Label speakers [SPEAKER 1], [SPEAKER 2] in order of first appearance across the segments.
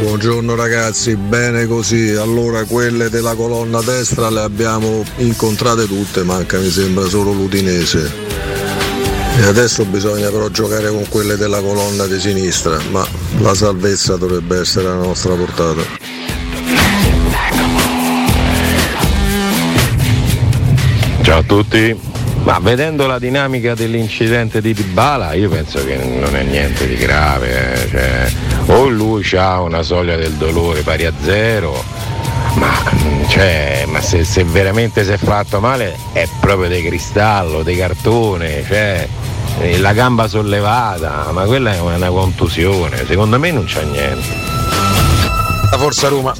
[SPEAKER 1] Buongiorno ragazzi, bene così. Allora quelle della colonna destra le abbiamo incontrate tutte, manca mi sembra solo l'Udinese. E adesso bisogna però giocare con quelle della colonna di sinistra, ma la salvezza dovrebbe essere alla nostra portata.
[SPEAKER 2] Ciao a tutti, ma vedendo la dinamica dell'incidente di Dybala io penso che non è niente di grave, eh, cioè o lui ha una soglia del dolore pari a zero, ma, cioè, ma se, se, veramente si è fatto male è proprio di cristallo, di cartone, cioè, la gamba sollevata, ma quella è una contusione, secondo me non c'è niente.
[SPEAKER 1] La Forza Roma.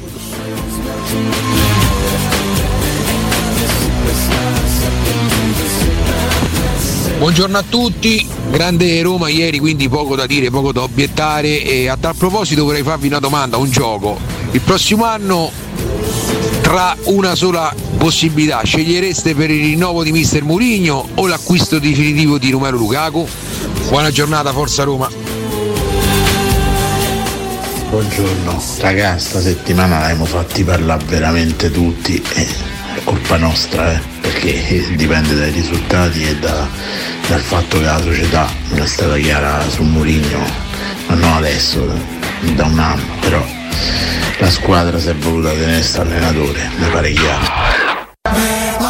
[SPEAKER 3] Buongiorno a tutti, grande Roma ieri quindi poco da dire, poco da obiettare e a tal proposito vorrei farvi una domanda, un gioco. Il prossimo anno tra una sola possibilità scegliereste per il rinnovo di Mister Mourinho o l'acquisto definitivo di Romero Lukaku? Buona giornata, forza Roma!
[SPEAKER 4] Buongiorno, ragazzi, sta settimana l'abbiamo fatti parlare veramente tutti e colpa nostra, eh, perché dipende dai risultati e da, dal fatto che la società non è stata chiara su Mourinho, ma non adesso, da un anno, però la squadra si è voluta tenere sta allenatore, mi pare chiaro.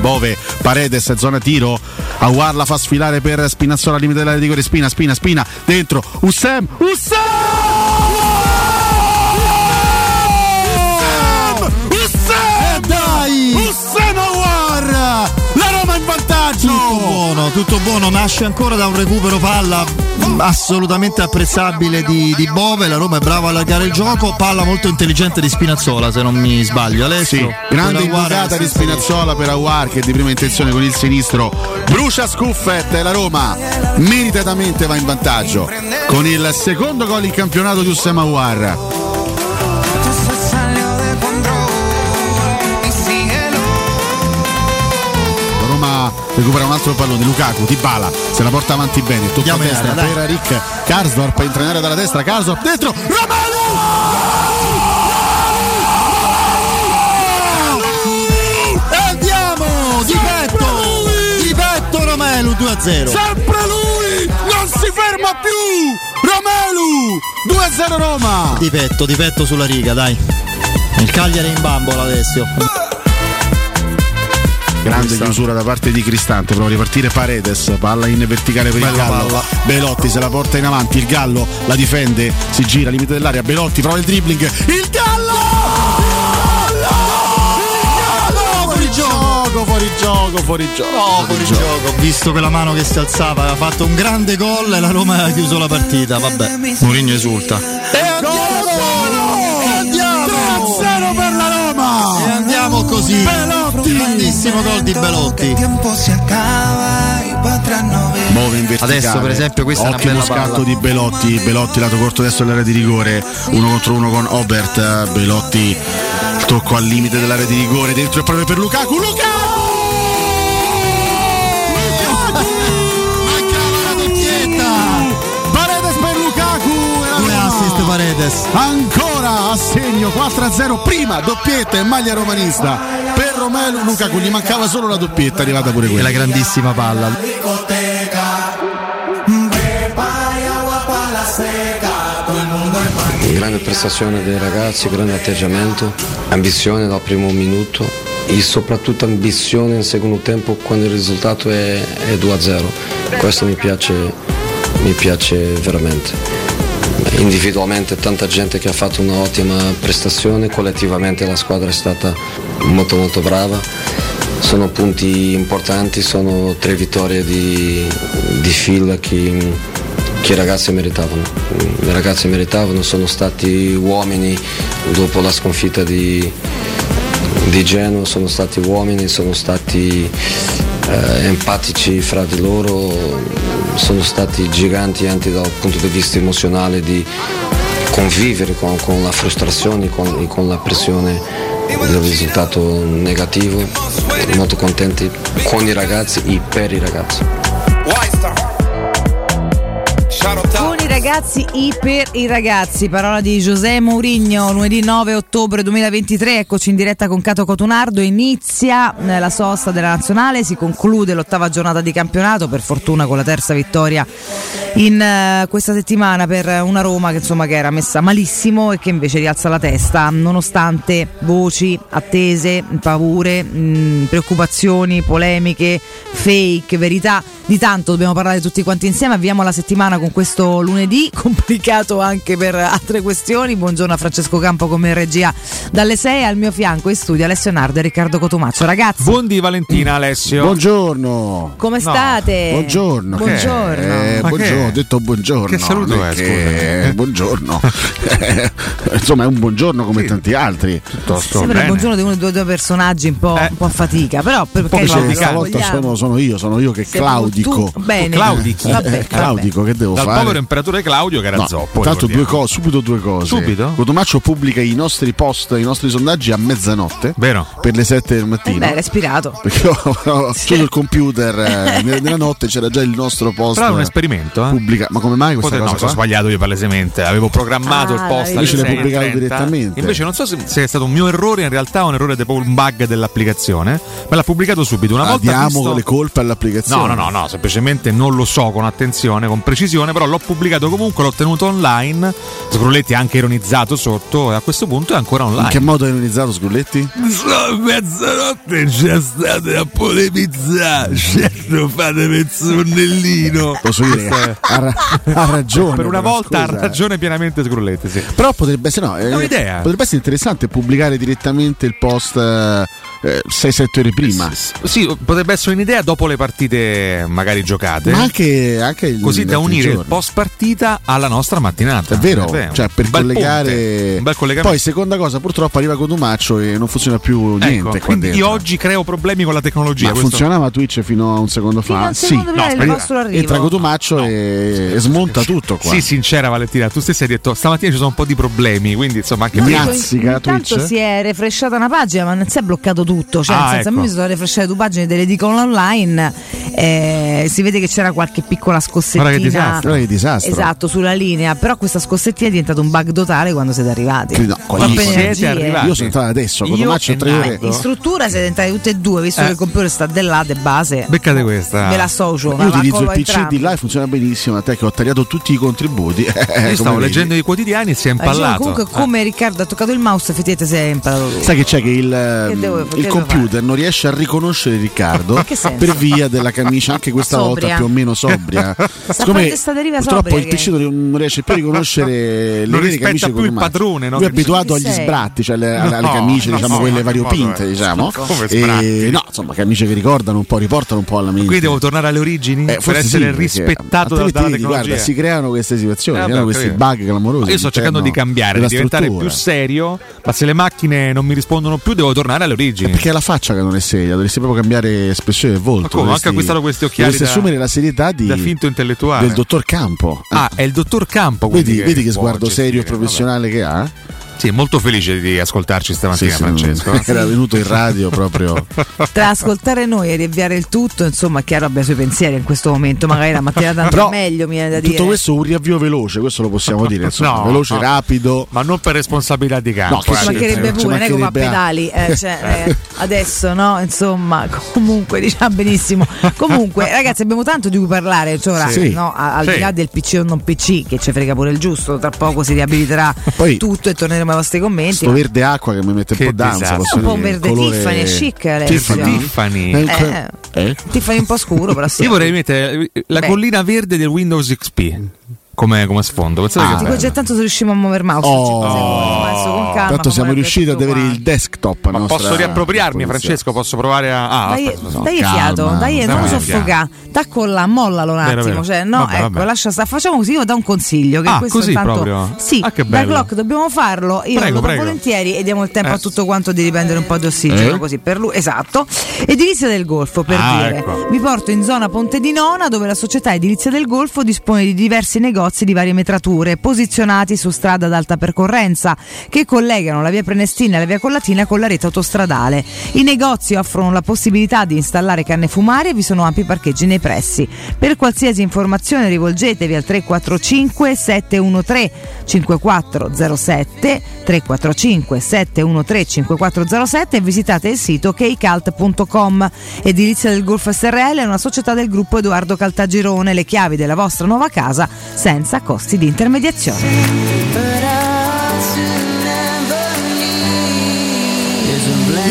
[SPEAKER 5] Bove, Paredes, zona tiro. Aguar la fa sfilare per Spinazzola, limite dell'area di rigore. Spina, spina, spina. Dentro, Ussem, Ussem! Ussem! Ussem!
[SPEAKER 2] dai!
[SPEAKER 5] Ussem Aguar! La Roma in vantaggio!
[SPEAKER 2] Tutto buono, tutto buono, nasce ancora da un recupero palla mh, assolutamente apprezzabile di, di Bove, la Roma è brava a allargare il gioco, palla molto intelligente di Spinazzola se non mi sbaglio, Alessio.
[SPEAKER 5] Sì, grande
[SPEAKER 2] Quella guarda
[SPEAKER 5] indugata
[SPEAKER 2] che
[SPEAKER 5] di
[SPEAKER 2] sta lì.
[SPEAKER 5] Spinazzola per Aguar che di prima intenzione con il sinistro brucia Scuffet e la Roma meritatamente va in vantaggio con il secondo gol in campionato di Ussem Aguar. La Roma recupera un altro pallone, Lukaku, Dybala, se la porta avanti bene, tocca a
[SPEAKER 2] Andiamo in
[SPEAKER 5] destra
[SPEAKER 2] area, dai.
[SPEAKER 5] per Rick, Karsdorp entra in area dalla destra, Karsdorp dentro, Romelu!
[SPEAKER 2] E andiamo! Di petto! Di petto Romelu 2-0.
[SPEAKER 5] Sempre lui! Non si ferma più! Romelu! 2-0 Roma!
[SPEAKER 2] Di petto, di petto sulla riga, dai. Il Cagliari è in bambola Alessio.
[SPEAKER 5] Grande chiusura da parte di Cristante, prova a ripartire Paredes, palla in verticale per il
[SPEAKER 2] Bella
[SPEAKER 5] Gallo.
[SPEAKER 2] palla.
[SPEAKER 5] Belotti se la porta in avanti, il Gallo la difende, si gira, limite dell'area, Belotti prova il dribbling, il Gallo! Ah, Fuori gioco, fuori gioco, fuori gioco.
[SPEAKER 2] Fuori gioco, ho visto quella mano che si alzava, ha fatto un grande gol e la Roma ha chiuso la partita, vabbè. Mourinho esulta.
[SPEAKER 5] E andiamo!
[SPEAKER 2] Andiamo!
[SPEAKER 5] 3-0 per la Roma!
[SPEAKER 2] E andiamo così.
[SPEAKER 5] Belotti!
[SPEAKER 2] Grandissimo gol di Belotti.
[SPEAKER 5] Muove in verticale.
[SPEAKER 2] Adesso, per esempio, questa è una
[SPEAKER 5] Ottimo
[SPEAKER 2] bella
[SPEAKER 5] scatto
[SPEAKER 2] palla.
[SPEAKER 5] di Belotti. Belotti lato corto adesso all'area di rigore. Uno contro uno con Obert. Belotti tocco al limite dell'area di rigore. Dentro è proprio per Lukaku. Lukaku!
[SPEAKER 2] Mancava la doppietta.
[SPEAKER 5] Paredes per Lukaku. e la
[SPEAKER 2] Due
[SPEAKER 5] Roma
[SPEAKER 2] assist Paredes.
[SPEAKER 5] ancora a segno 4-0 prima doppietta in maglia romanista per Romelu Lukaku gli mancava solo la doppietta è arrivata pure
[SPEAKER 2] E
[SPEAKER 5] quella
[SPEAKER 2] la grandissima palla.
[SPEAKER 6] Grande prestazione dei ragazzi, grande atteggiamento, ambizione dal primo minuto e soprattutto ambizione in secondo tempo quando il risultato è, è 2-0. Questo mi piace, mi piace veramente. Individualmente tanta gente che ha fatto un'ottima prestazione, collettivamente la squadra è stata molto molto brava. Sono punti importanti, sono tre vittorie di, di fila che che i ragazzi meritavano. I ragazzi meritavano, sono stati uomini dopo la sconfitta di, di Genoa, sono stati uomini, sono stati eh, empatici fra di loro, sono stati giganti anche dal punto di vista emozionale di convivere con, con la frustrazione con- e con la pressione del risultato negativo. Molto contenti con i ragazzi e per i ragazzi.
[SPEAKER 7] Con i ragazzi i per i ragazzi, parola di José Mourinho, lunedì 9 ottobre 2023, eccoci in diretta con Cato Cotunardo, inizia eh, la sosta della nazionale, si conclude l'ottava giornata di campionato, per fortuna con la terza vittoria in eh, questa settimana per una Roma che insomma che era messa malissimo e che invece rialza la testa, nonostante voci, attese, paure, mh, preoccupazioni, polemiche, fake, verità, di tanto dobbiamo parlare tutti quanti insieme, avviamo la settimana con questo lunedì, complicato anche per altre questioni, buongiorno a Francesco Campo come regia dalle 6 al mio fianco in studio Alessio Nardo e Riccardo Cotomaccio, ragazzi
[SPEAKER 8] Buondì Valentina Alessio.
[SPEAKER 5] Mm. buongiorno
[SPEAKER 7] come state?
[SPEAKER 5] Buongiorno, che-
[SPEAKER 7] Buongiorno.
[SPEAKER 5] eh,
[SPEAKER 8] Ma
[SPEAKER 5] buongiorno,
[SPEAKER 8] che-
[SPEAKER 5] ho detto buongiorno.
[SPEAKER 8] che saluto
[SPEAKER 5] non
[SPEAKER 8] è,
[SPEAKER 5] che-
[SPEAKER 8] scusa?
[SPEAKER 5] Buongiorno. Insomma, è un buongiorno come tanti altri.
[SPEAKER 8] Piuttosto
[SPEAKER 7] Sembra
[SPEAKER 8] bene.
[SPEAKER 7] il buongiorno di uno dei due, due personaggi un po',
[SPEAKER 8] Eh.
[SPEAKER 7] un po' a fatica, però per
[SPEAKER 8] po'
[SPEAKER 7] perché
[SPEAKER 8] Claudica.
[SPEAKER 5] Cioè,
[SPEAKER 7] non
[SPEAKER 5] stavolta
[SPEAKER 7] vogliamo.
[SPEAKER 5] sono, sono io, sono io che
[SPEAKER 7] Siamo
[SPEAKER 5] claudico.
[SPEAKER 7] tutti- Bene.
[SPEAKER 8] Claudichi.
[SPEAKER 7] Vabbè,
[SPEAKER 5] Eh,
[SPEAKER 7] vabbè.
[SPEAKER 5] claudico, che devo
[SPEAKER 8] Dal
[SPEAKER 5] fare?
[SPEAKER 8] povero imperatore Claudio che era
[SPEAKER 5] No,
[SPEAKER 8] zoppo.
[SPEAKER 5] tanto due
[SPEAKER 8] ricordiamo.
[SPEAKER 5] cose, subito due cose.
[SPEAKER 8] Oh, Subito?
[SPEAKER 5] Cotomaccio pubblica i nostri post, i nostri sondaggi a mezzanotte
[SPEAKER 8] Vero.
[SPEAKER 5] per le 7 del
[SPEAKER 7] Eh
[SPEAKER 5] mattino.
[SPEAKER 7] beh, respirato.
[SPEAKER 5] perché ho, ho chiuso il computer eh, nella nella notte c'era già il nostro post
[SPEAKER 8] Però è un esperimento, eh.
[SPEAKER 5] pubblica- ma come mai questa
[SPEAKER 8] Potre- no,
[SPEAKER 5] cosa
[SPEAKER 8] sono
[SPEAKER 5] qua?
[SPEAKER 8] sbagliato io palesemente. Avevo programmato
[SPEAKER 7] Ah,
[SPEAKER 8] il post.
[SPEAKER 7] invece
[SPEAKER 8] alle
[SPEAKER 5] l'hai pubblicato
[SPEAKER 8] 6.30.
[SPEAKER 5] direttamente.
[SPEAKER 8] Invece non so se, se è stato un mio errore in realtà o un errore tipo un bug dell'applicazione. Me l'ha pubblicato subito. Una
[SPEAKER 5] Ah,
[SPEAKER 8] volta
[SPEAKER 5] diamo
[SPEAKER 8] visto...
[SPEAKER 5] le colpe all'applicazione
[SPEAKER 8] No, no, no, no, semplicemente non lo so con attenzione, con precisione, però l'ho pubblicato comunque, l'ho tenuto online. Sgrulletti ha anche ironizzato sotto e a questo punto è ancora online.
[SPEAKER 5] In che modo è ironizzato Sgrulletti?
[SPEAKER 1] mezzanotte c'è state a polemizzare, certo fatemi il sonnellino.
[SPEAKER 5] Posso dire che
[SPEAKER 8] Eh,
[SPEAKER 5] ha, ra- ha ragione.
[SPEAKER 8] per una
[SPEAKER 5] però,
[SPEAKER 8] volta
[SPEAKER 5] scusa.
[SPEAKER 8] ha ragione pienamente Sgrulletti, sì.
[SPEAKER 5] Però potrebbe, se no, eh,
[SPEAKER 8] È un'idea.
[SPEAKER 5] potrebbe essere interessante pubblicare direttamente il post eh, eh, 6-7 ore prima.
[SPEAKER 8] Sì, potrebbe essere un'idea dopo le partite magari giocate.
[SPEAKER 5] Ma anche, anche il-
[SPEAKER 8] Così da
[SPEAKER 5] altri
[SPEAKER 8] unire il
[SPEAKER 5] giorni.
[SPEAKER 8] post partita alla nostra mattinata.
[SPEAKER 5] È vero,
[SPEAKER 8] vero.
[SPEAKER 5] cioè per
[SPEAKER 8] Un bel
[SPEAKER 5] collegare.
[SPEAKER 8] ponte, un bel collegamento.
[SPEAKER 5] Poi, seconda cosa, purtroppo arriva Cotumaccio e non funziona più niente.
[SPEAKER 8] Ecco,
[SPEAKER 5] qua
[SPEAKER 8] quindi
[SPEAKER 5] dentro.
[SPEAKER 8] io oggi creo problemi con la tecnologia.
[SPEAKER 5] Ma
[SPEAKER 8] questo-
[SPEAKER 5] funzionava Twitch fino a un secondo fa?
[SPEAKER 8] un
[SPEAKER 5] sì,
[SPEAKER 8] secondo prima del
[SPEAKER 5] aspetta.
[SPEAKER 8] vostro arrivo.
[SPEAKER 5] entra Cotumaccio e, e smonta tutto qua.
[SPEAKER 8] Sì, sincera Valentina, tu stessa hai detto stamattina ci sono un po' di problemi, quindi insomma anche per-
[SPEAKER 7] Intanto
[SPEAKER 5] eh?
[SPEAKER 7] si è refresciata una pagina, ma non si è bloccato tutto. Cioè,
[SPEAKER 8] Ah,
[SPEAKER 7] nel senso, a me
[SPEAKER 8] ecco.
[SPEAKER 7] mi sono refresciate due pagine delle dicono online. eh, si vede che c'era qualche piccola scossettina.
[SPEAKER 5] Guarda che disastro, guarda che disastro.
[SPEAKER 7] Esatto, sulla linea. Però questa scossettina è diventata un bug totale quando siete arrivati.
[SPEAKER 5] No,
[SPEAKER 7] Troppo
[SPEAKER 5] coglioni.
[SPEAKER 7] energie.
[SPEAKER 5] Io sono entrato adesso, Cotumaccio
[SPEAKER 8] e
[SPEAKER 5] tre ore.
[SPEAKER 7] In struttura siete entrati tutte e due, visto
[SPEAKER 5] Eh.
[SPEAKER 7] che il computer sta del là de base.
[SPEAKER 8] Beccate questa.
[SPEAKER 7] Me la associo,
[SPEAKER 5] Io
[SPEAKER 7] ma va
[SPEAKER 5] utilizzo il
[SPEAKER 7] collo
[SPEAKER 5] PC
[SPEAKER 7] entrambi.
[SPEAKER 5] di là e funziona benissimo. A te che ho tagliato tutti i contributi.
[SPEAKER 8] Eh, Io stavo leggendo i quotidiani e
[SPEAKER 5] Eh,
[SPEAKER 8] si è
[SPEAKER 7] Ah, Gino,
[SPEAKER 8] impallato.
[SPEAKER 7] comunque, come Riccardo ha toccato il mouse, effettivamente si è imparato tutto.
[SPEAKER 5] Sai che c'è che il, ehm,
[SPEAKER 7] devo- che
[SPEAKER 5] il
[SPEAKER 7] devo
[SPEAKER 5] computer non riesce a riconoscere Riccardo
[SPEAKER 7] Ma che senso?
[SPEAKER 5] per via della camicia, anche questa volta
[SPEAKER 7] Sobria.
[SPEAKER 5] più o meno sobria.
[SPEAKER 7] Sta
[SPEAKER 5] Siccome
[SPEAKER 7] parte sta deriva
[SPEAKER 5] purtroppo
[SPEAKER 7] sobria
[SPEAKER 5] il
[SPEAKER 7] che-
[SPEAKER 5] PC non non riesce più a riconoscere le
[SPEAKER 8] Non
[SPEAKER 5] vere
[SPEAKER 8] rispetta
[SPEAKER 5] camicie
[SPEAKER 8] più
[SPEAKER 5] con le
[SPEAKER 8] il
[SPEAKER 5] mani.
[SPEAKER 8] padrone, no?
[SPEAKER 5] Lui è
[SPEAKER 8] Che dice,
[SPEAKER 5] abituato
[SPEAKER 8] "Chi
[SPEAKER 5] agli
[SPEAKER 8] sei?"
[SPEAKER 5] sbratti, cioè alle, alle
[SPEAKER 8] No,
[SPEAKER 5] camicie,
[SPEAKER 8] no,
[SPEAKER 5] diciamo,
[SPEAKER 8] no,
[SPEAKER 5] quelle
[SPEAKER 8] no,
[SPEAKER 5] variopinte,
[SPEAKER 8] no,
[SPEAKER 5] diciamo.
[SPEAKER 8] come
[SPEAKER 5] E,
[SPEAKER 8] sbratti?
[SPEAKER 5] no, insomma, camicie che ricordano un po', riportano un po' alla mente.
[SPEAKER 8] Quindi devo tornare alle origini
[SPEAKER 5] Eh,
[SPEAKER 8] per
[SPEAKER 5] forse sì,
[SPEAKER 8] essere
[SPEAKER 5] perché
[SPEAKER 8] rispettato da,
[SPEAKER 5] altrimenti
[SPEAKER 8] dalla
[SPEAKER 5] vedi,
[SPEAKER 8] tecnologia.
[SPEAKER 5] guarda, si creano queste situazioni,
[SPEAKER 8] Eh, vabbè,
[SPEAKER 5] creano
[SPEAKER 8] ho
[SPEAKER 5] diciamo questi
[SPEAKER 8] capito.
[SPEAKER 5] bug clamorosi.
[SPEAKER 8] Io sto cercando di
[SPEAKER 5] all'interno
[SPEAKER 8] cambiare, di
[SPEAKER 5] della
[SPEAKER 8] diventare
[SPEAKER 5] struttura.
[SPEAKER 8] più serio, ma se le macchine non mi rispondono più devo tornare alle origini.
[SPEAKER 5] Eh, Perché è la faccia che non è seria, dovresti proprio cambiare espressione del volto.
[SPEAKER 8] Ma come? Anche acquistare questi occhiali
[SPEAKER 5] Dovresti
[SPEAKER 8] da-
[SPEAKER 5] assumere la serietà di,
[SPEAKER 8] da finto intellettuale.
[SPEAKER 5] del dottor Campo.
[SPEAKER 8] Ah, è il dottor Campo.
[SPEAKER 5] Vedi,
[SPEAKER 8] quindi
[SPEAKER 5] vedi che
[SPEAKER 8] può
[SPEAKER 5] sguardo
[SPEAKER 8] gestire,
[SPEAKER 5] serio e
[SPEAKER 8] vabbè.
[SPEAKER 5] professionale che ha?
[SPEAKER 8] Sì, molto felice di ascoltarci stamattina,
[SPEAKER 5] Sì, sì,
[SPEAKER 8] Francesco.
[SPEAKER 5] non- era venuto in radio proprio.
[SPEAKER 7] Tra ascoltare noi e riavviare il tutto, insomma, è chiaro abbia i suoi pensieri in questo momento. Magari la mattinata andrà
[SPEAKER 5] Però,
[SPEAKER 7] meglio, mi viene da dire.
[SPEAKER 5] Tutto questo è un riavvio veloce, questo lo possiamo dire. Eh, Insomma,
[SPEAKER 8] No, Ah.
[SPEAKER 5] veloce,
[SPEAKER 8] no.
[SPEAKER 5] rapido.
[SPEAKER 8] Ma non per responsabilità di campo.
[SPEAKER 5] No, che
[SPEAKER 8] eh.
[SPEAKER 7] ci mancherebbe pure, non è come a
[SPEAKER 5] mancherebbe
[SPEAKER 7] pedali, eh, cioè, eh, adesso no, insomma, comunque diciamo benissimo. Comunque, ragazzi, abbiamo tanto di cui parlare, cioè, ora,
[SPEAKER 5] Sì.
[SPEAKER 7] no, a- al
[SPEAKER 5] Sì.
[SPEAKER 7] di là del PC o non PC, che ci frega pure il giusto, tra poco si riabiliterà
[SPEAKER 5] Poi-
[SPEAKER 7] tutto e torneremo ai vostri commenti.
[SPEAKER 5] Sto
[SPEAKER 7] ma-
[SPEAKER 5] verde acqua che mi mette un po' danza.
[SPEAKER 8] disastro.
[SPEAKER 5] posso
[SPEAKER 7] È un po' un
[SPEAKER 5] dire,
[SPEAKER 7] verde
[SPEAKER 5] colore-
[SPEAKER 7] Tiffany, è chic, Alessio.
[SPEAKER 5] Tiffany.
[SPEAKER 8] Esatto. Tiffany.
[SPEAKER 7] Eh,
[SPEAKER 5] Eh?
[SPEAKER 7] Tiffany un po' scuro, però sì.
[SPEAKER 8] Io vorrei mettere eh, la
[SPEAKER 7] Beh.
[SPEAKER 8] collina verde del Windows XP come, come sfondo. Pensate che
[SPEAKER 7] Ah, Dico,
[SPEAKER 8] bello.
[SPEAKER 7] già tanto se riusciamo a muovere mouse.
[SPEAKER 5] Oh.
[SPEAKER 7] Cioè, adesso con calma,
[SPEAKER 5] Tanto
[SPEAKER 7] con
[SPEAKER 5] siamo
[SPEAKER 7] calma.
[SPEAKER 5] riusciti ad avere il desktop. a
[SPEAKER 8] Ma
[SPEAKER 5] nostra
[SPEAKER 8] posso riappropriarmi,
[SPEAKER 5] disposizione.
[SPEAKER 8] Francesco? Posso provare a. Ah,
[SPEAKER 7] dai,
[SPEAKER 8] aspetta, no,
[SPEAKER 7] dai
[SPEAKER 8] calma.
[SPEAKER 7] fiato, dai, non
[SPEAKER 8] Dammi fiato.
[SPEAKER 7] soffocà, t'accolla, mollalo un
[SPEAKER 8] Vero,
[SPEAKER 7] attimo.
[SPEAKER 8] vero.
[SPEAKER 7] Cioè, no,
[SPEAKER 8] Vabbè,
[SPEAKER 7] ecco,
[SPEAKER 8] vabbè.
[SPEAKER 7] lascia sta. Facciamo così, io do un consiglio. Che
[SPEAKER 8] Ah,
[SPEAKER 7] questo
[SPEAKER 8] così
[SPEAKER 7] intanto-
[SPEAKER 8] proprio?
[SPEAKER 7] Sì,
[SPEAKER 8] Ah, che
[SPEAKER 7] da
[SPEAKER 8] bello.
[SPEAKER 7] clock dobbiamo farlo. Io
[SPEAKER 8] Prego,
[SPEAKER 7] lo do
[SPEAKER 8] prego.
[SPEAKER 7] volentieri e diamo il tempo
[SPEAKER 8] Eh.
[SPEAKER 7] a tutto quanto di riprendere un po' di ossigeno.
[SPEAKER 8] Eh?
[SPEAKER 7] Così per lui, esatto. Edilizia del Golfo, per
[SPEAKER 8] Ah,
[SPEAKER 7] dire.
[SPEAKER 8] ecco.
[SPEAKER 7] Vi porto in zona Ponte di Nona, dove la società Edilizia del Golfo dispone di diversi negozi di varie metrature, posizionati su strada ad alta percorrenza, che collegano la via Prenestina e la via Collatina con la rete autostradale. I negozi offrono la possibilità di installare canne fumarie e vi sono ampi parcheggi nei pressi. Per qualsiasi informazione rivolgetevi al 345 713 5407 345 713 5407 e visitate il sito keicalt.com. Edilizia del Golfo SRL è una società del gruppo Edoardo Caltagirone, le chiavi della vostra nuova casa senza costi di intermediazione.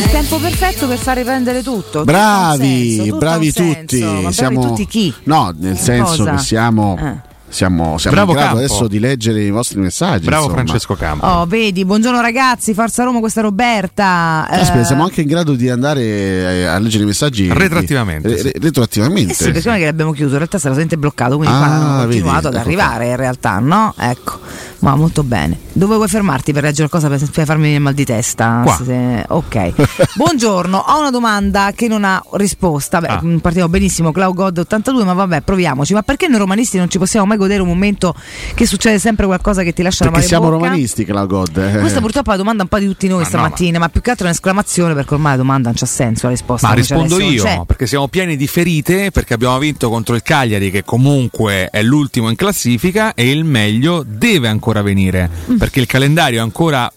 [SPEAKER 7] Il tempo perfetto per far riprendere tutto.
[SPEAKER 5] Bravi, bravi tutti.
[SPEAKER 7] siamo
[SPEAKER 5] siamo
[SPEAKER 7] tutti chi?
[SPEAKER 5] No, nel senso
[SPEAKER 7] Cosa?
[SPEAKER 5] che siamo siamo, siamo
[SPEAKER 8] Bravo
[SPEAKER 5] in grado
[SPEAKER 8] Campo.
[SPEAKER 5] adesso di leggere i vostri messaggi.
[SPEAKER 8] Bravo
[SPEAKER 5] insomma.
[SPEAKER 8] Francesco Campo.
[SPEAKER 7] Oh, vedi, buongiorno ragazzi, Forza Roma, questa è Roberta.
[SPEAKER 5] Caspita,
[SPEAKER 7] Eh,
[SPEAKER 5] siamo anche in grado di andare eh, a leggere i messaggi
[SPEAKER 8] Retroattivamente,
[SPEAKER 5] Re-
[SPEAKER 8] sì.
[SPEAKER 5] re- retroattivamente.
[SPEAKER 7] Eh sì, perché non è che l'abbiamo chiuso, in realtà sarà solamente bloccato, quindi qua
[SPEAKER 5] Ah,
[SPEAKER 7] hanno
[SPEAKER 5] vedi,
[SPEAKER 7] continuato ad
[SPEAKER 5] ecco
[SPEAKER 7] arrivare in realtà, no? Ecco, ma molto bene. Dove vuoi fermarti per leggere qualcosa per, per farmi venire il mal di testa?
[SPEAKER 9] Qua.
[SPEAKER 7] Se- Ah, ok. Buongiorno, ho una domanda che non ha risposta. Beh,
[SPEAKER 9] Ah.
[SPEAKER 7] mh, partiamo benissimo, Clau God 82, ma vabbè, proviamoci. Ma perché noi romanisti non ci possiamo mai godere un momento che succede sempre qualcosa che ti lascia la
[SPEAKER 5] Perché
[SPEAKER 7] mano in
[SPEAKER 5] siamo
[SPEAKER 7] bocca?
[SPEAKER 5] romanisti, la God. eh.
[SPEAKER 7] Questa purtroppo è la domanda un po' di tutti noi
[SPEAKER 5] Ma no,
[SPEAKER 7] stamattina, ma... più che altro è un'esclamazione perché ormai la domanda non c'ha senso, la risposta
[SPEAKER 8] Ma
[SPEAKER 7] non c'è,
[SPEAKER 8] rispondo
[SPEAKER 7] adesso
[SPEAKER 8] io,
[SPEAKER 7] non c'è.
[SPEAKER 8] perché siamo pieni di ferite, perché abbiamo vinto contro il Cagliari che comunque è l'ultimo in classifica e il meglio deve ancora venire,
[SPEAKER 7] Mm.
[SPEAKER 8] perché il calendario è ancora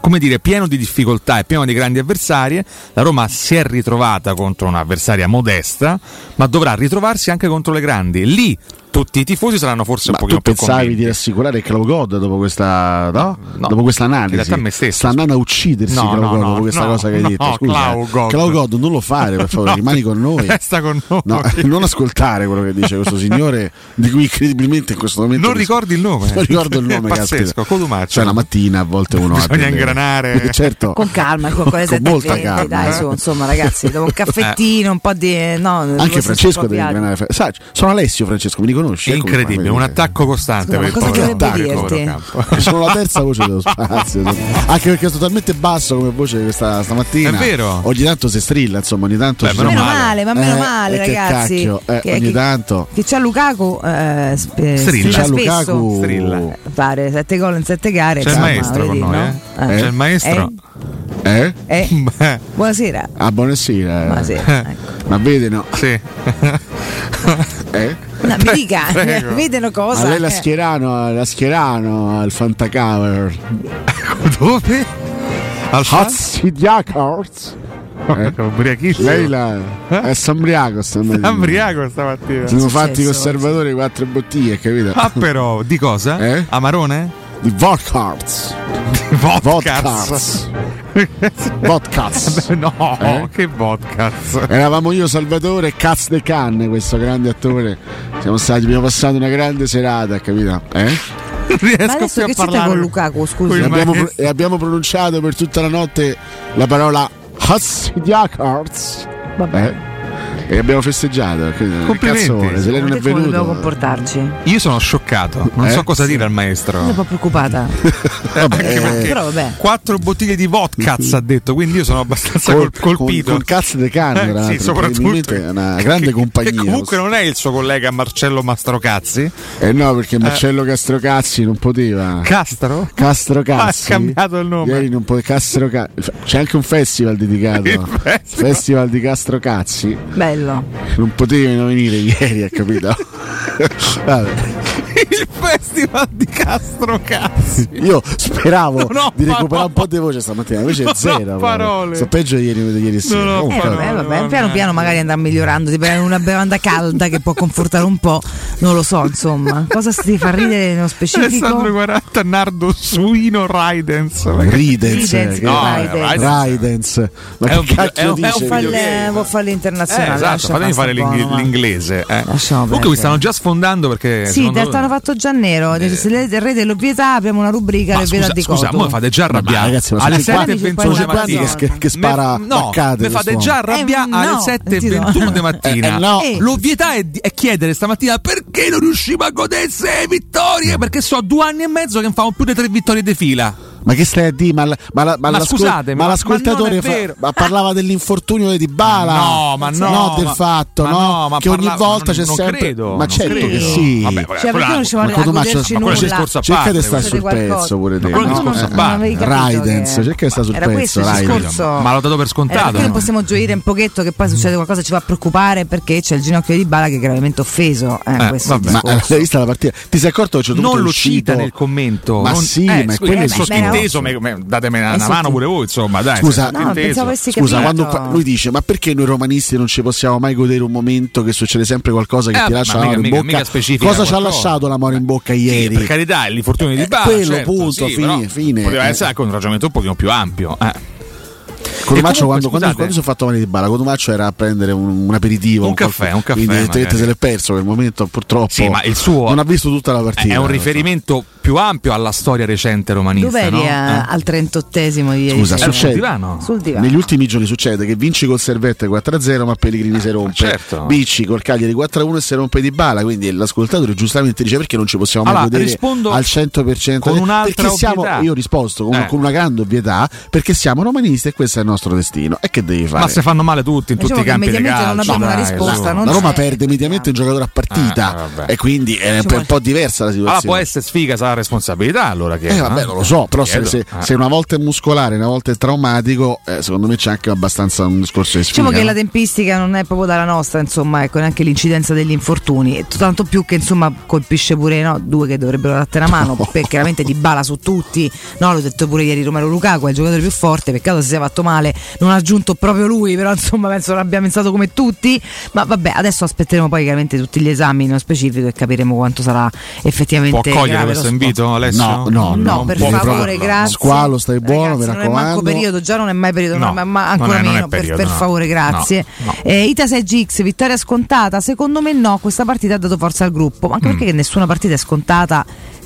[SPEAKER 8] come dire, pieno di difficoltà e pieno di grandi avversarie, la Roma si è ritrovata contro un'avversaria modesta, ma dovrà ritrovarsi anche contro le grandi. Lì tutti i tifosi saranno forse un
[SPEAKER 5] Ma
[SPEAKER 8] pochino
[SPEAKER 5] tu
[SPEAKER 8] più
[SPEAKER 5] pensavi
[SPEAKER 8] convinti.
[SPEAKER 5] di rassicurare Clau God dopo questa, no? dopo questa analisi?
[SPEAKER 8] In realtà me stesso.
[SPEAKER 5] Sta andando a uccidersi
[SPEAKER 8] No,
[SPEAKER 5] Clau
[SPEAKER 8] no,
[SPEAKER 5] God
[SPEAKER 8] no,
[SPEAKER 5] dopo questa
[SPEAKER 8] no,
[SPEAKER 5] cosa che hai
[SPEAKER 8] no,
[SPEAKER 5] detto. Scusa,
[SPEAKER 8] Clau
[SPEAKER 5] eh.
[SPEAKER 8] God.
[SPEAKER 5] Clau God, non lo fare per favore,
[SPEAKER 8] No.
[SPEAKER 5] rimani con noi.
[SPEAKER 8] Resta con noi.
[SPEAKER 5] No, non ascoltare quello che dice questo signore di cui incredibilmente in questo momento
[SPEAKER 8] Non ricordi il nome.
[SPEAKER 5] non ricordo il nome
[SPEAKER 8] È pazzesco,
[SPEAKER 5] caspita. cioè la mattina a volte uno
[SPEAKER 8] Bisogna
[SPEAKER 5] attende.
[SPEAKER 8] ingranare.
[SPEAKER 5] certo
[SPEAKER 7] Con calma, con, con,
[SPEAKER 5] Con molta calma. Eh.
[SPEAKER 7] Dai, su, insomma, ragazzi, dopo un caffettino, un po' di. No,
[SPEAKER 5] anche
[SPEAKER 7] forse
[SPEAKER 5] Francesco deve
[SPEAKER 7] scoppiati.
[SPEAKER 5] ingranare sai, sono Alessio Francesco mi riconosci Ecco come
[SPEAKER 8] Incredibile,
[SPEAKER 5] fa,
[SPEAKER 8] un attacco costante
[SPEAKER 7] Scusa, ma
[SPEAKER 8] per il
[SPEAKER 7] cosa
[SPEAKER 8] povero-
[SPEAKER 7] dovrebbe
[SPEAKER 8] per il povero
[SPEAKER 7] dirti?
[SPEAKER 8] campo.
[SPEAKER 5] Eh, sono la terza voce dello spazio anche perché è totalmente basso come voce questa stamattina
[SPEAKER 8] È vero.
[SPEAKER 5] ogni tanto si strilla insomma ogni tanto
[SPEAKER 8] Beh,
[SPEAKER 5] ci
[SPEAKER 8] meno
[SPEAKER 5] sono-
[SPEAKER 7] male, ma meno
[SPEAKER 5] Eh,
[SPEAKER 7] male,
[SPEAKER 5] eh, che
[SPEAKER 7] ragazzi.
[SPEAKER 5] cacchio, eh,
[SPEAKER 7] Che-
[SPEAKER 5] ogni
[SPEAKER 7] che-
[SPEAKER 5] tanto
[SPEAKER 7] Che c'ha Lukaku eh, sp- strilla
[SPEAKER 5] Strilla.
[SPEAKER 7] spesso
[SPEAKER 5] Lukaku. Strilla.
[SPEAKER 7] Eh, pare 7 gol in 7 gare
[SPEAKER 5] C'è il
[SPEAKER 7] insomma,
[SPEAKER 5] maestro
[SPEAKER 7] vedi,
[SPEAKER 5] con noi,
[SPEAKER 7] no?
[SPEAKER 5] eh? C'è il maestro? eh?
[SPEAKER 7] Eh? ecco. buonasera
[SPEAKER 5] Ah, buonasera.
[SPEAKER 7] Buonasera,
[SPEAKER 5] Ma vede no? Sì. eh?
[SPEAKER 7] No, mi dica
[SPEAKER 5] Prego.
[SPEAKER 7] vedono cosa
[SPEAKER 5] Ma lei la
[SPEAKER 7] Eh,
[SPEAKER 5] schierano, la schierano al Fantacover.
[SPEAKER 8] Dove? Al Ah,
[SPEAKER 5] Hatzidiakors.
[SPEAKER 8] Ubriachissimo. Eh?
[SPEAKER 5] Lei la... è sambriaco stamattina.
[SPEAKER 8] Ambriaco stamattina.
[SPEAKER 5] Sono fatti i conservatori quattro bottiglie, capito?
[SPEAKER 8] Ah però, di cosa? Amarone?
[SPEAKER 5] Eh? Di Vodkarts. Vodkarts. Vodkarts.
[SPEAKER 8] No,
[SPEAKER 5] Eh?
[SPEAKER 8] che vodka.
[SPEAKER 5] Eravamo io, Salvatore e Caz de Canne, questo grande attore. Siamo stati, abbiamo passato una grande serata, capito? Eh?
[SPEAKER 7] ma adesso che c'è con Lukaku scusa
[SPEAKER 5] E abbiamo, pro- e abbiamo pronunciato per tutta la notte la parola Hassidiakarts. E abbiamo festeggiagto. che- che
[SPEAKER 8] Complimenti.
[SPEAKER 5] cazzo vuole? Se lei non è
[SPEAKER 7] Guardate come
[SPEAKER 5] venuto.
[SPEAKER 7] dobbiamo comportarci
[SPEAKER 8] Io sono scioccato, non
[SPEAKER 5] Eh?
[SPEAKER 8] so cosa dire al
[SPEAKER 7] sono un
[SPEAKER 8] maestro.
[SPEAKER 7] po' preoccupata
[SPEAKER 8] Anche perché
[SPEAKER 7] però vabbè
[SPEAKER 8] Quattro bottiglie di vodka ha detto, quindi io sono abbastanza
[SPEAKER 5] Col,
[SPEAKER 8] col- colpito.
[SPEAKER 5] Con, con cazzo de canne, tra
[SPEAKER 8] Eh, sì,
[SPEAKER 5] l'altro,
[SPEAKER 8] soprattutto.
[SPEAKER 5] probabilmente è una grande compagnia.
[SPEAKER 8] Che comunque non è il suo collega Marcello Mastrocazzi.
[SPEAKER 5] Eh no, perché Marcello Castrocazzi non poteva.
[SPEAKER 8] Castro?
[SPEAKER 5] Castrocazzi.
[SPEAKER 8] Ha cambiato il nome.
[SPEAKER 5] Ieri non poteva. Castrocazzi. C'è anche un festival dedicato.
[SPEAKER 8] Il festival.
[SPEAKER 5] festival di Castrocazzi.
[SPEAKER 7] bello
[SPEAKER 5] Non potevano venire ieri, ha capito? Vabbè.
[SPEAKER 8] il festival di Castrocazzi.
[SPEAKER 5] Io speravo
[SPEAKER 8] Non ho
[SPEAKER 5] di recuperare un po' di voce stamattina, invece
[SPEAKER 8] Non
[SPEAKER 5] è
[SPEAKER 8] ho
[SPEAKER 5] zero. guarda.
[SPEAKER 8] parole.
[SPEAKER 5] Sto peggio di ieri, di ieri sera.
[SPEAKER 7] eh,
[SPEAKER 5] Comunque,
[SPEAKER 7] vabbè, vabbè, piano piano magari andrà migliorando, ti prendo una bevanda calda che può confortare un po', non lo so, insomma. Cosa ti fa ridere nello specifico?
[SPEAKER 8] Alessandro Guaratta, Nardo Suino, Raidens.
[SPEAKER 5] Ridens, eh, che-
[SPEAKER 8] No, Raidens.
[SPEAKER 5] Raidens. Ma
[SPEAKER 8] È
[SPEAKER 5] che
[SPEAKER 8] un video-
[SPEAKER 5] cacchio
[SPEAKER 8] è un- è un
[SPEAKER 5] dice?
[SPEAKER 8] fa-
[SPEAKER 7] Falle- Vuol fare
[SPEAKER 8] Eh,
[SPEAKER 7] l'internazionale.
[SPEAKER 8] esatto,
[SPEAKER 7] lascia
[SPEAKER 8] fatemi fare
[SPEAKER 7] sta
[SPEAKER 8] l'ing-
[SPEAKER 7] buono, va.
[SPEAKER 8] l'inglese. eh. Comunque mi stanno già sfondando perché.
[SPEAKER 7] Sì,
[SPEAKER 8] secondo Eh.
[SPEAKER 7] te l'hanno fatto già nero. Dice, Se lei è il re dell'obietà, apriamo una rubrica
[SPEAKER 8] Ma
[SPEAKER 7] l'obietà
[SPEAKER 8] scusa,
[SPEAKER 7] di
[SPEAKER 8] scusa,
[SPEAKER 7] Coto.
[SPEAKER 8] mo fate già arrabbiare
[SPEAKER 5] ragazzi, ma
[SPEAKER 8] alle
[SPEAKER 5] sono
[SPEAKER 8] 7 e
[SPEAKER 7] quanti-
[SPEAKER 8] 21 di
[SPEAKER 7] sono quanti
[SPEAKER 8] mattina
[SPEAKER 7] che-
[SPEAKER 5] che spara
[SPEAKER 8] Me- no,
[SPEAKER 5] paccate
[SPEAKER 8] mi fate
[SPEAKER 5] quest'uomo.
[SPEAKER 8] già arrabbiare
[SPEAKER 7] Eh,
[SPEAKER 8] alle
[SPEAKER 7] no,
[SPEAKER 8] 7 e
[SPEAKER 7] ti do.
[SPEAKER 8] 21 di mattina
[SPEAKER 5] Eh, no.
[SPEAKER 7] Eh.
[SPEAKER 8] l'ovvietà è, di- è chiedere stamattina perché non riuscivo a godersi le vittorie perché so due anni e mezzo che non famo più di tre vittorie di fila
[SPEAKER 5] Ma che stai a dire? Ma, la- ma, la- ma
[SPEAKER 8] Ma
[SPEAKER 5] l'ascol-
[SPEAKER 8] scusatemi,
[SPEAKER 5] ma
[SPEAKER 8] ma- ma
[SPEAKER 5] l'ascoltatore
[SPEAKER 8] non è vero.
[SPEAKER 5] ma parlava dell'infortunio di Bala.
[SPEAKER 8] No, ma no,
[SPEAKER 5] del
[SPEAKER 8] ma-
[SPEAKER 5] fatto,
[SPEAKER 8] ma
[SPEAKER 5] no?
[SPEAKER 8] no, ma
[SPEAKER 5] che ogni
[SPEAKER 8] parla-
[SPEAKER 5] volta
[SPEAKER 8] ma
[SPEAKER 5] c'è
[SPEAKER 8] non
[SPEAKER 5] sempre.
[SPEAKER 8] credo,
[SPEAKER 5] ma
[SPEAKER 8] non
[SPEAKER 5] certo che
[SPEAKER 8] credo.
[SPEAKER 5] sì.
[SPEAKER 8] Vabbè,
[SPEAKER 7] Cioè, perché non ci vuole
[SPEAKER 5] Ma Cotumaccio-
[SPEAKER 7] accoderci
[SPEAKER 5] ma quello
[SPEAKER 8] c'è il
[SPEAKER 7] nulla?
[SPEAKER 8] discorso a
[SPEAKER 5] Cerca
[SPEAKER 8] parte,
[SPEAKER 5] di stare
[SPEAKER 8] questo.
[SPEAKER 5] sul
[SPEAKER 7] Qualcosa.
[SPEAKER 5] pezzo pure te.
[SPEAKER 8] Ma quello è un
[SPEAKER 5] no?
[SPEAKER 8] discorso a
[SPEAKER 5] Eh,
[SPEAKER 8] parte.
[SPEAKER 7] avevi capito
[SPEAKER 5] Raidens, cioè,
[SPEAKER 7] che-
[SPEAKER 5] cerca di stare sul
[SPEAKER 7] Era questo
[SPEAKER 5] pezzo.
[SPEAKER 7] il
[SPEAKER 5] Raidens.
[SPEAKER 7] discorso.
[SPEAKER 8] ma l'ho dato per
[SPEAKER 7] Eh, perché
[SPEAKER 8] scontato
[SPEAKER 7] non possiamo gioire un pochetto che poi succede qualcosa che ci va a preoccupare perché c'è il ginocchio di Bala che è gravemente offeso. Eh,
[SPEAKER 8] Eh,
[SPEAKER 7] questo è il
[SPEAKER 8] vabbè.
[SPEAKER 5] Ma
[SPEAKER 7] discorso.
[SPEAKER 5] l'hai vista la partita? Ti sei accorto che c'è
[SPEAKER 8] non lo cita
[SPEAKER 5] uscito...
[SPEAKER 8] nel commento
[SPEAKER 5] Ma
[SPEAKER 8] non-
[SPEAKER 5] sì,
[SPEAKER 8] eh,
[SPEAKER 5] ma
[SPEAKER 8] scusi,
[SPEAKER 5] quello
[SPEAKER 8] eh,
[SPEAKER 5] è
[SPEAKER 8] sono sottinteso me- me- datemi una,
[SPEAKER 7] È
[SPEAKER 8] una mano
[SPEAKER 7] sottin-
[SPEAKER 8] pure voi insomma dai
[SPEAKER 5] Scusa,
[SPEAKER 8] sono
[SPEAKER 7] No,
[SPEAKER 8] sottinteso.
[SPEAKER 7] pensavo avessi
[SPEAKER 5] Scusa,
[SPEAKER 7] capito.
[SPEAKER 5] quando qua- lui dice: Ma perché noi romanisti non ci possiamo mai godere un momento che succede sempre qualcosa che
[SPEAKER 8] Eh,
[SPEAKER 5] ti
[SPEAKER 8] ma
[SPEAKER 5] lascia
[SPEAKER 8] mica-
[SPEAKER 5] l'amore in
[SPEAKER 8] mica-
[SPEAKER 5] bocca?
[SPEAKER 8] mica specifica
[SPEAKER 5] Cosa ci ha
[SPEAKER 8] qualcosa.
[SPEAKER 5] lascito l'amore in bocca
[SPEAKER 8] Sì,
[SPEAKER 5] ieri?
[SPEAKER 8] per carità, è l'infortunio di
[SPEAKER 5] Eh,
[SPEAKER 8] Bala.
[SPEAKER 5] quello,
[SPEAKER 8] certo,
[SPEAKER 5] punto,
[SPEAKER 8] sì,
[SPEAKER 5] fine,
[SPEAKER 8] però
[SPEAKER 5] fine.
[SPEAKER 8] Poteva
[SPEAKER 5] Eh.
[SPEAKER 8] essere anche un ragionamento un pochino più ampio. eh.
[SPEAKER 5] Cotumaccio
[SPEAKER 8] E comunque,
[SPEAKER 5] quando, quando,
[SPEAKER 8] scusate-
[SPEAKER 5] quando si è fatto male di bala, Cotumaccio era a prendere un, un aperitivo,
[SPEAKER 8] Un caffè,
[SPEAKER 5] qualcosa.
[SPEAKER 8] un caffè,
[SPEAKER 5] Quindi
[SPEAKER 8] magari.
[SPEAKER 5] evidentemente se l'è perso per il momento purtroppo.
[SPEAKER 8] Sì, ma il suo-
[SPEAKER 5] non ha visto tutta la partita.
[SPEAKER 8] È un riferimento più ampio alla storia recente romanista.
[SPEAKER 7] Dove eri
[SPEAKER 8] no?
[SPEAKER 7] a-
[SPEAKER 8] Eh.
[SPEAKER 7] al 38esimo di ieri?
[SPEAKER 5] Scusa,
[SPEAKER 7] sera?
[SPEAKER 5] succede.
[SPEAKER 7] Sul divano.
[SPEAKER 5] Negli ultimi giorni succede che vinci col Servette 4-0, ma
[SPEAKER 7] Eh,
[SPEAKER 5] Pellegrini si rompe.
[SPEAKER 8] certo.
[SPEAKER 5] Bicci col Cagliari 4-1 e si rompe di bala. Quindi l'ascoltatore giustamente dice: Perché non ci possiamo mai
[SPEAKER 8] Allora,
[SPEAKER 5] godere
[SPEAKER 8] rispondo
[SPEAKER 5] al 100%?
[SPEAKER 8] con un'altra
[SPEAKER 5] perché siamo,
[SPEAKER 8] ovvietà.
[SPEAKER 5] io ho risposto con,
[SPEAKER 8] Eh.
[SPEAKER 5] con una grande ovvietà: perché siamo romanisti e questo è il nostro destino. E che devi fare?
[SPEAKER 8] Ma se fanno male tutti in tutti
[SPEAKER 7] Diciamo
[SPEAKER 8] i
[SPEAKER 7] che
[SPEAKER 8] campi di
[SPEAKER 7] mediamente
[SPEAKER 8] calcio.
[SPEAKER 7] non abbiamo una
[SPEAKER 8] dai,
[SPEAKER 7] risposta,
[SPEAKER 8] su.
[SPEAKER 7] non
[SPEAKER 5] la Roma
[SPEAKER 7] c'è.
[SPEAKER 5] perde mediamente un giocatore a
[SPEAKER 8] Ah,
[SPEAKER 5] partita
[SPEAKER 8] vabbè.
[SPEAKER 5] e quindi è un po', un po' diversa la
[SPEAKER 8] Allora può
[SPEAKER 5] situazione.
[SPEAKER 8] essere sfiga, sarà responsabilità allora che
[SPEAKER 5] Eh, vabbè, non lo so, però se,
[SPEAKER 8] Chiedo.
[SPEAKER 5] se-
[SPEAKER 8] Ah.
[SPEAKER 5] se una volta è muscolare, una volta è traumatico, eh, secondo me c'è anche abbastanza un discorso di sfiga.
[SPEAKER 7] Diciamo che
[SPEAKER 5] no?
[SPEAKER 7] la tempistica non è proprio dalla nostra, insomma, ecco, neanche l'incidenza degli infortuni, E tanto più che insomma colpisce pure no, due che dovrebbero dartene una mano, perché chiaramente di bala su tutti, no, l'ho detto pure ieri Romero Lukaku, è il giocatore più forte, peccato si sia fatto male, male, non ha aggiunto proprio lui, però insomma penso l'abbia pensato come tutti, ma vabbè adesso aspetteremo poi chiaramente tutti gli esami nello specifico e capiremo quanto sarà
[SPEAKER 8] Può
[SPEAKER 7] effettivamente...
[SPEAKER 8] accogliere
[SPEAKER 7] grave
[SPEAKER 8] questo
[SPEAKER 7] lo scopo.
[SPEAKER 8] invito, Alessio?
[SPEAKER 5] No, no,
[SPEAKER 7] No, per
[SPEAKER 5] devi
[SPEAKER 7] favore,
[SPEAKER 5] provarlo.
[SPEAKER 7] grazie.
[SPEAKER 5] Squalo, stai buono, mi
[SPEAKER 7] non è manco
[SPEAKER 5] raccomando.
[SPEAKER 7] periodo, già non è mai periodo,
[SPEAKER 5] No,
[SPEAKER 7] non è ma ancora
[SPEAKER 5] non è- non è
[SPEAKER 7] meno. per-
[SPEAKER 5] periodo,
[SPEAKER 7] per,
[SPEAKER 5] no.
[SPEAKER 7] favore, grazie.
[SPEAKER 5] No, no.
[SPEAKER 7] Eh, Ita 6GX, vittoria scontata? Secondo me no, questa partita ha dato forza al gruppo, ma anche
[SPEAKER 10] Mm.
[SPEAKER 7] perché nessuna partita è scontata.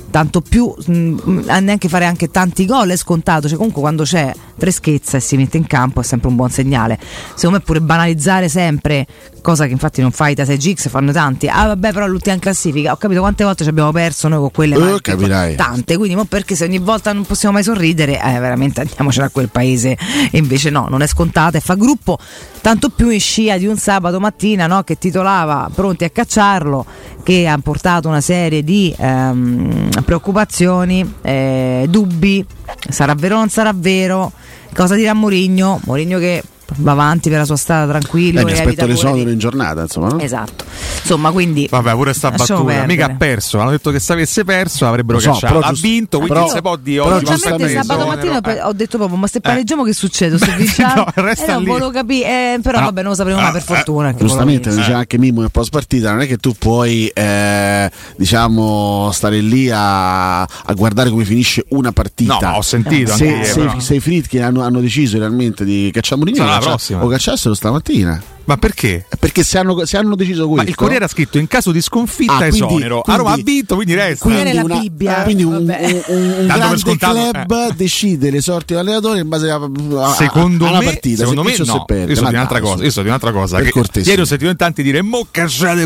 [SPEAKER 7] Tanto più mh, mh, a neanche fare anche tanti gol è scontato, cioè comunque quando c'è freschezza e si mette in campo è sempre un buon segnale. Secondo me pure banalizzare sempre, cosa che infatti non fa Ita 6GX, fanno tanti. Ah vabbè però l'ultima in classifica, ho capito quante volte ci abbiamo perso noi con quelle
[SPEAKER 5] Eh,
[SPEAKER 7] marche,
[SPEAKER 5] capirai.
[SPEAKER 7] tante, quindi mo perché se ogni volta non possiamo mai sorridere, eh, veramente andiamocela a quel paese. E invece no, non è scontata e fa gruppo, tanto più in scia di un sabato mattina no, che titolava Pronti a cacciarlo, che ha portato una serie di ehm, preoccupazioni, eh, dubbi, sarà vero o non sarà vero, cosa dirà Mourinho, Mourinho che va avanti per la sua strada tranquillo
[SPEAKER 5] Eh, mi
[SPEAKER 7] e
[SPEAKER 5] aspetto
[SPEAKER 7] evita pure
[SPEAKER 5] l'esonero
[SPEAKER 7] di-
[SPEAKER 5] in giornata, insomma. No?
[SPEAKER 7] Esatto, insomma quindi... Eh.
[SPEAKER 8] Vabbè, pure sta
[SPEAKER 7] Lasciamo
[SPEAKER 8] battuta.
[SPEAKER 7] perdere.
[SPEAKER 8] Mica ha perso. Hanno detto che se avesse perso l'avrebbero
[SPEAKER 5] Lo so,
[SPEAKER 8] cacciato.
[SPEAKER 5] però
[SPEAKER 8] Ha
[SPEAKER 5] giust-
[SPEAKER 8] vinto, quindi
[SPEAKER 5] però-
[SPEAKER 8] non si può dire
[SPEAKER 5] però
[SPEAKER 8] oggi va
[SPEAKER 5] giustamente
[SPEAKER 8] stato
[SPEAKER 7] sabato
[SPEAKER 8] esonero.
[SPEAKER 7] mattina
[SPEAKER 8] Eh,
[SPEAKER 7] pe- ho detto proprio ma se
[SPEAKER 8] Eh.
[SPEAKER 7] pareggiamo che succede se vinciamo
[SPEAKER 8] No, resta
[SPEAKER 7] Eh, non
[SPEAKER 8] lì.
[SPEAKER 7] volevo capire eh, però
[SPEAKER 5] No.
[SPEAKER 7] vabbè non lo sapremo mai per fortuna Eh, che
[SPEAKER 8] Eh.
[SPEAKER 5] Giustamente, eh,
[SPEAKER 7] volevo dire.
[SPEAKER 5] diceva anche Mimmo nel post partita, non è che tu puoi eh, diciamo stare lì a, a guardare come finisce una partita.
[SPEAKER 8] No, ma ho sentito
[SPEAKER 5] Eh, Se,
[SPEAKER 8] anche io,
[SPEAKER 5] se,
[SPEAKER 8] però.
[SPEAKER 5] se i Fritkin hanno, hanno deciso realmente di cacciare Mourinho,
[SPEAKER 8] Sarà la
[SPEAKER 5] lo caccia-
[SPEAKER 8] prossima.
[SPEAKER 5] lo cacciassero stamattina.
[SPEAKER 8] Ma perché?
[SPEAKER 5] Perché se hanno, se hanno deciso questo.
[SPEAKER 8] Ma il Corriere ha scritto in caso di sconfitta
[SPEAKER 5] Ah, quindi-
[SPEAKER 8] esonero. a Roma ha
[SPEAKER 5] quindi-
[SPEAKER 8] vinto, quindi resta.
[SPEAKER 5] Quindi, una- eh, quindi un, un, un- un
[SPEAKER 8] Tanto per
[SPEAKER 5] grande
[SPEAKER 8] scontato, eh.
[SPEAKER 5] club decide le sorti dell'allenatore in base a, a,
[SPEAKER 8] Secondo
[SPEAKER 5] alla
[SPEAKER 8] me,
[SPEAKER 5] partita.
[SPEAKER 8] secondo
[SPEAKER 5] se
[SPEAKER 8] me
[SPEAKER 5] vince o se
[SPEAKER 8] no.
[SPEAKER 5] perde.
[SPEAKER 8] io so
[SPEAKER 5] Ma
[SPEAKER 8] di un'altra
[SPEAKER 5] dai,
[SPEAKER 8] cosa. Io so di un'altra cosa.
[SPEAKER 5] Per
[SPEAKER 8] Che
[SPEAKER 5] cortesia.
[SPEAKER 8] ieri ho sentito in tanti dire mo cacciate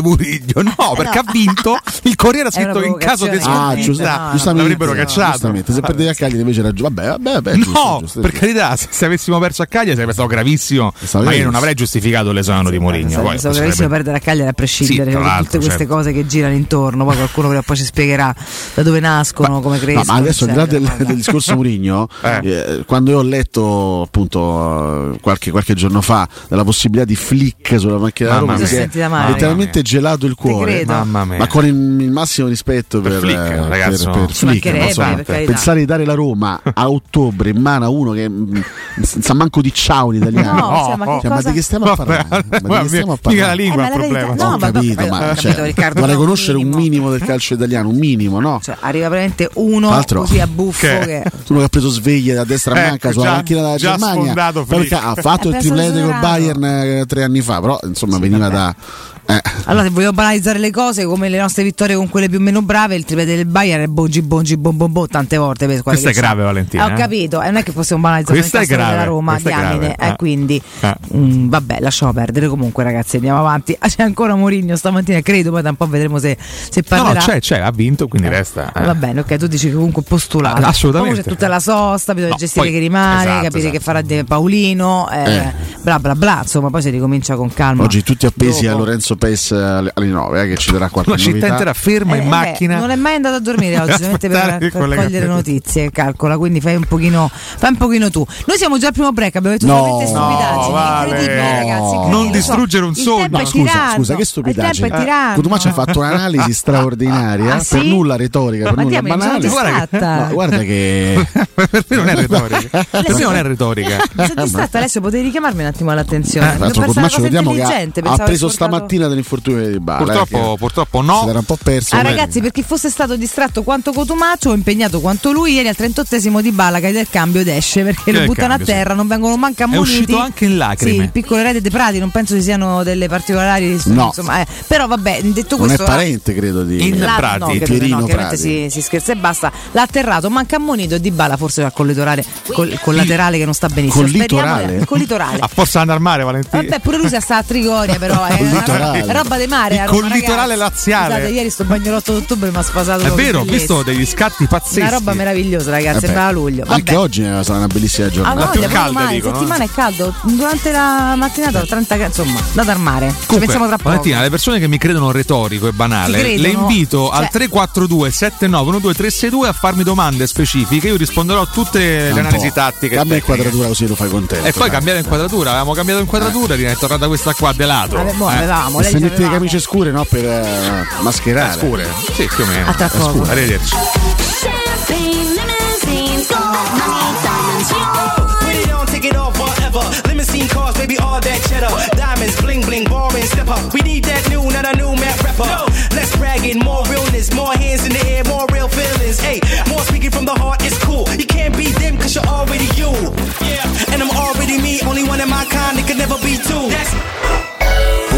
[SPEAKER 8] Murigno. No, perché ha vinto. Il Corriere ha
[SPEAKER 5] È una
[SPEAKER 8] scritto che in caso di
[SPEAKER 5] provocazione,
[SPEAKER 8] sconfitta
[SPEAKER 5] ah, giusto-
[SPEAKER 7] Eh,
[SPEAKER 5] giustamente,
[SPEAKER 8] l'avrebbero cacciato. Eh.
[SPEAKER 5] giustamente. se perdevi a Cagliari invece era giù vabbè vabbè, vabbè
[SPEAKER 8] no,
[SPEAKER 5] giusto, giusto,
[SPEAKER 8] per
[SPEAKER 5] giusto.
[SPEAKER 8] carità, se, se avessimo perso a Cagliari sarebbe stato gravissimo, ma io non
[SPEAKER 5] gravissimo.
[SPEAKER 8] avrei giustificato l'esonero di Mourinho.
[SPEAKER 7] Sarebbe
[SPEAKER 8] poi
[SPEAKER 7] stato
[SPEAKER 8] sarebbe-
[SPEAKER 7] bravissimo perdere a Cagliari a prescindere
[SPEAKER 8] Sì, tra
[SPEAKER 7] da tutte
[SPEAKER 8] l'altro,
[SPEAKER 7] queste
[SPEAKER 8] certo.
[SPEAKER 7] cose che girano intorno, poi qualcuno prima o poi ci spiegherà da dove nascono, come
[SPEAKER 5] No,
[SPEAKER 7] crescono.
[SPEAKER 5] ma adesso al di là
[SPEAKER 7] eccetera.
[SPEAKER 5] del, del discorso Murigno,
[SPEAKER 8] Eh.
[SPEAKER 5] quando io ho letto appunto eh, qualche, qualche giorno fa della possibilità di flick sulla macchina da
[SPEAKER 8] Mamma
[SPEAKER 5] Roma, mi
[SPEAKER 8] mia.
[SPEAKER 5] si
[SPEAKER 8] Mi
[SPEAKER 5] è
[SPEAKER 8] sono sentita male.
[SPEAKER 5] letteralmente gelato il cuore,
[SPEAKER 8] credo. Mamma mia.
[SPEAKER 5] ma con il, il massimo rispetto per,
[SPEAKER 8] Flick,
[SPEAKER 5] eh,
[SPEAKER 8] ragazzo.
[SPEAKER 5] per- per
[SPEAKER 8] Ci
[SPEAKER 5] Flick,
[SPEAKER 8] mancherebbe,
[SPEAKER 5] non so,
[SPEAKER 8] per carità.
[SPEAKER 5] pensare di dare la Roma a ottobre in mano a uno che mm, non sa manco di ciao in italiano,
[SPEAKER 7] No, cioè, ma che
[SPEAKER 5] Cioè,
[SPEAKER 7] cosa-
[SPEAKER 5] di che stiamo a parlare? Ma di che stiamo a
[SPEAKER 8] mica la
[SPEAKER 5] parlare?
[SPEAKER 8] lingua è il problema.
[SPEAKER 7] no,
[SPEAKER 5] ho
[SPEAKER 7] ma-
[SPEAKER 5] capito,
[SPEAKER 7] ma-
[SPEAKER 5] ma
[SPEAKER 7] ho
[SPEAKER 5] cioè,
[SPEAKER 7] capito, Riccardo,
[SPEAKER 5] vorrei
[SPEAKER 7] no, Cioè,
[SPEAKER 5] conoscere un minimo del calcio italiano, un minimo, no?
[SPEAKER 7] Arriva veramente uno
[SPEAKER 5] Tra l'altro-
[SPEAKER 7] così a buffo che...
[SPEAKER 5] uno che ha preso sveglia da destra a
[SPEAKER 8] Ecco,
[SPEAKER 5] manca sulla
[SPEAKER 8] già-
[SPEAKER 5] macchina della
[SPEAKER 8] già
[SPEAKER 5] Germania
[SPEAKER 8] sfondato
[SPEAKER 5] Poi perché
[SPEAKER 8] Flick.
[SPEAKER 5] ha fatto
[SPEAKER 7] Ha
[SPEAKER 5] il
[SPEAKER 7] preso
[SPEAKER 5] triplete col
[SPEAKER 7] Zurato.
[SPEAKER 5] Bayern eh, tre anni fa però insomma veniva da eh,
[SPEAKER 7] Allora, se vogliamo banalizzare le cose come le nostre vittorie con quelle più o meno brave, il triplete del Bayern è bongi bongi bon bon bon tante volte. Per quella
[SPEAKER 8] Questa
[SPEAKER 7] che
[SPEAKER 8] è grave,
[SPEAKER 7] c'è.
[SPEAKER 8] Valentina,
[SPEAKER 7] Eh, Ho
[SPEAKER 8] eh.
[SPEAKER 7] capito, eh, non è che possiamo banalizzare
[SPEAKER 8] Questa
[SPEAKER 7] solamente
[SPEAKER 8] è
[SPEAKER 7] la storia
[SPEAKER 8] grave,
[SPEAKER 7] della Roma,
[SPEAKER 8] questa è
[SPEAKER 7] diamine.
[SPEAKER 8] grave,
[SPEAKER 7] eh,
[SPEAKER 8] eh.
[SPEAKER 7] quindi, mm, vabbè, lasciamo perdere. Comunque, ragazzi, andiamo avanti. Ah, c'è ancora Mourinho stamattina, credo. Poi da un po' vedremo se, se
[SPEAKER 8] No, no,
[SPEAKER 7] parlerà.
[SPEAKER 8] c'è, c'è, ha vinto, quindi resta. eh.
[SPEAKER 7] Va bene, ok, tu dici che comunque postulato.
[SPEAKER 8] Ah, assolutamente.
[SPEAKER 7] Poi c'è tutta la sosta, bisogna
[SPEAKER 8] No,
[SPEAKER 7] gestire
[SPEAKER 8] poi-
[SPEAKER 7] che rimane,
[SPEAKER 8] esatto,
[SPEAKER 7] capire
[SPEAKER 8] esatto.
[SPEAKER 7] che farà De Paolino, eh,
[SPEAKER 5] Eh.
[SPEAKER 7] bla bla bla. Insomma, poi si ricomincia con calma.
[SPEAKER 5] oggi tutti appesi
[SPEAKER 7] Ah, Dopo.
[SPEAKER 5] a Lorenzo Pes alle, alle 9 eh, che ci darà qualche
[SPEAKER 8] La città
[SPEAKER 5] novità.
[SPEAKER 8] intera ferma in
[SPEAKER 7] Eh,
[SPEAKER 8] macchina.
[SPEAKER 7] beh, non è mai andato a dormire oggi, solamente per,
[SPEAKER 8] Aspettare che
[SPEAKER 7] per
[SPEAKER 8] collega-
[SPEAKER 7] cogliere notizie, calcola, quindi fai un pochino, fai un pochino tu. Noi siamo già al primo break, abbiamo detto
[SPEAKER 5] No,
[SPEAKER 7] solamente stupidaggini,
[SPEAKER 8] no, Vale.
[SPEAKER 7] incredibile,
[SPEAKER 8] No.
[SPEAKER 7] ragazzi. incredibile.
[SPEAKER 8] Non
[SPEAKER 7] Lo so,
[SPEAKER 8] distruggere un
[SPEAKER 7] il
[SPEAKER 8] sogno.
[SPEAKER 7] tempo è
[SPEAKER 5] No, scusa, scusa,
[SPEAKER 7] tiranno.
[SPEAKER 5] che
[SPEAKER 7] Il tempo è
[SPEAKER 5] stupidaggine.
[SPEAKER 7] tiranno.
[SPEAKER 5] Cotumaccio ha fatto un'analisi straordinaria,
[SPEAKER 7] Ah, sì?
[SPEAKER 5] per nulla retorica,
[SPEAKER 7] Ma
[SPEAKER 5] per nulla
[SPEAKER 7] diamine,
[SPEAKER 5] banale.
[SPEAKER 7] sono distratta.
[SPEAKER 5] No, guarda che
[SPEAKER 8] per me non è retorica. per me non è retorica.
[SPEAKER 5] Eh,
[SPEAKER 7] Mi sono distratta, adesso potevi richiamarmi un attimo l'attenzione.
[SPEAKER 5] Tra
[SPEAKER 7] Devo
[SPEAKER 5] l'altro
[SPEAKER 7] pensare a
[SPEAKER 5] Cotumaccio
[SPEAKER 7] una cosa
[SPEAKER 5] vediamo che ha,
[SPEAKER 7] intelligente,
[SPEAKER 5] ha
[SPEAKER 7] pensavo
[SPEAKER 5] preso
[SPEAKER 7] di portarlo-
[SPEAKER 5] stamattina dall'infortunio di Bala.
[SPEAKER 8] Purtroppo,
[SPEAKER 5] eh,
[SPEAKER 8] purtroppo
[SPEAKER 5] che
[SPEAKER 8] no.
[SPEAKER 5] Si era un po' perso.
[SPEAKER 7] Ah,
[SPEAKER 5] Eh.
[SPEAKER 7] ragazzi, per chi fosse stato distratto quanto Cotumaccio, o impegnato quanto lui, ieri al 38esimo di Bala cade del cambio ed esce perché
[SPEAKER 8] Cade
[SPEAKER 7] lo
[SPEAKER 8] il
[SPEAKER 7] buttano
[SPEAKER 8] cambio,
[SPEAKER 7] a terra, non vengono manca ammoniti.
[SPEAKER 8] uscito anche in lacrime.
[SPEAKER 7] Sì, il piccolo erede De Prati, non penso ci siano delle particolari.
[SPEAKER 5] No.
[SPEAKER 7] Insomma, eh, però vabbè, detto
[SPEAKER 5] non è
[SPEAKER 7] questo.
[SPEAKER 5] parente, credo, di
[SPEAKER 7] l'ha- l'ha- no,
[SPEAKER 5] di
[SPEAKER 7] credo di
[SPEAKER 5] Pierino
[SPEAKER 7] no, chiaramente
[SPEAKER 5] Prati.
[SPEAKER 7] si, si scherza e basta. L'ha atterrato, manca ammonito e Di Bala forse ha collitorale, col, col laterale che non sta benissimo. Speriamo- Col litorale.
[SPEAKER 8] A forza andare al mare, Valentina.
[SPEAKER 7] Vabbè, pure lui si sta a Trigoria, però è una roba-
[SPEAKER 8] litorale.
[SPEAKER 7] è roba di mare. a
[SPEAKER 8] Il
[SPEAKER 7] Roma,
[SPEAKER 8] collitorale
[SPEAKER 7] ragazzi.
[SPEAKER 8] laziale.
[SPEAKER 7] Scusate, ieri sto bagnolotto d'ottobre mi ha sfasato.
[SPEAKER 8] È
[SPEAKER 7] con
[SPEAKER 8] vero, ho
[SPEAKER 7] bellezza.
[SPEAKER 8] visto degli scatti pazzeschi.
[SPEAKER 7] Una roba meravigliosa,
[SPEAKER 5] Eh beh,
[SPEAKER 7] ragazzi. Sembrava luglio. Vabbè.
[SPEAKER 5] Anche oggi eh, sarà una bellissima
[SPEAKER 7] Ah,
[SPEAKER 5] giornata.
[SPEAKER 7] no, andiamo domani,
[SPEAKER 5] eh.
[SPEAKER 7] settimana è caldo. Durante la mattinata 30 gradi, insomma, andate al mare. Ci
[SPEAKER 8] Comunque,
[SPEAKER 7] pensiamo tra poco.
[SPEAKER 8] Valentina, le persone che mi credono retorico e banale,
[SPEAKER 7] Ti credono?
[SPEAKER 8] le invito al
[SPEAKER 7] Cioè-
[SPEAKER 8] 342 7912 362 a farmi domande specifiche. Io risponderò a tutte le analisi tattiche. e
[SPEAKER 5] Cambia
[SPEAKER 8] tecniche.
[SPEAKER 5] inquadratura così lo fai contento.
[SPEAKER 8] E poi
[SPEAKER 5] dai.
[SPEAKER 8] cambiare inquadratura. Avevamo cambiato inquadratura, è tornata questa qua delato.
[SPEAKER 7] Ave- mo,
[SPEAKER 8] Eh.
[SPEAKER 7] avevamo,
[SPEAKER 5] E Se metti le camicie scure, no? Per eh, mascherare.
[SPEAKER 8] Scure, sì, più o meno.
[SPEAKER 7] A tra poco.
[SPEAKER 8] Scure. Arrivederci.
[SPEAKER 11] Champagne, limousines, gold, money, diamonds, you.
[SPEAKER 12] We don't take it off forever.
[SPEAKER 11] better. Diamonds, bling, bling, boring, step up. We need that new, not a new map rapper. Less bragging, more realness, more hands in the air, more real feelings. Hey, more speaking from the heart is cool. You can't be them, cause you're already you. Yeah. And I'm already me, only one in my kind that could never be two. That's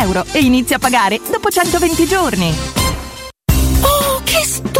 [SPEAKER 13] euro e inizia a pagare dopo 120 giorni.
[SPEAKER 9] Oh, che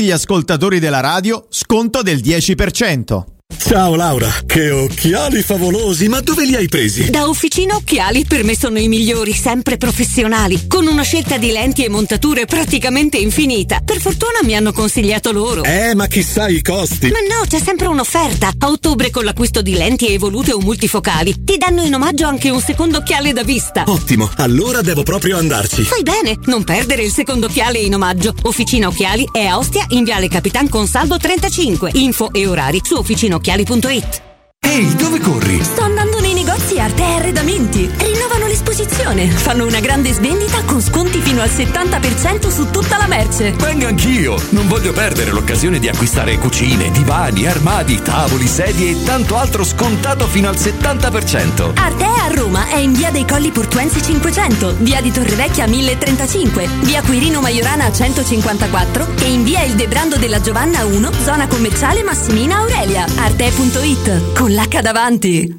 [SPEAKER 14] gli ascoltatori della radio, sconto del 10%.
[SPEAKER 15] Ciao Laura, che occhiali favolosi, ma dove li hai presi?
[SPEAKER 16] Da Officina Occhiali per me sono i migliori, sempre professionali, con una scelta di lenti e montature praticamente infinita. Per fortuna mi hanno consigliato loro.
[SPEAKER 15] Eh, ma chissà i costi.
[SPEAKER 16] Ma no, c'è sempre un'offerta. A ottobre con l'acquisto di lenti evolute o multifocali ti danno in omaggio anche un secondo occhiale da vista. Oh,
[SPEAKER 15] Ottimo, allora devo proprio andarci.
[SPEAKER 16] Fai bene, non perdere il secondo occhiale in omaggio. Officina Occhiali è a Ostia in Viale Capitan Consalvo 35. Info e orari su officinocchiali.it.
[SPEAKER 15] Ehi, dove corri?
[SPEAKER 16] Sto andando nei negozi Arte e Arredamenti. Rinnovano l'esposizione. Fanno una grande svendita con sconti fino al 70% su tutta la merce.
[SPEAKER 15] Vengo anch'io! Non voglio perdere l'occasione di acquistare cucine, divani, armadi, tavoli, sedie e tanto altro scontato fino al 70%.
[SPEAKER 16] Arte a Roma è in via dei Colli Portuensi 500, via di Torrevecchia 1035, via Quirino Maiorana 154 e in via Il Debrando della Giovanna 1, zona commerciale Massimina Aurelia. Arte.it con l'H davanti.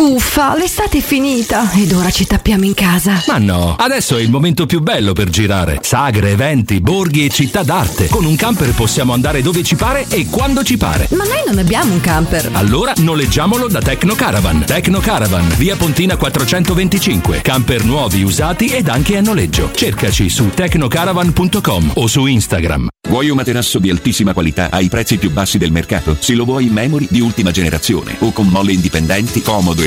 [SPEAKER 9] Uffa, l'estate è finita ed ora ci tappiamo in casa.
[SPEAKER 17] Ma no, adesso è il momento più bello per girare. Sagre, eventi, borghi e città d'arte. Con un camper possiamo andare dove ci pare e quando ci pare.
[SPEAKER 9] Ma noi non abbiamo un camper.
[SPEAKER 17] Allora noleggiamolo da Tecno Caravan. Tecno Caravan, via Pontina 425. Camper nuovi, usati ed anche a noleggio. Cercaci su tecnocaravan.com o su Instagram.
[SPEAKER 18] Vuoi un materasso di altissima qualità ai prezzi più bassi del mercato? Se lo vuoi in memory di ultima generazione o con molle indipendenti, comodo e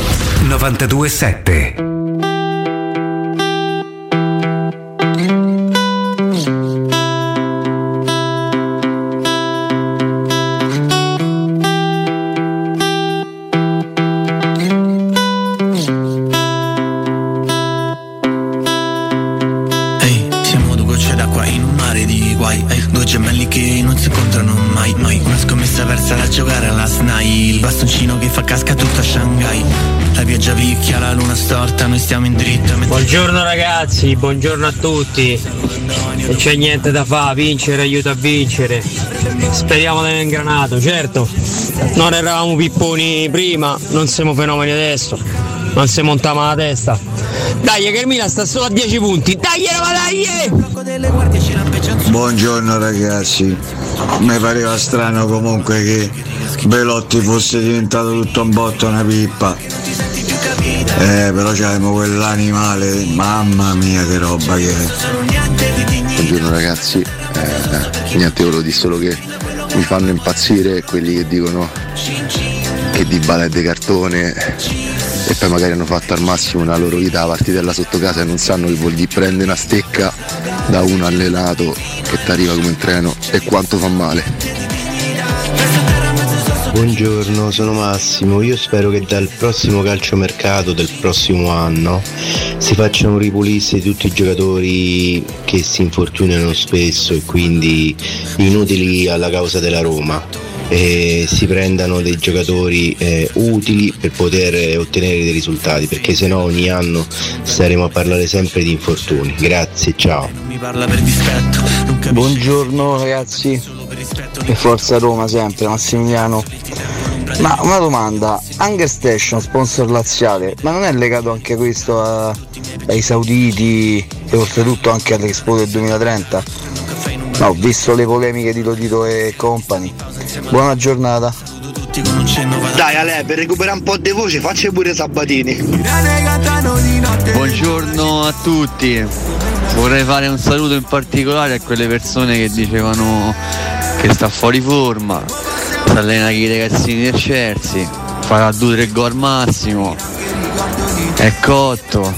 [SPEAKER 19] 927.
[SPEAKER 20] mai mai Una scommessa persa da giocare alla SNAI Il bastoncino che fa casca tutta Shanghai La pioggia picchia, la luna storta, noi stiamo in dritta
[SPEAKER 21] Buongiorno ragazzi, buongiorno a tutti. Non c'è niente da fare, vincere aiuta a vincere. Speriamo di aver ingranato, certo. Non eravamo pipponi prima, non siamo fenomeni adesso. Non si montava la testa. Dai, che il Milan sta solo a 10 punti. Dai, Roma, dai!
[SPEAKER 22] Buongiorno ragazzi, mi pareva strano comunque che Belotti fosse diventato tutto un botto una pippa. Eh, però c'avevamo quell'animale, mamma mia che roba che
[SPEAKER 23] Buongiorno ragazzi, eh, niente, io volevo dire solo che mi fanno impazzire quelli che dicono che di bala è di cartone e poi magari hanno fatto al massimo una loro vita la partitella sotto casa e non sanno che vuol dire prendere una stecca da un allenato che ti arriva come un treno e quanto fa male.
[SPEAKER 2] Buongiorno, sono Massimo. Io spero che dal prossimo calciomercato del prossimo anno si facciano ripulizie di tutti i giocatori che si infortunano spesso e quindi inutili alla causa della Roma. E si prendano dei giocatori eh, utili per poter eh, ottenere dei risultati perché sennò ogni anno staremo a parlare sempre di infortuni. Grazie, ciao.
[SPEAKER 20] Mi parla per dispetto, non capisce
[SPEAKER 24] Buongiorno ragazzi, e forza Roma sempre, Massimiliano. Ma una domanda, Hunger Station, sponsor laziale, ma non è legato anche questo a- ai sauditi e oltretutto anche all'Expo del 2030? No, ho visto le polemiche di Lodito e company. Buona giornata.
[SPEAKER 25] Dai Ale, per recuperare un po' di voce faccia pure Sabatini.
[SPEAKER 26] Buongiorno a tutti, vorrei fare un saluto in particolare a quelle persone che dicevano che sta fuori forma, si allena con i ragazzini del Chelsea, farà 2-3 gol massimo, è cotto,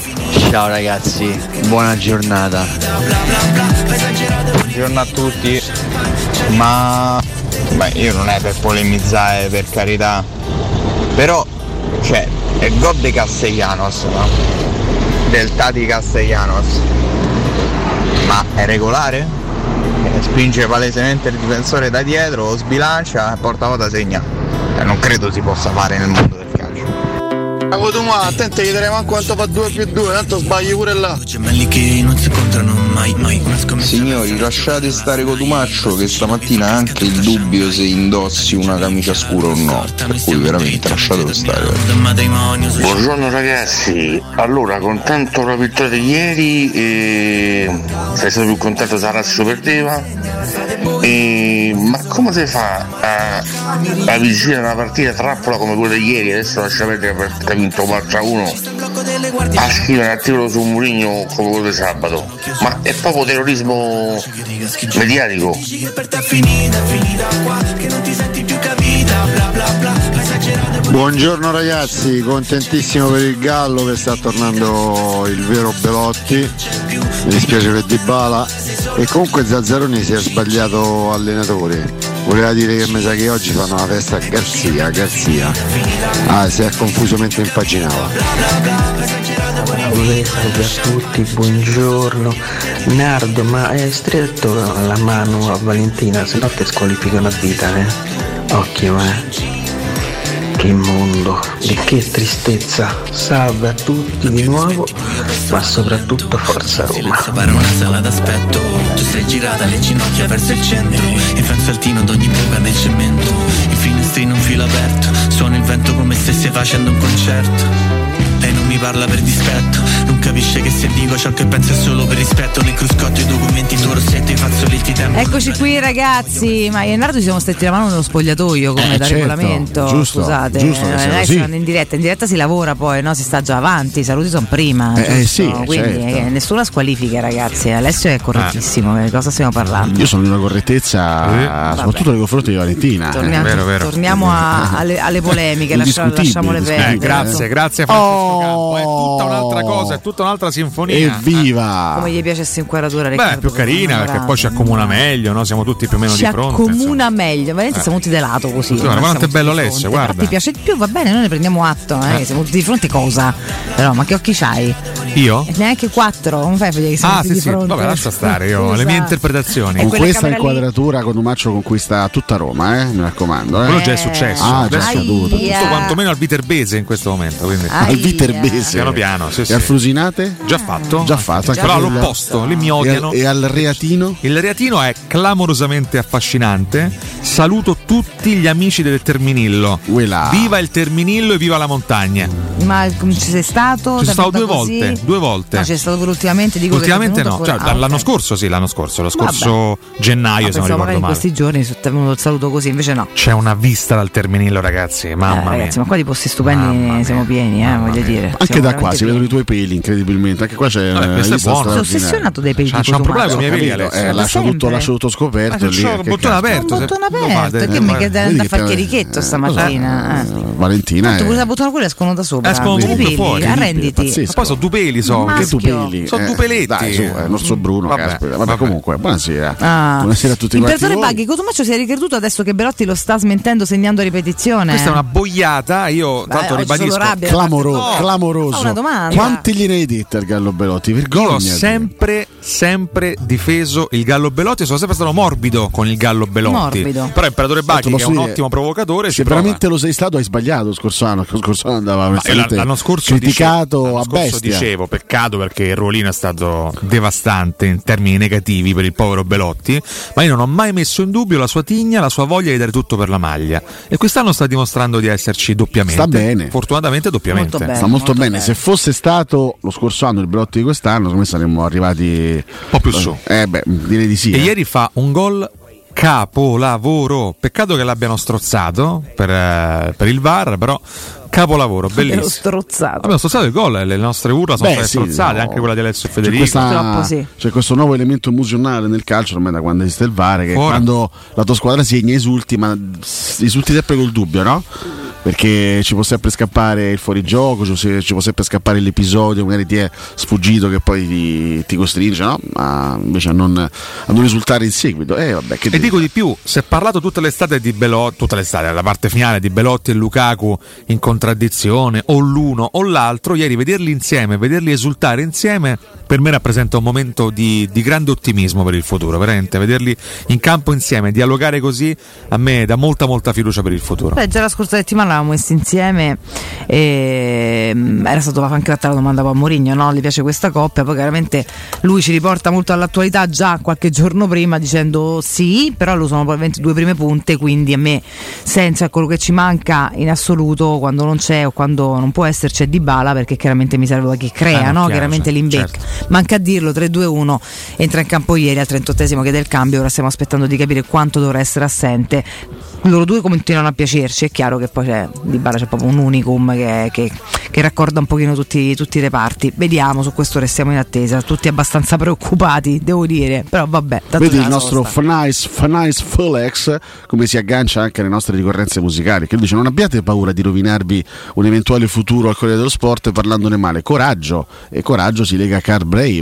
[SPEAKER 26] ciao ragazzi, buona giornata.
[SPEAKER 27] Buongiorno a tutti, ma beh, io non è per polemizzare per carità, però cioè, è il gol di Castellanos, no? Del Tati Castellanos. Ma è regolare? Eh, Spinge palesemente il difensore da dietro, lo sbilancia e porta vota segna. Eh, non credo si possa fare nel mondo del calcio.
[SPEAKER 25] Ma Cotuma, attenti che daremo anche quanto fa 2 più 2, tanto sbagli pure là.
[SPEAKER 20] Gemelli che non si incontrano mai mai Una scommessa
[SPEAKER 28] Signori, lasciate stare Cotumaccio che stamattina ha anche il dubbio se indossi una camicia scura o no. Per cui veramente lasciatelo stare.
[SPEAKER 20] ma demonio su
[SPEAKER 29] Buongiorno ragazzi, allora contento della vittoria di ieri, e... sei stato più contento se la Lazio perdeva, e... ma come si fa a, a vigilia una partita trappola come quella di ieri, adesso lascia perdere perché ha vinto 4-1, a scrivere un articolo su Murigno come quello di sabato, ma è proprio terrorismo mediatico.
[SPEAKER 30] Buongiorno ragazzi, contentissimo per il Gallo che sta tornando il vero Belotti, mi dispiace per Dybala e comunque Zazzaroni si è sbagliato allenatore, voleva dire che mi sa che oggi fanno la festa a Garzia, Garzia, ah si è confuso mentre impaginava.
[SPEAKER 1] Salve, salve a tutti, buongiorno. Nardo, ma è stretto la mano a Valentina, se no ti squalifica la vita, eh. Occhio, eh. Che mondo, e che tristezza. Salve a tutti di nuovo, ma soprattutto forza Roma.
[SPEAKER 20] Sopra una sala d'aspetto Tu sei girata le ginocchia verso il centro Infranzo al tino ad ogni buca del cemento Il finestrino un filo aperto Suona il vento come se stesse facendo un concerto Lei non mi parla per dispetto Non capisce che se dico ciò che penso è solo per rispetto Nel cruscotto i documenti, il tuo rossetto, i fazzoletti tempo
[SPEAKER 7] Eccoci qui ragazzi, ma io e Nardo ci siamo stretti la mano nello spogliatoio come
[SPEAKER 5] Eh,
[SPEAKER 7] da
[SPEAKER 5] certo,
[SPEAKER 7] regolamento,
[SPEAKER 5] giusto,
[SPEAKER 7] scusate,
[SPEAKER 5] giusto che
[SPEAKER 7] non
[SPEAKER 5] sia
[SPEAKER 7] è che
[SPEAKER 5] così.
[SPEAKER 7] si vanno in diretta, in diretta si lavora poi, no? si sta già avanti, i saluti sono prima,
[SPEAKER 5] Eh, eh,
[SPEAKER 7] giusto?
[SPEAKER 5] sì,
[SPEAKER 7] quindi
[SPEAKER 5] certo.
[SPEAKER 7] eh, nessuna squalifica ragazzi, Alessio è correttissimo, eh, di cosa stiamo parlando?
[SPEAKER 5] Io sono di una correttezza, soprattutto nei confronti di Valentina. eh.
[SPEAKER 7] Torniamo, torniamo a- alle, alle polemiche, lascia-
[SPEAKER 5] Indiscutibile,
[SPEAKER 7] lasciamole
[SPEAKER 5] indiscutibile.
[SPEAKER 7] perdere.
[SPEAKER 5] Eh, grazie,
[SPEAKER 7] insomma.
[SPEAKER 31] grazie a
[SPEAKER 7] Oh,
[SPEAKER 8] è tutta un'altra cosa, è tutta un'altra sinfonia.
[SPEAKER 5] Evviva!
[SPEAKER 7] Eh, Come gli piace questa inquadratura,
[SPEAKER 8] Beh, è
[SPEAKER 7] Riccardo?
[SPEAKER 8] più carina perché poi ci accomuna meglio, no? siamo tutti più o meno
[SPEAKER 7] Ci
[SPEAKER 8] di fronte.
[SPEAKER 7] accomuna meglio, veramente
[SPEAKER 8] Eh.
[SPEAKER 7] siamo tutti delato così.
[SPEAKER 8] Insomma, guarda
[SPEAKER 7] non
[SPEAKER 8] quanto è
[SPEAKER 7] siamo
[SPEAKER 8] bello
[SPEAKER 7] tutti di
[SPEAKER 8] Alessio,
[SPEAKER 7] fronte.
[SPEAKER 8] guarda.
[SPEAKER 7] Però Ti piace di più, va bene, noi ne prendiamo atto. eh,
[SPEAKER 8] Eh.
[SPEAKER 7] Siamo tutti di fronte cosa? Però, ma che occhi c'hai?
[SPEAKER 8] Io?
[SPEAKER 7] E neanche quattro, non fai vedere che siamo
[SPEAKER 8] Ah,
[SPEAKER 7] tutti
[SPEAKER 8] sì,
[SPEAKER 7] di
[SPEAKER 8] sì.
[SPEAKER 7] fronte. Esatto.
[SPEAKER 8] Vabbè, lascia stare io,
[SPEAKER 7] Scusa.
[SPEAKER 8] le mie interpretazioni.
[SPEAKER 7] È
[SPEAKER 5] Con
[SPEAKER 7] quella
[SPEAKER 5] questa
[SPEAKER 7] camera lì.
[SPEAKER 5] inquadratura Cotumaccio conquista tutta Roma, eh? mi raccomando. Eh?
[SPEAKER 8] Quello già è successo.
[SPEAKER 5] Ah, già è
[SPEAKER 8] Adesso è
[SPEAKER 5] accaduto.
[SPEAKER 8] Tutto quantomeno al Viterbese in questo momento. Quindi.
[SPEAKER 5] Aia. Al Viterbese?
[SPEAKER 8] Piano piano. Sì,
[SPEAKER 5] E
[SPEAKER 8] sì.
[SPEAKER 5] al Frusinate?
[SPEAKER 8] Già fatto.
[SPEAKER 5] Già fatto. anche
[SPEAKER 8] Però
[SPEAKER 5] quello.
[SPEAKER 8] all'opposto, lì mi odiano.
[SPEAKER 5] E al, e al Reatino?
[SPEAKER 8] Il Reatino è clamorosamente affascinante. Saluto tutti gli amici del Terminillo. Viva il Terminillo e viva la montagna.
[SPEAKER 7] Ma come ci sei stato?
[SPEAKER 8] Ci
[SPEAKER 7] Ti è
[SPEAKER 8] sono stato due
[SPEAKER 7] andata così?
[SPEAKER 8] volte, due volte.
[SPEAKER 7] No, c'è stato pure ultimamente, dico
[SPEAKER 8] Ultimamente
[SPEAKER 7] che è
[SPEAKER 8] no,
[SPEAKER 7] venuto
[SPEAKER 8] cioè,
[SPEAKER 7] fuori- ah,
[SPEAKER 8] l'anno scorso sì, l'anno scorso, lo
[SPEAKER 7] Vabbè.
[SPEAKER 8] scorso gennaio
[SPEAKER 7] ah,
[SPEAKER 8] se non
[SPEAKER 7] pensavo magari
[SPEAKER 8] ricordo
[SPEAKER 7] in
[SPEAKER 8] male.
[SPEAKER 7] questi giorni sono venuto il saluto così, invece no.
[SPEAKER 8] C'è una vista dal Terminillo ragazzi,
[SPEAKER 7] Eh,
[SPEAKER 8] mamma
[SPEAKER 7] ragazzi,
[SPEAKER 8] mia.
[SPEAKER 7] ma qua di posti stupendi siamo pieni, eh, voglio dire.
[SPEAKER 5] Anche
[SPEAKER 7] Siamo
[SPEAKER 5] da qua
[SPEAKER 7] veramente
[SPEAKER 5] si vedono i tuoi peli, incredibilmente. Anche qua c'è
[SPEAKER 8] Vabbè,
[SPEAKER 5] eh,
[SPEAKER 8] questo è
[SPEAKER 5] lista
[SPEAKER 8] buono.
[SPEAKER 5] straordinaria.
[SPEAKER 7] Sono ossessionato dai peli
[SPEAKER 8] C'ha- di c'ha un Cotumaccio. problema con i miei
[SPEAKER 5] Ho
[SPEAKER 8] peli,
[SPEAKER 5] capito,
[SPEAKER 8] Alessio.
[SPEAKER 5] eh, lascia,
[SPEAKER 7] Ma
[SPEAKER 5] tutto,
[SPEAKER 7] sempre.
[SPEAKER 5] lascia tutto scoperto.
[SPEAKER 8] Ma
[SPEAKER 5] lì,
[SPEAKER 8] c'ho
[SPEAKER 5] eh,
[SPEAKER 8] un
[SPEAKER 5] che
[SPEAKER 8] bottone
[SPEAKER 5] cazzo.
[SPEAKER 8] aperto,
[SPEAKER 7] Un
[SPEAKER 8] se-
[SPEAKER 7] bottone
[SPEAKER 8] lo fate,
[SPEAKER 7] aperto, che
[SPEAKER 8] eh,
[SPEAKER 7] mi
[SPEAKER 8] guarda.
[SPEAKER 7] chiede andare a fare
[SPEAKER 5] Vedi che te-
[SPEAKER 7] chierichetto
[SPEAKER 5] eh,
[SPEAKER 7] stamattina. eh.
[SPEAKER 5] Valentina
[SPEAKER 7] Tu
[SPEAKER 5] è.
[SPEAKER 7] questa buttare quella escono da sopra.
[SPEAKER 8] Escono
[SPEAKER 7] I
[SPEAKER 8] comunque
[SPEAKER 7] peli,
[SPEAKER 8] fuori.
[SPEAKER 7] Arrenditi.
[SPEAKER 8] Ma poi sono due peli, so.
[SPEAKER 7] Maschio. Mm.
[SPEAKER 8] Che due peli? Sono due peletti.
[SPEAKER 5] Eh, Dai, su, è l'orso bruno,
[SPEAKER 8] Vabbè,
[SPEAKER 5] caspita. Vabbè, comunque, buonasera.
[SPEAKER 7] Ah.
[SPEAKER 5] Buonasera a tutti quanti. Oh.
[SPEAKER 7] Imperatore
[SPEAKER 5] voi.
[SPEAKER 7] Baghi, Cotumaccio si è ricreduto adesso che Berotti lo sta smentendo segnando a ripetizione.
[SPEAKER 8] Questa è una boiata, io tanto
[SPEAKER 7] oggi
[SPEAKER 8] ribadisco.
[SPEAKER 7] solo rabbia.
[SPEAKER 5] Clamoroso,
[SPEAKER 7] No.
[SPEAKER 5] clamoroso.
[SPEAKER 7] Ho una domanda.
[SPEAKER 5] Quanti gliene hai dette al Gallo Belotti?
[SPEAKER 8] Io ho
[SPEAKER 5] Vergogna.
[SPEAKER 8] sempre, sempre difeso il Gallo Belotti. e Sono sempre stato morbido con il Gallo Belotti.
[SPEAKER 5] Morbido.
[SPEAKER 8] Però Imperatore Baghi, che è un ottimo provocatore,
[SPEAKER 5] se
[SPEAKER 8] ci prova.
[SPEAKER 5] veramente lo sei stato, hai sbagliato lo scorso anno. Lo scorso anno andava
[SPEAKER 8] Ma io
[SPEAKER 5] veramente
[SPEAKER 8] l'anno scorso
[SPEAKER 5] criticato
[SPEAKER 8] dicevo,
[SPEAKER 5] a
[SPEAKER 8] l'anno scorso
[SPEAKER 5] bestia.
[SPEAKER 8] dicevo peccato perché il ruolino è stato devastante in termini negativi per il povero Belotti ma io non ho mai messo in dubbio la sua tigna la sua voglia di dare tutto per la maglia e quest'anno sta dimostrando di esserci doppiamente
[SPEAKER 5] Sta bene.
[SPEAKER 8] fortunatamente doppiamente
[SPEAKER 5] Sta molto, bene. Se fosse stato lo scorso anno il Belotti di quest'anno, secondo me saremmo arrivati un po'
[SPEAKER 8] più su.
[SPEAKER 5] Eh, beh, direi di sì.
[SPEAKER 8] e
[SPEAKER 5] eh.
[SPEAKER 8] ieri fa un gol capolavoro peccato che l'abbiano strozzato per, eh, per il VAR però capolavoro
[SPEAKER 7] L'ho
[SPEAKER 8] bellissimo
[SPEAKER 7] strozzato.
[SPEAKER 8] Abbiamo strozzato il gol, eh, le nostre urla sono
[SPEAKER 5] Beh,
[SPEAKER 8] state
[SPEAKER 5] sì,
[SPEAKER 8] strozzate,
[SPEAKER 5] no.
[SPEAKER 8] anche quella di Alessio e
[SPEAKER 5] C'è,
[SPEAKER 8] Federico.
[SPEAKER 5] questa- c'è questo nuovo elemento emozionale nel calcio ormai da quando esiste il VAR che
[SPEAKER 8] Ora.
[SPEAKER 5] quando la tua squadra segna esulti ma s- esulti sempre col dubbio no? perché ci può sempre scappare il fuorigioco ci può- ci può sempre scappare l'episodio magari ti è sfuggito che poi ti, ti costringe no? ma invece a non, a non risultare in seguito eh, vabbè, che
[SPEAKER 8] E dico di più, si è parlato tutta l'estate di Belotti, tutta l'estate, la parte finale di Belotti e Lukaku in contraddizione, o l'uno o l'altro, ieri vederli insieme, vederli esultare insieme, per me rappresenta un momento di, di grande ottimismo per il futuro, veramente, vederli in campo insieme, dialogare così, a me dà molta molta fiducia per il futuro.
[SPEAKER 7] Beh, già la scorsa settimana l'avevamo messi insieme e mm, era stato anche fatta la domanda poi a Mourinho, no? Le piace questa coppia, poi chiaramente lui ci riporta molto all'attualità già qualche giorno prima dicendo sì, però lo sono probabilmente due prime punte, quindi a me senso è quello che ci manca in assoluto quando non c'è o quando non può esserci è di bala perché chiaramente mi serve chi crea,
[SPEAKER 32] Eh, no,
[SPEAKER 7] no?
[SPEAKER 32] chiaro,
[SPEAKER 7] chiaramente
[SPEAKER 32] certo,
[SPEAKER 7] l'invecchio.
[SPEAKER 32] certo.
[SPEAKER 7] Manca a dirlo 3-2-1, entra in campo ieri al 38esimo chiede il cambio, ora stiamo aspettando di capire quanto dovrà essere assente. Loro due continuano a piacerci, è chiaro che poi c'è Di Bala c'è proprio un unicum che, che- che raccorda un pochino tutti, tutti i reparti. Vediamo, su questo restiamo in attesa, tutti abbastanza preoccupati, devo dire, però vabbè, tanto
[SPEAKER 5] Vedi
[SPEAKER 7] c'è
[SPEAKER 5] il
[SPEAKER 7] la
[SPEAKER 5] nostro
[SPEAKER 7] sosta.
[SPEAKER 5] Fnice, Fnice Fulex come si aggancia anche alle nostre ricorrenze musicali. Che lui dice: Non abbiate paura di rovinarvi un eventuale futuro al Corriere dello Sport parlandone male. Coraggio! E coraggio si lega a Car Brave,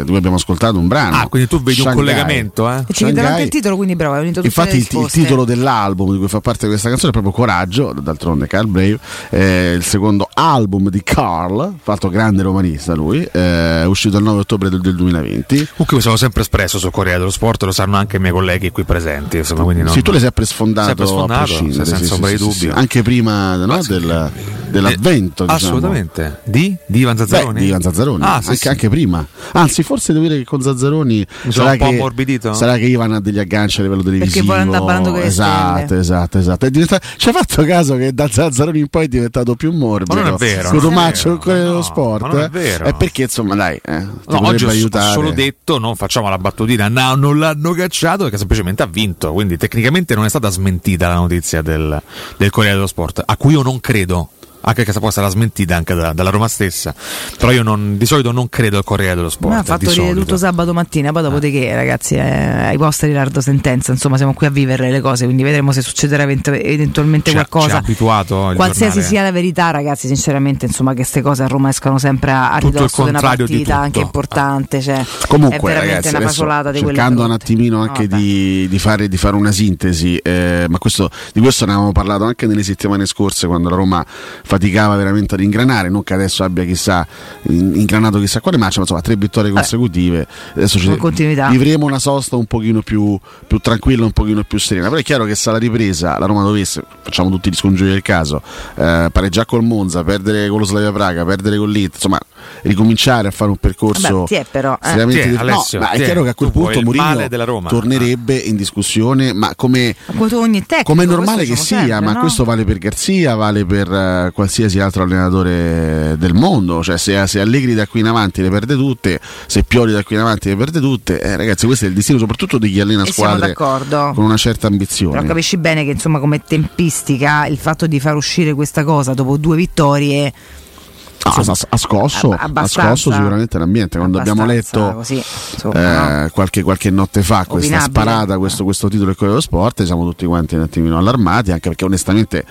[SPEAKER 5] eh, di cui abbiamo ascoltato un brano.
[SPEAKER 8] Ah, quindi tu vedi un
[SPEAKER 5] Shanghai.
[SPEAKER 8] collegamento, eh?
[SPEAKER 7] E ci vedono anche
[SPEAKER 5] Shanghai.
[SPEAKER 7] il titolo, quindi bravo, hai unito tutte
[SPEAKER 5] Infatti
[SPEAKER 7] le
[SPEAKER 5] il, il
[SPEAKER 7] risposte.
[SPEAKER 5] titolo dell'album di cui fa parte questa canzone è proprio Coraggio, d'altronde Carl Brave, eh, il secondo album di Carl, fatto grande romanista lui, eh, uscito il 9 ottobre del, del 2020.
[SPEAKER 8] Comunque mi sono sempre espresso sul Corriere dello Sport, lo sanno anche i miei colleghi qui presenti. Insomma, quindi non...
[SPEAKER 5] Sì, tu l'hai sempre sfondato,
[SPEAKER 8] Sempre sfondato,
[SPEAKER 5] a prescindere,
[SPEAKER 8] senza
[SPEAKER 5] sì, sì,
[SPEAKER 8] ombra di
[SPEAKER 5] sì,
[SPEAKER 8] dubbio.
[SPEAKER 5] sì, sì. anche prima no, del- dell'avvento.
[SPEAKER 8] Eh,
[SPEAKER 5] diciamo.
[SPEAKER 8] assolutamente. Di? Di Ivan Zazzaroni?
[SPEAKER 5] Beh, di Ivan Zazzaroni,
[SPEAKER 8] Ah, sì,
[SPEAKER 5] anche,
[SPEAKER 8] sì.
[SPEAKER 5] anche prima. Anzi, forse devo dire che con Zazzaroni
[SPEAKER 8] Mi sono
[SPEAKER 5] sarà,
[SPEAKER 8] un po'
[SPEAKER 5] che,
[SPEAKER 8] ammorbidito?
[SPEAKER 5] sarà che Ivan ha degli agganci a livello televisivo.
[SPEAKER 7] vuole andare parlando con le
[SPEAKER 5] Esatto,
[SPEAKER 7] stelle.
[SPEAKER 5] esatto, esatto. È diventa- Ci hai fatto caso che da Zazzaroni in poi è diventato più morbido.
[SPEAKER 8] Ma non è vero,
[SPEAKER 5] Con
[SPEAKER 8] non è
[SPEAKER 5] Romaccio con Corriere dello
[SPEAKER 8] ma
[SPEAKER 5] Sport.
[SPEAKER 8] non è
[SPEAKER 5] eh?
[SPEAKER 8] vero.
[SPEAKER 5] È perché, insomma, dai, eh, ti
[SPEAKER 8] No,
[SPEAKER 5] potrebbe
[SPEAKER 8] oggi ho
[SPEAKER 5] aiutare.
[SPEAKER 8] solo detto, non facciamo la battutina, no, non l'hanno cacciato perché semplicemente ha vinto, quindi tecnicamente non è stata smentita la notizia del, del Corriere dello Sport, a cui io non credo. anche che poi sarà smentita anche da- dalla Roma stessa. Però io non- di solito non credo al Corriere dello Sport.
[SPEAKER 7] Ma ha fatto
[SPEAKER 8] di
[SPEAKER 7] ridere
[SPEAKER 8] solito.
[SPEAKER 7] tutto sabato mattina, poi dopodiché ragazzi eh, ai posteri lardo sentenza, insomma siamo qui a vivere le cose, quindi vedremo se succederà event- eventualmente
[SPEAKER 8] Ci ha- Ci ha
[SPEAKER 7] qualcosa.
[SPEAKER 8] abituato il
[SPEAKER 7] Qualsiasi
[SPEAKER 8] giornale.
[SPEAKER 7] sia la verità ragazzi, sinceramente insomma che queste cose a Roma escano sempre a, a
[SPEAKER 5] Tutto il
[SPEAKER 7] ridosso di una
[SPEAKER 5] contrario di
[SPEAKER 7] partita
[SPEAKER 5] tutto. Ah.
[SPEAKER 7] anche importante, cioè è
[SPEAKER 5] Comunque,
[SPEAKER 7] veramente
[SPEAKER 5] ragazzi,
[SPEAKER 7] una
[SPEAKER 5] adesso
[SPEAKER 7] pasolata di quella
[SPEAKER 5] cercando un attimino anche di, di fare, di fare una sintesi, eh, ma questo, di questo ne avevamo parlato anche nelle settimane scorse quando la Roma faticava veramente ad ingranare. Non che adesso abbia chissà in- ingranato chissà quale marcia, ma insomma, tre vittorie consecutive. Adesso ci
[SPEAKER 7] Eh. Con continuità.
[SPEAKER 5] vivremo una sosta un pochino più, più tranquilla, un pochino più serena. Però è chiaro che se alla ripresa la Roma dovesse, facciamo tutti gli scongiuri del caso, eh, pareggiare col Monza, perdere con lo Slavia Praga, perdere con l'It, insomma, ricominciare a fare un percorso.
[SPEAKER 7] Vabbè, ti è però, eh.
[SPEAKER 5] estremamente
[SPEAKER 7] Ti è,
[SPEAKER 5] dif- no,
[SPEAKER 8] Alessio,
[SPEAKER 5] ma è
[SPEAKER 8] ti è.
[SPEAKER 5] chiaro che a quel
[SPEAKER 8] Tu vuoi
[SPEAKER 5] punto
[SPEAKER 8] il male
[SPEAKER 5] Mourinho
[SPEAKER 8] della Roma. Ah.
[SPEAKER 5] tornerebbe in discussione, ma come
[SPEAKER 7] Come ogni tecnico,
[SPEAKER 5] come è normale
[SPEAKER 7] ecco, questo
[SPEAKER 5] che sia,
[SPEAKER 7] diciamo sempre,
[SPEAKER 5] ma
[SPEAKER 7] no?
[SPEAKER 5] questo vale per Garzia, vale per eh, qualsiasi altro allenatore del mondo. Cioè, se, se Allegri da qui in avanti le perde tutte, se Pioli da qui in avanti le perde tutte, eh, ragazzi, questo è il destino soprattutto di chi allena
[SPEAKER 7] E siamo
[SPEAKER 5] squadre
[SPEAKER 7] d'accordo.
[SPEAKER 5] con una certa ambizione.
[SPEAKER 7] Però capisci bene che insomma come tempistica il fatto di far uscire questa cosa dopo due vittorie
[SPEAKER 5] No, ha, ha scosso,
[SPEAKER 7] Ab-
[SPEAKER 5] ha
[SPEAKER 7] abbastanza.
[SPEAKER 5] scosso sicuramente l'ambiente. Quando abbiamo
[SPEAKER 7] abbastanza
[SPEAKER 5] letto
[SPEAKER 7] così, insomma,
[SPEAKER 5] eh, qualche, qualche notte fa questa
[SPEAKER 7] Opinabile.
[SPEAKER 5] sparata, questo, questo titolo del Corriere dello Sport, siamo tutti quanti un attimino allarmati, anche perché onestamente eh,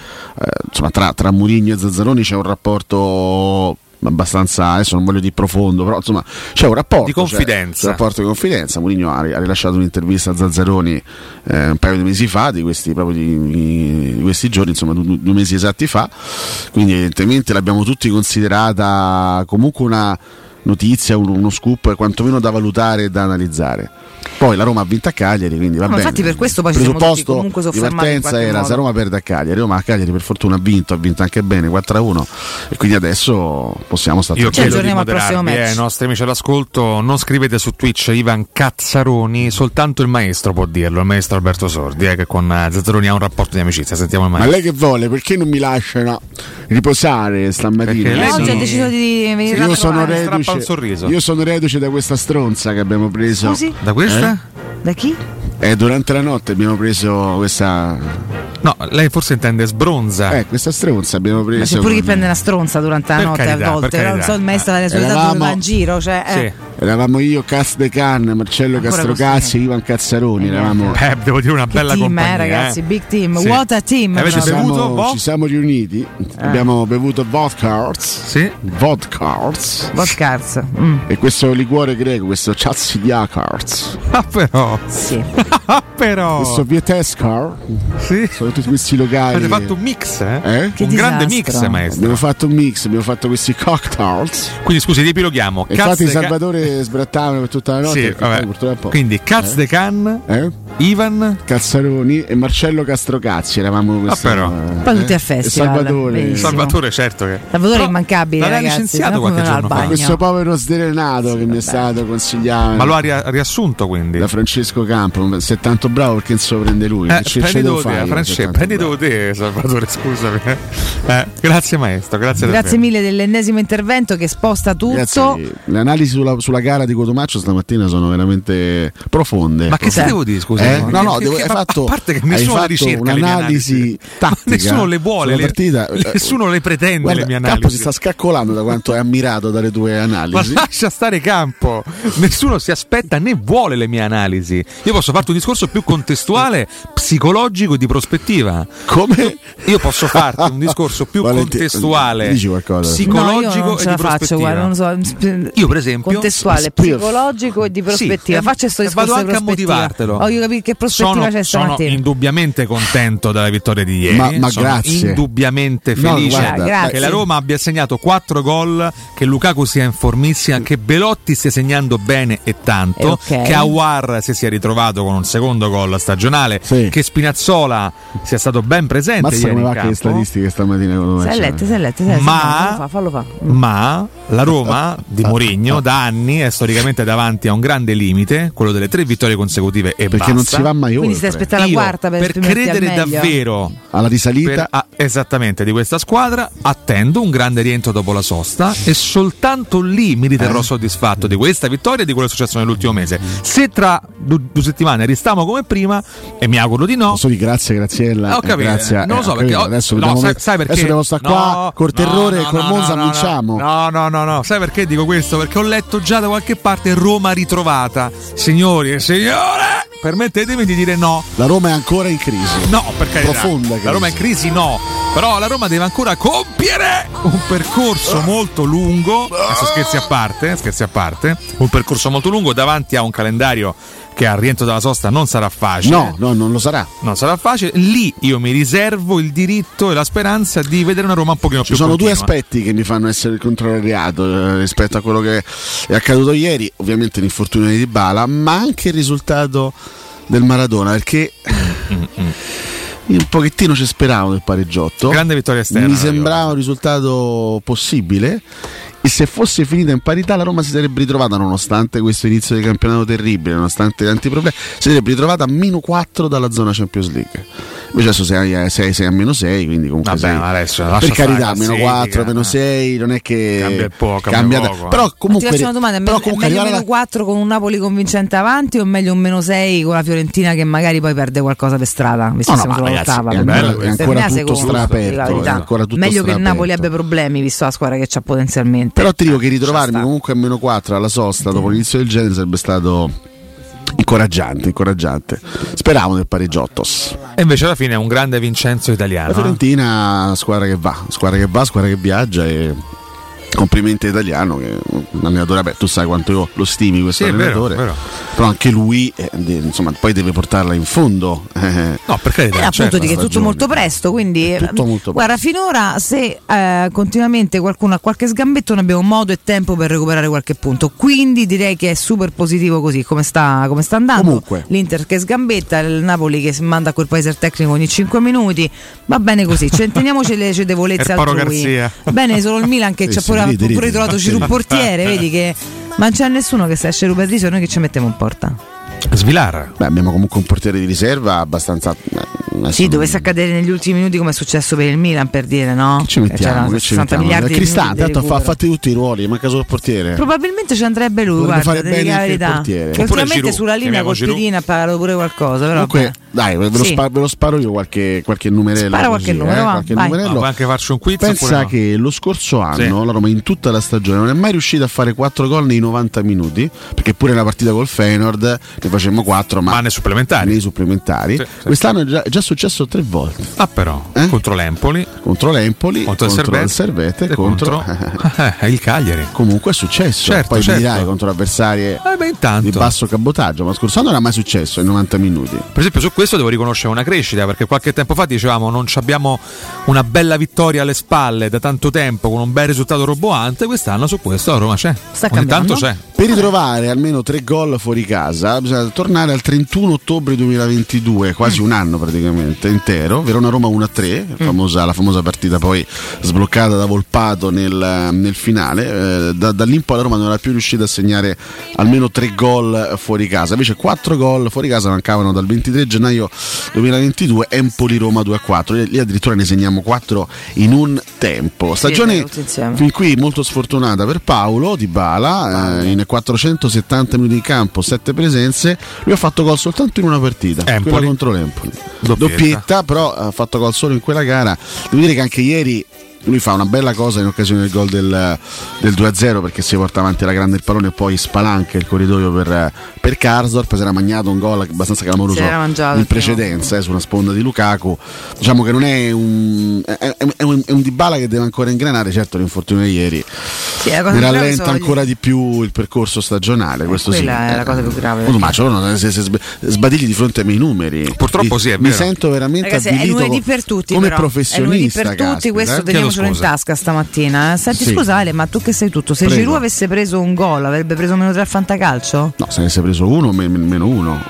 [SPEAKER 5] insomma, tra, tra Murigno e Zazzaroni c'è un rapporto abbastanza adesso non voglio dire profondo però insomma c'è un rapporto
[SPEAKER 8] Di
[SPEAKER 5] cioè,
[SPEAKER 8] confidenza.
[SPEAKER 5] c'è un rapporto di confidenza Mourinho ha, ha rilasciato un'intervista a Zazzaroni eh, un paio di mesi fa di questi, proprio di, di questi giorni insomma du- du- due mesi esatti fa quindi evidentemente l'abbiamo tutti considerata comunque una notizia un- uno scoop quantomeno da valutare e da analizzare poi la Roma ha vinto a Cagliari quindi va
[SPEAKER 7] No,
[SPEAKER 5] bene
[SPEAKER 7] infatti per questo poi
[SPEAKER 5] il
[SPEAKER 7] ci siamo tutti
[SPEAKER 5] presupposto
[SPEAKER 7] comunque
[SPEAKER 5] di
[SPEAKER 7] soffermati in
[SPEAKER 5] partenza
[SPEAKER 7] qualche
[SPEAKER 5] era
[SPEAKER 7] modo.
[SPEAKER 5] se la Roma perde a Cagliari Roma a Cagliari per fortuna ha vinto ha vinto anche bene 4-1 e quindi adesso possiamo stare
[SPEAKER 8] Io
[SPEAKER 7] Cioè,
[SPEAKER 5] tranquilli.
[SPEAKER 8] chiedo di moderarvi, eh, i nostri amici all'ascolto, non scrivete su Twitch Ivan Cazzaroni, soltanto il maestro può dirlo, il maestro Alberto Sordi, eh, che con eh, Zazzaroni ha un rapporto di amicizia, sentiamo il
[SPEAKER 5] Ma
[SPEAKER 8] maestro.
[SPEAKER 5] lei che vuole? Perché non mi lasciano riposare stamattina?
[SPEAKER 8] Perché lei Eh, oggi non- ha
[SPEAKER 7] deciso di venire
[SPEAKER 5] Io
[SPEAKER 7] a
[SPEAKER 5] sono
[SPEAKER 7] trovare.
[SPEAKER 5] reduce.
[SPEAKER 8] Strappa un sorriso.
[SPEAKER 5] Io sono reduce da questa stronza che abbiamo preso.
[SPEAKER 7] Scusi?
[SPEAKER 8] Da questa?
[SPEAKER 7] da chi?
[SPEAKER 5] Eh? Eh, durante la notte abbiamo preso questa.
[SPEAKER 8] No, lei forse intende sbronza.
[SPEAKER 5] Eh, questa stronza abbiamo
[SPEAKER 7] Ma
[SPEAKER 5] preso.
[SPEAKER 7] c'è pure chi
[SPEAKER 5] con-
[SPEAKER 7] prende una stronza durante la
[SPEAKER 5] Per
[SPEAKER 7] notte
[SPEAKER 5] carità,
[SPEAKER 7] a volte,
[SPEAKER 5] per
[SPEAKER 7] però non
[SPEAKER 5] carità.
[SPEAKER 7] so il maestro della
[SPEAKER 8] Eh,
[SPEAKER 7] sua età dove
[SPEAKER 5] Eravamo-
[SPEAKER 7] va in giro, cioè, eh.
[SPEAKER 5] Eravamo io, Cas De Can, Marcello
[SPEAKER 7] Ancora
[SPEAKER 5] Castrocazzi, Ivan Cazzaroni. Eravamo.
[SPEAKER 8] Eh, devo dire una bella
[SPEAKER 7] team,
[SPEAKER 8] compagnia.
[SPEAKER 7] eh, ragazzi, big team,
[SPEAKER 8] Sì.
[SPEAKER 7] what a team. Eh.
[SPEAKER 8] Avete
[SPEAKER 7] proprio.
[SPEAKER 8] bevuto? Boh. Vo-
[SPEAKER 5] Ci siamo riuniti, abbiamo bevuto vodka. Sì. Vodka.
[SPEAKER 7] Vodka. mm.
[SPEAKER 5] E questo liquore greco, questo chazzi di Akars.
[SPEAKER 8] Ah, però. Ah,
[SPEAKER 7] Sì.
[SPEAKER 8] però.
[SPEAKER 5] Questo vietescar.
[SPEAKER 8] Sì.
[SPEAKER 5] Sono tutti questi locali.
[SPEAKER 8] Avete fatto un mix, eh?
[SPEAKER 5] Eh?
[SPEAKER 8] Che Un grande disastro. mix, maestro.
[SPEAKER 5] Abbiamo fatto un mix, abbiamo fatto questi cocktails.
[SPEAKER 8] Quindi scusi, riepiloghiamo.
[SPEAKER 5] E infatti
[SPEAKER 8] Cazze ca-
[SPEAKER 5] Salvatore sbrattava per tutta la notte.
[SPEAKER 8] Sì,
[SPEAKER 5] perché poi
[SPEAKER 8] vabbè.
[SPEAKER 5] purtroppo-
[SPEAKER 8] Quindi Caz
[SPEAKER 5] Eh?
[SPEAKER 8] De Can,
[SPEAKER 5] Eh?
[SPEAKER 8] Ivan
[SPEAKER 5] Cazzaroni e Marcello Castrocazzi eravamo questi.
[SPEAKER 8] Ah,
[SPEAKER 5] eh.
[SPEAKER 8] però.
[SPEAKER 7] Poi tutti a
[SPEAKER 5] e
[SPEAKER 7] festival,
[SPEAKER 5] Salvatore.
[SPEAKER 7] benissimo.
[SPEAKER 8] Salvatore, certo che.
[SPEAKER 7] Salvatore è immancabile,
[SPEAKER 8] l'aveva
[SPEAKER 7] ragazzi,
[SPEAKER 8] licenziato
[SPEAKER 7] no?
[SPEAKER 8] qualche
[SPEAKER 7] Come va
[SPEAKER 8] giorno
[SPEAKER 7] al
[SPEAKER 8] fa.
[SPEAKER 7] bagno?
[SPEAKER 5] Questo povero sdrenato che mi è stato consigliato.
[SPEAKER 8] Ma lo ha ri- riassunto quindi.
[SPEAKER 5] Eh. da Francesco Campo, se è tanto bravo perché insomma prende lui.
[SPEAKER 8] Eh,
[SPEAKER 5] Che ce- ce
[SPEAKER 8] prenditelo
[SPEAKER 5] devo fare
[SPEAKER 8] te,
[SPEAKER 5] io, se è
[SPEAKER 8] Francesco,
[SPEAKER 5] tanto
[SPEAKER 8] prenditelo te, Salvatore, scusami. Eh, grazie maestro, grazie,
[SPEAKER 7] Grazie
[SPEAKER 8] davvero.
[SPEAKER 7] mille dell'ennesimo intervento che sposta tutto.
[SPEAKER 5] Ragazzi, le analisi sulla, sulla gara di Cotomaccio stamattina sono veramente profonde.
[SPEAKER 8] Ma che
[SPEAKER 5] Profonde.
[SPEAKER 8] devo dire, scusa?
[SPEAKER 5] Eh? No, no,
[SPEAKER 8] Che-
[SPEAKER 5] devo,
[SPEAKER 8] che-
[SPEAKER 5] hai
[SPEAKER 8] ma-
[SPEAKER 5] fatto,
[SPEAKER 8] a parte che
[SPEAKER 5] hai
[SPEAKER 8] nessuno le
[SPEAKER 5] fatto
[SPEAKER 8] ricerca le mie
[SPEAKER 5] un'analisi tattica.
[SPEAKER 8] Nessuno le vuole,
[SPEAKER 5] sulla
[SPEAKER 8] le-
[SPEAKER 5] partita. Eh,
[SPEAKER 8] nessuno le pretende
[SPEAKER 5] guarda,
[SPEAKER 8] le mie
[SPEAKER 5] Campo si
[SPEAKER 8] analisi.
[SPEAKER 5] sta scaccolando da quanto è ammirato dalle tue
[SPEAKER 8] Ma
[SPEAKER 5] analisi.
[SPEAKER 8] lascia stare campo, nessuno si aspetta né vuole le mie analisi. Io posso farti un discorso più contestuale, psicologico e di prospettiva.
[SPEAKER 5] Come?
[SPEAKER 8] Io posso farti un discorso più
[SPEAKER 5] Valenti-
[SPEAKER 8] contestuale,
[SPEAKER 5] dici qualcosa.
[SPEAKER 7] No,
[SPEAKER 8] psicologico
[SPEAKER 7] io non
[SPEAKER 8] e
[SPEAKER 7] ce la
[SPEAKER 8] di
[SPEAKER 7] faccio,
[SPEAKER 8] prospettiva.
[SPEAKER 7] guarda, non so, sp-
[SPEAKER 8] Io, per esempio,
[SPEAKER 7] contestuale,
[SPEAKER 8] Spiff.
[SPEAKER 7] psicologico e di prospettiva.
[SPEAKER 8] eh,
[SPEAKER 7] Faccio questo
[SPEAKER 8] eh,
[SPEAKER 7] discorso
[SPEAKER 8] vado
[SPEAKER 7] di
[SPEAKER 8] anche a
[SPEAKER 7] prospettiva.
[SPEAKER 8] motivartelo.
[SPEAKER 7] Voglio capire che prospettiva
[SPEAKER 8] sono,
[SPEAKER 7] c'è
[SPEAKER 8] sono
[SPEAKER 7] stamattina.
[SPEAKER 8] indubbiamente contento della vittoria di ieri.
[SPEAKER 5] Ma- ma
[SPEAKER 8] sono
[SPEAKER 5] grazie.
[SPEAKER 8] Indubbiamente
[SPEAKER 5] No,
[SPEAKER 8] felice
[SPEAKER 5] guarda,
[SPEAKER 8] che
[SPEAKER 5] grazie.
[SPEAKER 8] la Roma abbia segnato 4 gol, che Lukaku sia in formissima, che Belotti stia segnando bene e tanto,
[SPEAKER 15] Eh, ok.
[SPEAKER 8] che Awar si sia ritrovato con un secondo gol stagionale, che Spinazzola sia stato ben presente
[SPEAKER 5] Mazza
[SPEAKER 8] ieri
[SPEAKER 5] come
[SPEAKER 8] in
[SPEAKER 5] va che le
[SPEAKER 8] campo.
[SPEAKER 5] statistiche stamattina.
[SPEAKER 7] Se è
[SPEAKER 5] Cotomaccio.
[SPEAKER 7] lette, se è lette, se è lette.
[SPEAKER 8] Ma-
[SPEAKER 7] Fallo fa, fallo fa.
[SPEAKER 8] Ma La Roma di Mourinho da anni è storicamente davanti a un grande limite, quello delle tre vittorie consecutive e
[SPEAKER 5] Perché
[SPEAKER 8] basta.
[SPEAKER 5] non si va mai
[SPEAKER 7] Quindi
[SPEAKER 5] oltre.
[SPEAKER 7] stai aspettando la
[SPEAKER 8] Io,
[SPEAKER 7] quarta per,
[SPEAKER 8] per
[SPEAKER 7] esprimerti al
[SPEAKER 8] credere
[SPEAKER 7] meglio.
[SPEAKER 8] davvero ah,
[SPEAKER 5] alla risalita
[SPEAKER 8] esattamente di questa squadra attendo un grande rientro dopo la sosta e soltanto lì mi
[SPEAKER 5] Eh?
[SPEAKER 8] riterrò soddisfatto di questa vittoria e di quello che è successo nell'ultimo mese se tra du- due settimane restiamo come prima e mi auguro di no
[SPEAKER 5] Solo di grazie, Graziella.
[SPEAKER 8] Ah, ho
[SPEAKER 5] eh,
[SPEAKER 8] capito.
[SPEAKER 5] grazie,
[SPEAKER 8] Non lo
[SPEAKER 5] eh,
[SPEAKER 8] so,
[SPEAKER 5] ho
[SPEAKER 8] perché
[SPEAKER 5] capito.
[SPEAKER 8] ho-
[SPEAKER 5] adesso
[SPEAKER 8] no,
[SPEAKER 5] dobbiamo,
[SPEAKER 8] sai-
[SPEAKER 5] met-
[SPEAKER 8] sai perché?
[SPEAKER 5] adesso dobbiamo stare
[SPEAKER 8] No,
[SPEAKER 5] qua col terrore
[SPEAKER 8] no,
[SPEAKER 5] e col
[SPEAKER 8] no,
[SPEAKER 5] Monza diciamo.
[SPEAKER 8] no, no,
[SPEAKER 5] vinciamo.
[SPEAKER 8] No, no, no, no. Sai perché dico questo? Perché ho letto già da qualche parte Roma ritrovata. Signori e signore, permettetemi di dire no.
[SPEAKER 5] La Roma è ancora in crisi.
[SPEAKER 8] No, per carità.
[SPEAKER 5] Profonda crisi.
[SPEAKER 8] La Roma è in crisi, no. Però la Roma deve ancora compiere un
[SPEAKER 5] Ah.
[SPEAKER 8] percorso molto lungo. Adesso scherzi a parte, eh, scherzi a parte. Un percorso molto lungo davanti a un calendario che al rientro dalla sosta non sarà facile.
[SPEAKER 5] No, no, non lo sarà.
[SPEAKER 8] Non sarà facile. Lì io mi riservo il diritto e la speranza di vedere una Roma un pochino
[SPEAKER 5] Ci
[SPEAKER 8] più
[SPEAKER 5] sono due
[SPEAKER 8] continua.
[SPEAKER 5] aspetti che mi fanno essere contrariato eh, rispetto a quello che è accaduto ieri, ovviamente l'infortunio di Bala, ma anche il risultato del Maradona, perché io un pochettino ci speravo del pareggiotto.
[SPEAKER 8] Grande vittoria esterna.
[SPEAKER 5] Mi sembrava un risultato possibile e se fosse finita in parità la Roma si sarebbe ritrovata, nonostante questo inizio di campionato terribile, nonostante tanti problemi, si sarebbe ritrovata a meno 4 dalla zona Champions League. Invece adesso sei, a- sei- sei a meno 6, quindi comunque
[SPEAKER 8] Vabbè,
[SPEAKER 5] sei-
[SPEAKER 8] Ah, ma adesso
[SPEAKER 5] per
[SPEAKER 8] lascia stare
[SPEAKER 5] carità,
[SPEAKER 8] la
[SPEAKER 5] meno
[SPEAKER 8] classifica,
[SPEAKER 5] 4, meno 6, non è che
[SPEAKER 8] Cambia poco, cambia
[SPEAKER 5] da-
[SPEAKER 8] poco, eh.
[SPEAKER 5] però comunque
[SPEAKER 7] Ti faccio una domanda: è
[SPEAKER 5] però
[SPEAKER 7] me- è
[SPEAKER 5] comunque
[SPEAKER 7] meglio
[SPEAKER 5] arrivare
[SPEAKER 7] meno 4 con un Napoli convincente avanti o meglio un meno 6 con la Fiorentina che magari poi perde qualcosa per strada? Visto
[SPEAKER 5] No,
[SPEAKER 7] che
[SPEAKER 5] no,
[SPEAKER 7] siamo
[SPEAKER 5] ma
[SPEAKER 7] solo
[SPEAKER 5] ragazzi,
[SPEAKER 7] all'ottava,
[SPEAKER 5] è
[SPEAKER 7] per
[SPEAKER 5] ancora-
[SPEAKER 7] me-
[SPEAKER 5] è
[SPEAKER 7] per
[SPEAKER 5] ancora
[SPEAKER 7] me la
[SPEAKER 5] tutto
[SPEAKER 7] seconda,
[SPEAKER 5] straaperto,
[SPEAKER 7] dico la verità.
[SPEAKER 5] è ancora tutto
[SPEAKER 7] meglio che il
[SPEAKER 5] straaperto.
[SPEAKER 7] Napoli abbia problemi, visto la squadra che c'ha potenzialmente.
[SPEAKER 5] Però ti dico che ritrovarmi comunque a meno 4 alla sosta dopo l'inizio del genere sarebbe stato incoraggiante, incoraggiante. Speravo nel pareggiottos.
[SPEAKER 8] E invece alla fine è un grande Vincenzo italiano.
[SPEAKER 5] La
[SPEAKER 8] eh.
[SPEAKER 5] Fiorentina, squadra che va, squadra che va, squadra che viaggia e complimenti a italiano che è un allenatore, beh, tu sai quanto io lo stimi questo
[SPEAKER 8] Sì, è vero,
[SPEAKER 5] allenatore.
[SPEAKER 8] è vero.
[SPEAKER 5] Però anche lui eh, de- insomma, poi deve portarla in fondo. No,
[SPEAKER 8] perché
[SPEAKER 7] Eh, appunto
[SPEAKER 8] certo,
[SPEAKER 7] di che è tutto molto presto, quindi
[SPEAKER 5] Certo, È tutto molto
[SPEAKER 7] guarda, finora se eh, continuamente qualcuno ha qualche sgambetto, noi abbiamo modo e tempo per recuperare qualche punto. Quindi direi che è super positivo così come sta, come sta andando.
[SPEAKER 5] Comunque.
[SPEAKER 7] L'Inter che sgambetta, il Napoli che manda quel paese al tecnico ogni 5 minuti. Va bene così, cioè, teniamoci le cedevolezze
[SPEAKER 8] Erparo
[SPEAKER 7] altrui.
[SPEAKER 8] Garzia.
[SPEAKER 7] Bene, solo il Milan che
[SPEAKER 8] Sì,
[SPEAKER 7] ci ha
[SPEAKER 8] sì,
[SPEAKER 7] pure,
[SPEAKER 8] ridi,
[SPEAKER 7] pure
[SPEAKER 8] ridi.
[SPEAKER 7] ritrovato Ciru portiere, vedi che ma non c'è nessuno che se esce Rubertiso, noi che ci mettiamo in porta.
[SPEAKER 8] Svilar.
[SPEAKER 5] Beh, abbiamo comunque un portiere di riserva abbastanza. eh, adesso
[SPEAKER 7] Sì,
[SPEAKER 5] non-
[SPEAKER 7] dovesse accadere negli ultimi minuti come è successo per il Milan, per dire no?
[SPEAKER 5] Ci mettiamo,
[SPEAKER 7] C'erano
[SPEAKER 5] che ci
[SPEAKER 7] 60
[SPEAKER 5] mettiamo.
[SPEAKER 7] Eh, miliardi di
[SPEAKER 5] Cristante,
[SPEAKER 7] minuti di
[SPEAKER 5] tanto fa,
[SPEAKER 7] recupero.
[SPEAKER 5] fate tutti i ruoli, manca solo il portiere.
[SPEAKER 7] Probabilmente ci andrebbe lui,
[SPEAKER 5] Dovrebbe fare
[SPEAKER 7] guarda, devi
[SPEAKER 5] bene
[SPEAKER 7] dire la
[SPEAKER 5] anche il
[SPEAKER 7] verità.
[SPEAKER 5] portiere.
[SPEAKER 7] Che
[SPEAKER 5] Oppure
[SPEAKER 7] ultimamente
[SPEAKER 5] Giroud,
[SPEAKER 7] sulla linea
[SPEAKER 5] chiamiamo
[SPEAKER 7] col
[SPEAKER 5] Giroud.
[SPEAKER 7] pedina ha pagato pure qualcosa, però
[SPEAKER 5] Comunque,
[SPEAKER 7] vabbè.
[SPEAKER 5] dai, ve lo,
[SPEAKER 7] Sì.
[SPEAKER 5] spar- ve lo sparo io qualche, qualche numerello.
[SPEAKER 7] Spara qualche
[SPEAKER 5] così,
[SPEAKER 7] numero,
[SPEAKER 5] eh,
[SPEAKER 7] va,
[SPEAKER 5] qualche
[SPEAKER 7] vai.
[SPEAKER 5] numerello.
[SPEAKER 8] Ma può Ah, anche farci un quiz oppure
[SPEAKER 5] Pensa
[SPEAKER 8] no?
[SPEAKER 5] che lo scorso anno la Roma in tutta la stagione non è mai riuscita a fare 4 gol nei 90 minuti, perché pure nella partita col Feyenoord ne facemmo 4, ma,
[SPEAKER 8] nei supplementari.
[SPEAKER 5] Nei supplementari. Quest'anno è già, è già successo 3 volte. Eh?
[SPEAKER 8] Ah però, contro l'Empoli.
[SPEAKER 5] Contro l'Empoli,
[SPEAKER 8] Contro
[SPEAKER 5] contro,
[SPEAKER 8] il
[SPEAKER 5] il
[SPEAKER 8] Servette,
[SPEAKER 5] Servette,
[SPEAKER 8] e
[SPEAKER 5] contro,
[SPEAKER 8] eh, il Cagliari.
[SPEAKER 5] Comunque è successo.
[SPEAKER 8] Certo,
[SPEAKER 5] Poi
[SPEAKER 8] certo. Eh,
[SPEAKER 5] mi dirai contro avversarie
[SPEAKER 8] intanto.
[SPEAKER 5] di basso cabotaggio, ma lo scorso anno non era mai successo in 90 minuti.
[SPEAKER 8] Per esempio su questo devo riconoscere una crescita perché qualche tempo fa dicevamo non ci abbiamo una bella vittoria alle spalle da tanto tempo con un bel risultato roboante, quest'anno su questo la Roma c'è. Ogni tanto c'è.
[SPEAKER 5] Per ritrovare almeno tre gol fuori casa bisogna tornare al 31 ottobre 2022, quasi un anno praticamente intero. Verona-Roma 1-3,
[SPEAKER 7] Mm.
[SPEAKER 5] la famosa- la famosa partita poi sbloccata da Volpato nel, nel finale. Eh, da, da lì in poi la Roma non era più riuscita a segnare almeno tre gol fuori casa. Invece quattro gol fuori casa mancavano dal 23 gennaio 2022 Empoli-Roma 2-4. Lì addirittura ne segniamo quattro in un tempo.
[SPEAKER 7] Sì,
[SPEAKER 5] Stagione
[SPEAKER 7] tutti insieme.
[SPEAKER 5] Fin qui molto sfortunata per Paolo Di Bala, eh, in 470 minuti di campo, 7 presenze, lui ha fatto gol soltanto in una partita, quella contro l'Empoli.
[SPEAKER 8] Doppietta.
[SPEAKER 5] Doppietta. però ha fatto gol solo in quella gara. Devo dire che anche ieri lui fa una bella cosa in occasione del gol del, del 2-0 perché si porta avanti la grande il pallone e poi spalanca il corridoio per, per Karsdorp, si era mangiato un gol abbastanza clamoroso
[SPEAKER 7] Si era mangiato
[SPEAKER 5] in
[SPEAKER 7] il primo.
[SPEAKER 5] precedenza eh, sulla sponda di Lukaku. Diciamo che non è un, è, è- è un, è un Dybala che deve ancora ingranare, certo l'infortunio di ieri
[SPEAKER 7] Sì, la cosa
[SPEAKER 5] ne
[SPEAKER 7] più grave
[SPEAKER 5] rallenta
[SPEAKER 7] sono gli-
[SPEAKER 5] ancora di più il percorso stagionale. Questo sì.
[SPEAKER 7] quella è la
[SPEAKER 5] Eh,
[SPEAKER 7] cosa più grave.
[SPEAKER 5] oh, ma cioè, no, se, se sb- sbadigli di fronte ai miei numeri. Purtroppo
[SPEAKER 8] sì, è
[SPEAKER 5] Mi
[SPEAKER 8] vero.
[SPEAKER 5] sento veramente
[SPEAKER 7] Ragazzi, è
[SPEAKER 5] avvilito
[SPEAKER 7] lunedì per tutti,
[SPEAKER 5] come
[SPEAKER 7] però. è
[SPEAKER 5] professionista.
[SPEAKER 7] lunedì per tutti,
[SPEAKER 5] caspita,
[SPEAKER 7] questo
[SPEAKER 5] eh.
[SPEAKER 7] teniamocelo in tasca stamattina. eh. Senti,
[SPEAKER 5] Sì.
[SPEAKER 7] scusa Ale, ma tu che sei tutto, se
[SPEAKER 5] Prego.
[SPEAKER 7] Giroud avesse preso un gol, avrebbe preso meno 3 a fantacalcio?
[SPEAKER 5] No, se ne sei preso uno, me- me- meno uno.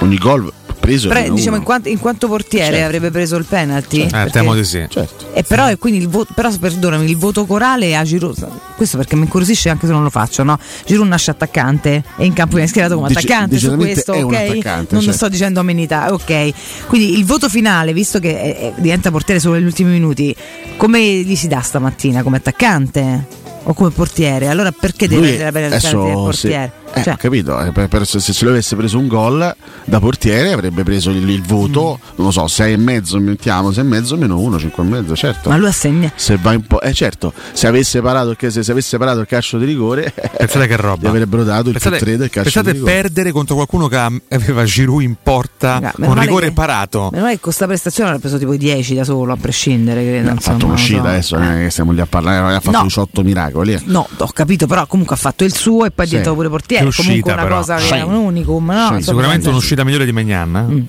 [SPEAKER 5] Ogni gol preso
[SPEAKER 7] Pre-
[SPEAKER 5] il numero
[SPEAKER 7] diciamo
[SPEAKER 5] uno.
[SPEAKER 7] in, quant- in quanto portiere
[SPEAKER 5] Certo.
[SPEAKER 7] avrebbe preso il penalty?
[SPEAKER 8] Eh,
[SPEAKER 7] Perché-
[SPEAKER 8] temo di sì.
[SPEAKER 7] E Eh, però, e quindi il voto, però perdonami, il voto corale a Giroud, questo perché mi incuriosisce anche se non lo faccio, no? Giroud nasce attaccante e in campo viene schierato come
[SPEAKER 5] Dice-
[SPEAKER 7] attaccante su
[SPEAKER 5] decisamente
[SPEAKER 7] questo,
[SPEAKER 5] è
[SPEAKER 7] ok?
[SPEAKER 5] un attaccante,
[SPEAKER 7] non
[SPEAKER 5] certo.
[SPEAKER 7] sto dicendo amenità, ok. Quindi il voto finale, visto che eh, eh, diventa portiere solo negli ultimi minuti, come gli si dà stamattina? Come attaccante? O come portiere? Allora perché deve
[SPEAKER 5] Lui
[SPEAKER 7] prendere la pena del
[SPEAKER 5] adesso
[SPEAKER 7] penalty del
[SPEAKER 5] se-
[SPEAKER 7] portiere?
[SPEAKER 5] eh,
[SPEAKER 7] Cioè-
[SPEAKER 5] ho capito, eh, per- per- se, se lui avesse preso un gol da portiere avrebbe preso il, il voto,
[SPEAKER 7] Mm.
[SPEAKER 5] non lo so, 6 e mezzo, mettiamo, 6 e mezzo meno 1, 5 e mezzo, certo.
[SPEAKER 7] Ma lui assegna.
[SPEAKER 5] Se va in po- eh certo, se avesse parato, il ca- se, se avesse parato il calcio di rigore,
[SPEAKER 8] Pensate che roba.
[SPEAKER 5] gli avrebbero dato il
[SPEAKER 8] Pensate,
[SPEAKER 5] più 3 del calcio
[SPEAKER 8] pensate
[SPEAKER 5] di rigore.
[SPEAKER 8] perdere contro qualcuno che am- aveva Giroud in porta
[SPEAKER 7] meno
[SPEAKER 8] un
[SPEAKER 7] male
[SPEAKER 8] rigore
[SPEAKER 7] che-
[SPEAKER 8] parato.
[SPEAKER 7] Meno male che questa prestazione l'ha preso tipo 10 da solo, a prescindere. Credo,
[SPEAKER 5] Ha
[SPEAKER 7] insomma,
[SPEAKER 5] fatto
[SPEAKER 7] non lo so.
[SPEAKER 5] un'uscita adesso, non è che stiamo lì a parlare, ha fatto
[SPEAKER 7] No.
[SPEAKER 5] 18 miracoli. eh.
[SPEAKER 7] No, ho capito, però comunque ha fatto il suo e poi è
[SPEAKER 5] Sì.
[SPEAKER 7] diventato pure portiere.
[SPEAKER 5] Che
[SPEAKER 7] è comunque
[SPEAKER 5] uscita,
[SPEAKER 7] una
[SPEAKER 5] però.
[SPEAKER 7] cosa che
[SPEAKER 5] Sì.
[SPEAKER 7] è un unicum. No? Insomma,
[SPEAKER 8] Sicuramente
[SPEAKER 7] non-
[SPEAKER 8] un'uscita migliore di Magnan. eh?
[SPEAKER 7] Mm.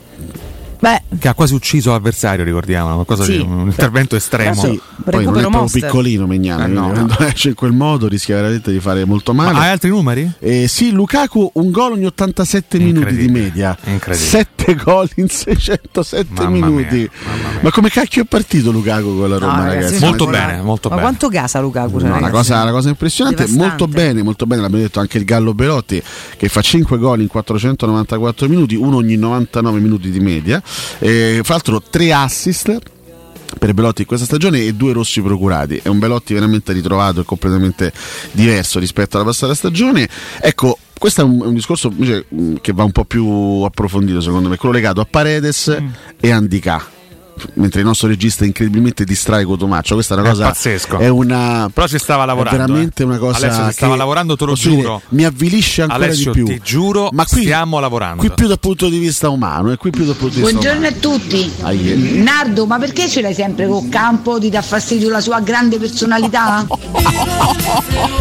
[SPEAKER 7] Beh,
[SPEAKER 8] Che ha quasi ucciso l'avversario, ricordiamo, qualcosa
[SPEAKER 7] Sì.
[SPEAKER 8] di- un intervento
[SPEAKER 7] Eh
[SPEAKER 8] estremo.
[SPEAKER 5] Sì, poi non è proprio piccolino Megnano,
[SPEAKER 8] Eh, no,
[SPEAKER 5] quindi quando esce in quel modo rischia veramente di fare molto male.
[SPEAKER 8] Ma hai altri numeri?
[SPEAKER 5] Eh, sì, Lukaku un gol ogni 87 minuti di media,
[SPEAKER 8] Incredibile.
[SPEAKER 5] 7 gol in 607
[SPEAKER 8] Mamma
[SPEAKER 5] minuti. Ma come cacchio è partito Lukaku con la Roma,
[SPEAKER 7] Ah, ragazzi,
[SPEAKER 5] ragazzi?
[SPEAKER 7] ma-
[SPEAKER 5] Ma-
[SPEAKER 7] Ma quanto casa Lukaku?
[SPEAKER 5] No, la,
[SPEAKER 7] ragazzi?
[SPEAKER 5] cosa, la cosa impressionante,
[SPEAKER 7] Devastante.
[SPEAKER 5] molto bene, molto bene, l'abbiamo detto anche il Gallo Belotti che fa 5 gol in 494 minuti, uno ogni 99 minuti di media, Eh, fra l'altro 3 assist per Belotti in questa stagione e due rossi procurati. È un Belotti veramente ritrovato e completamente diverso rispetto alla passata stagione. Ecco, questo è un, è un discorso invece, mh, che va un po' più approfondito secondo me, quello legato a Paredes e Andicà. Mentre il nostro regista incredibilmente distrae Cotomaccio, questa è una
[SPEAKER 8] È
[SPEAKER 5] cosa
[SPEAKER 8] pazzesco.
[SPEAKER 5] È una
[SPEAKER 8] Però ci stava lavorando.
[SPEAKER 5] è veramente
[SPEAKER 8] eh.
[SPEAKER 5] una cosa
[SPEAKER 8] Alessio, ci
[SPEAKER 5] che,
[SPEAKER 8] stava lavorando, te lo
[SPEAKER 5] posso dire,
[SPEAKER 8] giuro.
[SPEAKER 5] mi avvilisce ancora
[SPEAKER 8] Alessio,
[SPEAKER 5] di più.
[SPEAKER 8] ti giuro,
[SPEAKER 5] Ma qui-
[SPEAKER 8] stiamo lavorando.
[SPEAKER 5] Qui più dal punto di vista umano e qui più dal punto di vista
[SPEAKER 33] Buongiorno a tutti.
[SPEAKER 5] umano. Aie.
[SPEAKER 33] Nardo, ma perché ce l'hai sempre col campo? Ti dà fastidio la sua grande personalità?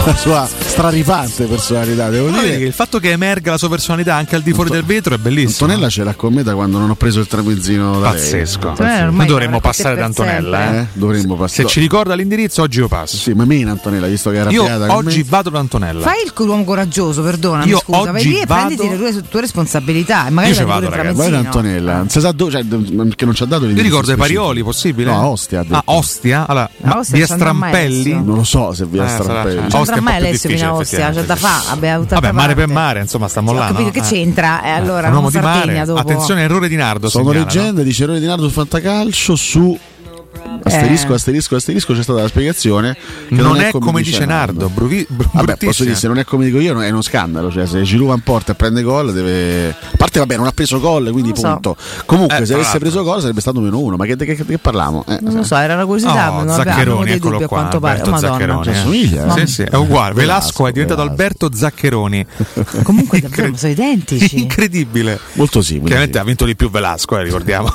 [SPEAKER 5] La sua straripante personalità, devo
[SPEAKER 8] Però
[SPEAKER 5] dire.
[SPEAKER 8] vedi che il fatto che emerga la sua personalità anche al di fuori del vetro è bellissimo.
[SPEAKER 5] Antonella ce l'ha con me da quando non ho preso il tramezzino da lei.
[SPEAKER 7] Eh,
[SPEAKER 8] Pazzesco.
[SPEAKER 5] Pazzesco.
[SPEAKER 8] Noi ormai dovremmo passare da Antonella. Eh?
[SPEAKER 5] Dovremmo
[SPEAKER 8] Se
[SPEAKER 5] passare.
[SPEAKER 8] ci ricorda l'indirizzo, oggi io passo.
[SPEAKER 5] Sì, ma mena Antonella, visto che era
[SPEAKER 8] Io
[SPEAKER 5] arrabbiata con
[SPEAKER 8] oggi
[SPEAKER 5] me.
[SPEAKER 8] vado da Antonella.
[SPEAKER 7] Fai il l'uomo coraggioso, perdonami.
[SPEAKER 8] Io
[SPEAKER 7] scusa, vai
[SPEAKER 8] oggi
[SPEAKER 7] lì e
[SPEAKER 8] vado-
[SPEAKER 7] prenditi le tue, tue responsabilità. E magari
[SPEAKER 8] Io ci
[SPEAKER 7] vai
[SPEAKER 8] vado,
[SPEAKER 7] pure il
[SPEAKER 8] ragazzi.
[SPEAKER 5] Guarda
[SPEAKER 7] tramezzino.
[SPEAKER 5] Antonella, non si sa dove, cioè, che non ci ha dato
[SPEAKER 8] Io ricordo i
[SPEAKER 5] specifico.
[SPEAKER 8] Parioli, possibile?
[SPEAKER 5] No, a Ostia. ha detto.
[SPEAKER 8] Ah, Ostia? Allora, ma
[SPEAKER 7] Ostia
[SPEAKER 8] via
[SPEAKER 7] ci andrà mai
[SPEAKER 8] Strampelli?
[SPEAKER 7] adesso?
[SPEAKER 5] Non lo so se via
[SPEAKER 8] Eh, sarà-
[SPEAKER 5] Strampelli.
[SPEAKER 8] sarà-
[SPEAKER 7] Cioè, Non
[SPEAKER 8] Ostia è
[SPEAKER 7] andrà
[SPEAKER 8] un po'
[SPEAKER 7] mai
[SPEAKER 8] più
[SPEAKER 7] Alessio fino a
[SPEAKER 8] difficile,
[SPEAKER 7] Ostia, eh, c'è da fa, abbiamo tutta
[SPEAKER 8] Vabbè, mare
[SPEAKER 7] parte.
[SPEAKER 8] per mare, insomma, stiamo là.
[SPEAKER 7] Ho capito
[SPEAKER 8] no?
[SPEAKER 7] che
[SPEAKER 8] Eh.
[SPEAKER 7] c'entra, eh, allora,
[SPEAKER 8] È un uomo di
[SPEAKER 7] uomo Sardegna
[SPEAKER 8] mare.
[SPEAKER 7] dopo.
[SPEAKER 8] Attenzione, errore di Nardo.
[SPEAKER 5] Sono
[SPEAKER 8] segnala, no?
[SPEAKER 5] leggende, dice errore di Nardo sul fantacalcio su
[SPEAKER 7] Eh.
[SPEAKER 5] asterisco, asterisco, asterisco, c'è stata la spiegazione che
[SPEAKER 8] Non è come dice Nardo, bruvi- bru-
[SPEAKER 5] Vabbè,
[SPEAKER 8] bruttissimo.
[SPEAKER 5] posso dire, se non è come dico io, è uno scandalo. Cioè, se Giroud va in porta e prende gol, deve. A parte, vabbè, non ha preso gol, quindi
[SPEAKER 7] Non lo so.
[SPEAKER 5] punto. Comunque,
[SPEAKER 8] Eh,
[SPEAKER 5] se
[SPEAKER 8] tra
[SPEAKER 5] avesse
[SPEAKER 8] l'altro.
[SPEAKER 5] preso gol, sarebbe stato meno uno. Ma che, che, che- che parliamo? Eh,
[SPEAKER 7] Non lo so, era una curiosità.
[SPEAKER 8] Oh,
[SPEAKER 7] ma non avevamo
[SPEAKER 8] Zaccheroni,
[SPEAKER 7] dei dubbi
[SPEAKER 8] eccolo
[SPEAKER 7] a
[SPEAKER 8] qua.
[SPEAKER 7] quanto pare.
[SPEAKER 8] Alberto
[SPEAKER 7] Oh, Madonna.
[SPEAKER 8] Zaccheroni. eh.
[SPEAKER 5] Ci assomiglia, eh.
[SPEAKER 8] Sì, sì, è uguale. Velasco
[SPEAKER 5] Velasco,
[SPEAKER 8] è diventato Alberto Zaccheroni.
[SPEAKER 7] Comunque, davvero, sono identici.
[SPEAKER 8] Incredibile.
[SPEAKER 5] Molto simile.
[SPEAKER 8] Chiaramente ha vinto di più Velasco, eh, ricordiamo.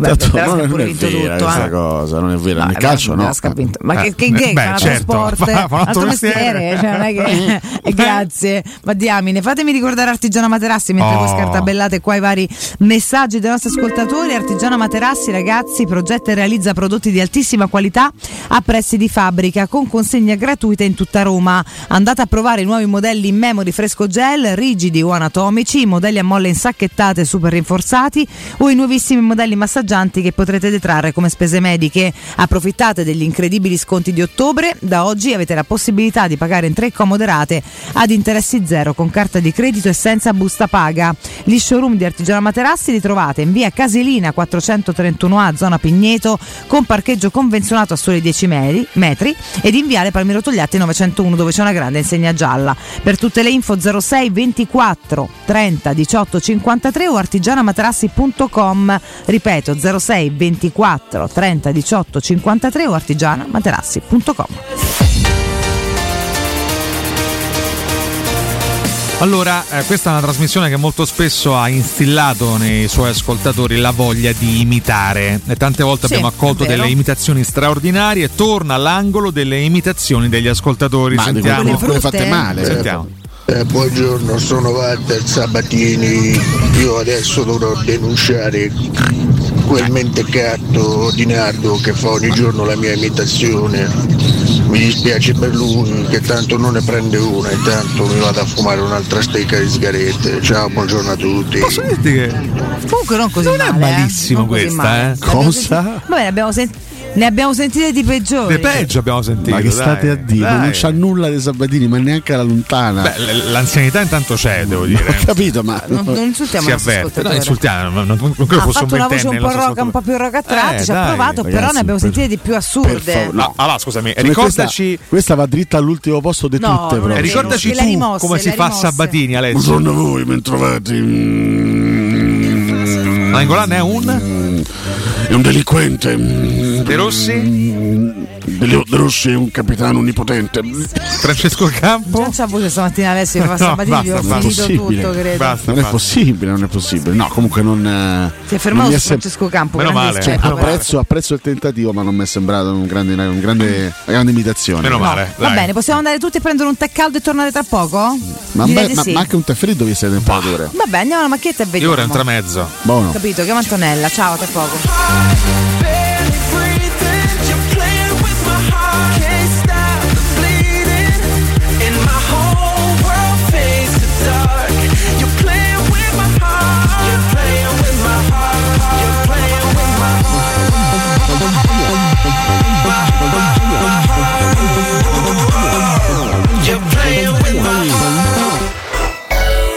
[SPEAKER 5] Tanto-
[SPEAKER 7] Velasco
[SPEAKER 5] no,
[SPEAKER 7] ha
[SPEAKER 5] non
[SPEAKER 7] pure
[SPEAKER 5] è
[SPEAKER 7] vinto
[SPEAKER 5] vera
[SPEAKER 7] tutto,
[SPEAKER 5] questa
[SPEAKER 7] eh.
[SPEAKER 5] cosa, non è vera. Nel
[SPEAKER 7] Eh,
[SPEAKER 5] calcio, no.
[SPEAKER 7] Velasco ha vinto. Ma
[SPEAKER 8] Eh,
[SPEAKER 7] che,
[SPEAKER 8] beh,
[SPEAKER 7] che gay, fa un altro
[SPEAKER 8] certo,
[SPEAKER 7] sport,
[SPEAKER 8] fa- fa un altro
[SPEAKER 7] altro
[SPEAKER 8] mestiere.
[SPEAKER 7] mestiere, cioè, non è che- eh, grazie. Ma diamine, fatemi ricordare Artigiana Materassi mentre
[SPEAKER 8] Oh.
[SPEAKER 7] voi scartabellate qua i vari messaggi dei nostri ascoltatori. Artigiana Materassi, ragazzi, progetta e realizza prodotti di altissima qualità a prezzi di fabbrica con consegna gratuita in tutta Roma. Andate a provare i nuovi modelli in memory fresco gel, rigidi o anatomici, i modelli a molle insacchettate super rinforzati o i nuovissimi modelli massaggianti che potrete detrarre come spese mediche. Approfittate degli incredibili sconti di ottobre, da oggi avete la possibilità di pagare in tre comode rate ad interessi zero con carta di credito e senza busta paga. Gli showroom di Artigiana Materassi li trovate in via Casilina 431A, zona Pigneto, con parcheggio convenzionato a soli 10 meri- metri ed in viale Palmiro Togliatti 901 dove c'è una grande insegna gialla. Per tutte le info 06 24 30 18 53 o artigianamaterassi.com ripeto 06 24 30 18 53 o artigianamaterassi.com
[SPEAKER 8] Allora, eh, questa è una trasmissione che molto spesso ha instillato nei suoi ascoltatori la voglia di imitare. E tante volte
[SPEAKER 2] Sì,
[SPEAKER 8] abbiamo accolto
[SPEAKER 2] è vero.
[SPEAKER 8] delle imitazioni straordinarie. Torna l'angolo delle imitazioni degli ascoltatori.
[SPEAKER 2] Ma di
[SPEAKER 8] Sentiamo.
[SPEAKER 2] quelle- quelle fatte
[SPEAKER 5] eh.
[SPEAKER 2] male.
[SPEAKER 8] Sentiamo.
[SPEAKER 2] Eh, buongiorno, sono Walter Sabatini. Io adesso dovrò denunciare quel mentecatto di Nardo che fa ogni giorno la mia imitazione. Mi dispiace per lui che tanto non ne prende una e tanto mi vado a fumare un'altra stecca di sgarette. Ciao, buongiorno a tutti.
[SPEAKER 8] Senti che
[SPEAKER 7] Comunque non così male. Non è
[SPEAKER 8] malissimo questa, eh. Cosa?
[SPEAKER 7] Vabbè, ne abbiamo sen- ne abbiamo sentite di peggiori.
[SPEAKER 8] Le peggio abbiamo sentito.
[SPEAKER 5] Ma che
[SPEAKER 8] dai,
[SPEAKER 5] state a dire?
[SPEAKER 8] dai.
[SPEAKER 5] Non c'ha nulla dei Sabatini, ma neanche alla lontana. Cioè,
[SPEAKER 8] Beh, l- l'anzianità intanto c'è, devo
[SPEAKER 5] Ho
[SPEAKER 8] dire.
[SPEAKER 5] capito, ma.
[SPEAKER 7] Non, non insultiamo
[SPEAKER 8] Si
[SPEAKER 7] il nostro
[SPEAKER 8] avverte, no,
[SPEAKER 7] ascoltatore.
[SPEAKER 8] insultiamo, ma non, non credo
[SPEAKER 7] ha
[SPEAKER 8] fosse
[SPEAKER 7] fatto
[SPEAKER 8] un
[SPEAKER 7] una voce
[SPEAKER 8] ventenne
[SPEAKER 7] un
[SPEAKER 8] il
[SPEAKER 7] po'
[SPEAKER 8] nostro
[SPEAKER 7] rock, un po' più rock a tratti,
[SPEAKER 8] Eh,
[SPEAKER 7] ci ha
[SPEAKER 8] dai,
[SPEAKER 7] provato, però
[SPEAKER 8] ragazzi,
[SPEAKER 7] ne abbiamo
[SPEAKER 8] per-
[SPEAKER 7] sentite di più assurde.
[SPEAKER 8] No, allora scusami,
[SPEAKER 5] Secondo me
[SPEAKER 8] ricordaci
[SPEAKER 5] Questa, questa va dritta all'ultimo posto di
[SPEAKER 7] No,
[SPEAKER 5] tutte.
[SPEAKER 7] non è
[SPEAKER 5] proprio.
[SPEAKER 7] vero.
[SPEAKER 8] Ricordaci
[SPEAKER 7] Le
[SPEAKER 8] tu
[SPEAKER 7] rimosse,
[SPEAKER 8] come si
[SPEAKER 7] le
[SPEAKER 8] fa a
[SPEAKER 7] rimosse.
[SPEAKER 8] Sabatini, Alessio.
[SPEAKER 5] Buongiorno a voi, bentrovati.
[SPEAKER 8] L'angolano è un?
[SPEAKER 5] È un delinquente. De
[SPEAKER 8] Rossi?
[SPEAKER 5] De Rossi è un capitano onnipotente.
[SPEAKER 8] Francesco Campo?
[SPEAKER 7] Non c'ha voce stamattina Alessio, fa
[SPEAKER 5] No,
[SPEAKER 7] stamattina vi ho
[SPEAKER 5] basta,
[SPEAKER 7] finito
[SPEAKER 5] basta.
[SPEAKER 7] tutto,
[SPEAKER 5] Possibile.
[SPEAKER 7] credo.
[SPEAKER 5] non è possibile, non è possibile. No, comunque non.
[SPEAKER 7] Si è fermato su Francesco Campo, Meno grande male, rispetto, meno però.
[SPEAKER 5] Cioè, apprezzo, apprezzo il tentativo, ma non mi è sembrato un grande- un grande- una grande imitazione.
[SPEAKER 8] Meno male.
[SPEAKER 7] Va bene, possiamo andare tutti a prendere un tè caldo e tornare tra poco?
[SPEAKER 5] Ma,
[SPEAKER 7] Direi
[SPEAKER 5] beh,
[SPEAKER 7] di
[SPEAKER 5] ma-
[SPEAKER 7] sì.
[SPEAKER 5] ma anche un tè freddo vi siete temperature.
[SPEAKER 7] Vabbè, andiamo alla macchietta e
[SPEAKER 8] Io
[SPEAKER 7] vediamo.
[SPEAKER 8] ora intramezzo.
[SPEAKER 5] Buono.
[SPEAKER 7] Capito, chiamo Antonella, ciao, tra poco.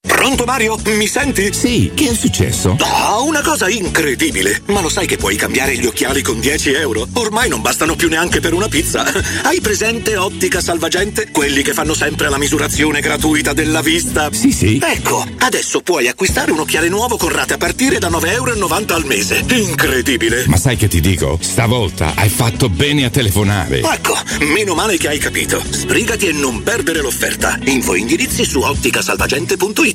[SPEAKER 15] Pronto Mario? Mi senti? Sì, che è successo? Oh, una cosa incredibile! Ma lo sai che puoi cambiare gli occhiali con 10 euro? Ormai non bastano più neanche per una pizza. Hai presente Ottica Salvagente? Quelli che fanno sempre la misurazione gratuita della vista? Sì, sì. Ecco, adesso puoi acquistare un occhiale nuovo con rate a partire da 9,90 euro al mese. Incredibile!
[SPEAKER 17] Ma sai che ti dico? Stavolta hai fatto bene a telefonare.
[SPEAKER 15] Ecco, meno male che hai capito. Sbrigati e non perdere l'offerta. Info e indirizzi su otticasalvagente.it.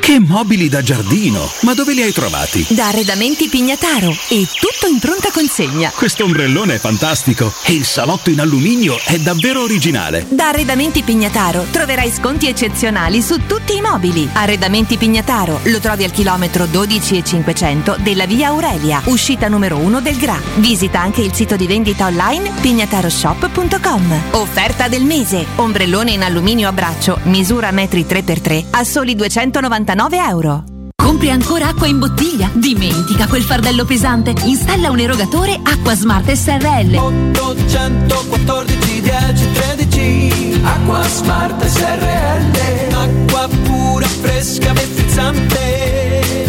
[SPEAKER 17] Che mobili da giardino! Ma dove li hai trovati?
[SPEAKER 9] Da Arredamenti Pignataro e tutto in pronta consegna.
[SPEAKER 17] Questo ombrellone è fantastico e il salotto in alluminio è davvero originale.
[SPEAKER 9] Da Arredamenti Pignataro troverai sconti eccezionali su tutti i mobili. Arredamenti Pignataro lo trovi al chilometro 12 e 500 della via Aurelia, uscita numero 1 del GRA. Visita anche il sito di vendita online pignataroshop.com. Offerta del mese: ombrellone in alluminio a braccio, misura metri 3x3 a soli 299 euro.
[SPEAKER 34] Compri ancora acqua in bottiglia? Dimentica quel fardello pesante. Installa un erogatore Acqua Smart SRL.
[SPEAKER 1] 814 10 13 Acqua Smart SRL Acqua pura, fresca e frizzante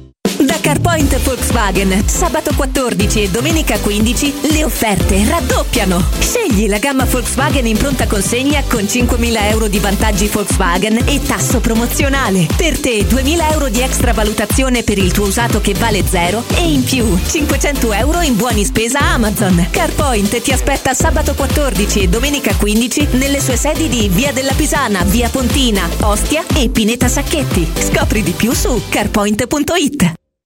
[SPEAKER 9] Da CarPoint Volkswagen, sabato 14 e domenica 15 le offerte raddoppiano. Scegli la gamma Volkswagen in pronta consegna con 5.000 euro di vantaggi Volkswagen e tasso promozionale. Per te 2.000 euro di extra valutazione per il tuo usato che vale zero e in più 500 euro in buoni spesa Amazon. CarPoint ti aspetta sabato 14 e domenica 15 nelle sue sedi di Via della Pisana, Via Pontina, Ostia e Pineta Sacchetti. Scopri di più su carpoint.it.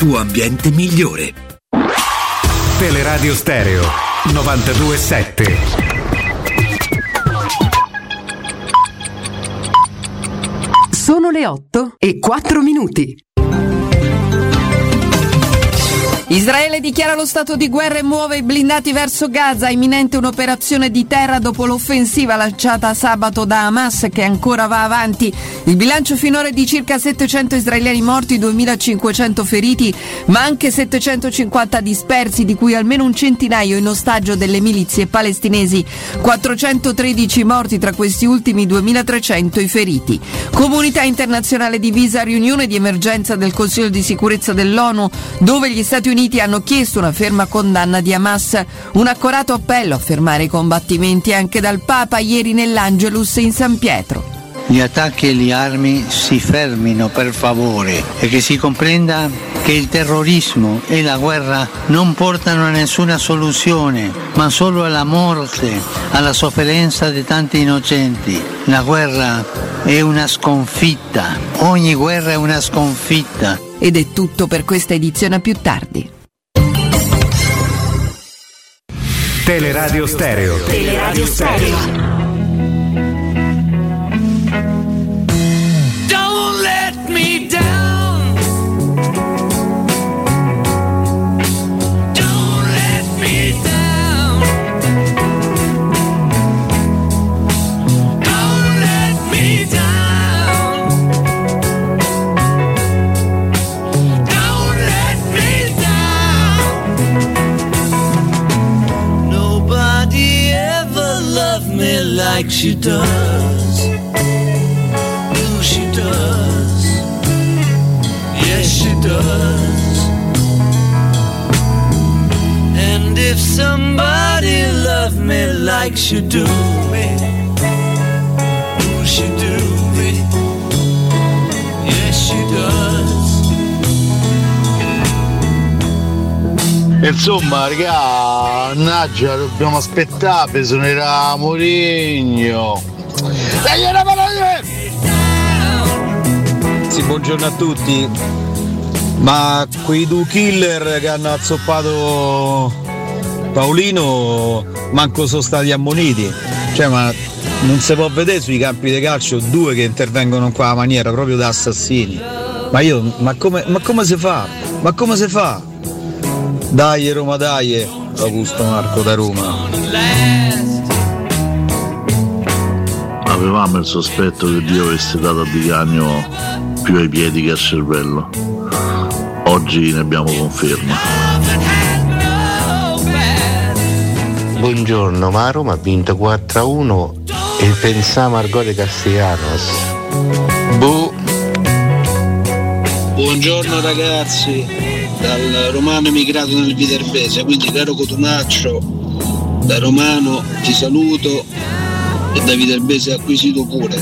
[SPEAKER 19] tuo ambiente migliore.
[SPEAKER 35] Teleradio Stereo 927.
[SPEAKER 36] Sono le 8 e 4 minuti.
[SPEAKER 32] Israele dichiara lo stato di guerra e muove i blindati verso Gaza, imminente un'operazione di terra dopo l'offensiva lanciata sabato da Hamas che ancora va avanti. Il bilancio finora è di circa 700 israeliani morti, 2500 feriti, ma anche 750 dispersi, di cui almeno un centinaio in ostaggio delle milizie palestinesi. 413 morti, tra questi ultimi 2300 i feriti. Comunità internazionale divisa, riunione di emergenza del Consiglio di sicurezza dell'ONU, dove gli Stati Uniti hanno chiesto una ferma condanna di Hamas, un accorato appello a fermare i combattimenti anche dal Papa ieri nell'Angelus in San Pietro.
[SPEAKER 26] Gli attacchi e le armi si fermino per favore e che si comprenda che il terrorismo e la guerra non portano a nessuna soluzione, ma solo alla morte, alla sofferenza di tanti innocenti. La guerra è una sconfitta, ogni guerra è una sconfitta.
[SPEAKER 32] Ed è tutto per questa edizione a più tardi.
[SPEAKER 35] Teleradio Stereo.
[SPEAKER 36] Teleradio Stereo.
[SPEAKER 1] Don't let me down. Don't let me down. Don't let me down. Don't let me down. Nobody ever loved me like she does. No, she does. Yes, she does. And if somebody loved me like she do me, oh, she do me. Yes, she does.
[SPEAKER 5] Insomma, raga, mannaggia, dobbiamo aspettare, per suonerà Mourinho.
[SPEAKER 2] Sì, buongiorno a tutti. Ma quei due killer che hanno azzoppato Paolino manco sono stati ammoniti. Cioè, ma non si può vedere sui campi di calcio due che intervengono in quella maniera, proprio da assassini. Ma io, ma come, ma come si fa?
[SPEAKER 37] Ma come si fa? Dai Roma dai, Augusto Marco da Roma.
[SPEAKER 38] Avevamo il sospetto che Dio avesse dato a Di Cagno più ai piedi che al cervello. Oggi ne abbiamo conferma.
[SPEAKER 39] Buongiorno, ma Roma ha vinto 4-1 e pensava Argore Castellanos. Boh.
[SPEAKER 40] Buongiorno ragazzi, dal romano emigrato nel Viterbese, quindi caro Cotumaccio, da romano ti saluto e da Viterbese acquisito pure.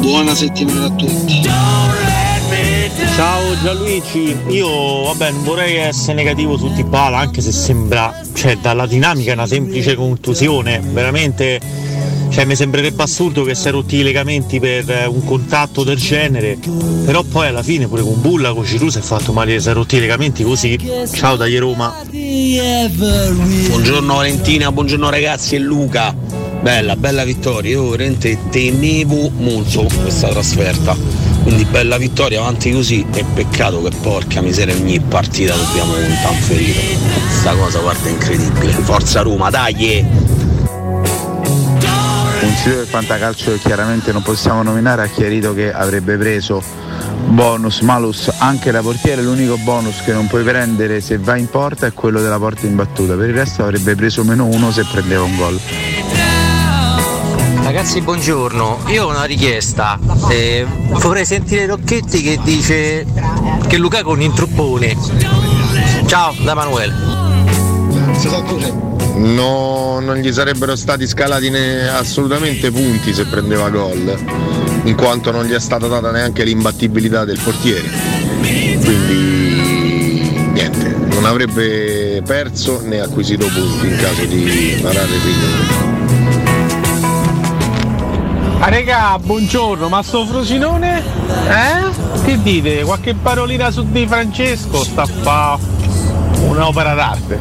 [SPEAKER 40] Buona settimana a tutti.
[SPEAKER 41] Ciao Gianluigi, io vabbè non vorrei essere negativo su Dybala anche se sembra, cioè dalla dinamica è una semplice contusione, veramente cioè, mi sembrerebbe assurdo che si è rotti i legamenti per eh, un contatto del genere, però poi alla fine pure con Bulla, con Cirù si è fatto male, si è rotti i legamenti così, ciao dagli Roma.
[SPEAKER 40] Buongiorno Valentina, buongiorno ragazzi e Luca. Bella, bella vittoria. Io veramente temevo molto questa trasferta. Quindi bella vittoria, avanti così e peccato che porca miseria ogni partita dobbiamo intanferire. Sta cosa guarda è incredibile. Forza Roma, dai! eh.
[SPEAKER 2] Un sito del Pantacalcio che chiaramente non possiamo nominare ha chiarito che avrebbe preso bonus, malus, anche la portiera, l'unico bonus che non puoi prendere se vai in porta è quello della porta imbattuta, per il resto avrebbe preso meno uno se prendeva un gol.
[SPEAKER 26] Ragazzi buongiorno, io ho una richiesta, Eh, vorrei sentire Rocchetti che dice che Lukaku è un intruppone. Ciao da Manuel.
[SPEAKER 2] No, non gli sarebbero stati scalati ne- assolutamente punti se prendeva gol, in quanto non gli è stata data neanche l'imbattibilità del portiere. Quindi niente, non avrebbe perso né acquisito punti in caso di parare rigore.
[SPEAKER 1] Ah regà, buongiorno, ma sto Frosinone? Eh? Che dite? Qualche parolina su Di Francesco? Sta fa un'opera d'arte.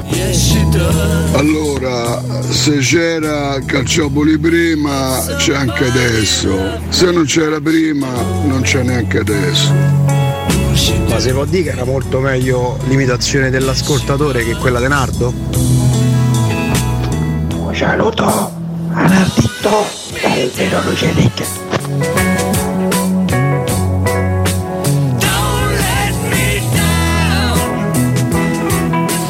[SPEAKER 1] Allora, se c'era Calciopoli prima, c'è anche adesso. Se non c'era prima, non c'è neanche adesso.
[SPEAKER 42] Ma si può dire che era molto meglio l'imitazione dell'ascoltatore che quella di Nardo?
[SPEAKER 43] Saluto a Nardito e il vero Lucenic.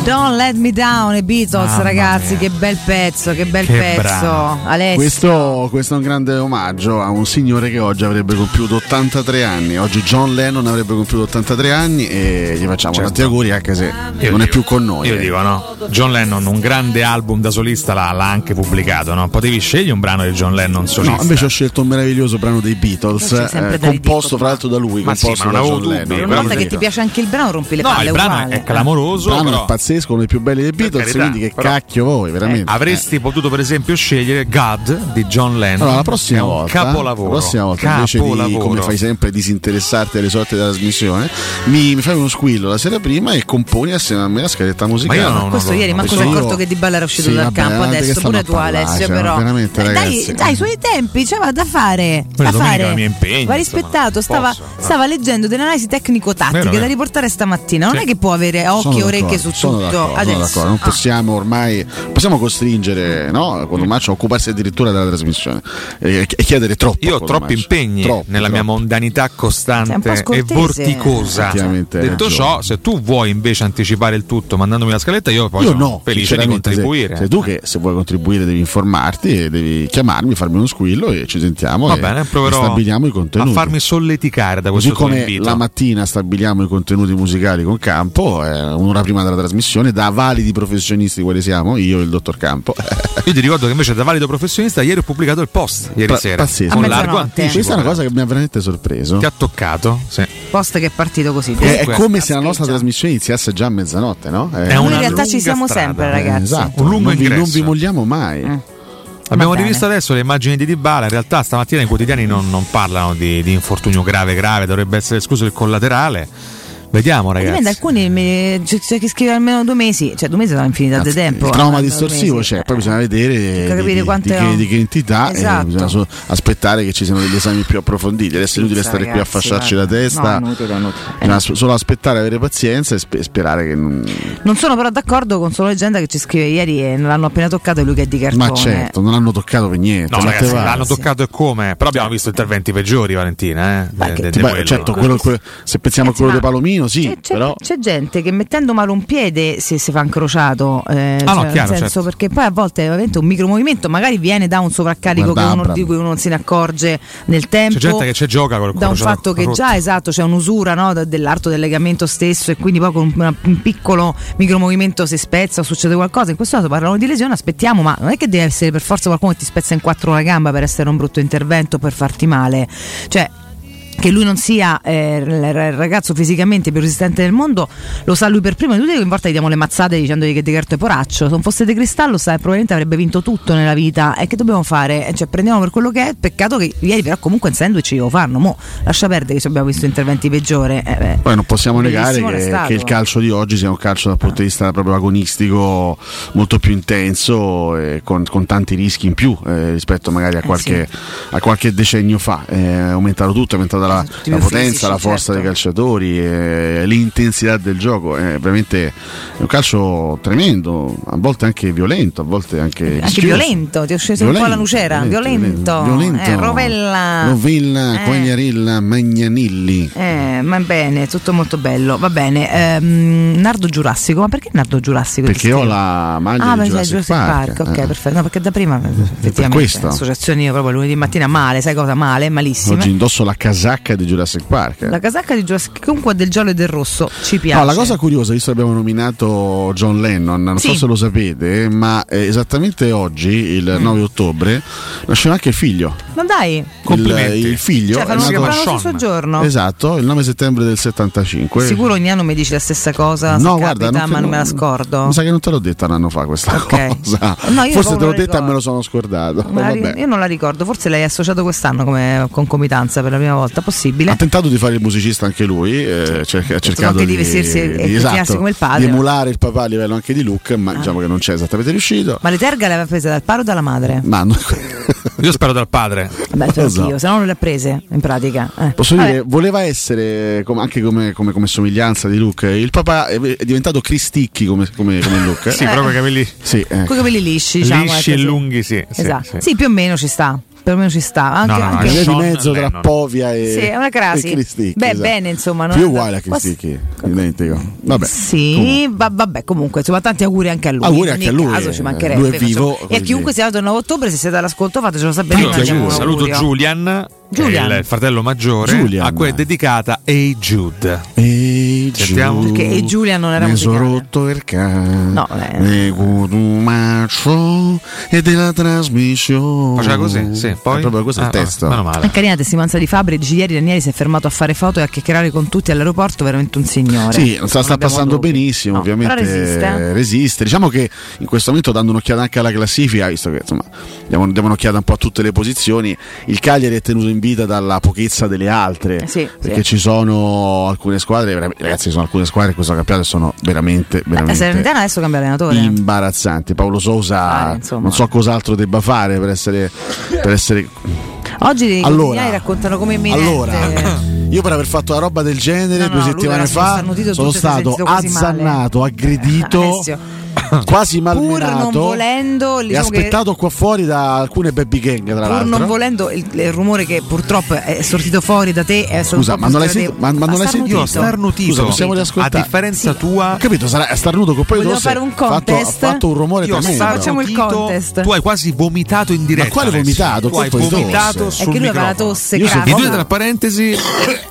[SPEAKER 7] Don't Let Me Down e Beatles,
[SPEAKER 5] Mamma
[SPEAKER 7] ragazzi, che bel pezzo, che bel
[SPEAKER 5] Che
[SPEAKER 7] pezzo.
[SPEAKER 5] bravo.
[SPEAKER 7] Alessio.
[SPEAKER 5] Questo, questo è un grande omaggio a un signore che oggi avrebbe compiuto 83 anni. Oggi John Lennon avrebbe compiuto 83 anni e gli facciamo
[SPEAKER 8] Certo.
[SPEAKER 5] tanti auguri anche se
[SPEAKER 8] Io
[SPEAKER 5] non è
[SPEAKER 8] dico-
[SPEAKER 5] più con noi.
[SPEAKER 8] Io
[SPEAKER 5] eh.
[SPEAKER 8] dico no, John Lennon un grande album da solista l'ha, l'ha anche pubblicato, no? Potevi scegliere un brano di John Lennon solista.
[SPEAKER 5] No, invece ho scelto un meraviglioso brano dei Beatles,
[SPEAKER 8] C'è sempre
[SPEAKER 5] eh,
[SPEAKER 8] David
[SPEAKER 5] composto fra l'altro da lui,
[SPEAKER 8] Ma sì,
[SPEAKER 5] composto
[SPEAKER 8] ma
[SPEAKER 5] da
[SPEAKER 8] non avevo
[SPEAKER 5] John
[SPEAKER 8] dubbi,
[SPEAKER 5] Lennon.
[SPEAKER 7] Una volta che ti piace anche il brano, rompi le
[SPEAKER 8] No,
[SPEAKER 7] palle.
[SPEAKER 8] il brano
[SPEAKER 7] uguale.
[SPEAKER 8] è clamoroso,
[SPEAKER 5] Il brano
[SPEAKER 8] però-
[SPEAKER 5] è pazzesco, uno dei più belli dei Beatles,
[SPEAKER 8] carità,
[SPEAKER 5] quindi che
[SPEAKER 8] però-
[SPEAKER 5] cacchio voi, veramente.
[SPEAKER 8] Eh, Avresti potuto per esempio scegliere God di John Lennon.
[SPEAKER 5] Eh. Allora, la prossima
[SPEAKER 8] Eh, È un
[SPEAKER 5] volta,
[SPEAKER 8] Capolavoro.
[SPEAKER 5] la prossima volta invece di,
[SPEAKER 8] Capolavoro.
[SPEAKER 5] come fai sempre, disinteressarti alle sorte della trasmissione, mi, mi fai uno squillo la sera prima e componi assieme a me la scaletta musicale.
[SPEAKER 7] Ma questo ieri manco si è accorto che Di Balla era uscito
[SPEAKER 5] Sì,
[SPEAKER 7] dal
[SPEAKER 5] vabbè,
[SPEAKER 7] campo
[SPEAKER 5] guardate che
[SPEAKER 7] adesso,
[SPEAKER 5] stanno
[SPEAKER 7] pure
[SPEAKER 5] a
[SPEAKER 7] tu
[SPEAKER 5] parlare,
[SPEAKER 7] Alessio
[SPEAKER 5] cioè,
[SPEAKER 7] però.
[SPEAKER 5] veramente,
[SPEAKER 7] Dai,
[SPEAKER 5] ragazzi.
[SPEAKER 7] dai, i suoi tempi, cioè va da fare.
[SPEAKER 5] Poi
[SPEAKER 7] da
[SPEAKER 5] domenica
[SPEAKER 7] fare.
[SPEAKER 5] ho i miei impegni,
[SPEAKER 7] va
[SPEAKER 5] insomma,
[SPEAKER 7] rispettato,
[SPEAKER 5] non
[SPEAKER 7] stava,
[SPEAKER 5] posso, no.
[SPEAKER 7] stava leggendo delle analisi tecnico-tattiche
[SPEAKER 5] Vero, vero.
[SPEAKER 7] da riportare stamattina. Non
[SPEAKER 5] Sì.
[SPEAKER 7] è che può avere
[SPEAKER 5] Sono
[SPEAKER 7] occhi e
[SPEAKER 5] d'accordo,
[SPEAKER 7] orecchie su
[SPEAKER 5] sono
[SPEAKER 7] tutto
[SPEAKER 5] d'accordo, sono d'accordo.
[SPEAKER 7] adesso. Ah.
[SPEAKER 5] Non possiamo ormai possiamo costringere no,
[SPEAKER 8] Mm.
[SPEAKER 5] Colomaccio a occuparsi addirittura della trasmissione e, e chiedere troppo.
[SPEAKER 8] Io
[SPEAKER 5] a
[SPEAKER 8] ho troppi
[SPEAKER 5] Columbaccio.
[SPEAKER 8] impegni
[SPEAKER 5] Troppo,
[SPEAKER 8] nella
[SPEAKER 5] troppo.
[SPEAKER 8] mia mondanità
[SPEAKER 5] Sei un po'
[SPEAKER 8] costante e
[SPEAKER 5] scortese.
[SPEAKER 8] vorticosa.
[SPEAKER 5] Effettivamente hai
[SPEAKER 8] Detto
[SPEAKER 5] ragione.
[SPEAKER 8] ciò, se tu vuoi invece anticipare il tutto mandandomi la scaletta, io poi
[SPEAKER 5] Io
[SPEAKER 8] sono
[SPEAKER 5] no,
[SPEAKER 8] felice di
[SPEAKER 5] sinceramente, se-
[SPEAKER 8] contribuire.
[SPEAKER 5] Sei tu che se vuoi contribuire devi informarti e devi chiamarmi, farmi uno squillo e ci sentiamo.
[SPEAKER 8] Va
[SPEAKER 5] e,
[SPEAKER 8] bene,
[SPEAKER 5] e
[SPEAKER 8] proverò
[SPEAKER 5] stabiliamo diciamo i contenuti.
[SPEAKER 8] a farmi solleticare da
[SPEAKER 5] Così
[SPEAKER 8] questo tuo
[SPEAKER 5] come
[SPEAKER 8] invito.
[SPEAKER 5] la mattina stabiliamo i contenuti musicali con Campo, eh, un'ora prima della trasmissione, da validi professionisti quali siamo, io e il dottor Campo.
[SPEAKER 8] Io ti ricordo che invece da valido professionista ieri ho pubblicato il post ieri
[SPEAKER 5] Pa-
[SPEAKER 8] sera.
[SPEAKER 5] pazzesco.
[SPEAKER 8] Con largo anticipo.
[SPEAKER 5] Questa è una cosa che mi ha veramente sorpreso.
[SPEAKER 8] Ti ha toccato? Sì.
[SPEAKER 7] Post che è partito così.
[SPEAKER 5] Eh, È- è come se la nostra trasmissione iniziasse già a mezzanotte, no? Eh,
[SPEAKER 7] Noi in una realtà ci lunga siamo strada. sempre, ragazzi. Mm.
[SPEAKER 5] Esatto.
[SPEAKER 8] Un lungo
[SPEAKER 5] non, vi, non
[SPEAKER 8] ingresso.
[SPEAKER 5] vi molliamo mai.
[SPEAKER 8] Abbiamo
[SPEAKER 5] Va bene.
[SPEAKER 8] rivisto adesso le immagini di Dybala, in realtà stamattina i quotidiani non, non parlano di, di infortunio grave grave, dovrebbe essere escluso il collaterale. Vediamo, ragazzi.
[SPEAKER 7] Dipende, alcuni mi- c'è, c'è chi scrive almeno due mesi, cioè due mesi sono infinità di tempo.
[SPEAKER 5] Il trauma
[SPEAKER 7] eh,
[SPEAKER 5] distorsivo
[SPEAKER 7] due mesi.
[SPEAKER 5] c'è, poi bisogna vedere
[SPEAKER 7] Bisogna
[SPEAKER 5] di,
[SPEAKER 7] capire
[SPEAKER 5] di-
[SPEAKER 7] quanto
[SPEAKER 5] di
[SPEAKER 7] è-
[SPEAKER 5] che, di che entità e
[SPEAKER 7] Esatto.
[SPEAKER 5] bisogna solo aspettare che ci siano degli esami più approfonditi. Adesso è inutile
[SPEAKER 7] Pizza,
[SPEAKER 5] stare qui a
[SPEAKER 7] ragazzi,
[SPEAKER 5] fasciarci la
[SPEAKER 7] guarda.
[SPEAKER 5] testa,
[SPEAKER 7] No, inutile, Eh.
[SPEAKER 5] bisogna s- solo aspettare, avere pazienza e spe- sperare che non...
[SPEAKER 7] Non sono però d'accordo con solo leggenda che ci scrive ieri e non l'hanno appena toccato e lui che è di cartone.
[SPEAKER 5] Ma certo, non hanno toccato per niente.
[SPEAKER 8] No,
[SPEAKER 5] ma
[SPEAKER 8] ragazzi,
[SPEAKER 5] te va?
[SPEAKER 8] Cioè, l'hanno toccato e come? Però abbiamo visto interventi peggiori, Valentina. Eh? De- de-
[SPEAKER 5] Ti
[SPEAKER 8] de
[SPEAKER 5] pare-
[SPEAKER 8] quello. eh.
[SPEAKER 5] certo, quello- quello- se pensiamo a quello
[SPEAKER 7] ma-
[SPEAKER 5] di Palomino, sì,
[SPEAKER 7] Cioè, C'è,
[SPEAKER 5] però...
[SPEAKER 7] c'è gente che mettendo male un piede si, si fa incrociato, eh,
[SPEAKER 5] Ah, no,
[SPEAKER 7] cioè,
[SPEAKER 5] chiaro,
[SPEAKER 7] nel senso
[SPEAKER 5] certo.
[SPEAKER 7] perché poi a volte è veramente un micromovimento magari viene da un sovraccarico
[SPEAKER 8] Guarda
[SPEAKER 7] che uno,
[SPEAKER 8] Abram.
[SPEAKER 7] di cui uno non se ne accorge nel tempo.
[SPEAKER 8] C'è gente che ci gioca col
[SPEAKER 7] da un
[SPEAKER 8] crociato
[SPEAKER 7] fatto che
[SPEAKER 8] rotto.
[SPEAKER 7] già esatto c'è un'usura no, da- dell'arto del legamento stesso e quindi poi con un, un piccolo micromovimento si spezza o succede qualcosa in questo caso parlano di lesione aspettiamo ma non è che deve essere per forza qualcuno che ti spezza in quattro la gamba per essere un brutto intervento per farti male cioè che lui non sia eh, il r- ragazzo fisicamente più resistente del mondo lo sa lui per primo inutile che in volta gli diamo le mazzate dicendogli che De Carto è poraccio se non fosse De Cristallo sa, probabilmente avrebbe vinto tutto nella vita e che dobbiamo fare? Eh, cioè prendiamo per quello che è peccato che ieri però comunque in sandwich lo fanno mo lascia perdere che ci abbiamo visto interventi peggiori eh, beh.
[SPEAKER 5] Poi non possiamo negare
[SPEAKER 7] Bellissimo
[SPEAKER 5] che,
[SPEAKER 7] restato.
[SPEAKER 5] che il calcio di oggi sia un calcio dal punto di vista proprio agonistico molto più intenso e con, con tanti rischi in più eh, rispetto magari a qualche, a qualche decennio fa. Eh, è aumentato tutto, è aumentata la, la
[SPEAKER 2] più
[SPEAKER 5] potenza,
[SPEAKER 2] fisici,
[SPEAKER 5] la
[SPEAKER 7] certo.
[SPEAKER 5] forza dei calciatori, eh, l'intensità del gioco. È veramente è un calcio tremendo, a volte anche violento, a volte anche...
[SPEAKER 7] anche
[SPEAKER 5] rischioso.
[SPEAKER 7] violento ti è sceso un po' la nucera violento,
[SPEAKER 5] violento.
[SPEAKER 7] eh, Rovella
[SPEAKER 5] Rovella,
[SPEAKER 7] Eh.
[SPEAKER 5] Quagliarella, Magnanilli.
[SPEAKER 7] Eh, ma bene, tutto molto bello. Va bene. ehm, Nardo Giurassico, ma perché Nardo Giurassico? ti
[SPEAKER 5] Perché ho
[SPEAKER 7] scrivo?
[SPEAKER 5] la maglia
[SPEAKER 7] ah,
[SPEAKER 5] di
[SPEAKER 7] perché
[SPEAKER 5] Jurassic,
[SPEAKER 7] Jurassic Park, ok,
[SPEAKER 5] eh.
[SPEAKER 7] perfetto. No, perché da prima
[SPEAKER 5] Per
[SPEAKER 7] effettivamente
[SPEAKER 5] questo.
[SPEAKER 7] l'associazione io proprio lunedì mattina male, sai cosa male, malissimo.
[SPEAKER 5] Oggi indosso la casacca di Jurassic Park. eh.
[SPEAKER 7] La casacca di Jurassic comunque del giallo e del rosso ci piace.
[SPEAKER 5] No, la cosa curiosa, visto che abbiamo nominato John Lennon, non so
[SPEAKER 7] Sì.
[SPEAKER 5] se lo sapete, ma eh, esattamente oggi, il
[SPEAKER 7] Mm.
[SPEAKER 5] 9 ottobre, nasceva anche il figlio.
[SPEAKER 7] Ma dai,
[SPEAKER 5] Il, il figlio
[SPEAKER 7] Cioè,
[SPEAKER 5] è
[SPEAKER 7] fanno
[SPEAKER 5] nato-
[SPEAKER 7] fanno lo stesso giorno.
[SPEAKER 5] Esatto, il 9 settembre del 75.
[SPEAKER 7] Sicuro ogni anno mi dici la stessa cosa, se
[SPEAKER 5] No, guarda,
[SPEAKER 7] capita,
[SPEAKER 5] non-
[SPEAKER 7] ma non me la scordo.
[SPEAKER 5] Mi sa che non te l'ho detta un anno fa questa cosa.
[SPEAKER 7] No, io
[SPEAKER 5] Forse te l'ho detta
[SPEAKER 7] proprio non la
[SPEAKER 5] e me
[SPEAKER 7] ricordo.
[SPEAKER 5] lo sono scordato.
[SPEAKER 7] Me la ri-
[SPEAKER 5] Eh, Vabbè.
[SPEAKER 7] io non la ricordo, forse l'hai associato quest'anno come concomitanza per la prima volta, possibile.
[SPEAKER 5] Ha tentato di fare il musicista anche lui, eh, cerca- ha cercato
[SPEAKER 7] anche di vestirsi e- e
[SPEAKER 5] esatto,
[SPEAKER 7] vestirsi come il padre. Ah.
[SPEAKER 5] di emulare il papà a livello anche di look, ma diciamo che non c'è esattamente riuscito.
[SPEAKER 7] Ma le terga le aveva prese dal paro o dalla madre?
[SPEAKER 5] Ma non-
[SPEAKER 8] Io spero dal padre.
[SPEAKER 7] Beh,
[SPEAKER 5] Non lo so.
[SPEAKER 7] anch'io, se no non le ha prese in pratica. Eh.
[SPEAKER 5] Esatto. Posso
[SPEAKER 7] Vabbè.
[SPEAKER 5] dire, voleva essere come- anche come, come- come somiglianza di look. Il papà è, è diventato Cristicchi come, come, come look.
[SPEAKER 7] Sì, però coi
[SPEAKER 8] capelli.
[SPEAKER 5] Sì, eh.
[SPEAKER 7] Eh. Con i capelli lisci, diciamo.
[SPEAKER 5] Lisci
[SPEAKER 7] ecco,
[SPEAKER 5] e
[SPEAKER 7] sì.
[SPEAKER 8] lunghi, sì. sì,
[SPEAKER 7] Esatto. Sì,
[SPEAKER 8] sì.
[SPEAKER 7] più o meno ci sta. Più o meno ci sta. Anche,
[SPEAKER 5] No, no, no,
[SPEAKER 7] anche-
[SPEAKER 5] è Sean di mezzo tra Lennon. Povia e-
[SPEAKER 7] Sì, è una crasi.
[SPEAKER 5] e Cristicchi,
[SPEAKER 7] Beh,
[SPEAKER 5] esatto.
[SPEAKER 7] bene, insomma. non
[SPEAKER 5] Più
[SPEAKER 7] è-
[SPEAKER 5] uguale a
[SPEAKER 7] Qua-
[SPEAKER 5] Cristicchi, identico. Vabbè.
[SPEAKER 7] Sì, va- vabbè, comunque, insomma, tanti auguri anche a lui.
[SPEAKER 5] Auguri
[SPEAKER 7] in
[SPEAKER 5] anche
[SPEAKER 7] ogni
[SPEAKER 5] a lui,
[SPEAKER 7] Caso,
[SPEAKER 5] eh,
[SPEAKER 7] ci mancherebbe,
[SPEAKER 5] lui è vivo,
[SPEAKER 7] insomma. E a
[SPEAKER 5] quindi-
[SPEAKER 7] chiunque sia andato il 9 ottobre, se siete all'ascolto, fatecelo sapere.
[SPEAKER 8] Io
[SPEAKER 7] noi mandiamo un
[SPEAKER 8] saluto
[SPEAKER 7] augurio.
[SPEAKER 8] Julian, che è
[SPEAKER 7] Julian.
[SPEAKER 8] il fratello maggiore, a cui è dedicata Hey Jude.
[SPEAKER 5] Hey
[SPEAKER 8] Sentiamo.
[SPEAKER 7] Perché e Giulia non era
[SPEAKER 5] Mi
[SPEAKER 7] musicale.
[SPEAKER 5] sono rotto il cane.
[SPEAKER 7] No, eh.
[SPEAKER 5] Nego d'un macio e della trasmissione.
[SPEAKER 8] Faceva così, sì, poi-
[SPEAKER 5] È proprio questo
[SPEAKER 8] Ah,
[SPEAKER 5] il testo.
[SPEAKER 8] meno male.
[SPEAKER 7] È carina la testimonianza di Fabri, ieri Danieli si è fermato a fare foto e a chiacchierare con tutti all'aeroporto, veramente un signore.
[SPEAKER 5] Sì, sta, sta
[SPEAKER 7] Non abbiamo
[SPEAKER 5] passando
[SPEAKER 7] dubbi.
[SPEAKER 5] benissimo, ovviamente
[SPEAKER 7] però resiste, eh.
[SPEAKER 5] resiste. Diciamo che in questo momento dando un'occhiata anche alla classifica, visto che insomma diamo, diamo un'occhiata un po' a tutte le posizioni, il Cagliari è tenuto in vita dalla pochezza delle altre,
[SPEAKER 7] Eh sì,
[SPEAKER 5] perché
[SPEAKER 7] sì.
[SPEAKER 5] ci sono alcune squadre, vera- ragazzi, ci sono alcune squadre in questo campionato che sono veramente,
[SPEAKER 7] La
[SPEAKER 5] veramente
[SPEAKER 7] Salernitana ah, adesso cambia allenatore.
[SPEAKER 5] imbarazzanti. Paolo
[SPEAKER 7] Ah,
[SPEAKER 5] Sousa non so cos'altro debba fare per essere... Per essere...
[SPEAKER 7] Oggi i
[SPEAKER 5] Allora.
[SPEAKER 7] quotidiani raccontano come imminente.
[SPEAKER 5] Allora, io per aver fatto una roba del genere due
[SPEAKER 7] no, lui
[SPEAKER 5] settimane
[SPEAKER 7] era
[SPEAKER 5] fa
[SPEAKER 7] starnutito
[SPEAKER 5] sono
[SPEAKER 7] tutto e si è
[SPEAKER 5] stato
[SPEAKER 7] sentito così male.
[SPEAKER 5] azzannato, aggredito,
[SPEAKER 7] Alessio.
[SPEAKER 5] quasi
[SPEAKER 7] Pur
[SPEAKER 5] malmenato
[SPEAKER 7] non volendo,
[SPEAKER 5] e
[SPEAKER 7] diciamo che-
[SPEAKER 5] aspettato qua fuori da alcune baby gang tra
[SPEAKER 7] Pur
[SPEAKER 5] l'altro.
[SPEAKER 7] non volendo, il, il rumore che purtroppo è sortito fuori da te è
[SPEAKER 5] Scusa, ma non l'hai sentito? Ma, ma non l'hai
[SPEAKER 7] sentito?
[SPEAKER 5] sentito? Scusa, possiamo riascoltare. tua, capito? Sarà è starnuto con poi
[SPEAKER 7] Vogliamo
[SPEAKER 5] Tosse,
[SPEAKER 7] fare un
[SPEAKER 5] fatto-
[SPEAKER 7] contest?
[SPEAKER 5] Ha fatto un rumore
[SPEAKER 8] Io
[SPEAKER 5] tremendo.
[SPEAKER 7] Facciamo il contest.
[SPEAKER 8] Tu hai quasi vomitato in diretta.
[SPEAKER 5] Ma quale
[SPEAKER 8] Alessio.
[SPEAKER 5] vomitato?
[SPEAKER 8] Tu hai
[SPEAKER 5] Colpo di
[SPEAKER 8] vomitato
[SPEAKER 5] tosse.
[SPEAKER 8] sul
[SPEAKER 7] È che lui aveva la
[SPEAKER 8] microfono.
[SPEAKER 7] tosse,
[SPEAKER 8] Io
[SPEAKER 7] grave.
[SPEAKER 8] senti- Di due, tra parentesi,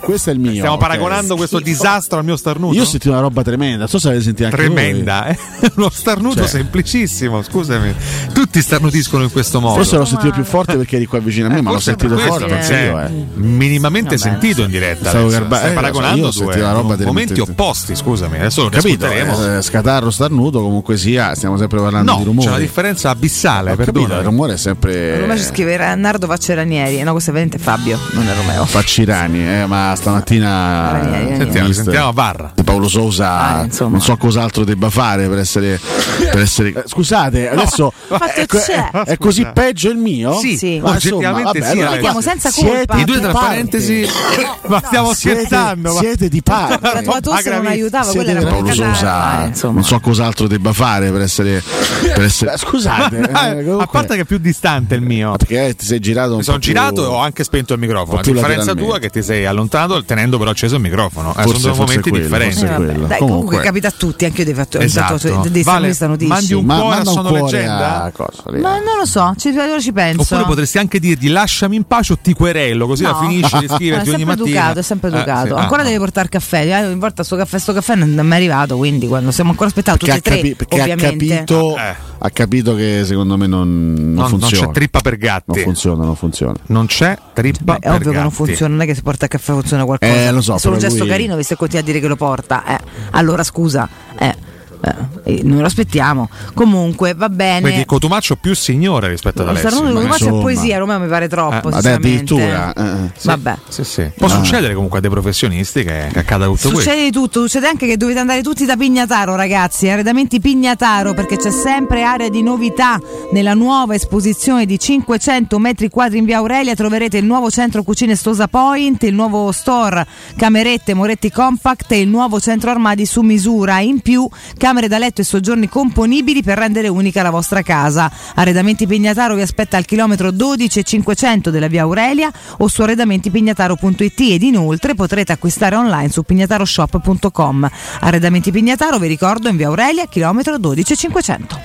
[SPEAKER 5] questo è il mio.
[SPEAKER 8] stiamo
[SPEAKER 5] ok.
[SPEAKER 8] paragonando questo disastro al mio starnuto.
[SPEAKER 5] Io ho sentito una roba tremenda, non so se avete sentito anche voi.
[SPEAKER 8] Tremenda, eh? uno starnuto
[SPEAKER 5] Cioè.
[SPEAKER 8] semplicissimo. Scusami, tutti starnutiscono in questo modo.
[SPEAKER 5] Forse l'ho sentito più forte perché eri qua
[SPEAKER 7] Eh,
[SPEAKER 5] vicino a me, ma l'ho
[SPEAKER 8] forse
[SPEAKER 5] sentito
[SPEAKER 8] per
[SPEAKER 5] forte,
[SPEAKER 8] questo,
[SPEAKER 5] penso
[SPEAKER 8] perché-
[SPEAKER 5] io, eh.
[SPEAKER 8] minimamente
[SPEAKER 5] Vabbè.
[SPEAKER 8] sentito in diretta.
[SPEAKER 5] Stavo
[SPEAKER 8] adesso.
[SPEAKER 5] garba-
[SPEAKER 8] Stai
[SPEAKER 5] eh, lo so, io
[SPEAKER 8] paragonando
[SPEAKER 5] ho
[SPEAKER 8] due eh,
[SPEAKER 5] sentito la roba
[SPEAKER 8] momenti
[SPEAKER 5] veramente-
[SPEAKER 8] opposti, scusami. Adesso lo
[SPEAKER 5] Capito?
[SPEAKER 8] ascolteremo.
[SPEAKER 5] Eh, scatarro, starnuto, comunque sia, stiamo sempre parlando di
[SPEAKER 8] No, c'è
[SPEAKER 5] rumore.
[SPEAKER 8] una differenza abissale.
[SPEAKER 5] Ho capito, il rumore è sempre Eh.
[SPEAKER 7] Roma ci scriverà Nardo Facceranieri. No, questo è veramente Fabio. Non è Romeo.
[SPEAKER 5] Faccirani, eh, ma ma stamattina
[SPEAKER 8] Vai, vai, vai. Sentiamo,
[SPEAKER 5] mister
[SPEAKER 8] sentiamo a barra.
[SPEAKER 5] Paolo Sousa
[SPEAKER 7] Ah,
[SPEAKER 5] non so cos'altro debba fare per essere, per essere- eh, scusate adesso
[SPEAKER 7] No, ma
[SPEAKER 5] è,
[SPEAKER 7] che c'è?
[SPEAKER 5] è- è così
[SPEAKER 7] Scusa.
[SPEAKER 5] peggio il mio?
[SPEAKER 7] Sì, sì.
[SPEAKER 5] Ma insomma,
[SPEAKER 7] Oggettivamente
[SPEAKER 5] vabbè,
[SPEAKER 7] sì,
[SPEAKER 5] allora-
[SPEAKER 7] Mettiamo senza
[SPEAKER 5] Siete
[SPEAKER 7] colpa.
[SPEAKER 5] di
[SPEAKER 7] I due tra
[SPEAKER 5] parte.
[SPEAKER 8] parentesi-
[SPEAKER 7] No,
[SPEAKER 8] ma
[SPEAKER 7] no.
[SPEAKER 8] stiamo
[SPEAKER 5] Siete-
[SPEAKER 8] scherzando, ma-
[SPEAKER 5] siete di parte
[SPEAKER 7] La tua tosse non aiutava, quella era eh, una
[SPEAKER 5] Paolo Sousa non so cos'altro debba fare per essere, per essere- scusate
[SPEAKER 8] No,
[SPEAKER 5] eh,
[SPEAKER 8] a parte che è più distante il mio.
[SPEAKER 5] Perché eh, ti sei girato
[SPEAKER 8] Mi sono girato e ho anche spento il microfono.
[SPEAKER 5] un
[SPEAKER 8] A
[SPEAKER 5] po' più
[SPEAKER 8] differenza
[SPEAKER 5] lateralmente.
[SPEAKER 8] tua che ti sei allontanato tenendo però acceso il microfono. Eh,
[SPEAKER 5] Forse-
[SPEAKER 8] sono
[SPEAKER 5] forse
[SPEAKER 8] due momenti
[SPEAKER 5] quello,
[SPEAKER 8] differenti.
[SPEAKER 5] forse quello.
[SPEAKER 7] Dai, comunque, capita a tutti, anche io devo fatto
[SPEAKER 8] Esatto. Vale,
[SPEAKER 7] questa notizia.
[SPEAKER 8] mandi un Ma- cuore a manda un Sono cuore Leggenda? a
[SPEAKER 7] Ma non lo so, ci, allora ci penso.
[SPEAKER 8] Oppure potresti anche dirgli lasciami in pace o ti querello, così
[SPEAKER 7] No.
[SPEAKER 8] la finisci di
[SPEAKER 7] No, è
[SPEAKER 8] scriverti ogni
[SPEAKER 7] sempre
[SPEAKER 8] mattina.
[SPEAKER 7] educato, è sempre
[SPEAKER 8] Eh,
[SPEAKER 7] educato.
[SPEAKER 8] sì. Ah,
[SPEAKER 7] ancora
[SPEAKER 8] no.
[SPEAKER 7] deve portare caffè. Eh, Ogni volta sto caffè, sto caffè non non è mai arrivato. Quindi quando stiamo ancora aspettando tutti
[SPEAKER 5] Perché
[SPEAKER 7] e
[SPEAKER 5] ha,
[SPEAKER 7] tre,
[SPEAKER 5] capi- perché ha
[SPEAKER 7] ovviamente.
[SPEAKER 5] capito, ha capito che secondo me non, non
[SPEAKER 8] Ah, eh. non
[SPEAKER 5] funziona.
[SPEAKER 8] c'è trippa per gatti.
[SPEAKER 5] Non funziona, non funziona.
[SPEAKER 8] Non c'è trippa
[SPEAKER 7] È Cioè, ovvio che non funziona, non è che se porta il caffè funziona qualcosa.
[SPEAKER 5] Eh, lo so,
[SPEAKER 7] è solo un
[SPEAKER 5] però
[SPEAKER 7] gesto
[SPEAKER 5] lui-
[SPEAKER 7] carino che se continua a dire che lo porta. eh. Allora scusa, eh, eh, eh, noi lo aspettiamo. Comunque va bene.
[SPEAKER 8] Quindi Cotumaccio più signore rispetto ad
[SPEAKER 7] Lo
[SPEAKER 8] Alessio.
[SPEAKER 7] starnuto di Cotumaccio è
[SPEAKER 8] Insomma.
[SPEAKER 7] poesia, Roma mi pare troppo.
[SPEAKER 8] Eh, vabbè,
[SPEAKER 7] sinceramente.
[SPEAKER 8] addirittura,
[SPEAKER 7] Sì. Vabbè.
[SPEAKER 8] Sì, sì. Può succedere comunque a dei professionisti che, che accada tutto questo.
[SPEAKER 7] Succede di tutto, succede anche che dovete andare tutti da Pignataro, ragazzi, eh, arredamenti Pignataro, perché c'è sempre area di novità. Nella nuova esposizione di 500 metri quadri in via Aurelia troverete il nuovo centro cucine Stosa Point, il nuovo store Camerette Moretti Compact e il nuovo centro armadi su misura. In più, camere da letto e soggiorni componibili per rendere unica la vostra casa. Arredamenti Pignataro vi aspetta al chilometro 12 e 500 della via Aurelia o su arredamentipignataro.it ed inoltre potrete acquistare online su pignataroshop.com. Arredamenti Pignataro, vi ricordo, in via Aurelia, chilometro 12 e 500.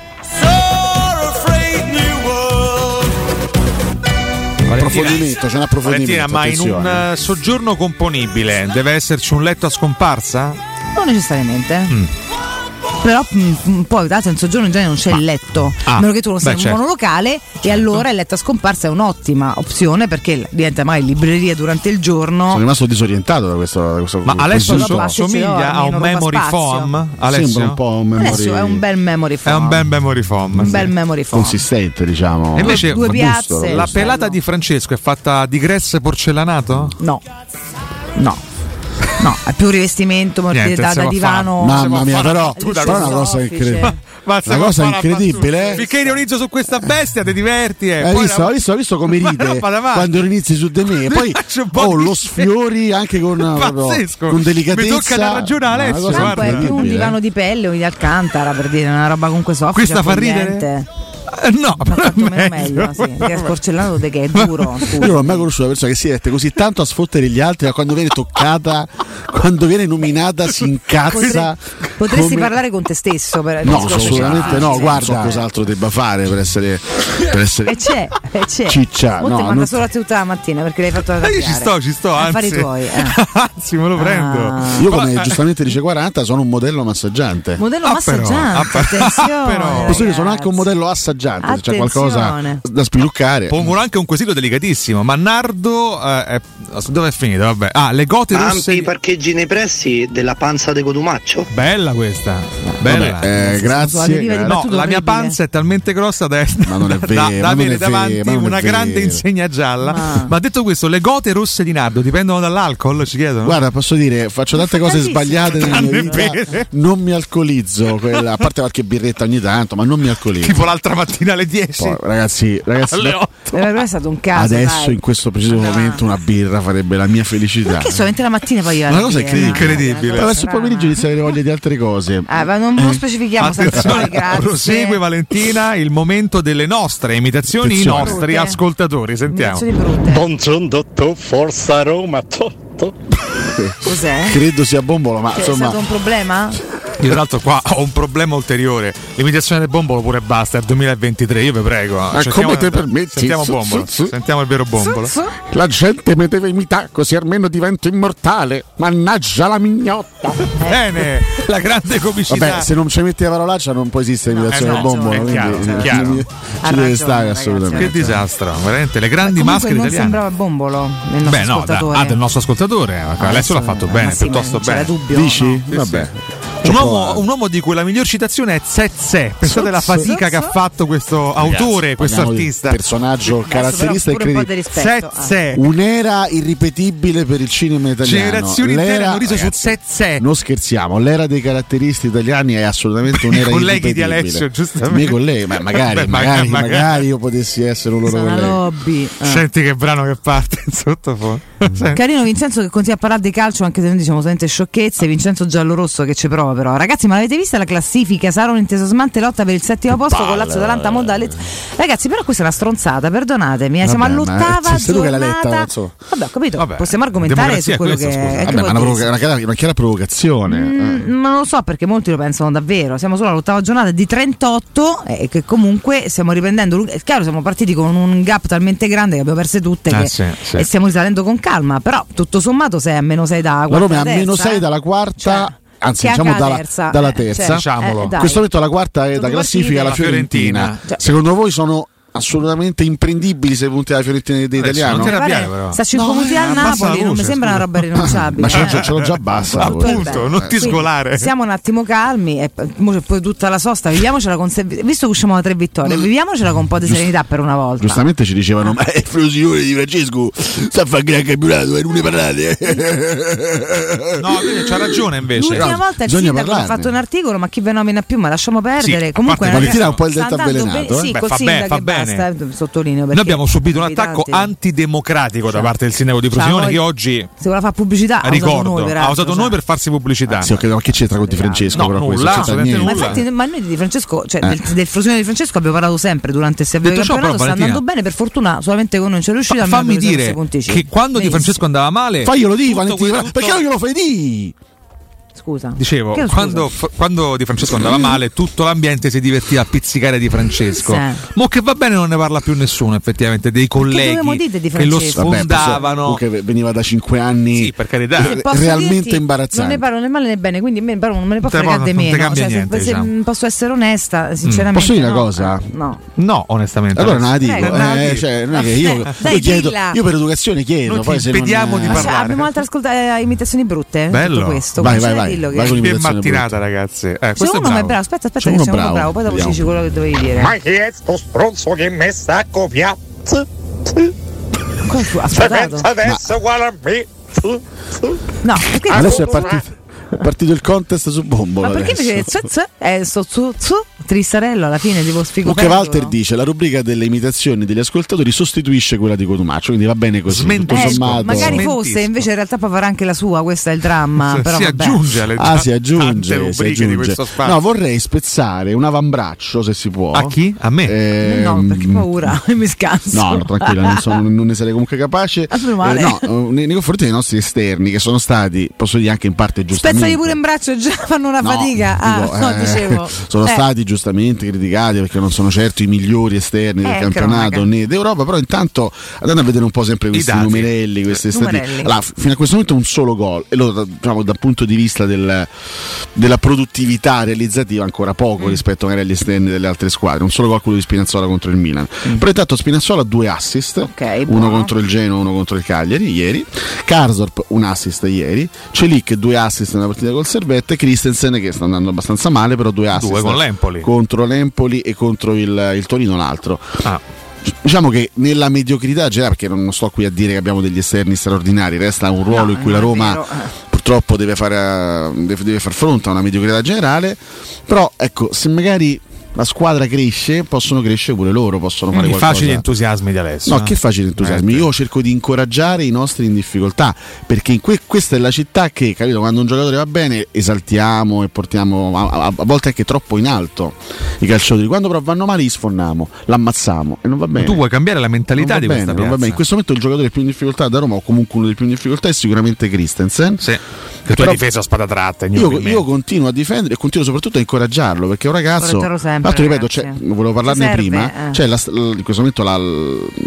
[SPEAKER 5] Approfondimento, c'è un approfondimento.
[SPEAKER 8] Valentina, ma in un
[SPEAKER 5] attenzione.
[SPEAKER 8] eh, soggiorno componibile deve esserci un letto a scomparsa?
[SPEAKER 7] Non necessariamente. eh.
[SPEAKER 8] Mm.
[SPEAKER 7] Però mm, mm, poi dato in soggiorno in genere non c'è il letto,
[SPEAKER 8] Ah.
[SPEAKER 7] a meno che tu non
[SPEAKER 8] Beh,
[SPEAKER 7] sia in un
[SPEAKER 8] certo.
[SPEAKER 7] monolocale e allora il letto a scomparsa è un'ottima opzione perché diventa mai libreria durante il giorno.
[SPEAKER 5] Sono rimasto disorientato da questo. Da questo
[SPEAKER 8] Ma Alessio
[SPEAKER 5] questo-
[SPEAKER 8] so- somiglia a un
[SPEAKER 7] almeno, roba
[SPEAKER 8] memory
[SPEAKER 7] spazio.
[SPEAKER 8] foam? Alessio?
[SPEAKER 5] Sembra un po' un memory
[SPEAKER 7] Adesso è un bel memory
[SPEAKER 8] È
[SPEAKER 7] foam.
[SPEAKER 8] un bel memory foam.
[SPEAKER 7] Un
[SPEAKER 8] sì.
[SPEAKER 7] bel memory foam.
[SPEAKER 5] consistente, diciamo.
[SPEAKER 7] E
[SPEAKER 8] Invece
[SPEAKER 7] Due piazze. Cioè,
[SPEAKER 8] la
[SPEAKER 7] Bello.
[SPEAKER 8] pelata di Francesco è fatta di grass porcellanato?
[SPEAKER 7] No. No. No, è più rivestimento,
[SPEAKER 8] Niente,
[SPEAKER 7] mortalità
[SPEAKER 8] si
[SPEAKER 7] da
[SPEAKER 8] può
[SPEAKER 7] divano.
[SPEAKER 8] fare.
[SPEAKER 5] Mamma mia, però,
[SPEAKER 8] Tu da
[SPEAKER 5] però è una
[SPEAKER 8] questo
[SPEAKER 5] cosa
[SPEAKER 8] office.
[SPEAKER 5] incredibile.
[SPEAKER 8] Ma se
[SPEAKER 5] Una
[SPEAKER 8] vuoi
[SPEAKER 5] cosa
[SPEAKER 8] fare
[SPEAKER 5] incredibile. eh?
[SPEAKER 8] Finché ironizzo su questa bestia, ti diverti. Eh.
[SPEAKER 5] Hai
[SPEAKER 8] Poi
[SPEAKER 5] visto,
[SPEAKER 8] la-
[SPEAKER 5] hai visto, hai visto come
[SPEAKER 8] Ma
[SPEAKER 5] ride
[SPEAKER 8] no, vada avanti.
[SPEAKER 5] quando inizi su di me? Poi oh, lo sfiori anche con, eh, proprio,
[SPEAKER 8] Pazzesco.
[SPEAKER 5] con delicatezza.
[SPEAKER 8] Mi tocca dar ragione a
[SPEAKER 5] Una
[SPEAKER 8] Alessio,
[SPEAKER 5] cosa
[SPEAKER 7] Tanto è più un
[SPEAKER 5] incredibile.
[SPEAKER 7] divano di pelle o di alcantara per dire una roba comunque soffice.
[SPEAKER 8] Questa fa
[SPEAKER 7] accogliente.
[SPEAKER 8] Eh, No,
[SPEAKER 7] Ma
[SPEAKER 8] però è
[SPEAKER 7] tantomeno
[SPEAKER 8] meglio.
[SPEAKER 7] meglio, sì. Che è sporcellato de- che è duro. scusa.
[SPEAKER 5] Io non ho mai conosciuto una persona che si mette così tanto a sfottere gli altri, ma quando viene toccata, quando viene nominata, si incazza.
[SPEAKER 7] Potresti
[SPEAKER 5] come-
[SPEAKER 7] parlare con te stesso. Per per
[SPEAKER 5] No,
[SPEAKER 7] scoprire-
[SPEAKER 5] assolutamente
[SPEAKER 7] Ah,
[SPEAKER 5] no,
[SPEAKER 7] sì.
[SPEAKER 5] guarda cos'altro debba fare per essere. Per essere...
[SPEAKER 7] E c'è, e c'è.
[SPEAKER 5] Ciccia,
[SPEAKER 7] Mo
[SPEAKER 5] no,
[SPEAKER 7] ti manca
[SPEAKER 5] non-
[SPEAKER 7] solo a te tutta la mattina perché l'hai fatto arrabbiare.
[SPEAKER 8] io ci sto, ci sto,
[SPEAKER 7] Eh, Affari
[SPEAKER 8] anzi.
[SPEAKER 7] tuoi. eh.
[SPEAKER 8] anzi, me lo prendo.
[SPEAKER 5] Io, come giustamente dice 40, sono un modello massaggiante.
[SPEAKER 7] Modello massaggiante. Attenzione.
[SPEAKER 5] ah, Posso dire, sono anche un modello assaggiante. Se c'è qualcosa
[SPEAKER 8] Attenzione.
[SPEAKER 5] da spiluccare,
[SPEAKER 8] Pongono anche un quesito delicatissimo, ma Nardo eh, è- dove è finito? Vabbè. Ah, le gote rosse. Ampi parcheggi nei pressi della panza di Codumaccio. Bella questa. Bella.
[SPEAKER 5] Vabbè, eh, Sì, sì, grazie, sono derive di grazie.
[SPEAKER 8] No,
[SPEAKER 5] battute
[SPEAKER 8] la mia panza è talmente grossa da,
[SPEAKER 5] è
[SPEAKER 8] da-
[SPEAKER 5] vero, ma
[SPEAKER 8] da
[SPEAKER 5] non è
[SPEAKER 8] avere
[SPEAKER 5] vero,
[SPEAKER 8] davanti
[SPEAKER 5] ma non è
[SPEAKER 8] una grande
[SPEAKER 5] vero.
[SPEAKER 8] insegna gialla.
[SPEAKER 5] Ma-
[SPEAKER 8] Ma... detto questo, le gote rosse di Nardo dipendono dall'alcol? Ci chiedono.
[SPEAKER 5] Guarda, posso dire, faccio tante cose sbagliate nella mia vita. Non mi alcolizzo, quella- a parte qualche birretta ogni tanto, ma non mi alcolizzo.
[SPEAKER 8] Tipo l'altra mattina alle 10.
[SPEAKER 5] Poi, ragazzi, ragazzi,
[SPEAKER 8] Alle
[SPEAKER 5] da-
[SPEAKER 7] Eh, però è stato un caso.
[SPEAKER 5] adesso
[SPEAKER 7] dai.
[SPEAKER 5] in questo
[SPEAKER 8] Ah.
[SPEAKER 5] preciso momento una birra farebbe la mia felicità.
[SPEAKER 7] Perché solamente la mattina poi
[SPEAKER 5] È
[SPEAKER 7] io
[SPEAKER 5] una cosa incredibile.
[SPEAKER 8] Incredibile.
[SPEAKER 5] Però adesso il pomeriggio inizia a avere voglia di altre cose.
[SPEAKER 7] Ah, ma non
[SPEAKER 5] Mm.
[SPEAKER 7] lo specifichiamo
[SPEAKER 8] Attenzione,
[SPEAKER 7] sanzioni, grazie.
[SPEAKER 8] prosegue Valentina il momento delle nostre imitazioni, i Attenzione. nostri
[SPEAKER 7] Brutte.
[SPEAKER 8] ascoltatori. Sentiamo.
[SPEAKER 2] Buongiorno dottor, forza Roma, tutto.
[SPEAKER 7] Cos'è?
[SPEAKER 5] Credo sia bombolo, ma
[SPEAKER 7] Cioè, è stato un problema?
[SPEAKER 8] Io tra l'altro qua ho un problema ulteriore. L'imitazione del bombolo pure basta, è il 2023, io vi prego.
[SPEAKER 5] Ma
[SPEAKER 8] Cerchiamo-
[SPEAKER 5] come te permetti?
[SPEAKER 8] Sentiamo
[SPEAKER 5] Su,
[SPEAKER 8] bombolo.
[SPEAKER 5] su, su.
[SPEAKER 8] Sentiamo il vero bombolo.
[SPEAKER 5] La gente mi deve imitare così almeno divento immortale. Mannaggia la mignotta.
[SPEAKER 8] Bene, la grande comicità.
[SPEAKER 5] Vabbè, se non ci metti la parolaccia non può esistere imitazione
[SPEAKER 8] Eh
[SPEAKER 5] del
[SPEAKER 8] no,
[SPEAKER 5] bombolo.
[SPEAKER 8] è
[SPEAKER 5] quindi
[SPEAKER 8] chiaro,
[SPEAKER 5] eh,
[SPEAKER 8] è chiaro.
[SPEAKER 5] ci
[SPEAKER 7] Ha
[SPEAKER 5] deve
[SPEAKER 7] ragione,
[SPEAKER 5] stare
[SPEAKER 7] ragazzi,
[SPEAKER 5] assolutamente.
[SPEAKER 8] Che disastro, veramente le grandi
[SPEAKER 7] Comunque
[SPEAKER 8] maschere
[SPEAKER 7] non
[SPEAKER 8] italiane.
[SPEAKER 7] sembrava bombolo nel nostro
[SPEAKER 8] Beh, no, da-
[SPEAKER 7] ascoltatore.
[SPEAKER 8] ah, del nostro ascoltatore. Adesso l'ha fatto bene,
[SPEAKER 7] sì, ma
[SPEAKER 8] piuttosto
[SPEAKER 7] non c'era
[SPEAKER 8] bene.
[SPEAKER 7] dubbio, Dici? no.
[SPEAKER 5] Vabbè.
[SPEAKER 8] Un uomo, un uomo di cui la miglior citazione è Zezze. Pensate alla fatica che ha fatto questo Oh, autore, questo
[SPEAKER 5] parliamo di
[SPEAKER 8] artista.
[SPEAKER 5] personaggio
[SPEAKER 8] Adesso
[SPEAKER 5] caratterista
[SPEAKER 8] però pure un po'
[SPEAKER 5] incredibile.
[SPEAKER 8] di rispetto,
[SPEAKER 7] eh.
[SPEAKER 8] Zezze. ah.
[SPEAKER 5] Un'era irripetibile per il cinema italiano.
[SPEAKER 8] Generazioni intere
[SPEAKER 5] L'era-
[SPEAKER 8] hanno riso su
[SPEAKER 5] ragazzi,
[SPEAKER 8] Zezze.
[SPEAKER 5] Non scherziamo, l'era dei caratteristi italiani è assolutamente un'era
[SPEAKER 8] colleghi di
[SPEAKER 5] irripetibile.
[SPEAKER 8] Alessio, Eh, cioè, giustamente.
[SPEAKER 5] Miei colleghi, ma magari,
[SPEAKER 8] Beh, maga-
[SPEAKER 5] magari,
[SPEAKER 8] magari.
[SPEAKER 5] magari io potessi essere un loro
[SPEAKER 7] Sono
[SPEAKER 5] collega.
[SPEAKER 7] lobby. Ah.
[SPEAKER 8] Senti che brano che parte in sottofondo. Senti.
[SPEAKER 7] Carino Vincenzo che continua a parlare di calcio anche se noi diciamo solamente sciocchezze. Vincenzo Giallorosso che ci prova però. Ragazzi, ma avete visto la classifica? Saron inteso smante lotta per il settimo posto con
[SPEAKER 5] palle,
[SPEAKER 7] Lazio Atalanta
[SPEAKER 5] eh.
[SPEAKER 7] Mondiale. Ragazzi, però questa è una stronzata, perdonatemi. eh.
[SPEAKER 5] Vabbè,
[SPEAKER 7] Siamo
[SPEAKER 5] ma-
[SPEAKER 7] all'ottava
[SPEAKER 5] se- se tu che l'ha letta,
[SPEAKER 7] giornata.
[SPEAKER 5] non so.
[SPEAKER 7] Vabbè, ho capito. Possiamo argomentare su
[SPEAKER 5] Democrazia è
[SPEAKER 7] quello
[SPEAKER 5] questa,
[SPEAKER 7] che ecco,
[SPEAKER 5] scusa.
[SPEAKER 7] che
[SPEAKER 5] Vabbè, ma
[SPEAKER 7] vuol
[SPEAKER 5] una,
[SPEAKER 7] dire.
[SPEAKER 5] provoca- una chiara, una chiara provocazione. eh.
[SPEAKER 7] Mm, non lo so perché molti lo pensano davvero. Siamo solo all'ottava giornata di 38 e che comunque stiamo riprendendo. l'un- È chiaro, siamo partiti con un gap talmente grande che abbiamo perse tutte
[SPEAKER 5] Ah,
[SPEAKER 7] che-
[SPEAKER 5] sì, sì.
[SPEAKER 7] e stiamo risalendo con calma. Però tutto sommato sei a meno 6 da
[SPEAKER 5] La
[SPEAKER 7] quarta.
[SPEAKER 5] Roma è a
[SPEAKER 7] terza, Cioè,
[SPEAKER 5] meno
[SPEAKER 7] eh.
[SPEAKER 5] 6 dalla quarta. Anzi,
[SPEAKER 7] Che
[SPEAKER 5] diciamo
[SPEAKER 7] anche la
[SPEAKER 5] dalla
[SPEAKER 7] terza,
[SPEAKER 5] dalla
[SPEAKER 7] eh,
[SPEAKER 5] terza,
[SPEAKER 7] cioè, Diciamolo. eh, dai.
[SPEAKER 5] in questo momento la quarta è
[SPEAKER 7] Sono
[SPEAKER 5] da
[SPEAKER 7] due
[SPEAKER 5] classifica
[SPEAKER 7] partite.
[SPEAKER 5] la Fiorentina.
[SPEAKER 7] Fiorentina. Cioè-
[SPEAKER 5] Secondo voi sono assolutamente imprendibili se punti alla Fiorentina di
[SPEAKER 8] Adesso
[SPEAKER 5] italiano?
[SPEAKER 8] non ti arrabbiare, però.
[SPEAKER 7] Sta 5
[SPEAKER 8] No,
[SPEAKER 7] punti
[SPEAKER 8] eh,
[SPEAKER 7] al
[SPEAKER 8] abbassa la
[SPEAKER 7] Napoli, non mi
[SPEAKER 8] luce,
[SPEAKER 7] sembra una roba irrinunciabile.
[SPEAKER 5] Ma ce l'ho
[SPEAKER 7] eh.
[SPEAKER 5] già, ce l'ho già bassa. Eh,
[SPEAKER 8] Appunto, non ti
[SPEAKER 7] Quindi,
[SPEAKER 8] sgolare.
[SPEAKER 7] Siamo un attimo calmi e p- mo c'è poi tutta la sosta, viviamocela con se- visto che usciamo da tre
[SPEAKER 8] Mm.
[SPEAKER 7] vittorie, viviamocela con un po' di serenità per una volta.
[SPEAKER 5] Giustamente ci dicevano, ma è fusione di Francesco, sta a fare gran campionato, e non ne parlate.
[SPEAKER 8] No, quindi c'ha ragione invece.
[SPEAKER 7] L'ultima volta il
[SPEAKER 5] bisogna
[SPEAKER 7] sindaco ha
[SPEAKER 5] parlarne.
[SPEAKER 7] fatto un articolo, ma chi ve nomina più, ma lasciamo perdere.
[SPEAKER 8] Sì,
[SPEAKER 7] Comunque
[SPEAKER 8] a parte
[SPEAKER 7] ragazzi,
[SPEAKER 8] Valentina ha un po' il
[SPEAKER 7] sta
[SPEAKER 8] detto
[SPEAKER 7] andando
[SPEAKER 8] avvelenato,
[SPEAKER 7] bene.
[SPEAKER 8] eh.
[SPEAKER 7] Sì,
[SPEAKER 8] Beh,
[SPEAKER 7] col
[SPEAKER 8] fa bene,
[SPEAKER 7] sindaco
[SPEAKER 8] fa
[SPEAKER 7] e basta, eh, sottolineo.
[SPEAKER 8] Noi
[SPEAKER 7] perché
[SPEAKER 8] abbiamo subito un
[SPEAKER 7] i tanti-
[SPEAKER 8] attacco antidemocratico da parte del sindaco di Frosinone
[SPEAKER 7] Cioè,
[SPEAKER 8] che
[SPEAKER 7] voi-
[SPEAKER 8] oggi
[SPEAKER 7] Se voleva fare pubblicità, ha usato eh.
[SPEAKER 8] ricordo
[SPEAKER 7] noi, cioè.
[SPEAKER 8] ha usato
[SPEAKER 7] peraltro,
[SPEAKER 8] noi per farsi pubblicità.
[SPEAKER 5] Ah, Sì, ho capito, ma che c'entra con Di Francesco?
[SPEAKER 8] No,
[SPEAKER 5] però questo?
[SPEAKER 8] nulla,
[SPEAKER 5] Non c'entra
[SPEAKER 8] assolutamente
[SPEAKER 5] niente.
[SPEAKER 7] Mm. Ma, infatti, ma noi di Francesco, cioè
[SPEAKER 5] Eh.
[SPEAKER 7] del, del Frosinone di Francesco abbiamo parlato sempre durante il avvio del
[SPEAKER 8] Detto ciò,
[SPEAKER 7] campionato,
[SPEAKER 8] però,
[SPEAKER 7] sta andando
[SPEAKER 8] Valentina-
[SPEAKER 7] bene, per fortuna solamente con noi non c'è riuscito almeno
[SPEAKER 8] Fammi
[SPEAKER 7] abbiamo preso
[SPEAKER 8] dire
[SPEAKER 7] sei punticini.
[SPEAKER 8] che quando Di
[SPEAKER 7] Benissimo.
[SPEAKER 8] Fancesco andava male,
[SPEAKER 5] Faglielo di,
[SPEAKER 8] Eh, tutto
[SPEAKER 5] Valentino,
[SPEAKER 8] quel-
[SPEAKER 5] perché non glielo fai di?
[SPEAKER 7] Scusa.
[SPEAKER 8] Dicevo,
[SPEAKER 7] Che scusa?
[SPEAKER 8] quando, f- quando Di Francesco andava male, tutto l'ambiente si divertiva a pizzicare Di Francesco.
[SPEAKER 7] Sì.
[SPEAKER 8] Mo che va bene, non ne parla più nessuno, effettivamente, dei
[SPEAKER 7] dovevamo
[SPEAKER 8] colleghi
[SPEAKER 7] dire di
[SPEAKER 8] che lo
[SPEAKER 7] Francesco? Vabbè,
[SPEAKER 8] sfondavano.
[SPEAKER 5] Che veniva da 5 anni. Sì, per
[SPEAKER 8] carità.
[SPEAKER 7] Se Eh, posso
[SPEAKER 5] realmente
[SPEAKER 7] dirti, Non ne
[SPEAKER 5] imbarazzante.
[SPEAKER 7] parlo né male né bene, quindi a me- però non me ne può
[SPEAKER 8] Te
[SPEAKER 7] fregare
[SPEAKER 8] posso-
[SPEAKER 7] di
[SPEAKER 8] non ti
[SPEAKER 7] meno.
[SPEAKER 8] cambia
[SPEAKER 7] Cioè, se-
[SPEAKER 8] niente,
[SPEAKER 7] se-
[SPEAKER 8] diciamo.
[SPEAKER 7] Posso essere onesta, sinceramente.
[SPEAKER 5] Mm. Posso dire una
[SPEAKER 7] no.
[SPEAKER 5] cosa?
[SPEAKER 7] No.
[SPEAKER 8] Mm. No, onestamente.
[SPEAKER 5] Allora non la dico,
[SPEAKER 7] Prego, non la
[SPEAKER 5] eh,
[SPEAKER 7] dico.
[SPEAKER 5] cioè, non è che io,
[SPEAKER 7] Dai,
[SPEAKER 5] io chiedo,
[SPEAKER 7] dilla.
[SPEAKER 5] io per educazione chiedo,
[SPEAKER 8] Noi ti
[SPEAKER 5] poi se
[SPEAKER 8] impediamo
[SPEAKER 5] non,
[SPEAKER 8] di
[SPEAKER 7] Ma cioè,
[SPEAKER 8] parlare.
[SPEAKER 7] abbiamo altre ascolta- eh, imitazioni brutte? Tutto questo.
[SPEAKER 5] Vai, vai,
[SPEAKER 7] comincia da
[SPEAKER 5] vai.
[SPEAKER 7] dillo che-
[SPEAKER 5] vai con
[SPEAKER 8] Che
[SPEAKER 5] l'imitazione
[SPEAKER 8] mattinata, ragazzi. Eh,
[SPEAKER 7] C'è
[SPEAKER 8] questo
[SPEAKER 7] uno
[SPEAKER 8] è
[SPEAKER 7] ma è
[SPEAKER 8] bravo.
[SPEAKER 7] bravo, aspetta, aspetta,
[SPEAKER 8] C'è
[SPEAKER 7] che
[SPEAKER 8] uno
[SPEAKER 7] c'è uno bravo,
[SPEAKER 8] bravo,
[SPEAKER 7] poi dopo ci
[SPEAKER 8] vediamo.
[SPEAKER 7] dici quello che dovevi dire.
[SPEAKER 44] Ma chi è sto stronzo che mi sta a copiare? Se
[SPEAKER 7] ascoltato?
[SPEAKER 44] pensa adesso uguale a me.
[SPEAKER 7] No,
[SPEAKER 5] brutta.
[SPEAKER 7] perché
[SPEAKER 5] Adesso è partito, è partito il contest su Bombo.
[SPEAKER 7] Ma perché invece
[SPEAKER 5] adesso.
[SPEAKER 7] z, z, è eh, so, zu, zu, Trissarello alla fine tipo sfigo
[SPEAKER 5] Luca Walter dice la rubrica delle imitazioni degli ascoltatori sostituisce quella di Cotumaccio, quindi va bene così. tutto
[SPEAKER 7] Eh,
[SPEAKER 5] sommato.
[SPEAKER 7] magari fosse, invece in realtà poi farà anche la sua, questo è il dramma. però vabbè.
[SPEAKER 5] ah, si aggiunge,
[SPEAKER 8] tante
[SPEAKER 5] si
[SPEAKER 8] rubriche di
[SPEAKER 5] aggiunge.
[SPEAKER 8] questo spazio.
[SPEAKER 5] No, vorrei spezzare un avambraccio se si può. Ehm,
[SPEAKER 8] A chi? A me?
[SPEAKER 7] No, perché paura, mi scanso.
[SPEAKER 5] No, no, tranquilla, non, sono- non ne sarei comunque capace.
[SPEAKER 7] Ah, meno male.
[SPEAKER 5] no, eh, nei, nei confronti dei nostri esterni, che sono stati, posso dire anche in parte giustamente.
[SPEAKER 7] Spezzali pure in braccio, già fanno una
[SPEAKER 5] No,
[SPEAKER 7] fatica. Ah,
[SPEAKER 5] dico,
[SPEAKER 7] no,
[SPEAKER 5] eh,
[SPEAKER 7] dicevo.
[SPEAKER 5] Sono
[SPEAKER 7] Eh,
[SPEAKER 5] stati giustamente criticati perché non sono certo i migliori esterni del
[SPEAKER 7] Eh,
[SPEAKER 5] campionato
[SPEAKER 7] cronaca.
[SPEAKER 5] né d'Europa, però intanto andando a vedere un po' sempre questi
[SPEAKER 8] dati.
[SPEAKER 5] numerelli, queste stati-
[SPEAKER 8] Numerelli.
[SPEAKER 5] Allora, f- fino a questo momento un solo gol e lo diciamo dal punto di vista del- della produttività realizzativa ancora poco rispetto magari agli esterni delle altre squadre, un solo gol quello di Spinazzola contro il Milan. Però intanto Spinazzola ha due assist, uno contro il Genoa, uno contro il Cagliari ieri, Karsorp un assist ieri, Celic due assist nella partita col Servette, e Christensen che sta andando abbastanza male, però due assist
[SPEAKER 8] Due con l'Empoli.
[SPEAKER 5] contro l'Empoli e contro il, il Torino l'altro. Diciamo che nella mediocrità generale, perché non non sto qui a dire che abbiamo degli esterni straordinari, resta un ruolo in cui la Roma purtroppo deve, fare, eh, deve- deve far fronte a una mediocrità generale, però ecco, se magari la squadra cresce, possono crescere pure loro, possono fare
[SPEAKER 8] I
[SPEAKER 5] qualcosa.
[SPEAKER 8] facili entusiasmi di Alessio. eh.
[SPEAKER 5] No, che facile entusiasmi. Io cerco di incoraggiare i nostri in difficoltà, perché in que- questa è la città che, capito, quando un giocatore va bene esaltiamo e portiamo a, a- a volte anche troppo in alto i calciatori. Quando però vanno male li sfonniamo, l'ammazziamo e non va
[SPEAKER 8] Ma
[SPEAKER 5] bene.
[SPEAKER 8] tu vuoi cambiare la mentalità
[SPEAKER 5] Non va
[SPEAKER 8] di
[SPEAKER 5] bene,
[SPEAKER 8] questa
[SPEAKER 5] non va
[SPEAKER 8] piazza?
[SPEAKER 5] bene. In questo momento il giocatore più in difficoltà da Roma, o comunque uno dei più in difficoltà, è sicuramente Christensen.
[SPEAKER 8] Sì, che tu
[SPEAKER 5] Però-
[SPEAKER 8] hai difeso a spada tratta.
[SPEAKER 5] Io, io continuo a difendere e continuo soprattutto a incoraggiarlo perché è un ragazzo.
[SPEAKER 8] Portatelo sempre,
[SPEAKER 5] Tra l'altro, ripeto,
[SPEAKER 8] ragazzi.
[SPEAKER 5] c'è- volevo parlarne
[SPEAKER 8] Serve,
[SPEAKER 5] prima.
[SPEAKER 8] eh.
[SPEAKER 5] C'è la- la- in questo momento la,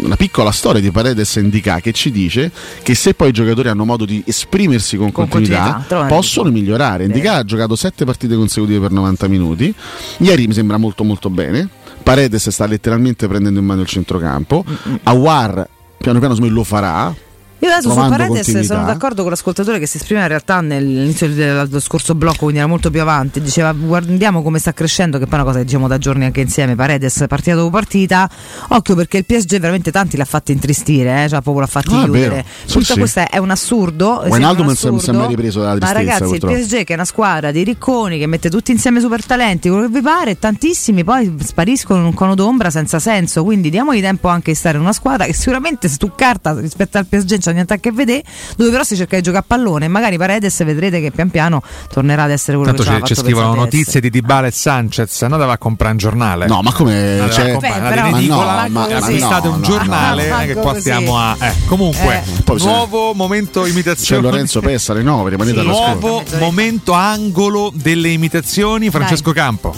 [SPEAKER 5] la piccola storia di Paredes e Ndicà che ci dice che se poi i giocatori hanno modo di esprimersi con, continuità,
[SPEAKER 7] continuità, trovano-
[SPEAKER 5] possono migliorare. Ndicà ha giocato 7 partite consecutive per 90 minuti. Ieri mi sembra molto, molto bene.
[SPEAKER 8] Mm,
[SPEAKER 5] Paredes sta letteralmente prendendo in mano il centrocampo. Awar piano piano secondo me, lo farà
[SPEAKER 7] Io adesso su
[SPEAKER 5] Trovando
[SPEAKER 7] Paredes
[SPEAKER 5] continuità.
[SPEAKER 7] sono d'accordo con l'ascoltatore che si esprime in realtà nell'inizio del- dello scorso blocco, quindi era molto più avanti. Diceva guardiamo come sta crescendo, che poi è una cosa che diciamo da giorni anche insieme. Paredes partita dopo partita. Occhio perché il PSG veramente tanti l'ha fatta intristire, eh? cioè proprio l'ha fatta
[SPEAKER 5] Ah, è vero.
[SPEAKER 7] chiudere.
[SPEAKER 5] Sì,
[SPEAKER 7] Tutto
[SPEAKER 5] sì.
[SPEAKER 7] questo è un assurdo. sembra
[SPEAKER 5] Wijnaldum
[SPEAKER 7] un
[SPEAKER 5] non si è- non si è
[SPEAKER 7] assurdo,
[SPEAKER 5] mai ripreso dalla
[SPEAKER 7] Ma
[SPEAKER 5] tristezza,
[SPEAKER 7] ragazzi, il
[SPEAKER 5] purtroppo.
[SPEAKER 7] PSG che è una squadra di ricconi che mette tutti insieme super talenti, quello che vi pare, tantissimi poi spariscono in un cono d'ombra senza senso. Quindi diamogli tempo anche di stare in una squadra che sicuramente stuccarta rispetto al PSG non c'è niente a che vedere, dove però si cerca di giocare a pallone. Magari Paredes vedrete che pian piano tornerà ad essere quello
[SPEAKER 8] Tanto
[SPEAKER 7] che ci
[SPEAKER 8] ci,
[SPEAKER 7] aveva
[SPEAKER 8] ci
[SPEAKER 7] fatto
[SPEAKER 8] scrivono
[SPEAKER 7] pensare di essere.
[SPEAKER 8] notizie di Dybala e Sanchez, andava a comprare un giornale.
[SPEAKER 5] No, ma come,
[SPEAKER 8] Andava a
[SPEAKER 5] cioè-
[SPEAKER 8] comprare
[SPEAKER 5] Beh,
[SPEAKER 8] una
[SPEAKER 5] però-
[SPEAKER 8] ridicola,
[SPEAKER 5] ma no, ma- ma
[SPEAKER 8] acquistate
[SPEAKER 5] no,
[SPEAKER 8] un
[SPEAKER 5] no,
[SPEAKER 8] giornale,
[SPEAKER 5] no.
[SPEAKER 8] non è che qua
[SPEAKER 5] Così.
[SPEAKER 8] stiamo a... eh, comunque,
[SPEAKER 5] Eh. Poi c'è-
[SPEAKER 8] nuovo momento
[SPEAKER 5] C'è
[SPEAKER 8] imitazione.
[SPEAKER 5] Lorenzo Pessare, no, rimanete
[SPEAKER 8] Sì,
[SPEAKER 5] all'ascolto.
[SPEAKER 8] nuovo momento angolo delle imitazioni, Francesco Campo.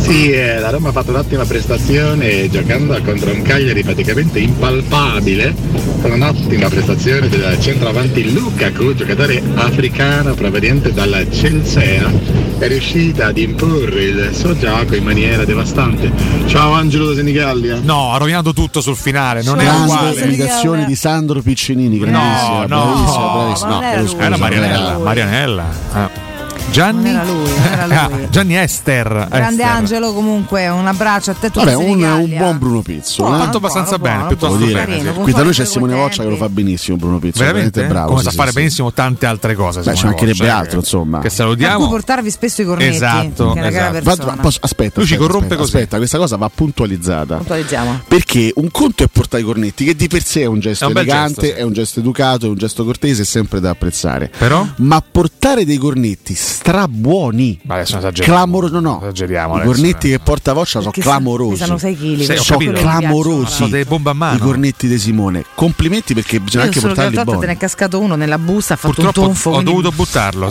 [SPEAKER 8] Sì, eh, la Roma ha fatto un'ottima prestazione giocando contro un Cagliari praticamente impalpabile, con un'ottima prestazione del centravanti Lukaku, giocatore africano proveniente dalla Celsea, è riuscita ad imporre il suo gioco in maniera devastante. Ciao Angelo eh. da Senigallia. No, ha rovinato tutto sul finale, non è
[SPEAKER 5] Grande
[SPEAKER 8] uguale.
[SPEAKER 5] imitazione di Sandro Piccinini, grandissima,
[SPEAKER 8] No, no,
[SPEAKER 5] bravissima, bravissima.
[SPEAKER 8] no,
[SPEAKER 5] No, però scusa,
[SPEAKER 8] era Marianella,
[SPEAKER 5] era-
[SPEAKER 8] Marianella. Ah. Gianni,
[SPEAKER 7] era lui, non era lui.
[SPEAKER 8] Ah, Gianni Ester.
[SPEAKER 7] Grande
[SPEAKER 8] Ester.
[SPEAKER 7] Angelo comunque, un abbraccio a te tutti.
[SPEAKER 5] Vabbè, un, un buon Bruno Pizzo.
[SPEAKER 8] No,
[SPEAKER 5] eh?
[SPEAKER 8] ha fatto abbastanza
[SPEAKER 5] Buono,
[SPEAKER 8] bene,
[SPEAKER 5] buono,
[SPEAKER 8] piuttosto
[SPEAKER 5] devo
[SPEAKER 8] bene, sì.
[SPEAKER 5] Qui da noi c'è Simone Voccia che lo fa benissimo Bruno Pizzo, veramente,
[SPEAKER 8] Veramente?
[SPEAKER 5] bravo.
[SPEAKER 8] Come
[SPEAKER 5] sì,
[SPEAKER 8] sa
[SPEAKER 5] sì,
[SPEAKER 8] fare
[SPEAKER 5] sì.
[SPEAKER 8] benissimo tante altre cose. cioè,
[SPEAKER 5] Beh, ci
[SPEAKER 8] Simone
[SPEAKER 5] mancherebbe
[SPEAKER 8] Boccia,
[SPEAKER 5] altro,
[SPEAKER 8] che-
[SPEAKER 5] insomma.
[SPEAKER 8] Che
[SPEAKER 7] A cui
[SPEAKER 8] salutiamo.
[SPEAKER 7] portarvi spesso i cornetti.
[SPEAKER 8] Esatto,
[SPEAKER 7] che è una cara
[SPEAKER 8] esatto.
[SPEAKER 5] Va- va-
[SPEAKER 7] persona.
[SPEAKER 5] posso- aspetta,
[SPEAKER 8] Lui ci
[SPEAKER 5] aspetta,
[SPEAKER 8] corrompe
[SPEAKER 5] aspetta,
[SPEAKER 8] così.
[SPEAKER 5] aspetta, questa cosa va puntualizzata.
[SPEAKER 7] Puntualizziamo.
[SPEAKER 5] Perché un conto è portare i cornetti, che di per sé è un gesto
[SPEAKER 8] È un bel
[SPEAKER 5] elegante,
[SPEAKER 8] gesto, sì.
[SPEAKER 5] è un gesto educato, è un gesto cortese, è sempre da apprezzare.
[SPEAKER 8] Però?
[SPEAKER 5] Ma portare dei cornetti strabuoni,
[SPEAKER 8] Ma adesso esageriamo.
[SPEAKER 5] clamorosi, no, no.
[SPEAKER 8] Esageriamo
[SPEAKER 5] I
[SPEAKER 8] adesso.
[SPEAKER 5] cornetti che porta Voccia sono
[SPEAKER 8] Perché sono-
[SPEAKER 5] clamorosi.
[SPEAKER 8] pesano sei chili,
[SPEAKER 5] Sono
[SPEAKER 8] ho capito.
[SPEAKER 5] clamorosi.
[SPEAKER 8] Sono delle bombe a mano.
[SPEAKER 5] I cornetti di Simone. Complimenti perché bisogna
[SPEAKER 7] Io
[SPEAKER 5] anche
[SPEAKER 7] solo che
[SPEAKER 5] portarli
[SPEAKER 7] l'altra volta
[SPEAKER 5] buoni.
[SPEAKER 7] te ne è cascato uno nella busta, ha fatto
[SPEAKER 8] Purtroppo
[SPEAKER 7] un tonfo.
[SPEAKER 8] ho
[SPEAKER 7] quindi-
[SPEAKER 8] dovuto buttarlo.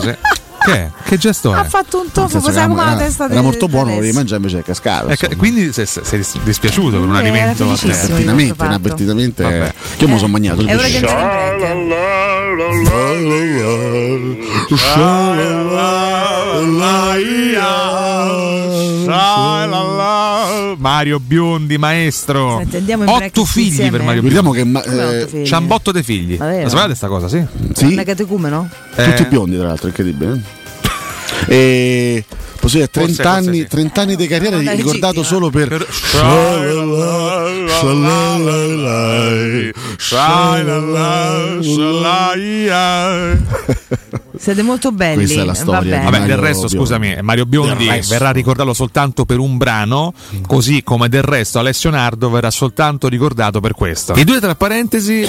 [SPEAKER 8] sì. che? Che gesto
[SPEAKER 7] Ha
[SPEAKER 8] è?
[SPEAKER 7] fatto un
[SPEAKER 5] Eh. Nel
[SPEAKER 7] tonfo,
[SPEAKER 5] senso che
[SPEAKER 7] cos'è come la
[SPEAKER 5] era,
[SPEAKER 7] testa
[SPEAKER 5] era
[SPEAKER 7] di-
[SPEAKER 5] molto buono,
[SPEAKER 7] adesso.
[SPEAKER 5] lo mangiare invece è cascato.
[SPEAKER 8] Eh, ca- quindi sei, sei dis- dispiaciuto per un alimento
[SPEAKER 7] Eh, era felicissimo di questo
[SPEAKER 5] Inavvertitamente,
[SPEAKER 7] fatto.
[SPEAKER 5] inavvertitamente. Che me lo sono mangiato. il
[SPEAKER 7] È ora di
[SPEAKER 5] pesce.
[SPEAKER 7] andare in break.
[SPEAKER 8] Mario Biondi, maestro.
[SPEAKER 7] Senti, andiamo in break
[SPEAKER 8] otto
[SPEAKER 7] tutti
[SPEAKER 8] figli
[SPEAKER 7] insieme?
[SPEAKER 8] per Mario
[SPEAKER 5] Guardiamo
[SPEAKER 8] Biondi.
[SPEAKER 5] che ma- Come eh, otto figli?
[SPEAKER 8] C'ha un botto dei figli.
[SPEAKER 7] Ma vero? Eh,
[SPEAKER 8] La sapevate sta cosa, sì? eh,
[SPEAKER 7] Una catecumeno?
[SPEAKER 5] Tutti biondi, tra l'altro, incredibile. eh. e così a 30
[SPEAKER 8] Forse- forse
[SPEAKER 5] anni,
[SPEAKER 8] sì.
[SPEAKER 5] 30 anni di carriera
[SPEAKER 8] Dai,
[SPEAKER 5] ricordato solo per,
[SPEAKER 7] Siete molto belli.
[SPEAKER 8] Questa è la storia
[SPEAKER 7] Vabbè.
[SPEAKER 8] Vabbè, del resto,
[SPEAKER 5] Biondi.
[SPEAKER 8] scusami, eh, Mario Biondi
[SPEAKER 5] Del resto.
[SPEAKER 8] verrà ricordato soltanto per un brano,
[SPEAKER 5] Mm.
[SPEAKER 8] così come del resto Alessio Nardo verrà soltanto ricordato per questo. I due tra parentesi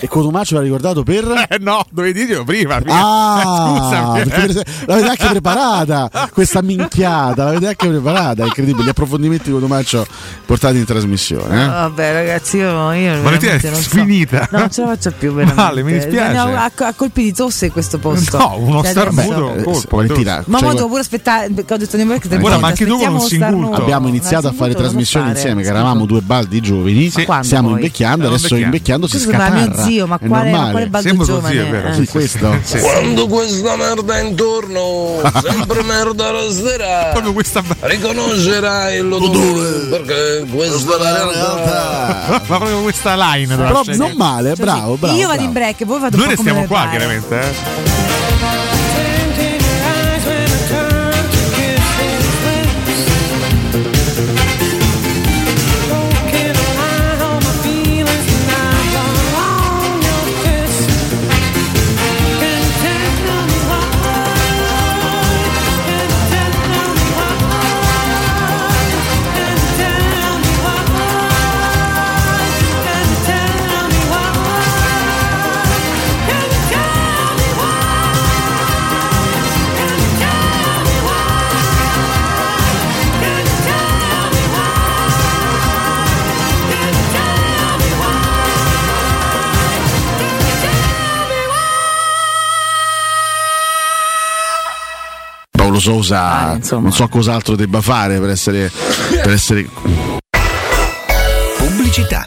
[SPEAKER 5] e Cotumaccio l'ha ricordato per
[SPEAKER 8] Eh no, dovevi dirlo prima.
[SPEAKER 5] Ah,
[SPEAKER 8] Eh, scusami,
[SPEAKER 5] perché
[SPEAKER 8] eh.
[SPEAKER 5] per es- l'avete anche preparata questa minchiata, l'avete anche preparata, è incredibile. Gli approfondimenti di Cotumaccio portati in trasmissione. eh.
[SPEAKER 7] Vabbè, ragazzi, io, io
[SPEAKER 5] Valentina è
[SPEAKER 7] veramente non so.
[SPEAKER 5] finita.
[SPEAKER 7] No, non ce la faccio più veramente.
[SPEAKER 5] Vale, mi dispiace.
[SPEAKER 7] No, a, a colpi di tosse in questo posto.
[SPEAKER 5] No, uno
[SPEAKER 7] Cioè, adesso-
[SPEAKER 5] starnuto, Eh, colpo, Valentina, giusto.
[SPEAKER 7] Ma
[SPEAKER 5] cioè,
[SPEAKER 7] mo
[SPEAKER 5] guarda-
[SPEAKER 7] devo pure aspettare, perché ho detto nei break del
[SPEAKER 5] Guarda,
[SPEAKER 7] podcast,
[SPEAKER 5] ma anche tu con
[SPEAKER 7] aspettiamo
[SPEAKER 5] un
[SPEAKER 7] lo starnuto.
[SPEAKER 5] Abbiamo iniziato a
[SPEAKER 7] Un
[SPEAKER 5] fare
[SPEAKER 7] starnuto lo so
[SPEAKER 5] trasmissioni
[SPEAKER 7] fare.
[SPEAKER 5] insieme, che eravamo due baldi giovani.
[SPEAKER 7] Ma quando
[SPEAKER 5] Stiamo
[SPEAKER 7] poi?
[SPEAKER 5] invecchiando,
[SPEAKER 7] Stiamo
[SPEAKER 5] adesso invecchiando
[SPEAKER 7] invecchiando.
[SPEAKER 5] si
[SPEAKER 7] Questo sarà
[SPEAKER 5] scatarra.
[SPEAKER 7] mio zio, Eh, ma
[SPEAKER 5] È
[SPEAKER 7] quale- ma
[SPEAKER 5] normale.
[SPEAKER 7] quale baldo Sembra tuo giovane, zio, è vero? eh?
[SPEAKER 5] Sì, questo.
[SPEAKER 1] Quando questa merda è intorno, sempre merda resterà. Riconoscerai l'odore, perché questa è la realtà.
[SPEAKER 8] Ma proprio questa line Cioè, doveva
[SPEAKER 5] Però
[SPEAKER 8] scegliere.
[SPEAKER 5] non male, bravo, bravo.
[SPEAKER 7] Io vado
[SPEAKER 5] bravo.
[SPEAKER 7] in break, voi fate un
[SPEAKER 8] Noi
[SPEAKER 7] po' come
[SPEAKER 8] restiamo
[SPEAKER 7] vi
[SPEAKER 8] qua,
[SPEAKER 7] pare.
[SPEAKER 8] chiaramente. eh.
[SPEAKER 5] Paolo
[SPEAKER 7] Ah,
[SPEAKER 5] Sousa, non so cos'altro debba fare per essere. Per essere...
[SPEAKER 17] Pubblicità.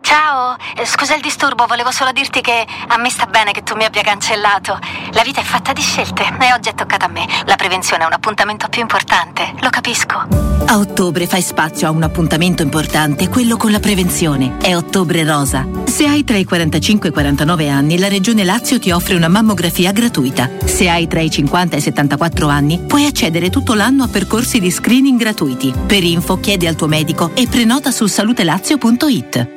[SPEAKER 45] Ciao, eh, scusa il disturbo, volevo solo dirti che a me sta bene che tu mi abbia cancellato. La vita è fatta di scelte e oggi è toccata a me. La prevenzione è un appuntamento più importante, lo capisco.
[SPEAKER 9] A ottobre fai spazio a un appuntamento importante, quello con la prevenzione. È Ottobre Rosa. Se hai tra i 45 e i 49 anni, la Regione Lazio ti offre una mammografia gratuita. Se hai tra i 50 e i 74 anni, puoi accedere tutto l'anno a percorsi di screening gratuiti. Per info chiedi al tuo medico e prenota su salutelazio.it.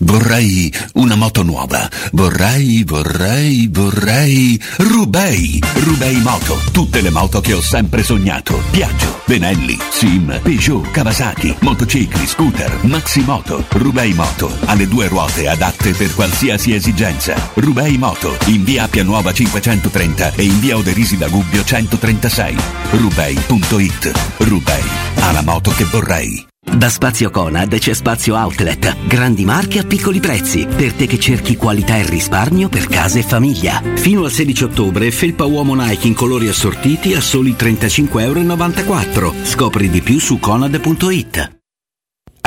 [SPEAKER 46] Vorrei una moto nuova. Vorrei, vorrei, vorrei. Rubei!
[SPEAKER 18] Rubei Moto, tutte le moto che ho sempre sognato. Piaggio, Benelli, Sim, Peugeot, Kawasaki, motocicli, scooter, maxi moto. Rubei Moto, ha le due ruote adatte per qualsiasi esigenza. Rubei Moto, in via Appia Nuova 530 e in via Oderisi da Gubbio 136. Rubei.it. Rubei, ha la moto che vorrei.
[SPEAKER 47] Da Spazio Conad c'è Spazio Outlet, grandi marche a piccoli prezzi, per te che cerchi qualità e risparmio per casa e famiglia.
[SPEAKER 48] Fino al 16 ottobre, felpa uomo Nike in colori assortiti a soli 35,94 euro. Scopri di più su conad.it.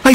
[SPEAKER 49] Hai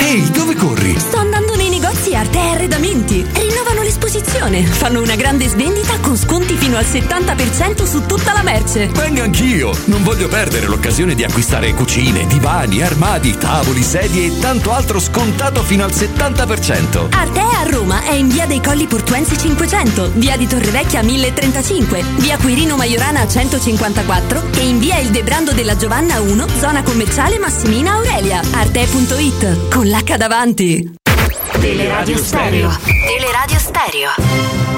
[SPEAKER 50] Ehi, dove corri?
[SPEAKER 51] Sto andando nei negozi Arte e Arredamenti. Rinnovano l'esposizione disposizione. Fanno una grande svendita con sconti fino al 70% su tutta la merce.
[SPEAKER 17] Vengo anch'io! Non voglio perdere l'occasione di acquistare cucine, divani, armadi, tavoli, sedie e tanto altro scontato fino al 70%.
[SPEAKER 51] Artea a Roma è in via dei Colli Portuensi 500, via di Torrevecchia 1035, via Quirino Maiorana 154 e in via Il Debrando della Giovanna 1, zona commerciale Massimina Aurelia. Arte.it con l'H davanti.
[SPEAKER 9] Teleradio Stereo. Teleradio Stereo.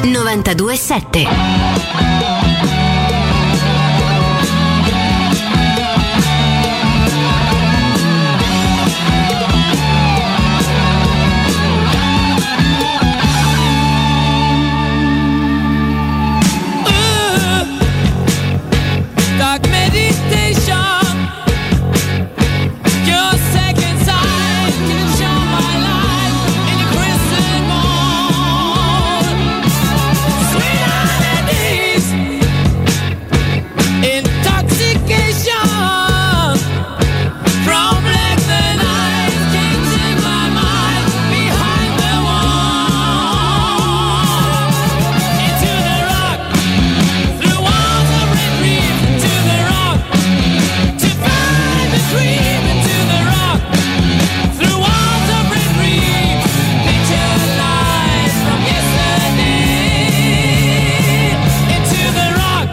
[SPEAKER 9] 927.
[SPEAKER 1] Dark meditation. Your second sight can shine my light in a crystal ball. Sweet oddities, intoxication from black the night kings in my mind behind the wall. Into the rock, the walls of red reef. To the rock, to find the dream. Into the rock. Through walls of red reef, nature lies from yesterday. Into the rock,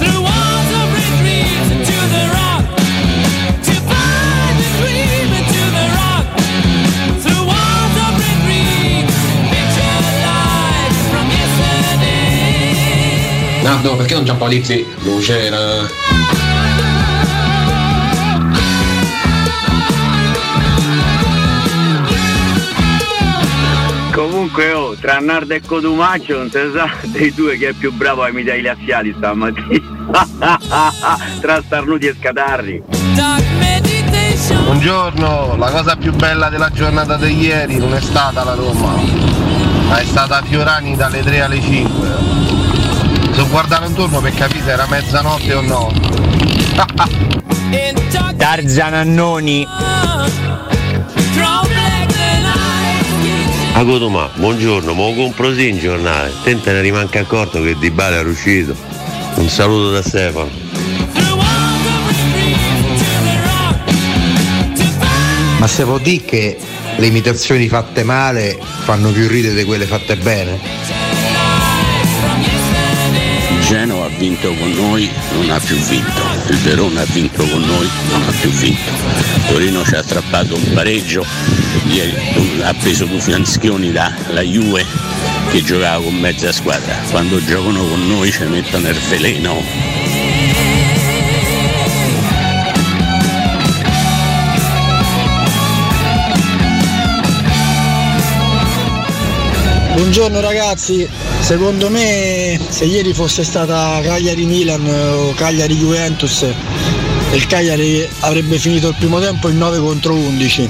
[SPEAKER 1] through walls of red reef, into the rock, to find the dream. Into the rock, through walls of red reef, nature lies from yesterday.
[SPEAKER 52] Nardo, perché non Giampaolizzi? Lucera.
[SPEAKER 44] Comunque, oh, tra Nardo e Codumaccio non si sa dei due che è più bravo a imitare i laziali stamattina. tra starnuti e scatarri.
[SPEAKER 53] Buongiorno, la cosa più bella della giornata di ieri non è stata la Roma, ma è stata Fiorani dalle 3 alle 5. Sono guardato intorno per capire se era mezzanotte o no.
[SPEAKER 54] Tarzan Annoni.
[SPEAKER 55] A Cotoma, buongiorno, mo compro sì in giornale. Tenta ne rimanca accorto che Di Bale è uscito. Un saluto da Stefano.
[SPEAKER 2] Ma se vuol dire che le imitazioni fatte male fanno più ridere di quelle fatte bene?
[SPEAKER 18] Genova ha vinto con noi, non ha più vinto. Il Verona ha vinto con noi, non ha più vinto. Torino ci ha strappato un pareggio, ieri ha preso due fianzioni dalla Juve che giocava con mezza squadra. Quando giocano con noi ci mettono il veleno.
[SPEAKER 20] Buongiorno ragazzi, secondo me se ieri fosse stata Cagliari-Milan Eh, o Cagliari-Juventus il Cagliari avrebbe finito il primo tempo in 9 contro 11.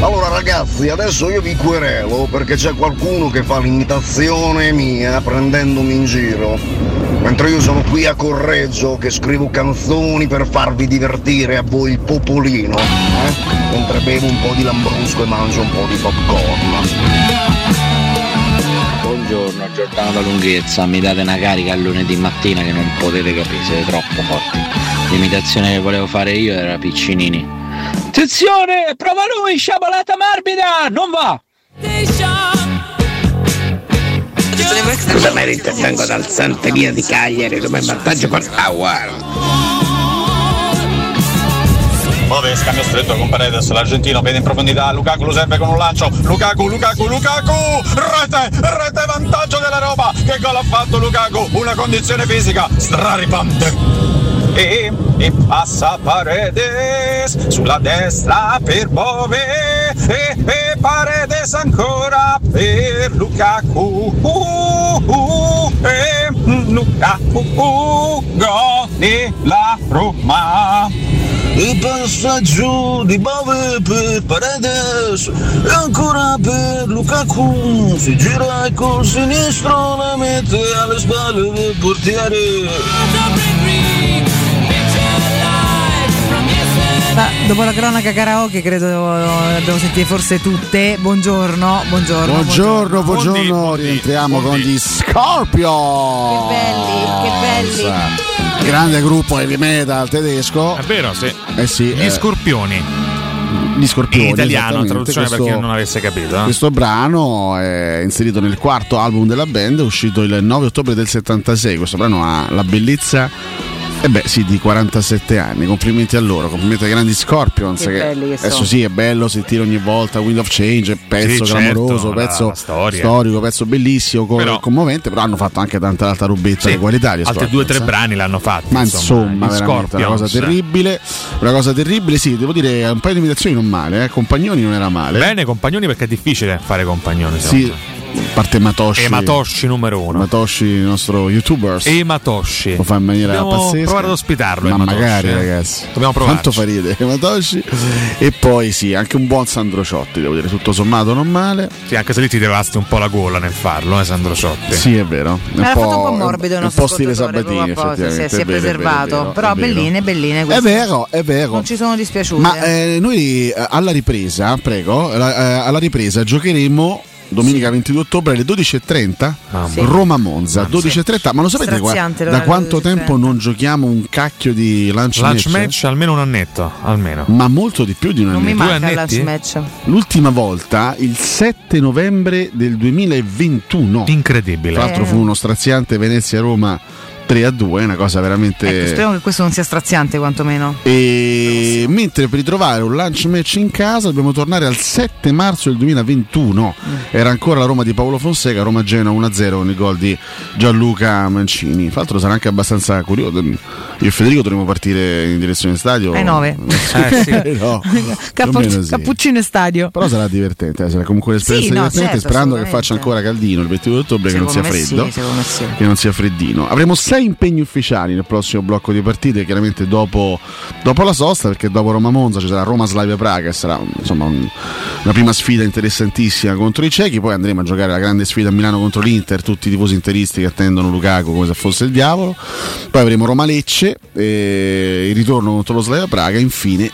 [SPEAKER 2] Allora ragazzi, adesso io vi querelo perché c'è qualcuno che fa l'imitazione mia prendendomi in giro. Mentre io sono qui a Correggio che scrivo canzoni per farvi divertire a voi il popolino, eh? mentre bevo un po' di lambrusco e mangio un po' di popcorn.
[SPEAKER 56] Buongiorno Giordano da lunghezza, mi date una carica il lunedì mattina che non potete capire, siete troppo forti. L'imitazione che volevo fare io era Piccinini.
[SPEAKER 57] Attenzione, prova lui, sciabolata morbida, non va! Cosa merita il tango dal Santeria di Cagliari come vantaggio con Howard?
[SPEAKER 3] Muove, scambio stretto con Paredes, l'argentino vede in profondità, Lukaku lo serve con un lancio, Lukaku, Lukaku, Lukaku, rete, rete, vantaggio della roba, che gol ha fatto Lukaku, una condizione fisica straripante. E, e passa Paredes sulla destra per Bove e, e Paredes ancora per Lukaku Uh, uh, e Lukaku uh, gol della Roma
[SPEAKER 57] e passa giù di Bove per Paredes e ancora per Lukaku si gira e col sinistro la mette alle spalle del portiere
[SPEAKER 7] Ma dopo la cronaca karaoke credo eh, abbiamo sentito forse tutte. Buongiorno, buongiorno.
[SPEAKER 5] Buongiorno, buongiorno, rientriamo con gli Scorpio. Che
[SPEAKER 7] belli, che
[SPEAKER 5] belli. Grande gruppo heavy metal tedesco. È
[SPEAKER 8] vero, sì.
[SPEAKER 5] Eh sì,
[SPEAKER 8] Gli
[SPEAKER 5] eh,
[SPEAKER 8] scorpioni.
[SPEAKER 5] gli scorpioni.
[SPEAKER 8] In italiano,
[SPEAKER 5] esattamente.
[SPEAKER 8] traduzione per chi
[SPEAKER 5] Questo-
[SPEAKER 8] non avesse capito. eh.
[SPEAKER 5] Questo brano è inserito nel quarto album della band, uscito il 9 ottobre del 76. Questo brano ha la bellezza eh beh, sì, di 47 anni. Complimenti a loro, complimenti ai grandi Scorpions.
[SPEAKER 7] Che belli che
[SPEAKER 5] adesso
[SPEAKER 7] sono.
[SPEAKER 5] sì, è bello sentire ogni volta Wind of Change, pezzo
[SPEAKER 8] Sì, certo,
[SPEAKER 5] clamoroso,
[SPEAKER 8] la-
[SPEAKER 5] pezzo
[SPEAKER 8] la storia.
[SPEAKER 5] storico, pezzo bellissimo, co-
[SPEAKER 8] Però-
[SPEAKER 5] commovente, però hanno fatto anche tanta altra robetta di qualità. gli
[SPEAKER 8] Altri
[SPEAKER 5] Scorpions,
[SPEAKER 8] due o tre
[SPEAKER 5] eh.
[SPEAKER 8] brani l'hanno fatto.
[SPEAKER 5] Ma insomma,
[SPEAKER 8] gli
[SPEAKER 5] veramente una cosa
[SPEAKER 8] Scorpions.
[SPEAKER 5] terribile. Una cosa terribile, sì, devo dire, un paio di imitazioni non male, eh. Compagnoni non era male.
[SPEAKER 8] Bene, compagnoni, perché è difficile fare compagnoni.
[SPEAKER 5] Eh? Sì, a parte Matoshi.
[SPEAKER 8] E Matoshi numero uno.
[SPEAKER 5] Matoshi, il nostro youtuber.
[SPEAKER 8] E Matoshi.
[SPEAKER 5] Lo fa in maniera
[SPEAKER 8] Dobbiamo
[SPEAKER 5] pazzesca.
[SPEAKER 8] provare ad ospitarlo,
[SPEAKER 5] Ma
[SPEAKER 8] eh, Matoshi,
[SPEAKER 5] magari,
[SPEAKER 8] eh.
[SPEAKER 5] ragazzi.
[SPEAKER 8] Dobbiamo provarci.
[SPEAKER 5] Quanto fa ridere Matoshi. E poi sì, anche un buon Sandro Ciotti, devo dire, tutto sommato non male.
[SPEAKER 8] Sì, anche se lì ti devasti un po' la gola nel farlo, eh, Sandro Ciotti.
[SPEAKER 5] Sì, è vero. È
[SPEAKER 7] Era fatto un po' morbido il
[SPEAKER 5] un
[SPEAKER 7] nostro
[SPEAKER 5] po' stile
[SPEAKER 7] ascoltatore,
[SPEAKER 5] Sabatini,
[SPEAKER 7] proprio apposta,
[SPEAKER 5] effettivamente.
[SPEAKER 7] si è- si è
[SPEAKER 5] È vero, è vero, è
[SPEAKER 7] preservato.
[SPEAKER 5] vero,
[SPEAKER 7] Però
[SPEAKER 5] è vero.
[SPEAKER 7] belline, belline
[SPEAKER 5] È
[SPEAKER 7] queste.
[SPEAKER 5] vero, è vero.
[SPEAKER 7] Non ci sono dispiaciute.
[SPEAKER 5] Ma eh, noi eh, alla ripresa, prego, la- eh, alla ripresa giocheremo domenica 22 ottobre alle 12.30
[SPEAKER 7] Ah, Sì.
[SPEAKER 5] Roma Monza 12.30 ma lo sapete qua-
[SPEAKER 7] Straziante
[SPEAKER 5] da
[SPEAKER 7] l'orario
[SPEAKER 5] quanto
[SPEAKER 7] 12.30.
[SPEAKER 5] tempo non giochiamo un cacchio di lunch, match?
[SPEAKER 8] Lunch match almeno un annetto, almeno.
[SPEAKER 5] ma molto di più di un
[SPEAKER 7] Non mi
[SPEAKER 5] annetto
[SPEAKER 7] manca il lunch match.
[SPEAKER 5] l'ultima volta il 7 novembre del 2021
[SPEAKER 8] incredibile
[SPEAKER 5] tra l'altro
[SPEAKER 7] Eh.
[SPEAKER 5] fu uno straziante Venezia-Roma 3 a 2 una cosa veramente
[SPEAKER 7] Ecco, speriamo che questo non sia straziante quantomeno.
[SPEAKER 5] E mentre per ritrovare un lunch match in casa dobbiamo tornare al 7 marzo del 2021.
[SPEAKER 7] Mm.
[SPEAKER 5] Era ancora la Roma di Paolo Fonseca, Roma Genoa 1-0 nel gol di Gianluca Mancini. Tra l'altro sarà anche abbastanza curioso. mm, Io e Federico dovremo partire in direzione stadio.
[SPEAKER 7] Ai nove.
[SPEAKER 5] Eh, sì. no. più o meno
[SPEAKER 7] Cappu-
[SPEAKER 5] sì.
[SPEAKER 7] Cappuccino e stadio.
[SPEAKER 5] Però sarà divertente, eh, sarà comunque un'esperienza
[SPEAKER 7] Sì, no,
[SPEAKER 5] divertente,
[SPEAKER 7] certo,
[SPEAKER 5] sperando che
[SPEAKER 7] assolutamente.
[SPEAKER 5] faccia ancora caldino il 22 ottobre, che non
[SPEAKER 7] Secondo
[SPEAKER 5] sia
[SPEAKER 7] me sì,
[SPEAKER 5] freddo.
[SPEAKER 7] secondo me sì.
[SPEAKER 5] Che non sia freddino. Avremo sei impegni ufficiali nel prossimo blocco di partite, chiaramente dopo, dopo la sosta, perché dopo Roma Monza ci sarà Roma Slavia Praga, che sarà insomma un- una prima sfida interessantissima contro i cechi, poi andremo a giocare la grande sfida a Milano contro l'Inter, tutti i tifosi interisti che attendono Lukaku come se fosse il diavolo. Poi avremo Roma Lecce, eh, il ritorno contro lo Slavia Praga, infine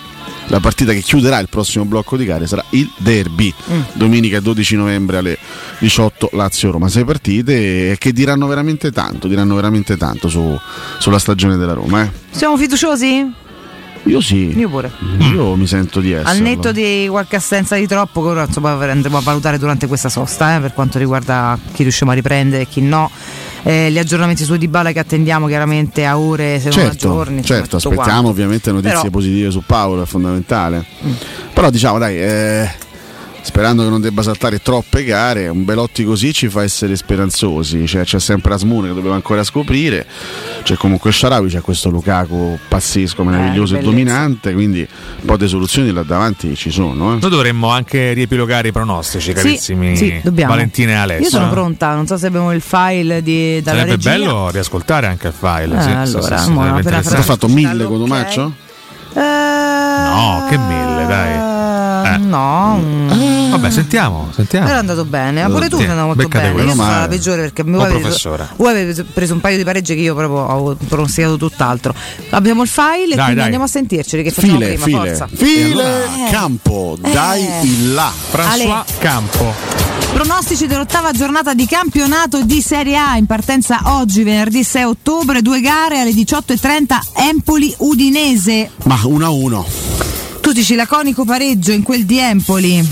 [SPEAKER 5] la partita che chiuderà il prossimo blocco di gare sarà il derby, domenica 12 novembre alle 18 Lazio-Roma. Sei partite eh, che diranno veramente tanto, diranno veramente tanto su- sulla stagione della Roma. eh.
[SPEAKER 7] Siamo fiduciosi?
[SPEAKER 5] Io sì,
[SPEAKER 7] Io pure.
[SPEAKER 5] io mi sento di essere.
[SPEAKER 7] Al netto di qualche assenza di troppo, che ora insomma, andremo a valutare durante questa sosta, eh, per quanto riguarda chi riusciamo a riprendere e chi no. Eh, gli aggiornamenti su Dybala che attendiamo chiaramente a ore, se non a
[SPEAKER 5] Certo,
[SPEAKER 7] giorni. insomma,
[SPEAKER 5] certo,
[SPEAKER 7] tutto
[SPEAKER 5] aspettiamo
[SPEAKER 7] quanto.
[SPEAKER 5] ovviamente notizie
[SPEAKER 7] Però- Mm.
[SPEAKER 5] positive su Paolo, è fondamentale. Però diciamo dai, eh, sperando che non debba saltare troppe gare, un Belotti così ci fa essere speranzosi, cioè, c'è sempre Asmune che dobbiamo ancora scoprire, c'è comunque Sharawi, c'è questo Lukaku
[SPEAKER 7] Eh,
[SPEAKER 5] pazzesco, meraviglioso e
[SPEAKER 8] bellezza.
[SPEAKER 5] dominante, quindi un po' di soluzioni là davanti ci sono. eh.
[SPEAKER 8] Noi dovremmo anche riepilogare i pronostici, carissimi
[SPEAKER 7] sì, dobbiamo.
[SPEAKER 8] Valentina e Alessio.
[SPEAKER 7] Io sono
[SPEAKER 8] eh.
[SPEAKER 7] pronta, non so se abbiamo il file di, dalla
[SPEAKER 8] Sarebbe
[SPEAKER 7] regia.
[SPEAKER 8] bello riascoltare anche il file.
[SPEAKER 7] Eh,
[SPEAKER 8] sì,
[SPEAKER 7] allora,
[SPEAKER 8] sì, sì,
[SPEAKER 7] mo,
[SPEAKER 8] sarebbe
[SPEAKER 7] appena
[SPEAKER 8] interessante.
[SPEAKER 7] Franci
[SPEAKER 5] Ho fatto mille con Domaccio?
[SPEAKER 7] Eh,
[SPEAKER 8] No, che mille, dai.
[SPEAKER 7] No. mm.
[SPEAKER 8] Vabbè, sentiamo, sentiamo.
[SPEAKER 7] Era andato bene,
[SPEAKER 8] Allora,
[SPEAKER 7] pure tu
[SPEAKER 8] sì,
[SPEAKER 7] sei andato molto
[SPEAKER 8] beccate
[SPEAKER 7] bene.
[SPEAKER 8] quello.
[SPEAKER 7] Io sono
[SPEAKER 8] Meno
[SPEAKER 7] la
[SPEAKER 8] male.
[SPEAKER 7] peggiore perché mi
[SPEAKER 8] Oh,
[SPEAKER 7] voi
[SPEAKER 8] professore.
[SPEAKER 7] avete, voi avete preso un paio di pareggi che io proprio ho pronosticato tutt'altro. Abbiamo il file e
[SPEAKER 5] Dai,
[SPEAKER 7] quindi
[SPEAKER 5] dai.
[SPEAKER 7] andiamo a sentirceli che facciamo
[SPEAKER 5] File,
[SPEAKER 7] prima,
[SPEAKER 5] file,
[SPEAKER 7] forza.
[SPEAKER 5] file,
[SPEAKER 7] Eh.
[SPEAKER 5] campo, dai il là.
[SPEAKER 7] François Ale.
[SPEAKER 8] Campo.
[SPEAKER 7] Pronostici dell'ottava giornata di campionato di Serie A in partenza oggi venerdì 6 ottobre, due gare alle 18.30 Empoli Udinese.
[SPEAKER 5] Ma 1 a 1.
[SPEAKER 7] Tu dici laconico pareggio in quel di Empoli,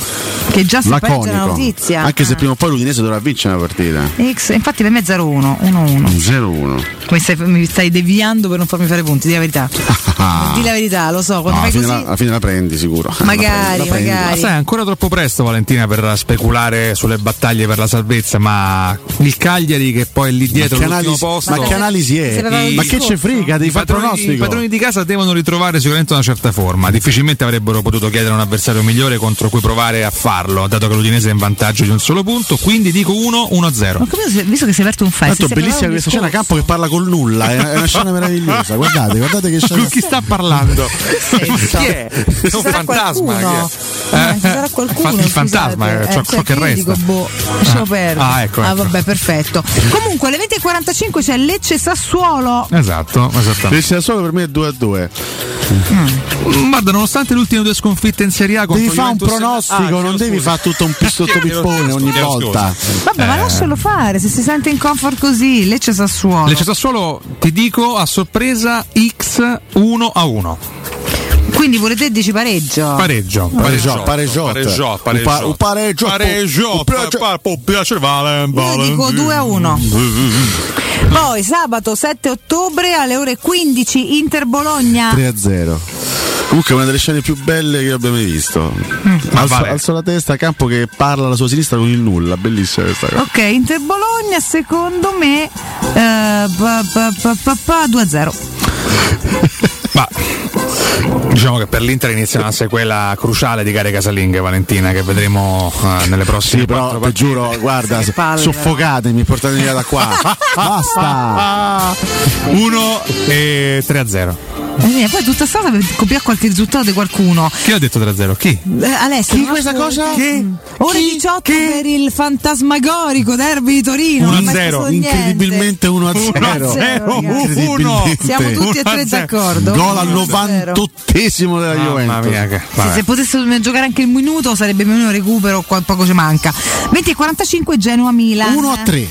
[SPEAKER 7] che già si pareggia la notizia. Ah.
[SPEAKER 5] Anche se prima o poi l'Udinese dovrà vincere una partita.
[SPEAKER 7] X, infatti per me è 0-1, 1-1.
[SPEAKER 5] 0-1.
[SPEAKER 7] Mi stai, mi stai deviando per non farmi fare punti, di la verità.
[SPEAKER 5] Ah.
[SPEAKER 7] Di la verità, lo so,
[SPEAKER 5] No, alla,
[SPEAKER 7] quando fai
[SPEAKER 5] fine
[SPEAKER 7] così.
[SPEAKER 5] la, alla fine la prendi sicuro.
[SPEAKER 7] Magari,
[SPEAKER 5] La prendi.
[SPEAKER 7] magari.
[SPEAKER 8] Ma sai, è ancora troppo presto Valentina per speculare sulle battaglie per la salvezza, ma il Cagliari che poi è lì dietro
[SPEAKER 5] che
[SPEAKER 8] all'ultimo
[SPEAKER 5] analisi-
[SPEAKER 8] posto.
[SPEAKER 5] ma che analisi è?
[SPEAKER 8] I-
[SPEAKER 5] Ma che ce frega, devi
[SPEAKER 8] i
[SPEAKER 5] fare
[SPEAKER 8] padroni-
[SPEAKER 5] pronostico. Mm.
[SPEAKER 8] I padroni di casa devono ritrovare sicuramente una certa forma, difficilmente avrebbero potuto chiedere un avversario migliore contro cui provare a farlo, dato che l'Udinese è in vantaggio di un solo punto, quindi dico 1-1-0.
[SPEAKER 7] Ho capito se- visto che sei aperto un file.
[SPEAKER 5] Tanto
[SPEAKER 7] si è
[SPEAKER 5] bellissima
[SPEAKER 7] preparato
[SPEAKER 5] questa scena
[SPEAKER 7] un
[SPEAKER 5] campo che parla con col nulla, è è una scena meravigliosa. Guardate, guardate che scena.
[SPEAKER 8] Con chi sta parlando?
[SPEAKER 5] Chi è?
[SPEAKER 8] È un fantasma.
[SPEAKER 7] qualcuno?
[SPEAKER 8] che è.
[SPEAKER 7] Eh, ci sarà qualcuno,
[SPEAKER 8] Il fantasma,
[SPEAKER 7] scusate.
[SPEAKER 8] eh,
[SPEAKER 7] Eh,
[SPEAKER 8] ciò, ciò
[SPEAKER 7] cioè,
[SPEAKER 8] che
[SPEAKER 7] quindi
[SPEAKER 8] resta.
[SPEAKER 7] dico, boh, lasciamo perdere.
[SPEAKER 8] Ah, ecco,
[SPEAKER 7] Ah,
[SPEAKER 8] ecco.
[SPEAKER 7] vabbè, perfetto. Comunque, alle 20.45 c'è Lecce Sassuolo.
[SPEAKER 8] Esatto, esattamente. Mm.
[SPEAKER 5] Lecce solo per me è 2 a 2.
[SPEAKER 8] Guarda, nonostante le ultime due sconfitte in Serie A, contro
[SPEAKER 5] Devi fare un
[SPEAKER 8] Juventus e- Ah,
[SPEAKER 5] pronostico,
[SPEAKER 8] chiedo
[SPEAKER 5] non devi
[SPEAKER 8] scusa.
[SPEAKER 5] fare tutto un pistotto
[SPEAKER 8] Chiedo
[SPEAKER 5] pippone
[SPEAKER 8] scusa,
[SPEAKER 5] ogni
[SPEAKER 8] chiedo
[SPEAKER 5] volta.
[SPEAKER 8] scusa.
[SPEAKER 7] Vabbè, ma
[SPEAKER 8] Eh.
[SPEAKER 7] lascialo fare, se si sente in comfort così, Lecce Sassuolo.
[SPEAKER 8] Lecce Sassuolo, ti dico a sorpresa X 1 a 1.
[SPEAKER 7] Quindi volete 10 pareggio?
[SPEAKER 8] Pareggio,
[SPEAKER 5] Ah. Pareggio, pareggio,
[SPEAKER 8] pareggio, pareggio,
[SPEAKER 5] Un pareggio,
[SPEAKER 8] pareggio, pa- pa- piace vale,
[SPEAKER 7] Io
[SPEAKER 8] vale.
[SPEAKER 7] dico 2 a 1. Poi sabato 7 ottobre alle ore 15 Inter Bologna.
[SPEAKER 5] 3 a 0. Comunque è una delle scene più belle che abbia mai visto.
[SPEAKER 8] Ma
[SPEAKER 5] Mm. Alzo,
[SPEAKER 8] vale.
[SPEAKER 5] alzo la testa, Campo che parla alla sua sinistra con il nulla, bellissima questa cosa.
[SPEAKER 7] Ok, Inter Bologna secondo me eh, pa- pa- pa- pa- pa- 2 a 0.
[SPEAKER 8] Ma diciamo che per l'Inter inizia una sequela cruciale di gare casalinghe, Valentina, che vedremo eh, nelle prossime
[SPEAKER 5] Sì, però ti giuro, guarda,
[SPEAKER 8] Che palle,
[SPEAKER 5] soffocatemi, portatemi via da qua. Basta.
[SPEAKER 8] 1 Ah. e 3 a 0.
[SPEAKER 7] E Eh, poi tutta strada per copiare qualche risultato di qualcuno.
[SPEAKER 8] Chi ha detto 3 a 0? Chi?
[SPEAKER 7] Eh, Alessio,
[SPEAKER 5] Chi questa cosa? Che?
[SPEAKER 7] Ore 18 per il fantasmagorico derby di Torino. non è mai successo niente.
[SPEAKER 5] incredibilmente 1 a 0.
[SPEAKER 7] 1-0,
[SPEAKER 5] Incredibilmente.
[SPEAKER 7] Siamo tutti e tre
[SPEAKER 5] 1-0.
[SPEAKER 7] d'accordo.
[SPEAKER 5] Gol al
[SPEAKER 7] 1-0.
[SPEAKER 5] 98esimo della
[SPEAKER 8] Mamma
[SPEAKER 5] Juventus.
[SPEAKER 8] mia, che-
[SPEAKER 7] Sì,
[SPEAKER 8] vabbè.
[SPEAKER 7] se potesse giocare anche il minuto sarebbe meno recupero, qua poco ci manca. 20 e 45 Genoa Milan. Mm.
[SPEAKER 5] 1 a 3.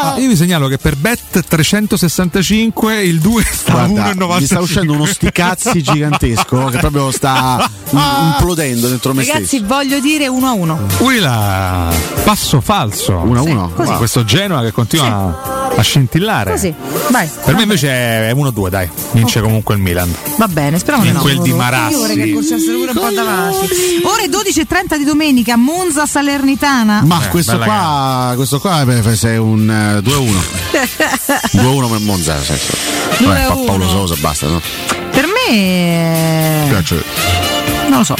[SPEAKER 8] Ah, io vi segnalo che per bet 365 il 2 sta a
[SPEAKER 5] Guarda,
[SPEAKER 8] 1,95.
[SPEAKER 5] mi sta uscendo uno sticazzi gigantesco che proprio sta implodendo dentro me stesso.
[SPEAKER 7] Ragazzi, voglio dire 1 a 1.
[SPEAKER 8] Uila, passo falso.
[SPEAKER 5] 1 a 1.
[SPEAKER 7] così.
[SPEAKER 8] Questo Genoa che continua a scintillare.
[SPEAKER 7] Così. Vai.
[SPEAKER 8] Per me invece è 1-2, dai. Vince comunque il Milan.
[SPEAKER 7] Va bene, speriamo
[SPEAKER 8] In
[SPEAKER 7] di no.
[SPEAKER 8] quel di
[SPEAKER 7] Io vorrei che
[SPEAKER 8] Marassi.
[SPEAKER 7] accorciassero pure un po' davanti. Ore 12.30 di domenica, Monza Salernitana.
[SPEAKER 5] Ma questo,
[SPEAKER 8] Eh, bella
[SPEAKER 5] qua, questo qua beh, sei un eh, 2-1. 2-1 per Monza, nel senso. Vabbè, pa-
[SPEAKER 7] 2-1.
[SPEAKER 5] Paolo Sosa, basta, no?
[SPEAKER 7] Per me.
[SPEAKER 5] Piace.
[SPEAKER 7] Eh. Non lo so.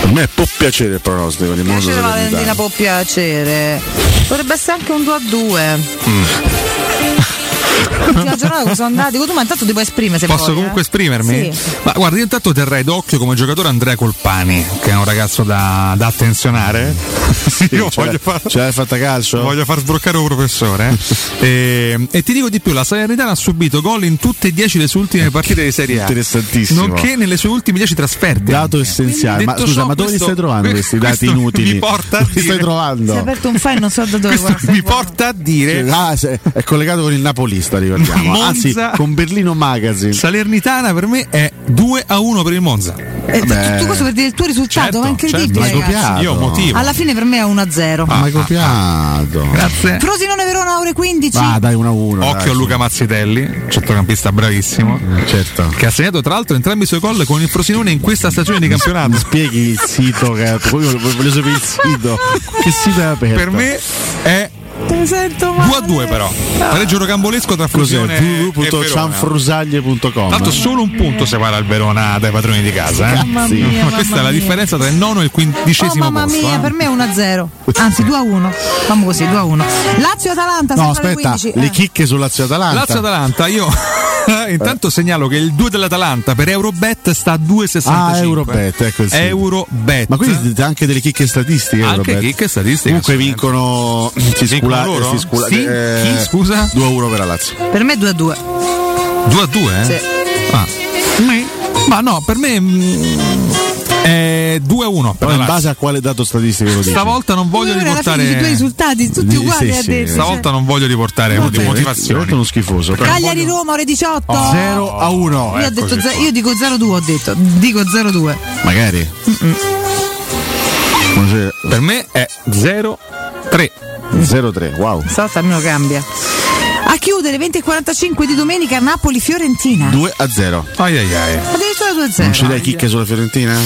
[SPEAKER 5] Per me può piacere il pronostico di Monza.
[SPEAKER 7] Piacere Valentina
[SPEAKER 5] Salernitana.
[SPEAKER 7] può piacere. Potrebbe essere anche un 2 a 2.
[SPEAKER 8] Mm.
[SPEAKER 7] L'ultima giornata come sono andati? Tu ma intanto ti puoi esprimere se
[SPEAKER 8] Posso
[SPEAKER 7] vuoi,
[SPEAKER 8] comunque
[SPEAKER 7] eh.
[SPEAKER 8] esprimermi?
[SPEAKER 7] Sì.
[SPEAKER 8] Ma guarda, io intanto terrei d'occhio come giocatore Andrea Colpani, che è un ragazzo da, da attenzionare. io
[SPEAKER 5] ce
[SPEAKER 7] certo.
[SPEAKER 8] voglio
[SPEAKER 5] l'hai-
[SPEAKER 8] far,
[SPEAKER 5] ce l'hai fatta calcio?
[SPEAKER 8] voglio far sbroccare un professore. eh. e, e ti dico di più: la Salernitana ha subito gol in tutte e 10 le sue ultime partite di Serie A.
[SPEAKER 5] Interessantissimo.
[SPEAKER 8] Nonché nelle sue ultime 10 trasferte.
[SPEAKER 5] Dato essenziale, Ah, ma
[SPEAKER 8] detto
[SPEAKER 5] scusa,
[SPEAKER 8] ciò,
[SPEAKER 5] ma dove li
[SPEAKER 8] questo-
[SPEAKER 5] stai trovando questi dati
[SPEAKER 8] questo
[SPEAKER 5] inutili?
[SPEAKER 8] mi porta a
[SPEAKER 5] Dove li
[SPEAKER 8] dire-
[SPEAKER 5] stai
[SPEAKER 7] Si è
[SPEAKER 5] trovando?
[SPEAKER 7] aperto un file, non so da dove
[SPEAKER 8] Questo
[SPEAKER 7] guarda.
[SPEAKER 8] mi porta a dire
[SPEAKER 5] Ah, se- è collegato con il napolista, ricordiamo.
[SPEAKER 8] Monza-
[SPEAKER 5] Anzi, con Berlino Magazine.
[SPEAKER 8] Salernitana per me è 2 a 1 per il Monza.
[SPEAKER 7] Eh,
[SPEAKER 5] Vabbè.
[SPEAKER 7] tutto questo per dire il tuo risultato, ma è incredibile.
[SPEAKER 5] certo.
[SPEAKER 7] ragazzi.
[SPEAKER 5] copiato.
[SPEAKER 8] Io ho motivo.
[SPEAKER 7] Alla fine per me è 1 a
[SPEAKER 8] Ah,
[SPEAKER 7] 0.
[SPEAKER 5] Ma hai copiato.
[SPEAKER 8] Grazie.
[SPEAKER 7] Frosinone Verona ore 15.
[SPEAKER 5] Ah, dai, 1 1.
[SPEAKER 8] Occhio a Luca Mazzitelli, centrocampista bravissimo,
[SPEAKER 5] Certo.
[SPEAKER 8] che ha segnato tra l'altro entrambi i suoi gol con il Frosinone in questa stagione di
[SPEAKER 5] Mi
[SPEAKER 8] campionato.
[SPEAKER 5] spieghi il sito che voglio, voglio sapere il sito. Che sito è aperto?
[SPEAKER 8] Per me è
[SPEAKER 7] Te sento
[SPEAKER 8] 2 a
[SPEAKER 7] male.
[SPEAKER 8] 2 però. Pareggio rocambolesco tra
[SPEAKER 5] Cos'è?
[SPEAKER 8] Frosinone e Verona.
[SPEAKER 5] www.cianfrusaglie.com
[SPEAKER 8] Tanto solo un punto separa il Verona dai padroni di casa. eh.
[SPEAKER 7] Mamma
[SPEAKER 5] Sì.
[SPEAKER 7] mia,
[SPEAKER 8] Ma
[SPEAKER 7] mamma
[SPEAKER 8] questa è la
[SPEAKER 7] mia.
[SPEAKER 8] differenza tra il nono e il
[SPEAKER 7] Oh
[SPEAKER 8] quindicesimo
[SPEAKER 7] mamma
[SPEAKER 8] posto.
[SPEAKER 7] mia,
[SPEAKER 8] eh.
[SPEAKER 7] per me è 1 a 0. Anzi 2 a 1. Fammo così, 2 a 1. Lazio Atalanta,
[SPEAKER 5] No,
[SPEAKER 7] sempre alle
[SPEAKER 5] Oh, aspetta,
[SPEAKER 7] 15.
[SPEAKER 5] le
[SPEAKER 7] eh.
[SPEAKER 5] chicche Eh. su Lazio Atalanta.
[SPEAKER 8] Lazio-Atalanta, io intanto segnalo che il 2 dell'Atalanta per Eurobet sta a 2,65.
[SPEAKER 5] Ah, Eurobet, ecco il sito.
[SPEAKER 8] Eurobet.
[SPEAKER 5] Ma quindi dà anche delle chicche statistiche.
[SPEAKER 8] Anche
[SPEAKER 5] Roberto.
[SPEAKER 8] chicche statistiche,
[SPEAKER 5] Comunque
[SPEAKER 8] assolutamente.
[SPEAKER 5] vincono. Si
[SPEAKER 8] Vincono
[SPEAKER 5] scula,
[SPEAKER 8] loro?
[SPEAKER 5] si scula,
[SPEAKER 8] Sì? Chi, scusa?
[SPEAKER 5] 2 1 per la Lazio.
[SPEAKER 7] Per me 2 a 2.
[SPEAKER 8] 2 a 2, eh?
[SPEAKER 7] Sì.
[SPEAKER 8] Ah. Ma no, per me mm, è 2 a 1.
[SPEAKER 5] Però in base a quale dato statistico lo dici?
[SPEAKER 8] Stavolta non voglio
[SPEAKER 7] Allora, alla fine I tuoi
[SPEAKER 8] riportare.
[SPEAKER 7] risultati tutti
[SPEAKER 5] Gli
[SPEAKER 7] uguali a cioè.
[SPEAKER 5] stessi,
[SPEAKER 7] detto.
[SPEAKER 8] Stavolta non voglio riportare
[SPEAKER 7] Vabbè.
[SPEAKER 8] motiv-
[SPEAKER 5] Veramente
[SPEAKER 8] motivazioni.
[SPEAKER 5] uno schifoso. però.
[SPEAKER 7] Cagliari Roma ore 18.
[SPEAKER 8] Oh,
[SPEAKER 5] 0 a ecco, 1.
[SPEAKER 8] ecco,
[SPEAKER 7] Io, ho detto ze- io dico 0-2, ho detto, dico 0-2.
[SPEAKER 5] Magari.
[SPEAKER 8] Per me è 0 3.
[SPEAKER 5] 0-3, wow.
[SPEAKER 7] Stavolta almeno cambia. a chiudere 20.45 di domenica Napoli-Fiorentina.
[SPEAKER 5] 2 a 0.
[SPEAKER 8] Ai ai ai.
[SPEAKER 7] Addirittura 2
[SPEAKER 5] Non ci dai chicche sulla Fiorentina?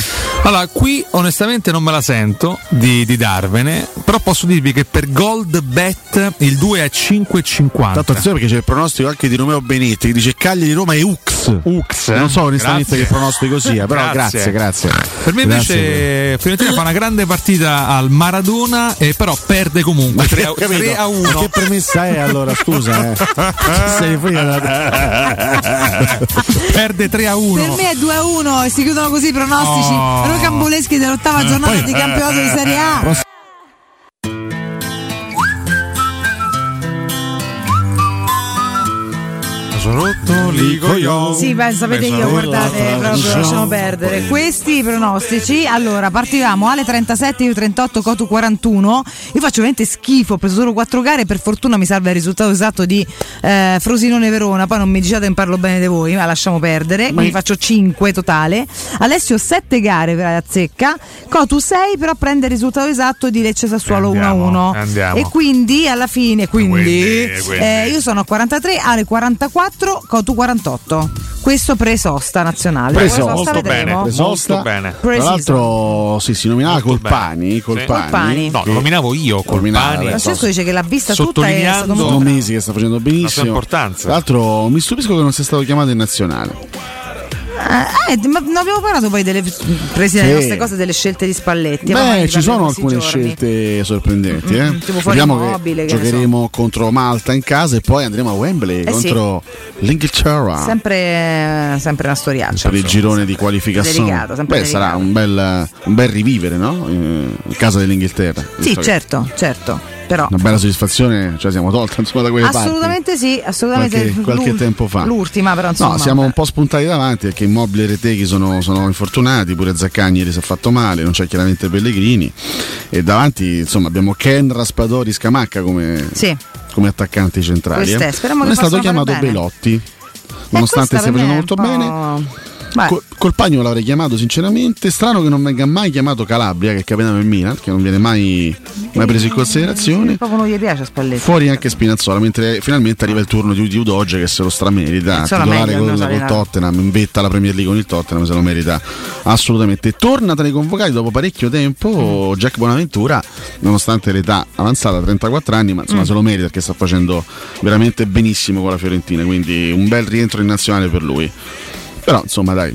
[SPEAKER 8] Allora, qui onestamente non me la sento di, di darvene, però posso dirvi che per Gold Bet il 2 è a 5,50.
[SPEAKER 5] Tanto attenzione perché c'è il pronostico anche di Romeo Benetti che dice Cagliari Roma e Ux. Ux. Non so onestamente
[SPEAKER 8] Grazie.
[SPEAKER 5] che pronostico sia, però grazie, grazie.
[SPEAKER 8] Per me
[SPEAKER 5] Grazie.
[SPEAKER 8] invece Fiorentina fa una grande partita al Maradona, e però perde comunque 3 a,
[SPEAKER 5] ho capito.
[SPEAKER 8] 3 a
[SPEAKER 5] Ma
[SPEAKER 8] 1.
[SPEAKER 5] che premessa è allora? Scusa, eh. Sei fuori dalla-
[SPEAKER 8] Perde 3 a 1.
[SPEAKER 7] Per me è 2 a 1 e si chiudono così i pronostici
[SPEAKER 8] Oh. Eh,
[SPEAKER 7] rocamboleschi
[SPEAKER 8] Ah,
[SPEAKER 7] dell'ottava giornata di campionato di Serie A.
[SPEAKER 8] Sono rotto lì coglione.
[SPEAKER 7] Sì, beh, sapete
[SPEAKER 8] Penso
[SPEAKER 7] io,
[SPEAKER 8] alla
[SPEAKER 7] guardate,
[SPEAKER 8] volta,
[SPEAKER 7] proprio
[SPEAKER 8] diciamo.
[SPEAKER 7] lasciamo perdere. Questi pronostici, allora, partivamo alle 37, io 38, Cotu 41. Io faccio veramente schifo, ho preso solo 4 gare, per fortuna mi salva il risultato esatto di eh, Frosinone-Verona, poi non mi diciate che ne parlo bene di voi, ma lasciamo perdere, quindi faccio 5 totale. Alessio 7 gare per la zecca, Cotu 6, però prende il risultato esatto di Lecce Sassuolo 1-1.
[SPEAKER 8] andiamo.
[SPEAKER 7] E quindi alla fine, quindi,
[SPEAKER 8] Quindi, quindi.
[SPEAKER 7] eh, io sono a 43, Ale 44, Cotu 48. Questo pre-sosta nazionale.
[SPEAKER 5] Preso,
[SPEAKER 7] Pre-sosta vedremo.
[SPEAKER 5] Presosta. Tra
[SPEAKER 7] Presosta.
[SPEAKER 5] l'altro sì, si nominava Colpani. Colpani.
[SPEAKER 7] Colpani. No, lo
[SPEAKER 8] nominavo io,
[SPEAKER 5] Colpani.
[SPEAKER 7] Francesco dice che l'ha vista tutta e è stato molto
[SPEAKER 5] Sono
[SPEAKER 7] bravo.
[SPEAKER 5] mesi che sta facendo benissimo.
[SPEAKER 8] sua importanza.
[SPEAKER 5] Tra l'altro mi stupisco che non sia stato chiamato in nazionale.
[SPEAKER 7] Eh, eh, ma non abbiamo parlato poi delle prese delle
[SPEAKER 5] Sì.
[SPEAKER 7] nostre cose, delle scelte di Spalletti. Mamma mia,
[SPEAKER 5] Beh, ci sono
[SPEAKER 7] parliamo in
[SPEAKER 5] alcune
[SPEAKER 7] questi giorni. Mm,
[SPEAKER 5] scelte sorprendenti. Eh.
[SPEAKER 7] tipo fuori
[SPEAKER 5] Vediamo che
[SPEAKER 7] immobile, che ne
[SPEAKER 5] giocheremo contro Malta in casa e poi andremo a Wembley
[SPEAKER 7] Eh sì.
[SPEAKER 5] contro l'Inghilterra.
[SPEAKER 7] Sempre, sempre una storiaccia.
[SPEAKER 5] per il
[SPEAKER 7] insomma.
[SPEAKER 5] girone Cioè, di qualificazione.
[SPEAKER 7] delicato, sempre
[SPEAKER 5] Beh,
[SPEAKER 7] delicato.
[SPEAKER 5] sarà un bel, un bel rivivere, no? Eh, In casa dell'Inghilterra.
[SPEAKER 7] Sì,
[SPEAKER 5] Visto che
[SPEAKER 7] certo, certo. Però
[SPEAKER 5] Una bella soddisfazione, cioè siamo tolti insomma da quelle parti.
[SPEAKER 7] assolutamente sì, assolutamente
[SPEAKER 5] Qualche- qualche
[SPEAKER 7] l'ul-
[SPEAKER 5] tempo fa.
[SPEAKER 7] L'ultima, però insomma. eh.
[SPEAKER 5] No, siamo un po' spuntati davanti perché Immobile e Reteghi sono, sono infortunati, pure Zaccagni ieri si è fatto male, non c'è chiaramente Pellegrini e davanti insomma abbiamo Ken, Raspadori, Scamacca come,
[SPEAKER 7] Sì.
[SPEAKER 5] come attaccanti centrali.
[SPEAKER 7] Queste,
[SPEAKER 5] eh.
[SPEAKER 7] speriamo
[SPEAKER 5] non
[SPEAKER 7] che
[SPEAKER 5] è stato
[SPEAKER 7] possano
[SPEAKER 5] chiamato
[SPEAKER 7] fare bene. Eh,
[SPEAKER 5] Belotti, nonostante
[SPEAKER 7] questa
[SPEAKER 5] stia facendo
[SPEAKER 7] per me è
[SPEAKER 5] molto
[SPEAKER 7] un
[SPEAKER 5] bene.
[SPEAKER 7] Beh.
[SPEAKER 5] Col- Colpagno l'avrei chiamato sinceramente, strano che non venga mai chiamato Calabria che è capitano del Milan, che non viene mai, mai preso in considerazione.
[SPEAKER 7] Proprio non gli piace Spalletti.
[SPEAKER 5] Fuori anche Spinazzola, mentre finalmente arriva il turno di Udi Udoge che se lo stramerita.
[SPEAKER 7] Spinazzola
[SPEAKER 5] Titolare
[SPEAKER 7] meglio,
[SPEAKER 5] col,
[SPEAKER 7] almeno si
[SPEAKER 5] col
[SPEAKER 7] allena.
[SPEAKER 5] Tottenham, in vetta alla Premier League con il Tottenham, se lo merita assolutamente. Torna tra i convocati dopo parecchio tempo
[SPEAKER 7] Mm.
[SPEAKER 5] Jack Bonaventura, nonostante l'età avanzata, 34 anni, ma insomma
[SPEAKER 18] Mm.
[SPEAKER 5] se lo merita perché sta facendo veramente benissimo con la Fiorentina, quindi un bel rientro in nazionale per lui. Però insomma dai,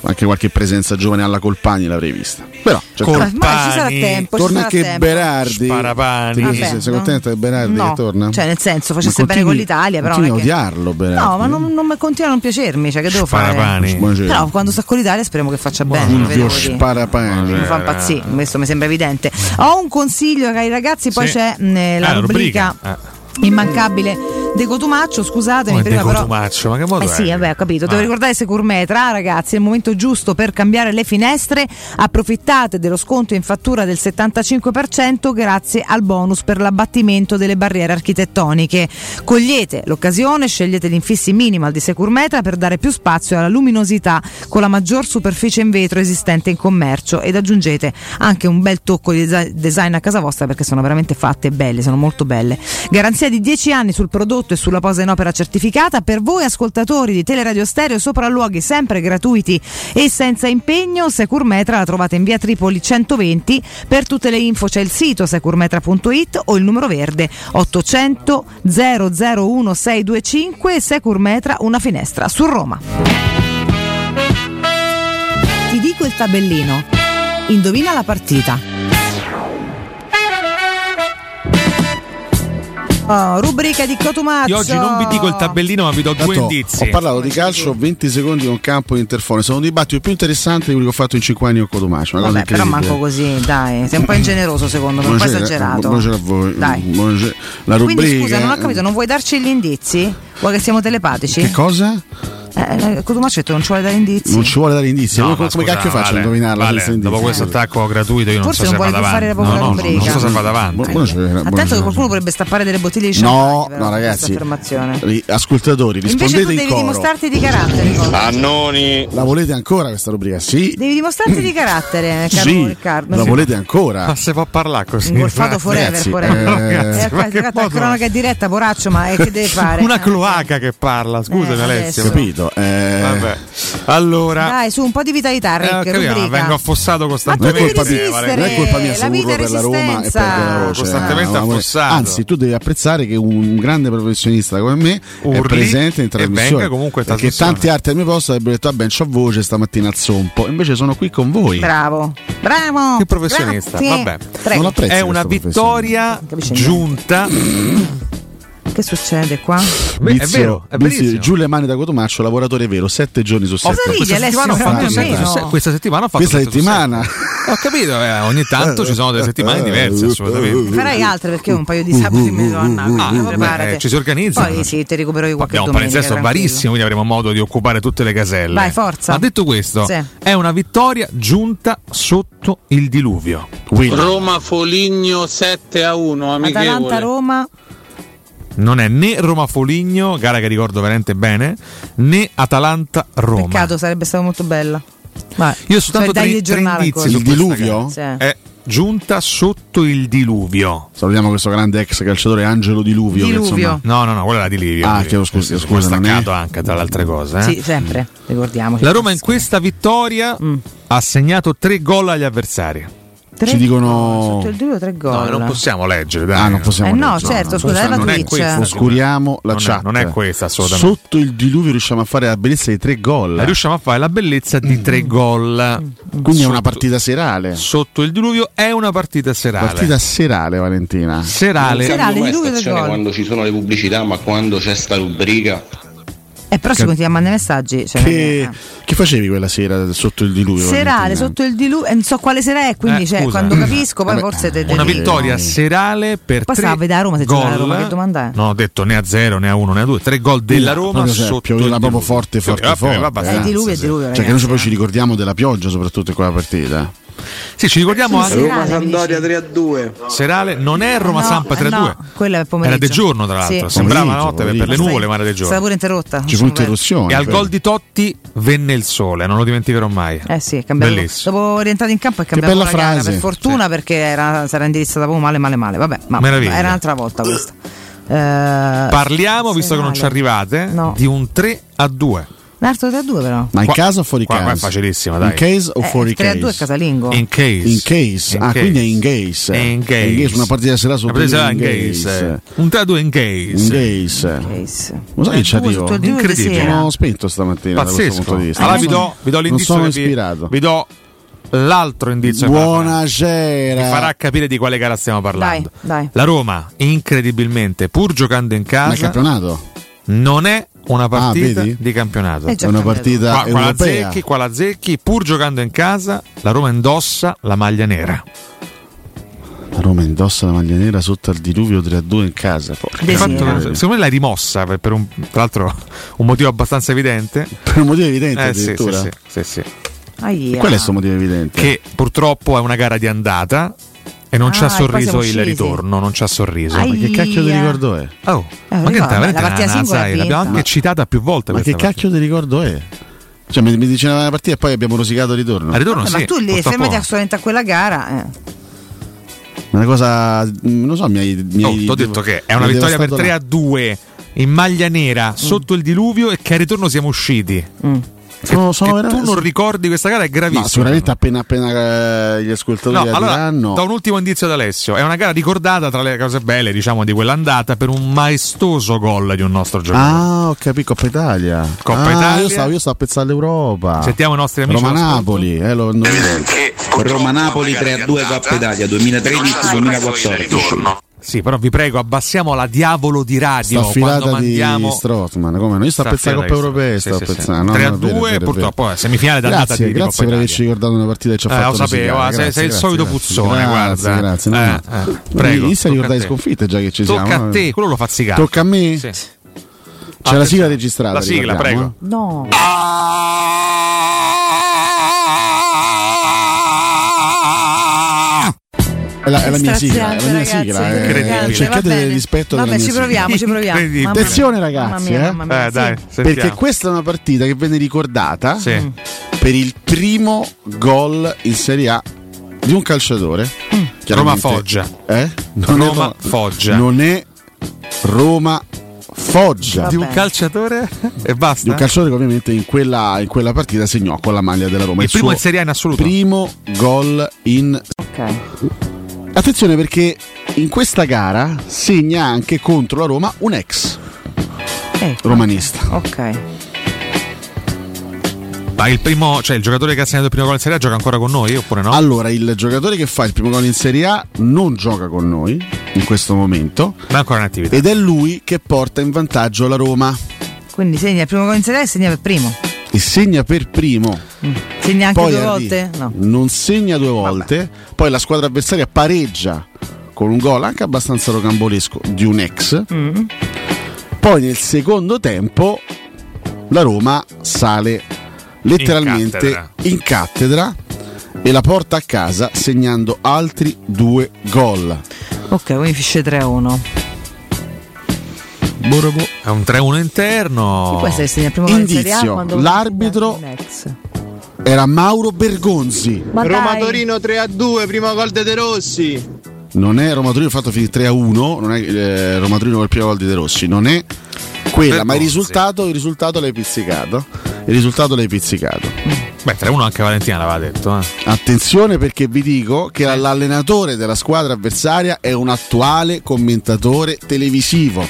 [SPEAKER 5] anche qualche presenza giovane alla Colpani l'avrei vista. Però certo.
[SPEAKER 7] Colpani. Ma ci sarà tempo, ci
[SPEAKER 5] torna
[SPEAKER 7] sarà
[SPEAKER 5] anche
[SPEAKER 7] tempo.
[SPEAKER 5] Berardi.
[SPEAKER 8] Sparapani.
[SPEAKER 5] Ti-
[SPEAKER 7] Vabbè,
[SPEAKER 5] sei, sei
[SPEAKER 7] no.
[SPEAKER 5] contenta di Berardi
[SPEAKER 7] No.
[SPEAKER 5] Eh, che torna?
[SPEAKER 7] Cioè, nel senso, facesse
[SPEAKER 5] Ma
[SPEAKER 7] bene con l'Italia, però
[SPEAKER 5] Continui a
[SPEAKER 7] non è che-
[SPEAKER 5] odiarlo Berardi.
[SPEAKER 7] No, ma non, non mi- continua a non piacermi, cioè che devo
[SPEAKER 5] Sparapani.
[SPEAKER 7] fare?
[SPEAKER 5] Buonasera.
[SPEAKER 7] Però quando sta con l'Italia speriamo che faccia bene.
[SPEAKER 5] Fulvio
[SPEAKER 7] vedo così.
[SPEAKER 5] Sparapani.
[SPEAKER 7] mi fa impazzire, questo mi sembra evidente. Ho un consiglio ai ragazzi, poi
[SPEAKER 5] Sì.
[SPEAKER 7] c'è mh, la
[SPEAKER 8] Eh,
[SPEAKER 5] Ah, la
[SPEAKER 7] rubrica,
[SPEAKER 5] rubrica. Oh,
[SPEAKER 7] immancabile De Cotumaccio, scusatemi,
[SPEAKER 8] Come
[SPEAKER 7] prima
[SPEAKER 8] Deco
[SPEAKER 7] però...
[SPEAKER 8] Tumaccio, ma che modo
[SPEAKER 7] Eh
[SPEAKER 8] è?
[SPEAKER 7] sì, vabbè, ho capito. Devo
[SPEAKER 8] Ah.
[SPEAKER 7] ricordare Securmetra, ragazzi, è il momento giusto per cambiare le finestre. Approfittate dello sconto in fattura del 75% grazie al bonus per l'abbattimento delle barriere architettoniche. Cogliete l'occasione, scegliete l'infissi minimal di Securmetra per dare più spazio alla luminosità con la maggior superficie in vetro esistente in commercio ed aggiungete anche un bel tocco di desi- design a casa vostra perché sono veramente fatte belle, sono molto belle. Garanzia di 10 anni sul prodotto e sulla posa in opera certificata per voi ascoltatori di Teleradio Stereo sopralluoghi sempre gratuiti e senza impegno. Securmetra la trovate in via Tripoli 120. Per tutte le info c'è il sito securmetra.it o il numero verde 800 001 625 Securmetra una finestra su Roma. Ti dico il tabellino. Indovina la partita. Oh, rubrica di Cotumaccio.
[SPEAKER 8] Io oggi non vi dico il tabellino, ma vi do due indizi.
[SPEAKER 5] Ho parlato di calcio 20 secondi con campo e interfone. Sono un dibattito più interessante di quello che ho fatto in 5 anni con Cotomacio. Una cosa
[SPEAKER 7] Vabbè, però
[SPEAKER 5] incredibile.
[SPEAKER 7] manco così, dai, sei un po' ingeneroso secondo me, un po'
[SPEAKER 5] Buonasera,
[SPEAKER 7] esagerato.
[SPEAKER 5] Buonasera a voi.
[SPEAKER 7] Dai.
[SPEAKER 5] Buonasera. La
[SPEAKER 7] Quindi
[SPEAKER 5] rubrica.
[SPEAKER 7] scusa, non ho capito, non vuoi darci gli indizi? Vuoi che siamo telepatici?
[SPEAKER 5] Che cosa?
[SPEAKER 7] Eh, Cotumacetto non ci vuole dare indizi.
[SPEAKER 5] Non ci vuole dare indizi.
[SPEAKER 8] No,
[SPEAKER 5] Come-
[SPEAKER 8] ma
[SPEAKER 5] come
[SPEAKER 8] scusa,
[SPEAKER 5] cacchio faccio a
[SPEAKER 8] Vale,
[SPEAKER 5] indovinarla
[SPEAKER 8] Vale,
[SPEAKER 5] senza indizi?
[SPEAKER 8] dopo questo attacco gratuito io
[SPEAKER 7] Forse
[SPEAKER 8] non so
[SPEAKER 7] non
[SPEAKER 8] se
[SPEAKER 7] vuole
[SPEAKER 8] vado avanti.
[SPEAKER 7] fare la popola
[SPEAKER 8] No, no,
[SPEAKER 7] rubrica.
[SPEAKER 8] non so se vado avanti.
[SPEAKER 5] Buona sera, buona
[SPEAKER 7] Attento che
[SPEAKER 5] sera.
[SPEAKER 7] qualcuno potrebbe stappare delle bottiglie di
[SPEAKER 5] No,
[SPEAKER 7] champagne, però,
[SPEAKER 5] no
[SPEAKER 7] con questa
[SPEAKER 5] ragazzi,
[SPEAKER 7] affermazione.
[SPEAKER 5] Ri- ascoltatori, rispondete
[SPEAKER 7] Invece tu devi
[SPEAKER 5] in coro.
[SPEAKER 7] dimostrarti di carattere. Coro.
[SPEAKER 5] Annoni. La volete ancora questa rubrica? Sì.
[SPEAKER 7] Devi dimostrarti di carattere, caro
[SPEAKER 5] sì.
[SPEAKER 7] Riccardo.
[SPEAKER 5] La
[SPEAKER 7] Sì.
[SPEAKER 5] volete ancora? Ma
[SPEAKER 8] se può parlare così.
[SPEAKER 7] Ingolfato forever,
[SPEAKER 5] Ragazzi,
[SPEAKER 7] forever.
[SPEAKER 5] eh,
[SPEAKER 7] Eh,
[SPEAKER 8] Ragazzi, ma
[SPEAKER 7] è
[SPEAKER 8] che
[SPEAKER 7] arrivata a
[SPEAKER 8] modo-
[SPEAKER 7] cronaca diretta, poraccio, ma eh, che deve fare?
[SPEAKER 8] Una cloaca che parla, scusami
[SPEAKER 7] Eh,
[SPEAKER 8] Alessio.
[SPEAKER 7] adesso.
[SPEAKER 5] Capito. eh. Vabbè.
[SPEAKER 8] Allora,
[SPEAKER 7] Dai, su un po' di vitalità,
[SPEAKER 8] Eh,
[SPEAKER 7] Rick,
[SPEAKER 8] capito, ma
[SPEAKER 7] rubrica.
[SPEAKER 8] vengo affossato costantemente.
[SPEAKER 5] Non è colpa mia,
[SPEAKER 8] Vale.
[SPEAKER 5] non è colpa mia se
[SPEAKER 7] la vita
[SPEAKER 5] urlo
[SPEAKER 7] è
[SPEAKER 5] per la Roma e
[SPEAKER 7] resistenza.
[SPEAKER 5] perdo la voce.
[SPEAKER 8] Costantemente
[SPEAKER 5] Ah, no, amore.
[SPEAKER 8] affossato.
[SPEAKER 5] Anzi, tu devi apprezzare che un grande professionista come me è
[SPEAKER 8] Urli
[SPEAKER 5] presente in
[SPEAKER 8] e
[SPEAKER 5] trasmissione.
[SPEAKER 8] venga comunque in
[SPEAKER 5] perché
[SPEAKER 8] trasmissione.
[SPEAKER 5] tanti altri al mio posto avrebbero detto: Ah, ben c'ho voce stamattina al sompo. Invece sono qui con voi.
[SPEAKER 7] Bravo, bravo.
[SPEAKER 5] Che professionista,
[SPEAKER 7] Grazie.
[SPEAKER 5] vabbè.
[SPEAKER 7] Prego.
[SPEAKER 5] Non apprezzo
[SPEAKER 8] è una
[SPEAKER 5] questo Mm.
[SPEAKER 8] vittoria giunta.
[SPEAKER 7] Che succede qua?
[SPEAKER 5] Vizio, Vizio, giù le mani da Cotomaccio, lavoratore vero, sette giorni su sette.
[SPEAKER 7] ridi,
[SPEAKER 5] Questa
[SPEAKER 7] Alessio,
[SPEAKER 5] settimana ho fatto
[SPEAKER 7] veramente?
[SPEAKER 5] sette su
[SPEAKER 7] No.
[SPEAKER 5] sette.
[SPEAKER 8] Questa settimana ho fatto
[SPEAKER 5] Questa
[SPEAKER 8] sette su
[SPEAKER 5] settimana
[SPEAKER 8] sette. Ho capito, eh, ogni tanto ci sono delle settimane diverse, assolutamente.
[SPEAKER 7] Farai altre perché un paio di sabati me lo hanno.
[SPEAKER 8] Ah,
[SPEAKER 7] andato,
[SPEAKER 8] vabbè,
[SPEAKER 7] preparati.
[SPEAKER 8] eh, ci si organizza.
[SPEAKER 7] Poi sì, ti recupero io qualche
[SPEAKER 8] Abbiamo un
[SPEAKER 7] domenica.
[SPEAKER 8] palinsesto
[SPEAKER 7] tranquillo.
[SPEAKER 8] varissimo, quindi avremo modo di occupare tutte le caselle.
[SPEAKER 7] Vai, forza.
[SPEAKER 8] Ma detto questo,
[SPEAKER 7] Sì.
[SPEAKER 8] è una vittoria giunta sotto il diluvio.
[SPEAKER 26] Roma Foligno 7 a 1,
[SPEAKER 7] Atalanta
[SPEAKER 26] amichevole.
[SPEAKER 7] Roma,
[SPEAKER 8] Non è né Roma Foligno, gara che ricordo veramente bene, né Atalanta Roma.
[SPEAKER 7] peccato, sarebbe stata molto bella.
[SPEAKER 8] Io soltanto
[SPEAKER 7] Cioè,
[SPEAKER 8] tre,
[SPEAKER 7] dagli
[SPEAKER 8] tre
[SPEAKER 7] giornali
[SPEAKER 8] indizi
[SPEAKER 7] ancora.
[SPEAKER 8] su
[SPEAKER 7] Il
[SPEAKER 8] questa
[SPEAKER 5] diluvio?
[SPEAKER 8] gara.
[SPEAKER 7] Sì.
[SPEAKER 8] È giunta sotto il diluvio.
[SPEAKER 5] Salutiamo questo grande ex calciatore Angelo Diluvio. Che, insomma,
[SPEAKER 8] No, no, no, quella era di Livio.
[SPEAKER 5] Ah,
[SPEAKER 8] che
[SPEAKER 5] scusa,
[SPEAKER 8] scusa. staccato anche tra le altre cose. eh.
[SPEAKER 7] Sì, sempre, ricordiamoci.
[SPEAKER 8] La Roma in questa vittoria ha segnato tre gol agli avversari.
[SPEAKER 7] Tre
[SPEAKER 5] Ci dicono.
[SPEAKER 7] Sotto il due o tre gol.
[SPEAKER 8] No, non possiamo leggere, dai.
[SPEAKER 5] Ah, non possiamo
[SPEAKER 7] Eh no,
[SPEAKER 5] leggere.
[SPEAKER 7] certo, scusa,
[SPEAKER 5] questa
[SPEAKER 7] era
[SPEAKER 5] non è
[SPEAKER 7] Twitch.
[SPEAKER 5] questa, Oscuriamo la
[SPEAKER 8] Non è-
[SPEAKER 5] chat.
[SPEAKER 8] non è questa, assolutamente.
[SPEAKER 5] Sotto il diluvio riusciamo a fare la bellezza di tre gol.
[SPEAKER 8] Riusciamo a fare la bellezza di tre gol.
[SPEAKER 5] Mm. Quindi è una partita serale.
[SPEAKER 8] Sotto il diluvio è una partita serale.
[SPEAKER 5] Partita serale, Valentina.
[SPEAKER 8] Serale.
[SPEAKER 7] Serale,
[SPEAKER 2] mai
[SPEAKER 7] diluvio del
[SPEAKER 2] stazione
[SPEAKER 7] gol.
[SPEAKER 2] quando ci sono le pubblicità, ma quando c'è sta rubrica.
[SPEAKER 7] Eh, però si
[SPEAKER 5] Che-
[SPEAKER 7] continua a mandare messaggi. Cioè,
[SPEAKER 5] Che, che facevi quella sera sotto il diluvio?
[SPEAKER 7] Serale
[SPEAKER 5] Valentina?
[SPEAKER 7] sotto il diluvio, eh, non so quale sera è, quindi
[SPEAKER 5] Eh,
[SPEAKER 7] cioè,
[SPEAKER 5] scusa.
[SPEAKER 7] quando capisco poi
[SPEAKER 5] Vabbè,
[SPEAKER 7] forse te, te
[SPEAKER 8] Una
[SPEAKER 7] dico.
[SPEAKER 8] vittoria serale per tre
[SPEAKER 7] Poi stava a vedere a Roma se
[SPEAKER 8] gol.
[SPEAKER 7] c'era la Roma, che domanda è?
[SPEAKER 8] No, ho detto né a 0 né a 1 né a 2, tre gol della
[SPEAKER 5] Una,
[SPEAKER 8] Roma
[SPEAKER 5] proprio, cioè,
[SPEAKER 8] sotto
[SPEAKER 5] Eh. pioveva
[SPEAKER 8] il
[SPEAKER 5] proprio
[SPEAKER 8] diluvio.
[SPEAKER 5] forte, forte,
[SPEAKER 8] Pioveva
[SPEAKER 5] forte.
[SPEAKER 8] abbastanza,
[SPEAKER 7] Eh, diluvio è
[SPEAKER 8] sì.
[SPEAKER 7] diluvio,
[SPEAKER 5] Cioè, che noi
[SPEAKER 8] eh.
[SPEAKER 5] poi ci ricordiamo della pioggia, soprattutto in quella partita.
[SPEAKER 8] Sì, ci ricordiamo
[SPEAKER 7] Sì,
[SPEAKER 8] anche
[SPEAKER 7] serale, Roma
[SPEAKER 8] Sandoria 3 a 2. Serale non è Roma
[SPEAKER 7] No,
[SPEAKER 8] Sampa 3 a 2.
[SPEAKER 7] no, quella è il pomeriggio.
[SPEAKER 8] Era del giorno, tra l'altro.
[SPEAKER 7] Sì.
[SPEAKER 8] Sembrava
[SPEAKER 5] Pomeriggio,
[SPEAKER 8] la notte per- per le
[SPEAKER 5] pomeriggio.
[SPEAKER 8] nuvole, ma era del
[SPEAKER 7] Stava
[SPEAKER 8] giorno.
[SPEAKER 7] pure interrotta.
[SPEAKER 5] Ci fu interruzione.
[SPEAKER 8] E al
[SPEAKER 5] cioè.
[SPEAKER 8] gol di Totti venne il sole, non lo dimenticherò mai.
[SPEAKER 7] Eh sì, è cambiato.
[SPEAKER 8] Bellissimo.
[SPEAKER 7] Dopo rientrato in campo è cambiato
[SPEAKER 8] bella
[SPEAKER 7] la gara,
[SPEAKER 8] frase.
[SPEAKER 7] per fortuna perché era, sarà indirizzata proprio male male male. Vabbè, ma
[SPEAKER 8] Meraviglia.
[SPEAKER 7] era un'altra volta questa. Eh,
[SPEAKER 8] Parliamo, visto che non ci arrivate, di un 3 a 2.
[SPEAKER 7] L'altro 3 a 2 però.
[SPEAKER 5] Ma in casa o fuori
[SPEAKER 8] qua,
[SPEAKER 5] casa?
[SPEAKER 8] Qua è facilissima,
[SPEAKER 5] In
[SPEAKER 8] dai.
[SPEAKER 5] case o
[SPEAKER 7] Eh,
[SPEAKER 5] fuori
[SPEAKER 7] 3 a 2 è
[SPEAKER 5] case?
[SPEAKER 7] casalingo.
[SPEAKER 8] In case.
[SPEAKER 5] In case.
[SPEAKER 8] In
[SPEAKER 5] ah,
[SPEAKER 8] case.
[SPEAKER 5] quindi è in case.
[SPEAKER 8] In case.
[SPEAKER 5] In Una partita serale
[SPEAKER 8] La
[SPEAKER 5] sotto il
[SPEAKER 8] presa là
[SPEAKER 5] diluvio.
[SPEAKER 8] in case. Un 3 a 2 in
[SPEAKER 5] In
[SPEAKER 8] case.
[SPEAKER 5] case. Lo sai
[SPEAKER 8] Eh,
[SPEAKER 5] che ci
[SPEAKER 8] due
[SPEAKER 5] arrivo?
[SPEAKER 8] sotto il diluvio di sera.
[SPEAKER 5] Sono spento stamattina da questo
[SPEAKER 8] Pazzesco.
[SPEAKER 5] punto di vista.
[SPEAKER 8] Allora
[SPEAKER 5] Non
[SPEAKER 8] vi
[SPEAKER 5] sono-
[SPEAKER 8] do, vi do
[SPEAKER 5] Non
[SPEAKER 8] l'indizio.
[SPEAKER 5] sono
[SPEAKER 8] che vi-
[SPEAKER 5] ispirato.
[SPEAKER 8] Vi do l'altro indizio. che
[SPEAKER 5] Buonasera.
[SPEAKER 8] Vi farà capire di quale gara stiamo
[SPEAKER 7] Dai,
[SPEAKER 8] parlando.
[SPEAKER 7] dai.
[SPEAKER 8] La Roma, incredibilmente, pur giocando in casa,
[SPEAKER 5] Ma è campionato? Ah,
[SPEAKER 8] non è una partita
[SPEAKER 5] vedi?
[SPEAKER 8] di campionato.
[SPEAKER 5] È già È una campionato. partita
[SPEAKER 8] qua, qua la
[SPEAKER 5] europea.
[SPEAKER 8] zecchi, qua la zecchi, pur giocando in casa, la Roma indossa la maglia nera.
[SPEAKER 5] La Roma indossa la maglia nera sotto al diluvio 3 a 2 in casa. porca
[SPEAKER 8] Infatti,
[SPEAKER 5] miseria.
[SPEAKER 8] secondo me l'hai rimossa per, per un, tra l'altro un motivo abbastanza evidente.
[SPEAKER 5] Per un motivo evidente
[SPEAKER 8] Eh, sì,
[SPEAKER 5] addirittura.
[SPEAKER 8] sì, sì, sì, sì.
[SPEAKER 7] Aia.
[SPEAKER 5] Qual è il suo motivo evidente?
[SPEAKER 8] che purtroppo è una gara di andata e non
[SPEAKER 7] Ah,
[SPEAKER 8] c'ha
[SPEAKER 7] e poi
[SPEAKER 8] sorriso
[SPEAKER 7] siamo
[SPEAKER 8] il
[SPEAKER 7] scesi.
[SPEAKER 8] ritorno, non c'ha sorriso.
[SPEAKER 7] Ma che Aia. cacchio di ricordo
[SPEAKER 5] è?
[SPEAKER 8] Oh,
[SPEAKER 7] Eh,
[SPEAKER 8] ma che
[SPEAKER 7] ricordo,
[SPEAKER 8] veramente
[SPEAKER 7] la partita
[SPEAKER 8] una-
[SPEAKER 7] singola
[SPEAKER 8] sai,
[SPEAKER 7] è
[SPEAKER 8] l'abbiamo
[SPEAKER 7] vinta.
[SPEAKER 8] anche citata più volte.
[SPEAKER 5] Ma che
[SPEAKER 8] questa
[SPEAKER 5] cacchio di ricordo è? Cioè, mi, mi dice una partita e poi abbiamo rosicato il ritorno.
[SPEAKER 8] Al Ah, ritorno
[SPEAKER 7] Eh, ma tu lì fermati assolutamente a quella gara. eh.
[SPEAKER 5] Una cosa. mm, Non so, mi hai. mi
[SPEAKER 8] Oh,
[SPEAKER 5] hai-
[SPEAKER 8] ti ho detto che è una
[SPEAKER 5] mi hai
[SPEAKER 8] vittoria per
[SPEAKER 5] devastato
[SPEAKER 8] 3
[SPEAKER 5] la-
[SPEAKER 8] a 2 in maglia nera
[SPEAKER 7] Mm.
[SPEAKER 8] sotto il diluvio e che al ritorno siamo usciti. Che,
[SPEAKER 5] Sono- sono
[SPEAKER 8] che tu
[SPEAKER 5] veramente-
[SPEAKER 8] non ricordi questa gara è
[SPEAKER 5] No,
[SPEAKER 8] gravissimo.
[SPEAKER 5] sicuramente appena appena eh, gli ascoltatori
[SPEAKER 8] No,
[SPEAKER 5] la
[SPEAKER 8] allora,
[SPEAKER 5] diranno.
[SPEAKER 8] do un ultimo indizio ad Alessio. È una gara ricordata tra le cose belle, diciamo, di quell'andata per un maestoso gol di un nostro giocatore.
[SPEAKER 5] Ah, ho capito, Coppa Italia.
[SPEAKER 8] Coppa
[SPEAKER 5] Ah,
[SPEAKER 8] Italia.
[SPEAKER 5] Io stavo, io stavo a pensare all'Europa.
[SPEAKER 8] Sentiamo i nostri amici
[SPEAKER 5] Roma
[SPEAKER 8] all'ascolto.
[SPEAKER 5] Napoli, eh, lo- non ricordo.
[SPEAKER 2] Roma Napoli 3 a 2 Coppa Italia 2013-2014.
[SPEAKER 8] Sì, però vi prego, abbiamo la diavolo di
[SPEAKER 5] Sta
[SPEAKER 8] radio quando
[SPEAKER 5] affilata di
[SPEAKER 8] mandiamo
[SPEAKER 5] Strottman, come no? Io sto a
[SPEAKER 8] Sta
[SPEAKER 5] pensare a Coppa
[SPEAKER 8] affilata
[SPEAKER 5] Europea,
[SPEAKER 8] di
[SPEAKER 5] sto a
[SPEAKER 8] Strottman, sì, sì,
[SPEAKER 5] pensare.
[SPEAKER 8] sì.
[SPEAKER 5] no,
[SPEAKER 8] 3 a
[SPEAKER 5] no, è vero, è
[SPEAKER 8] 2,
[SPEAKER 5] vero, è vero.
[SPEAKER 8] purtroppo, eh, semifinale dall'andata
[SPEAKER 5] Grazie,
[SPEAKER 8] di- di Coppa
[SPEAKER 5] grazie per
[SPEAKER 8] Italia.
[SPEAKER 5] averci ricordato una partita che ci ha
[SPEAKER 8] Eh,
[SPEAKER 5] fatto
[SPEAKER 8] lo sapevo,
[SPEAKER 5] rosicare.
[SPEAKER 8] ah, sei-
[SPEAKER 5] Grazie,
[SPEAKER 8] sei il
[SPEAKER 5] grazie,
[SPEAKER 8] solito
[SPEAKER 5] grazie.
[SPEAKER 8] puzzone,
[SPEAKER 5] Grazie,
[SPEAKER 8] guarda.
[SPEAKER 5] grazie. no, no.
[SPEAKER 8] Eh, eh, prego,
[SPEAKER 5] Inizia a
[SPEAKER 8] tocca a
[SPEAKER 5] ricordare
[SPEAKER 8] te.
[SPEAKER 5] sconfitte già che ci
[SPEAKER 8] Tocca
[SPEAKER 5] siamo.
[SPEAKER 8] a
[SPEAKER 5] no?
[SPEAKER 8] te, quello lo fa zigare.
[SPEAKER 5] Tocca a me?
[SPEAKER 8] Sì.
[SPEAKER 5] C'è la sigla registrata.
[SPEAKER 8] La sigla,
[SPEAKER 5] ricordiamo,
[SPEAKER 8] prego.
[SPEAKER 58] No.
[SPEAKER 5] eh. È la, è la mia sigla, è la mia
[SPEAKER 58] Straziante,
[SPEAKER 5] sigla.
[SPEAKER 58] ragazzi,
[SPEAKER 5] eh.
[SPEAKER 8] incredibile.
[SPEAKER 5] Cercate
[SPEAKER 8] Va
[SPEAKER 5] del
[SPEAKER 8] bene.
[SPEAKER 5] rispetto
[SPEAKER 58] Vabbè,
[SPEAKER 5] della mia
[SPEAKER 58] ci
[SPEAKER 5] sigla.
[SPEAKER 58] proviamo, ci proviamo.
[SPEAKER 5] Incredibile.
[SPEAKER 58] Mamma mia.
[SPEAKER 5] Attenzione
[SPEAKER 58] Mamma
[SPEAKER 5] ragazzi,
[SPEAKER 58] mia,
[SPEAKER 5] eh.
[SPEAKER 58] mamma mia, Eh, sì. dai, sentiamo.
[SPEAKER 5] perché questa è una partita che venne ricordata
[SPEAKER 8] Mm.
[SPEAKER 5] per il primo gol in Serie A di un calciatore. Chiaramente-
[SPEAKER 8] Mm. Roma Foggia.
[SPEAKER 5] Eh? è
[SPEAKER 8] Roma Foggia.
[SPEAKER 5] Non è Roma Foggia.
[SPEAKER 8] Di un calciatore e basta.
[SPEAKER 5] Di un calciatore che ovviamente in quella, in quella partita segnò con la maglia della Roma.
[SPEAKER 8] Il primo
[SPEAKER 5] suo
[SPEAKER 8] in Serie A in assoluto.
[SPEAKER 5] Primo gol in... Attenzione perché in questa gara segna anche contro la Roma un ex romanista.
[SPEAKER 58] Ok.
[SPEAKER 8] Ma il primo, cioè il giocatore che ha segnato il primo gol in Serie A gioca ancora con noi oppure no?
[SPEAKER 5] Allora, il giocatore che fa il primo gol in Serie A non gioca con noi in questo momento.
[SPEAKER 8] Ma è ancora in attività.
[SPEAKER 5] Ed è lui che porta in vantaggio la Roma
[SPEAKER 58] Quindi segna il primo gol in Serie A e segna per primo.
[SPEAKER 5] e segna per primo.
[SPEAKER 58] Segna anche
[SPEAKER 5] Poi eh,
[SPEAKER 58] due
[SPEAKER 5] Henry
[SPEAKER 58] volte? No.
[SPEAKER 5] Non segna due volte, poi la squadra avversaria pareggia con un gol anche abbastanza rocambolesco di un ex.
[SPEAKER 58] Mm.
[SPEAKER 5] Poi nel secondo tempo la Roma sale letteralmente
[SPEAKER 8] cattedra.
[SPEAKER 5] in cattedra, e la porta a casa segnando altri due gol.
[SPEAKER 58] Ok, quindi finisce 3-1.
[SPEAKER 8] È un 3-1 interno.
[SPEAKER 58] Chi può essere che segna il primo gol in Serie A?
[SPEAKER 5] Indizio,
[SPEAKER 58] quando-
[SPEAKER 5] l'arbitro era Mauro Bergonzi.
[SPEAKER 6] Roma Torino 3 a 2, primo gol di De Rossi.
[SPEAKER 5] Non è Roma Torino fatto finire 3 a 1, non è eh, Roma Torino col primo gol di De Rossi, non è quella, ma il risultato, il risultato l'hai pizzicato. Il risultato l'hai pizzicato.
[SPEAKER 8] Beh, 3-1 anche Valentina l'aveva detto. Eh.
[SPEAKER 5] Attenzione perché vi dico che l'allenatore della squadra avversaria è un attuale commentatore televisivo.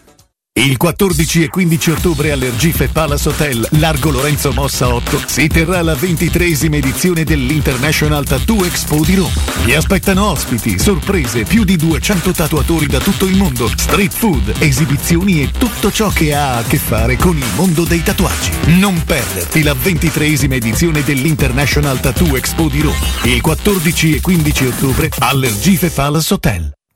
[SPEAKER 59] Il 14 e 15 ottobre all'Ergife Palace Hotel, largo Lorenzo Mossa 8, si terrà la ventitresima edizione dell'International Tattoo Expo di Roma. Vi aspettano ospiti, sorprese, più di 200 tatuatori da tutto il mondo, street food, esibizioni e tutto ciò che ha a che fare con il mondo dei tatuaggi. Non perderti la ventitresima edizione dell'International Tattoo Expo di Roma, il 14 e 15 ottobre all'Ergife Palace Hotel.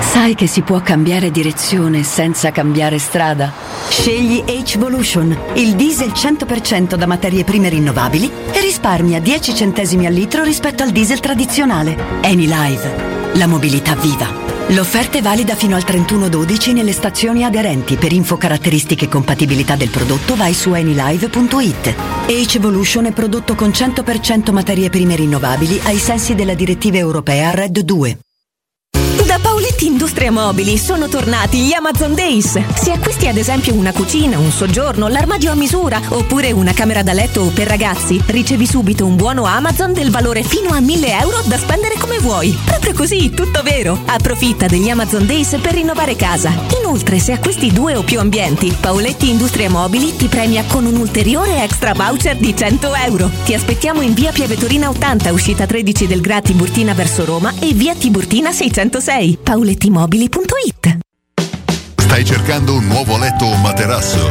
[SPEAKER 43] Sai che si può cambiare direzione senza cambiare strada? Scegli H-Volution, il diesel 100% da materie prime rinnovabili e risparmia 10 centesimi al litro rispetto al diesel tradizionale. Anylive, la mobilità viva. L'offerta è valida fino al 31-12 nelle stazioni aderenti. Per info caratteristiche e compatibilità del prodotto vai su anylive.it. H-Volution è prodotto con 100% materie prime rinnovabili ai sensi della direttiva europea RED 2.
[SPEAKER 9] Da Paoletti Industria Mobili sono tornati gli Amazon Days. Se acquisti ad esempio una cucina, un soggiorno, l'armadio a misura oppure una camera da letto per ragazzi, ricevi subito un buono Amazon del valore fino a 1000 euro da spendere come vuoi. Proprio così, tutto vero. Approfitta degli Amazon Days per rinnovare casa. Inoltre, se acquisti due o più ambienti, Paoletti Industria Mobili ti premia con un ulteriore extra voucher di 100 euro. Ti aspettiamo in via Piavetorina 80, uscita 13 del Gra Tiburtina verso Roma e via Tiburtina 606. paulettimobili.it
[SPEAKER 60] Stai cercando un nuovo letto o materasso?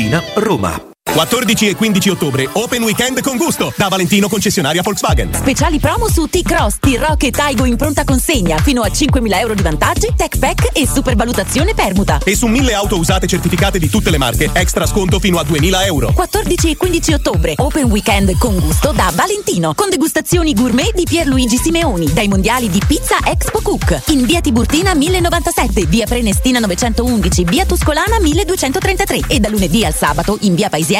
[SPEAKER 15] Roma.
[SPEAKER 13] 14 e 15 ottobre, Open Weekend con gusto, da Valentino concessionaria Volkswagen.
[SPEAKER 9] Speciali promo su T-Cross, T-Rock e Taigo in pronta consegna. Fino a 5.000 euro di vantaggi, tech pack e supervalutazione permuta.
[SPEAKER 13] E su 1000 auto usate certificate di tutte le marche, extra sconto fino a 2.000 euro.
[SPEAKER 9] 14 e 15 ottobre, Open Weekend con gusto da Valentino. Con degustazioni gourmet di Pierluigi Simeoni. Dai mondiali di Pizza Expo Cook. In via Tiburtina 1097, via Prenestina 911, via Tuscolana 1233. E da lunedì al sabato in via Paesiello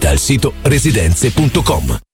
[SPEAKER 15] visita il sito residenze.com.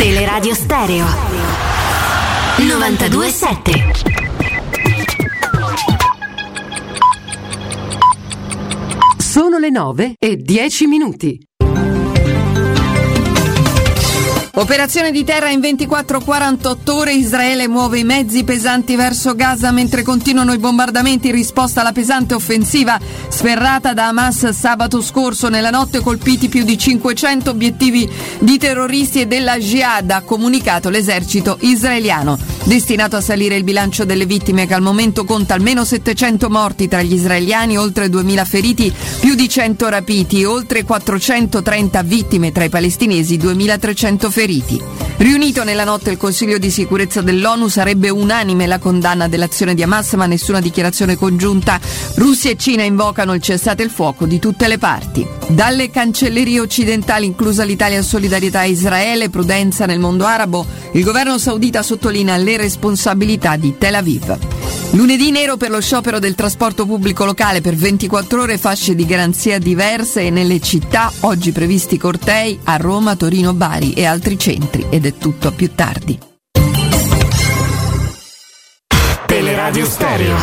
[SPEAKER 9] Teleradio Stereo 927
[SPEAKER 61] Sono le 9 e 10 minuti.
[SPEAKER 32] Operazione di terra in 24-48 ore, Israele muove i mezzi pesanti verso Gaza mentre continuano i bombardamenti in risposta alla pesante offensiva sferrata da Hamas sabato scorso. Nella notte colpiti più di 500 obiettivi di terroristi e della Jihad, ha comunicato l'esercito israeliano. Destinato a salire il bilancio delle vittime che al momento conta almeno 700 morti tra gli israeliani, oltre 2000 feriti, più di 100 rapiti, oltre 430 vittime tra i palestinesi, 2300 feriti feriti. Riunito nella notte il Consiglio di sicurezza dell'ONU sarebbe unanime la condanna dell'azione di Hamas, ma nessuna dichiarazione congiunta. Russia e Cina invocano il cessate il fuoco di tutte le parti. Dalle cancellerie occidentali, inclusa l'Italia solidarietà a Israele, prudenza nel mondo arabo, il governo saudita sottolinea le responsabilità di Tel Aviv. Lunedì nero per lo sciopero del trasporto pubblico locale per 24 ore fasce di garanzia diverse e nelle città oggi previsti cortei a Roma, Torino, Bari e altri centri ed è tutto a più tardi.
[SPEAKER 9] Teleradio Stereo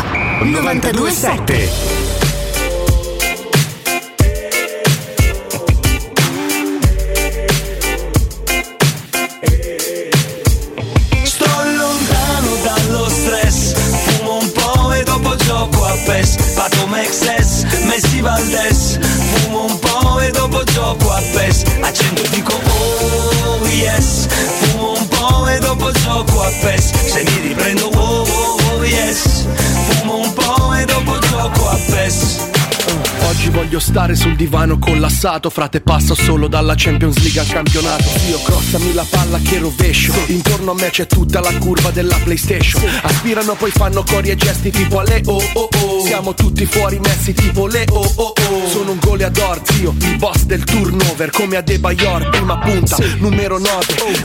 [SPEAKER 9] 927
[SPEAKER 62] Sto lontano dallo stress, fumo un po' e dopo gioco a PES, Pato Mexes, Messi Valdes, fumo un po' e dopo gioco a PES, accendo e dico oh yes, fumo un po' e dopo gioco a PES, se mi riprendo oh oh oh yes, fumo un po' e dopo gioco a PES.
[SPEAKER 63] Oggi voglio stare sul divano collassato Frate passa solo dalla Champions League al campionato Io crossami la palla che rovescio Intorno a me c'è tutta la curva della Playstation Aspirano poi fanno cori e gesti tipo alle oh oh oh Siamo tutti fuori messi tipo le oh oh oh Sono un goleador zio, il boss del turnover Come a De Bayor, prima punta, numero 9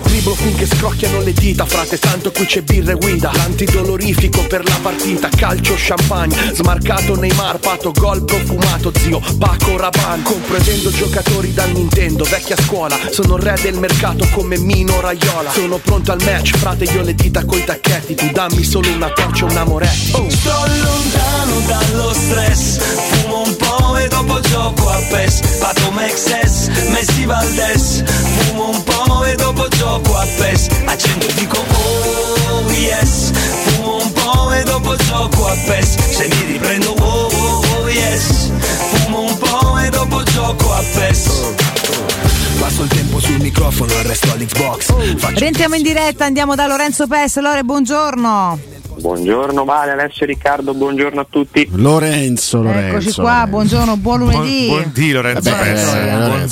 [SPEAKER 63] Driblo finché scrocchiano le dita Frate tanto qui c'è birra e guida Antidolorifico per la partita Calcio champagne, smarcato Neymar Pato gol profumato zio Paco Rabanne Compro e vendo giocatori da Nintendo Vecchia scuola Sono il re del mercato come Mino Raiola Sono pronto al match Frate io le dita coi tacchetti Tu dammi solo una torcia e un amoretti Oh.
[SPEAKER 62] Sto lontano dallo stress, fumo un po' e dopo gioco a PES, Pato Mexes, Messi Valdes, fumo un po' e dopo gioco a PES, accendo e dico oh yes, fumo un po' e dopo gioco a PES, se mi riprendo oh oh oh yes, fumo un po' e dopo gioco a PES.
[SPEAKER 63] Passo il tempo sul microfono Arresto l'Xbox Faccio
[SPEAKER 7] Rientriamo in diretta, andiamo da Lorenzo Pes. Lore, buongiorno.
[SPEAKER 21] Buongiorno Vale, Alessio e Riccardo, buongiorno a tutti.
[SPEAKER 5] Lorenzo,
[SPEAKER 8] Eh,
[SPEAKER 5] Lorenzo.
[SPEAKER 7] Eccoci qua, buongiorno, buon lunedì.
[SPEAKER 5] Buondì
[SPEAKER 21] Lorenzo
[SPEAKER 5] Lorenzo,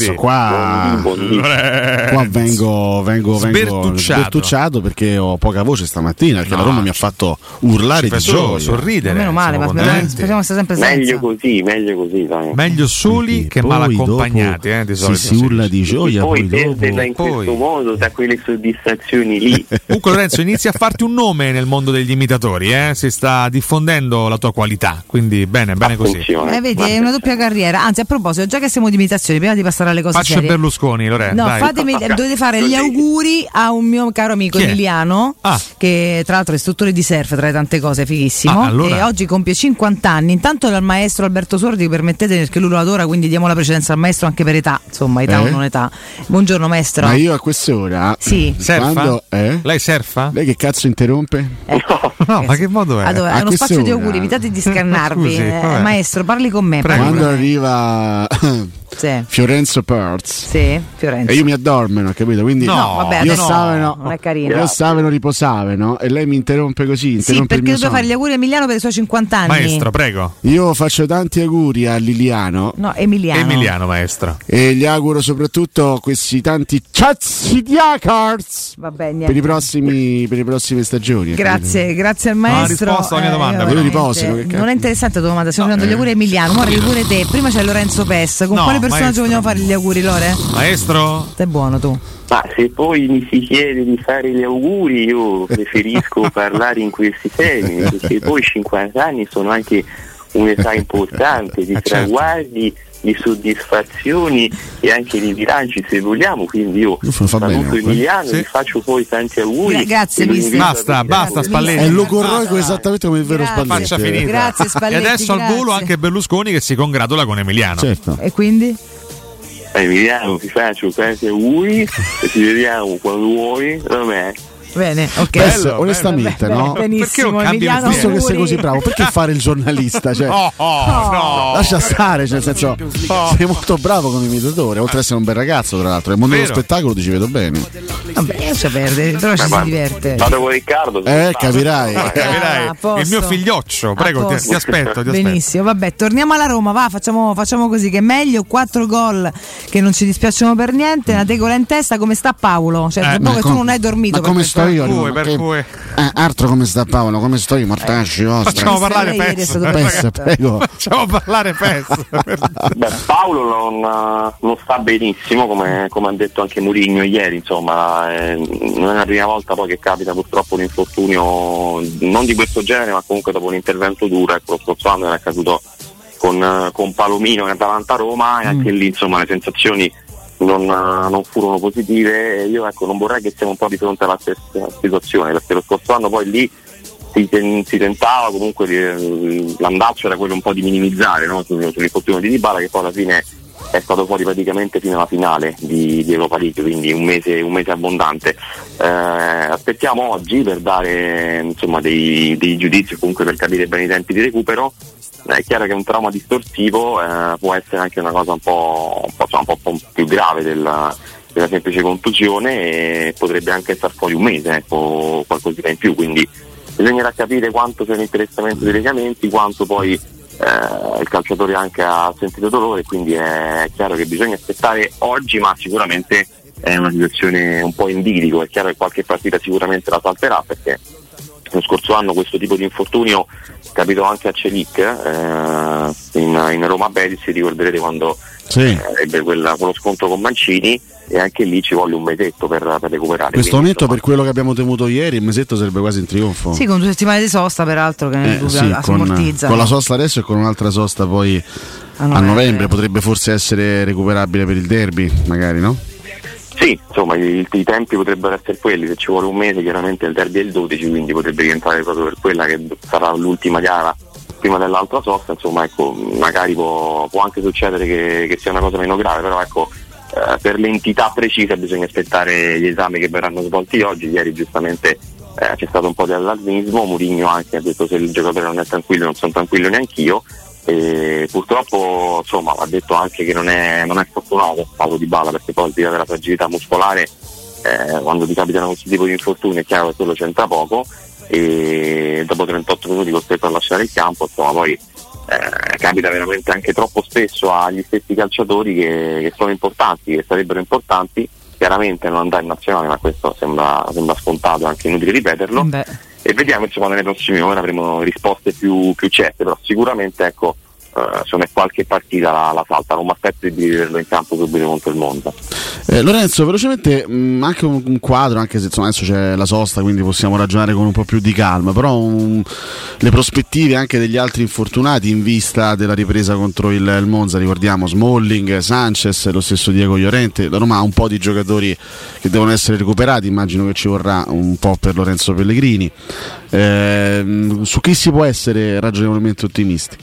[SPEAKER 5] eh, qua,
[SPEAKER 8] eh,
[SPEAKER 5] qua vengo, vengo, vengo
[SPEAKER 8] Sbertucciato.
[SPEAKER 5] sbertucciato perché ho poca voce stamattina perché la Roma mi ha fatto urlare di
[SPEAKER 8] Ci fa solo
[SPEAKER 5] Eh, gioia.
[SPEAKER 8] sorridere,
[SPEAKER 7] Meno male, ma speriamo, speriamo sia sempre senza.
[SPEAKER 21] Meglio così, meglio così. dai.
[SPEAKER 8] Meglio soli che mal
[SPEAKER 5] poi dopo
[SPEAKER 8] accompagnati, eh, di
[SPEAKER 5] si-
[SPEAKER 8] solito.
[SPEAKER 5] si urla di gioia,
[SPEAKER 21] Poi
[SPEAKER 5] poi dopo-
[SPEAKER 21] perderla in questo modo, da quelle soddisfazioni lì.
[SPEAKER 8] Comunque Lorenzo inizia a farti un nome nel mondo degli imitatori, eh? si sta diffondendo la tua qualità, quindi bene, bene così.
[SPEAKER 7] Eh, vedi, è una doppia carriera. Anzi, a proposito, già che siamo di imitazioni, prima di passare alle cose
[SPEAKER 8] Faccio
[SPEAKER 7] serie.
[SPEAKER 8] Berlusconi, Lorenzo.
[SPEAKER 7] No,
[SPEAKER 8] Eh, dai.
[SPEAKER 7] fatemi, dovete fare gli auguri a un mio caro amico
[SPEAKER 8] Chi è?
[SPEAKER 7] Emiliano, che tra l'altro è istruttore di surf, tra le tante cose, fighissimo.
[SPEAKER 8] Ah, allora.
[SPEAKER 7] E oggi compie 50 anni. Intanto dal maestro Alberto Sordi, permettete perché lui lo adora, quindi diamo la precedenza al maestro anche per età, insomma, età
[SPEAKER 5] Eh?
[SPEAKER 7] o non età. Buongiorno maestro.
[SPEAKER 5] Ma io a quest'ora
[SPEAKER 7] Sì. Surfa?
[SPEAKER 5] quando, Lei
[SPEAKER 8] surfa?
[SPEAKER 5] Lei che cazzo interrompe?
[SPEAKER 7] Eh.
[SPEAKER 8] No, ma che modo è?
[SPEAKER 5] eh,
[SPEAKER 7] Allora, è uno spazio di auguri, evitate di scannarvi.
[SPEAKER 5] scusi,
[SPEAKER 7] Eh,
[SPEAKER 5] vabbè.
[SPEAKER 7] maestro, parli con me. parli
[SPEAKER 5] Quando
[SPEAKER 7] con me.
[SPEAKER 5] arriva
[SPEAKER 7] Sì.
[SPEAKER 5] Fiorenzo Perz
[SPEAKER 7] Sì, Fiorenzo.
[SPEAKER 5] e io mi addormeno, capito? Quindi
[SPEAKER 7] No, vabbè,
[SPEAKER 5] io
[SPEAKER 7] adesso
[SPEAKER 5] stavano,
[SPEAKER 7] non è carino.
[SPEAKER 5] io stavano riposavano e lei mi interrompe così,
[SPEAKER 7] Sì,
[SPEAKER 5] interrompe il
[SPEAKER 7] perché
[SPEAKER 5] mio
[SPEAKER 7] dobbiamo
[SPEAKER 5] sonno.
[SPEAKER 7] fare gli auguri a Emiliano per i suoi 50 anni.
[SPEAKER 8] prego.
[SPEAKER 5] Io faccio tanti auguri a Liliano
[SPEAKER 7] No, Emiliano.
[SPEAKER 8] maestro.
[SPEAKER 5] e gli auguro soprattutto questi tanti cazzi di Akars
[SPEAKER 7] Vabbè,
[SPEAKER 5] per, i
[SPEAKER 7] niente.
[SPEAKER 5] prossimi, per le prossime stagioni.
[SPEAKER 7] Grazie, grazie al
[SPEAKER 5] ha
[SPEAKER 7] maestro.
[SPEAKER 5] risposto alla mia domanda, però.
[SPEAKER 7] veramente.
[SPEAKER 5] Io riposo, che cazzo.
[SPEAKER 7] Non è interessante la tua domanda, stiamo facendo gli auguri a Emiliano. Ora arrivi pure te. Prima c'è Lorenzo Pes. Con
[SPEAKER 21] No,
[SPEAKER 7] quale personaggio
[SPEAKER 21] maestro.
[SPEAKER 7] vogliamo fare gli auguri, Lore?
[SPEAKER 8] Maestro?
[SPEAKER 7] Stai buono tu.
[SPEAKER 21] Ma se poi mi si chiede di fare gli auguri, io preferisco parlare in questi termini, perché poi 50 anni sono anche un'età importante
[SPEAKER 5] Eh, certo.
[SPEAKER 21] di traguardi, di soddisfazioni e anche di bilanci se vogliamo, quindi io
[SPEAKER 5] Uff, fa bene,
[SPEAKER 21] saluto
[SPEAKER 5] eh.
[SPEAKER 21] Emiliano,
[SPEAKER 5] Sì.
[SPEAKER 21] vi faccio poi tanti auguri.
[SPEAKER 7] Grazie,
[SPEAKER 21] e lo
[SPEAKER 7] mister.
[SPEAKER 21] invito a
[SPEAKER 8] Basta,
[SPEAKER 21] venire a
[SPEAKER 8] basta,
[SPEAKER 21] voi.
[SPEAKER 8] Spalletti.
[SPEAKER 5] È logorroico esattamente come il vero
[SPEAKER 7] Grazie.
[SPEAKER 5] Spalletti.
[SPEAKER 8] Faccia finita.
[SPEAKER 7] Grazie, Spalletti,
[SPEAKER 8] e adesso
[SPEAKER 7] grazie.
[SPEAKER 8] al volo anche Berlusconi che si congratula con Emiliano.
[SPEAKER 5] Certo.
[SPEAKER 7] E quindi?
[SPEAKER 21] Emiliano, ti faccio tanti auguri e ci vediamo quando vuoi, da me.
[SPEAKER 7] Bene, ok.
[SPEAKER 5] Adesso, onestamente, no?
[SPEAKER 7] Benissimo, Emiliano.
[SPEAKER 5] Visto che sei
[SPEAKER 7] auguri.
[SPEAKER 5] così bravo, perché fare il giornalista? Cioè,
[SPEAKER 8] Oh,
[SPEAKER 7] No, no.
[SPEAKER 5] Lascia stare, cioè, nel senso, sei molto bravo come imitatore, oltre ad essere un bel ragazzo, tra l'altro. Nel mondo dello
[SPEAKER 21] Vero.
[SPEAKER 5] spettacolo ti ci vedo bene.
[SPEAKER 7] Vabbè, lascia perdere, però ci
[SPEAKER 5] Ma
[SPEAKER 7] si
[SPEAKER 5] guarda,
[SPEAKER 7] diverte. Ah,
[SPEAKER 21] Vado con Riccardo.
[SPEAKER 5] Eh, capirai.
[SPEAKER 8] Capirai?
[SPEAKER 7] a posto.
[SPEAKER 8] il mio figlioccio, prego, ti, ti aspetto, ti aspetto.
[SPEAKER 7] Benissimo, vabbè, torniamo alla Roma, va, facciamo, facciamo così che è meglio, quattro gol che non ci dispiacciono per niente, una tegola in testa, come sta Paolo? Cioè,
[SPEAKER 5] Eh,
[SPEAKER 7] tra
[SPEAKER 5] ma
[SPEAKER 7] poco che tu
[SPEAKER 5] com-
[SPEAKER 7] non hai dormito.
[SPEAKER 5] Ma
[SPEAKER 7] per
[SPEAKER 5] come
[SPEAKER 7] questo.
[SPEAKER 5] sto io? no? Che- Eh, altro come sta Paolo, come sto io,
[SPEAKER 7] Eh,
[SPEAKER 5] mortacci vostri.
[SPEAKER 21] Facciamo parlare Lei ieri è Pez. stato
[SPEAKER 5] Pez,
[SPEAKER 21] perfetto.
[SPEAKER 5] prego.
[SPEAKER 8] Facciamo parlare Pez.
[SPEAKER 21] Beh, Paolo non, eh, non sta benissimo, come, come ha detto anche Mourinho ieri, insomma, eh, non è la prima volta poi che capita purtroppo un infortunio non di questo genere, ma comunque dopo un intervento duro, ecco, lo scorso anno era accaduto con, eh, con Palomino che andava avanti a Roma e anche lì insomma le sensazioni non, eh, non furono positive e io ecco, non vorrei che siamo un po' di fronte alla stessa situazione, perché lo scorso anno poi lì si, ten- si tentava comunque di- l'andaccio era quello un po' di minimizzare no? Sul- sull'infortunio di Dybala che poi alla fine è stato fuori praticamente fino alla finale di, di Europa League quindi un mese, un mese abbondante Eh, aspettiamo oggi per dare insomma, dei, dei giudizi o comunque per capire bene i tempi di recupero Eh, è chiaro che un trauma distorsivo eh, può essere anche una cosa un po', un po', insomma, un po- un po' più grave della, della semplice contusione e potrebbe anche star fuori un mese ecco, qualcosina in più quindi bisognerà capire quanto c'è l'interessamento dei legamenti, quanto poi eh, il calciatore anche ha sentito dolore, quindi è chiaro che bisogna aspettare oggi, ma sicuramente è una situazione un po' in bilico, è chiaro che qualche partita sicuramente la salterà perché lo scorso anno questo tipo di infortunio capitò anche a Celic eh, in, in Roma Betis, ricorderete quando eh, ebbe quella- quello scontro con Mancini e anche lì ci volle un mesetto per, per recuperare.
[SPEAKER 5] In questo
[SPEAKER 21] quindi-
[SPEAKER 5] momento, per quello che abbiamo temuto ieri, il mesetto sarebbe quasi in trionfo.
[SPEAKER 7] Sì, con due settimane di sosta, peraltro, che
[SPEAKER 5] Eh,
[SPEAKER 7] nel dubbio
[SPEAKER 5] sì,
[SPEAKER 7] la- si
[SPEAKER 5] con,
[SPEAKER 7] ammortizza. Ah, eh,
[SPEAKER 5] con la sosta adesso e con un'altra sosta poi a novembre. potrebbe forse essere recuperabile per il derby, magari no?
[SPEAKER 21] Sì, insomma i, i tempi potrebbero essere quelli, se ci vuole un mese chiaramente il derby è il 12, quindi potrebbe rientrare proprio per quella che sarà l'ultima gara prima dell'altra sosta, insomma ecco, magari può, può anche succedere che, che sia una cosa meno grave, però ecco eh, per l'entità precisa bisogna aspettare gli esami che verranno svolti oggi, ieri giustamente eh, c'è stato un po' di allarmismo, Mourinho anche ha detto se il giocatore non è tranquillo non sono tranquillo neanch'io e purtroppo insomma, ha detto anche che non è, non è fortunato Paolo Di Bala perché poi al di là della fragilità muscolare eh, quando ti capitano questo tipo di infortuni è chiaro che quello c'entra poco e dopo 38 minuti costretto a lasciare il campo, insomma poi eh, capita veramente anche troppo spesso agli stessi calciatori che, che sono importanti, che sarebbero importanti, chiaramente non andare in nazionale, ma questo sembra, sembra scontato, anche inutile ripeterlo. E vediamo insomma nelle prossime ore avremo risposte più, più certe, però sicuramente ecco, eh, insomma, è qualche partita la, la salta, non mi aspetto di vederlo in campo subito contro il mondo.
[SPEAKER 5] Eh, Lorenzo, velocemente mh, anche un, un quadro, anche se insomma, adesso c'è la sosta, quindi possiamo ragionare con un po' più di calma, però un- le prospettive anche degli altri infortunati in vista della ripresa contro il, il Monza, ricordiamo Smalling, Sanchez, lo stesso Diego Llorente, la Roma ha un po' di giocatori che devono essere recuperati, immagino che ci vorrà un po' per Lorenzo Pellegrini. Ehm, su chi si può essere ragionevolmente ottimisti?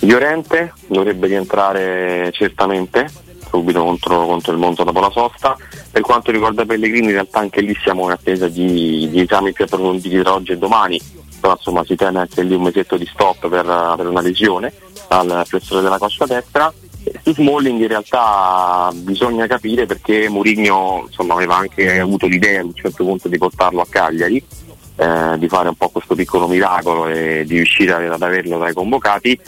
[SPEAKER 21] Llorente dovrebbe rientrare certamente subito contro, contro il Monza dopo la sosta. Per quanto riguarda Pellegrini, in realtà anche lì siamo in attesa di, di esami più approfonditi tra oggi e domani, però insomma si teme anche lì un mesetto di stop per, per una lesione al flessore della coscia destra. E Su Smalling in realtà bisogna capire perché Mourinho insomma, aveva anche avuto l'idea a un certo punto di portarlo a Cagliari eh, di fare un po' questo piccolo miracolo e di riuscire ad ad averlo dai convocati.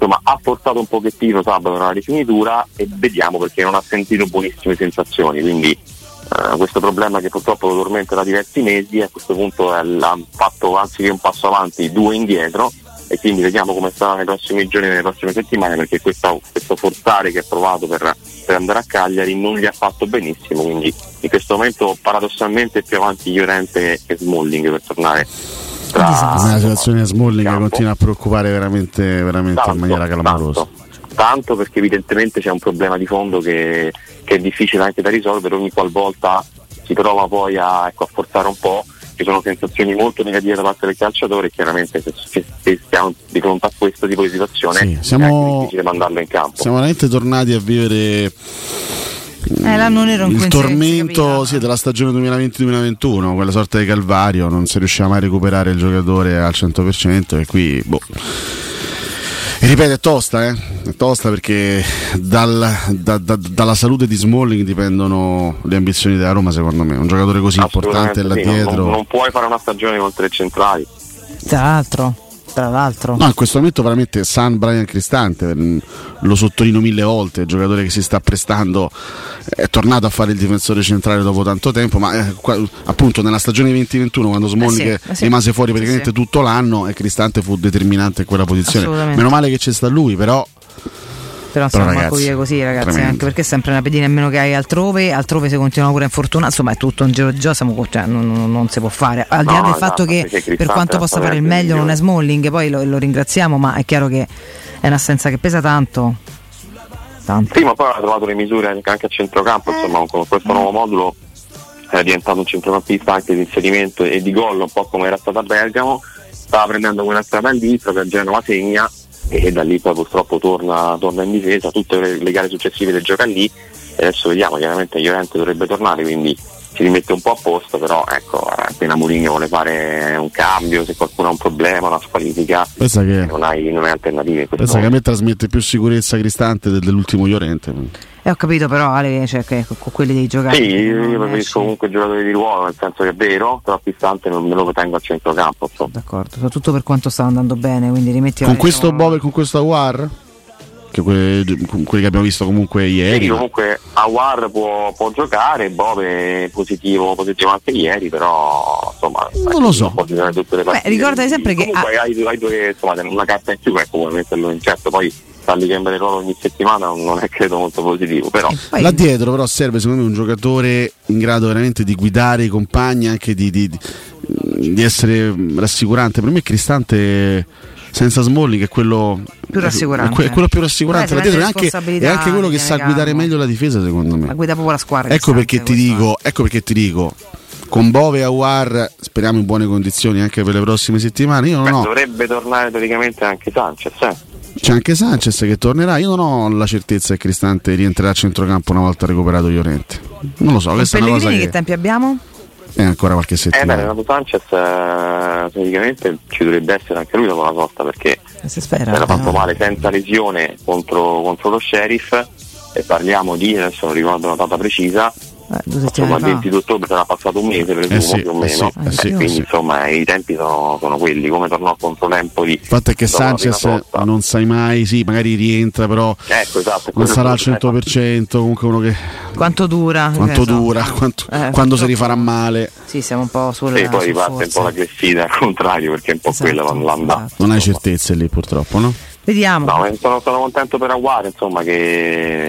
[SPEAKER 21] Insomma, ha forzato un pochettino sabato nella rifinitura e vediamo perché non ha sentito buonissime sensazioni. Quindi eh, questo problema che purtroppo lo tormenta da diversi mesi a questo punto eh, l- ha fatto anziché un passo avanti, due indietro e quindi vediamo come sarà nei prossimi giorni e nelle prossime settimane perché questa- questo forzare che ha provato per, per andare a Cagliari non gli ha fatto benissimo quindi in questo momento paradossalmente è più avanti Llorente e Smalling per tornare tra,
[SPEAKER 5] Ah, la situazione a Smalling che continua a preoccupare veramente, veramente in maniera clamorosa.
[SPEAKER 21] tanto perché evidentemente c'è un problema di fondo che, che è difficile anche da risolvere ogni qualvolta si prova poi a, ecco, a forzare un po' ci sono sensazioni molto negative da parte del calciatore e chiaramente se, se- se siamo di fronte a questo tipo di situazione è
[SPEAKER 5] Siamo,
[SPEAKER 21] difficile mandarlo in campo
[SPEAKER 5] siamo veramente tornati a vivere
[SPEAKER 58] Eh, l'anno nero in
[SPEAKER 5] il
[SPEAKER 58] cui
[SPEAKER 5] tormento sì, della stagione 2020-2021, quella sorta di calvario, non si riusciva mai a recuperare il giocatore al 100% e qui, boh. E ripeto, è tosta, eh? è tosta perché dal- da- da- dalla salute di Smalling dipendono le ambizioni della Roma, secondo me. Un giocatore così importante là
[SPEAKER 21] Assolutamente sì, non-
[SPEAKER 5] dietro.
[SPEAKER 21] non, non puoi fare una stagione con tre centrali
[SPEAKER 58] tra l'altro, tra l'altro.
[SPEAKER 5] No, in questo momento veramente San Brian Cristante, mh, lo sottolineo mille volte, il giocatore che si sta prestando è tornato a fare il difensore centrale dopo tanto tempo, ma eh, qua- appunto nella stagione 2021 quando Smalling
[SPEAKER 17] Eh sì, eh sì.
[SPEAKER 5] rimase fuori
[SPEAKER 17] Sì,
[SPEAKER 5] praticamente
[SPEAKER 17] sì.
[SPEAKER 5] tutto l'anno eh, e Cristante fu determinante in quella posizione.
[SPEAKER 58] Assolutamente.
[SPEAKER 5] Meno male che ci sta lui, però...
[SPEAKER 58] Però
[SPEAKER 5] Però,
[SPEAKER 58] insomma, manco
[SPEAKER 5] ragazzi,
[SPEAKER 58] via così, ragazzi,
[SPEAKER 5] tremendo.
[SPEAKER 58] anche perché è sempre una pedina in meno che hai altrove, altrove se continua pure a infortuna, insomma, è tutto un giro di gioco, siamo co- cioè, non, non- non si può fare. Al di
[SPEAKER 64] No,
[SPEAKER 58] là del
[SPEAKER 64] esatto,
[SPEAKER 58] fatto che
[SPEAKER 64] perché Cristante
[SPEAKER 58] per quanto
[SPEAKER 64] era
[SPEAKER 58] possa
[SPEAKER 64] stato
[SPEAKER 58] fare il
[SPEAKER 64] anche
[SPEAKER 58] meglio non è Smalling, poi lo, lo ringraziamo, ma è chiaro che è un'assenza che pesa tanto.
[SPEAKER 21] Sì, ma poi ha trovato le misure anche a
[SPEAKER 5] Eh.
[SPEAKER 21] centrocampo, insomma, con questo nuovo modulo è diventato un centrocampista anche di inserimento e di gol, un po' come era stato a Bergamo, stava prendendo quella strada lì, proprio a Genova segna e da lì poi purtroppo torna, torna in difesa, tutte le, le gare successive le gioca lì e adesso vediamo, chiaramente Llorente dovrebbe tornare, quindi si rimette un po' a posto, però ecco, appena Mourinho vuole fare un cambio, se qualcuno ha un problema, una squalifica,
[SPEAKER 5] Pensa che,
[SPEAKER 21] non hai, non hai alternative. in questo
[SPEAKER 5] pensa che a me trasmette più sicurezza Cristante del- dell'ultimo Llorente.
[SPEAKER 58] E Eh, ho capito però Ale, cioè, che con con quelli dei
[SPEAKER 21] Sì,
[SPEAKER 58] giocatori.
[SPEAKER 21] io preferisco comunque giocatore di ruolo, nel senso che è vero, però Pistante non me lo tengo a centrocampo. Insomma.
[SPEAKER 58] D'accordo. Soprattutto per quanto stava andando bene, quindi rimetti
[SPEAKER 5] Con questo Bove e con questa War? Che que- con quelli che abbiamo visto comunque ieri.
[SPEAKER 21] Sì,
[SPEAKER 5] ma-
[SPEAKER 21] comunque Awar può, può giocare, Bove è positivo, positivo anche ieri, però insomma
[SPEAKER 5] Non lo so.
[SPEAKER 21] può giocare tutte le
[SPEAKER 58] Beh,
[SPEAKER 21] partite.
[SPEAKER 58] ricordati sempre che
[SPEAKER 21] Comunque hai, due- hai due, insomma, una carta in più, ecco, puoi metterlo in certo, poi fargli cambiare ruolo ogni settimana non è credo molto positivo, però
[SPEAKER 5] Là dietro però serve secondo me un giocatore in grado veramente di guidare i compagni, anche di, di- di- di essere rassicurante. Per me Cristante senza Smalling è quello
[SPEAKER 58] Più rassicurante.
[SPEAKER 5] È, que- è quello più
[SPEAKER 58] Beh,
[SPEAKER 5] rassicurante. là
[SPEAKER 58] si
[SPEAKER 5] dietro, è,
[SPEAKER 58] prende
[SPEAKER 5] anche, è anche quello che
[SPEAKER 58] responsabilità,
[SPEAKER 5] sa
[SPEAKER 58] tiene
[SPEAKER 5] guidare
[SPEAKER 58] calmo.
[SPEAKER 5] meglio la difesa secondo me.
[SPEAKER 58] Ma guida proprio la squadra.
[SPEAKER 5] Ecco
[SPEAKER 58] Cristante.
[SPEAKER 5] perché ti dico, ecco perché ti dico. Con Bove e Awar speriamo in buone condizioni anche per le prossime settimane. Io non
[SPEAKER 21] Beh,
[SPEAKER 5] ho.
[SPEAKER 21] dovrebbe tornare teoricamente anche Sanchez. Eh?
[SPEAKER 5] C'è anche Sanchez che tornerà. Io non ho la certezza che Cristante rientrerà a centrocampo una volta recuperato Llorente. Non lo so,
[SPEAKER 58] Con
[SPEAKER 5] questa è una
[SPEAKER 58] Pellegrini
[SPEAKER 5] cosa
[SPEAKER 58] che...
[SPEAKER 5] che
[SPEAKER 58] tempi abbiamo?
[SPEAKER 5] è ancora qualche
[SPEAKER 21] Eh beh,
[SPEAKER 5] settimana.
[SPEAKER 21] Renato Sanchez eh, praticamente ci dovrebbe essere anche lui dopo la sosta perché
[SPEAKER 5] Eh,
[SPEAKER 58] si spera,
[SPEAKER 21] era fatto male senza lesione contro, contro lo sheriff e parliamo di, adesso non ricordo la data precisa, Insomma, il 20 di ottobre sarà passato un mese, presumo,
[SPEAKER 5] sì,
[SPEAKER 21] più o meno.
[SPEAKER 5] eh sì, eh sì.
[SPEAKER 21] Quindi, insomma, i tempi sono, sono quelli. Come tornò contro Lempoli.
[SPEAKER 5] Il fatto è che Sanchez non sai mai, sì, magari rientra, però
[SPEAKER 21] Ecco, esatto.
[SPEAKER 5] non
[SPEAKER 21] quello
[SPEAKER 5] sarà
[SPEAKER 21] è
[SPEAKER 5] al 100%, comunque uno che
[SPEAKER 7] Quanto dura?
[SPEAKER 5] quanto
[SPEAKER 7] Eh, so.
[SPEAKER 5] dura, quanto-
[SPEAKER 7] Eh,
[SPEAKER 5] quando si rifarà male.
[SPEAKER 7] Sì, siamo un po' sulla
[SPEAKER 21] E poi
[SPEAKER 7] sul
[SPEAKER 21] riparte un
[SPEAKER 7] forza.
[SPEAKER 21] po' la gressina al contrario, perché è un po'
[SPEAKER 5] Esatto,
[SPEAKER 21] quella non l'andata.
[SPEAKER 5] Non hai certezze lì purtroppo, no?
[SPEAKER 7] Vediamo.
[SPEAKER 21] No, eh, sono, sono contento per Aguare, insomma, che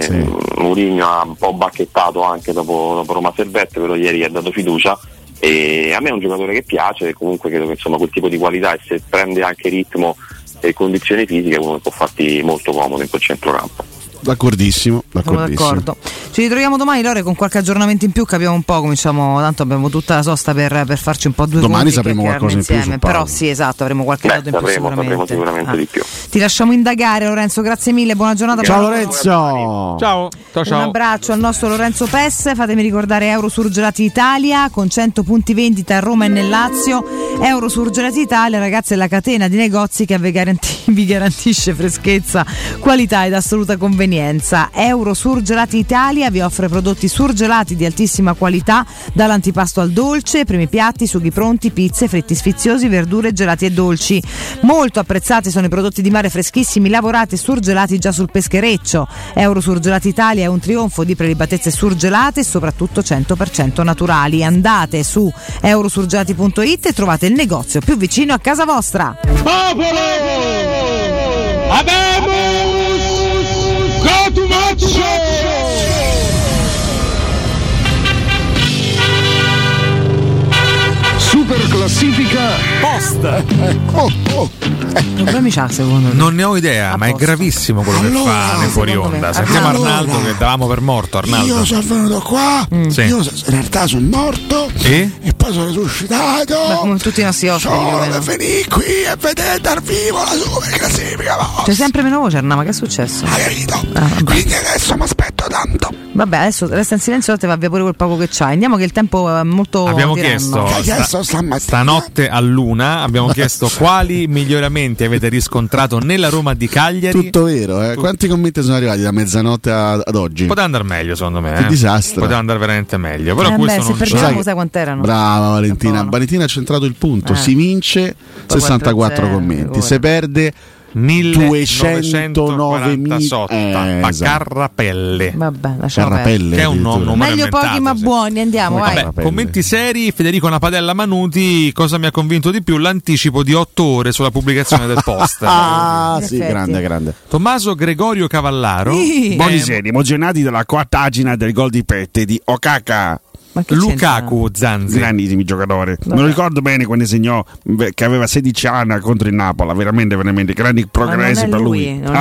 [SPEAKER 21] Mourinho ha un po' bacchettato anche dopo, dopo Roma Servette, però ieri gli ha dato fiducia. E a me è un giocatore che piace, comunque credo che insomma quel tipo di qualità e se prende anche ritmo e condizioni fisiche uno può farti molto comodo in quel centrocampo.
[SPEAKER 5] D'accordissimo,
[SPEAKER 7] Sono
[SPEAKER 5] d'accordissimo.
[SPEAKER 7] d'accordo. Ci ritroviamo domani, Lore, con qualche aggiornamento in più. Capiamo un po' come diciamo. Tanto abbiamo tutta la sosta per, per farci un po' due
[SPEAKER 5] Domani
[SPEAKER 7] conti,
[SPEAKER 5] sapremo
[SPEAKER 7] chiacchierarne
[SPEAKER 5] qualcosa in più
[SPEAKER 7] insieme.
[SPEAKER 5] su Paolo.
[SPEAKER 7] Però, sì, esatto, avremo qualche
[SPEAKER 21] Beh,
[SPEAKER 7] dato in più. Ah.
[SPEAKER 21] sapremo, sapremo sicuramente di più.
[SPEAKER 7] Ti lasciamo indagare, Lorenzo. Grazie mille. Buona giornata.
[SPEAKER 5] Ciao
[SPEAKER 7] buon lavoro.
[SPEAKER 5] Lorenzo!
[SPEAKER 7] Un abbraccio al nostro Lorenzo Pes, fatemi ricordare Eurosurgelati Italia con 100 punti vendita a Roma e nel Lazio. Eurosurgelati Italia, ragazzi, è la catena di negozi che vi, garanti- vi garantisce freschezza, qualità ed assoluta convenienza. Eurosurgelati Italia vi offre prodotti surgelati di altissima qualità, dall'antipasto al dolce, primi piatti, sughi pronti, pizze, fritti sfiziosi, verdure, gelati e dolci. Molto apprezzati sono i prodotti di mare freschissimi, lavorati e surgelati già sul peschereccio. Eurosurgelati Italia è un trionfo di prelibatezze surgelate e soprattutto 100% naturali. Andate su eurosurgelati.it e trovate il negozio più vicino a casa vostra.
[SPEAKER 5] Super classifica
[SPEAKER 8] post.
[SPEAKER 5] Oh, oh.
[SPEAKER 7] Problemi c'ha secondo
[SPEAKER 8] Non ne ho idea, ma è gravissimo quello
[SPEAKER 1] Allora,
[SPEAKER 8] che fa nel fuori
[SPEAKER 1] secondo
[SPEAKER 8] onda.
[SPEAKER 1] me.
[SPEAKER 8] Sentiamo
[SPEAKER 1] Allora.
[SPEAKER 8] Arnaldo che davamo per morto. Arnaldo.
[SPEAKER 1] Io sono venuto qua,
[SPEAKER 8] Sì.
[SPEAKER 1] io so- in realtà sono morto
[SPEAKER 8] Sì?
[SPEAKER 1] e poi sono risuscitato.
[SPEAKER 7] Ma come tutti i nostri ospiti.
[SPEAKER 1] Solo
[SPEAKER 7] più o
[SPEAKER 1] per
[SPEAKER 7] meno.
[SPEAKER 1] venire qui e vedere dal vivo la super classifica. ma-
[SPEAKER 7] C'è sempre meno voce, Arna, ma che è successo? Hai
[SPEAKER 1] capito?
[SPEAKER 7] Quindi
[SPEAKER 1] adesso mi aspetto tanto.
[SPEAKER 7] Vabbè, adesso resta in silenzio, te va via pure quel poco che c'hai. Andiamo che il tempo è molto.
[SPEAKER 8] Abbiamo
[SPEAKER 7] tiranno.
[SPEAKER 8] chiesto, sta- stanotte a luna abbiamo chiesto quali miglioramenti avete riscontrato nella Roma di Cagliari.
[SPEAKER 5] Tutto vero, eh? Quanti commenti sono arrivati da mezzanotte a- ad oggi?
[SPEAKER 8] Poteva andare meglio, secondo me.
[SPEAKER 5] Che
[SPEAKER 8] eh.
[SPEAKER 5] disastro.
[SPEAKER 8] Poteva andare veramente meglio. Però
[SPEAKER 7] Eh
[SPEAKER 8] questo
[SPEAKER 7] beh, se
[SPEAKER 8] non c'è.
[SPEAKER 7] perdiamo, sai quant'erano?
[SPEAKER 5] Brava Valentina, Valentina ha centrato il punto,
[SPEAKER 7] Eh.
[SPEAKER 5] si vince 64
[SPEAKER 7] 4-0,
[SPEAKER 5] commenti,
[SPEAKER 7] figurati.
[SPEAKER 5] se perde 209.000 eh,
[SPEAKER 8] ma
[SPEAKER 5] esatto.
[SPEAKER 8] Carrapelle.
[SPEAKER 7] Vabbè, lasciamo
[SPEAKER 5] Carrapelle
[SPEAKER 8] Che è un
[SPEAKER 5] addirittura.
[SPEAKER 8] nome
[SPEAKER 7] Meglio pochi ma buoni, andiamo, vai.
[SPEAKER 8] Vabbè, commenti seri, Federico Napadella Manuti, cosa mi ha convinto di più? L'anticipo di 8 ore sulla pubblicazione del post.
[SPEAKER 44] Ah,
[SPEAKER 5] In sì, effetti. grande, grande. Eh,
[SPEAKER 8] Tommaso Gregorio Cavallaro.
[SPEAKER 44] Sì. Buonasera, emozionati dalla quartagina del gol di Pette di Okaka.
[SPEAKER 8] Lukaku Zanzi.
[SPEAKER 44] Grandissimi giocatore. Non ricordo bene quando segnò beh, che aveva 16 anni contro il Napoli. Veramente, veramente grandi progressi
[SPEAKER 7] non è
[SPEAKER 44] per lui. Ah.
[SPEAKER 7] lui,
[SPEAKER 5] Ah,
[SPEAKER 7] non è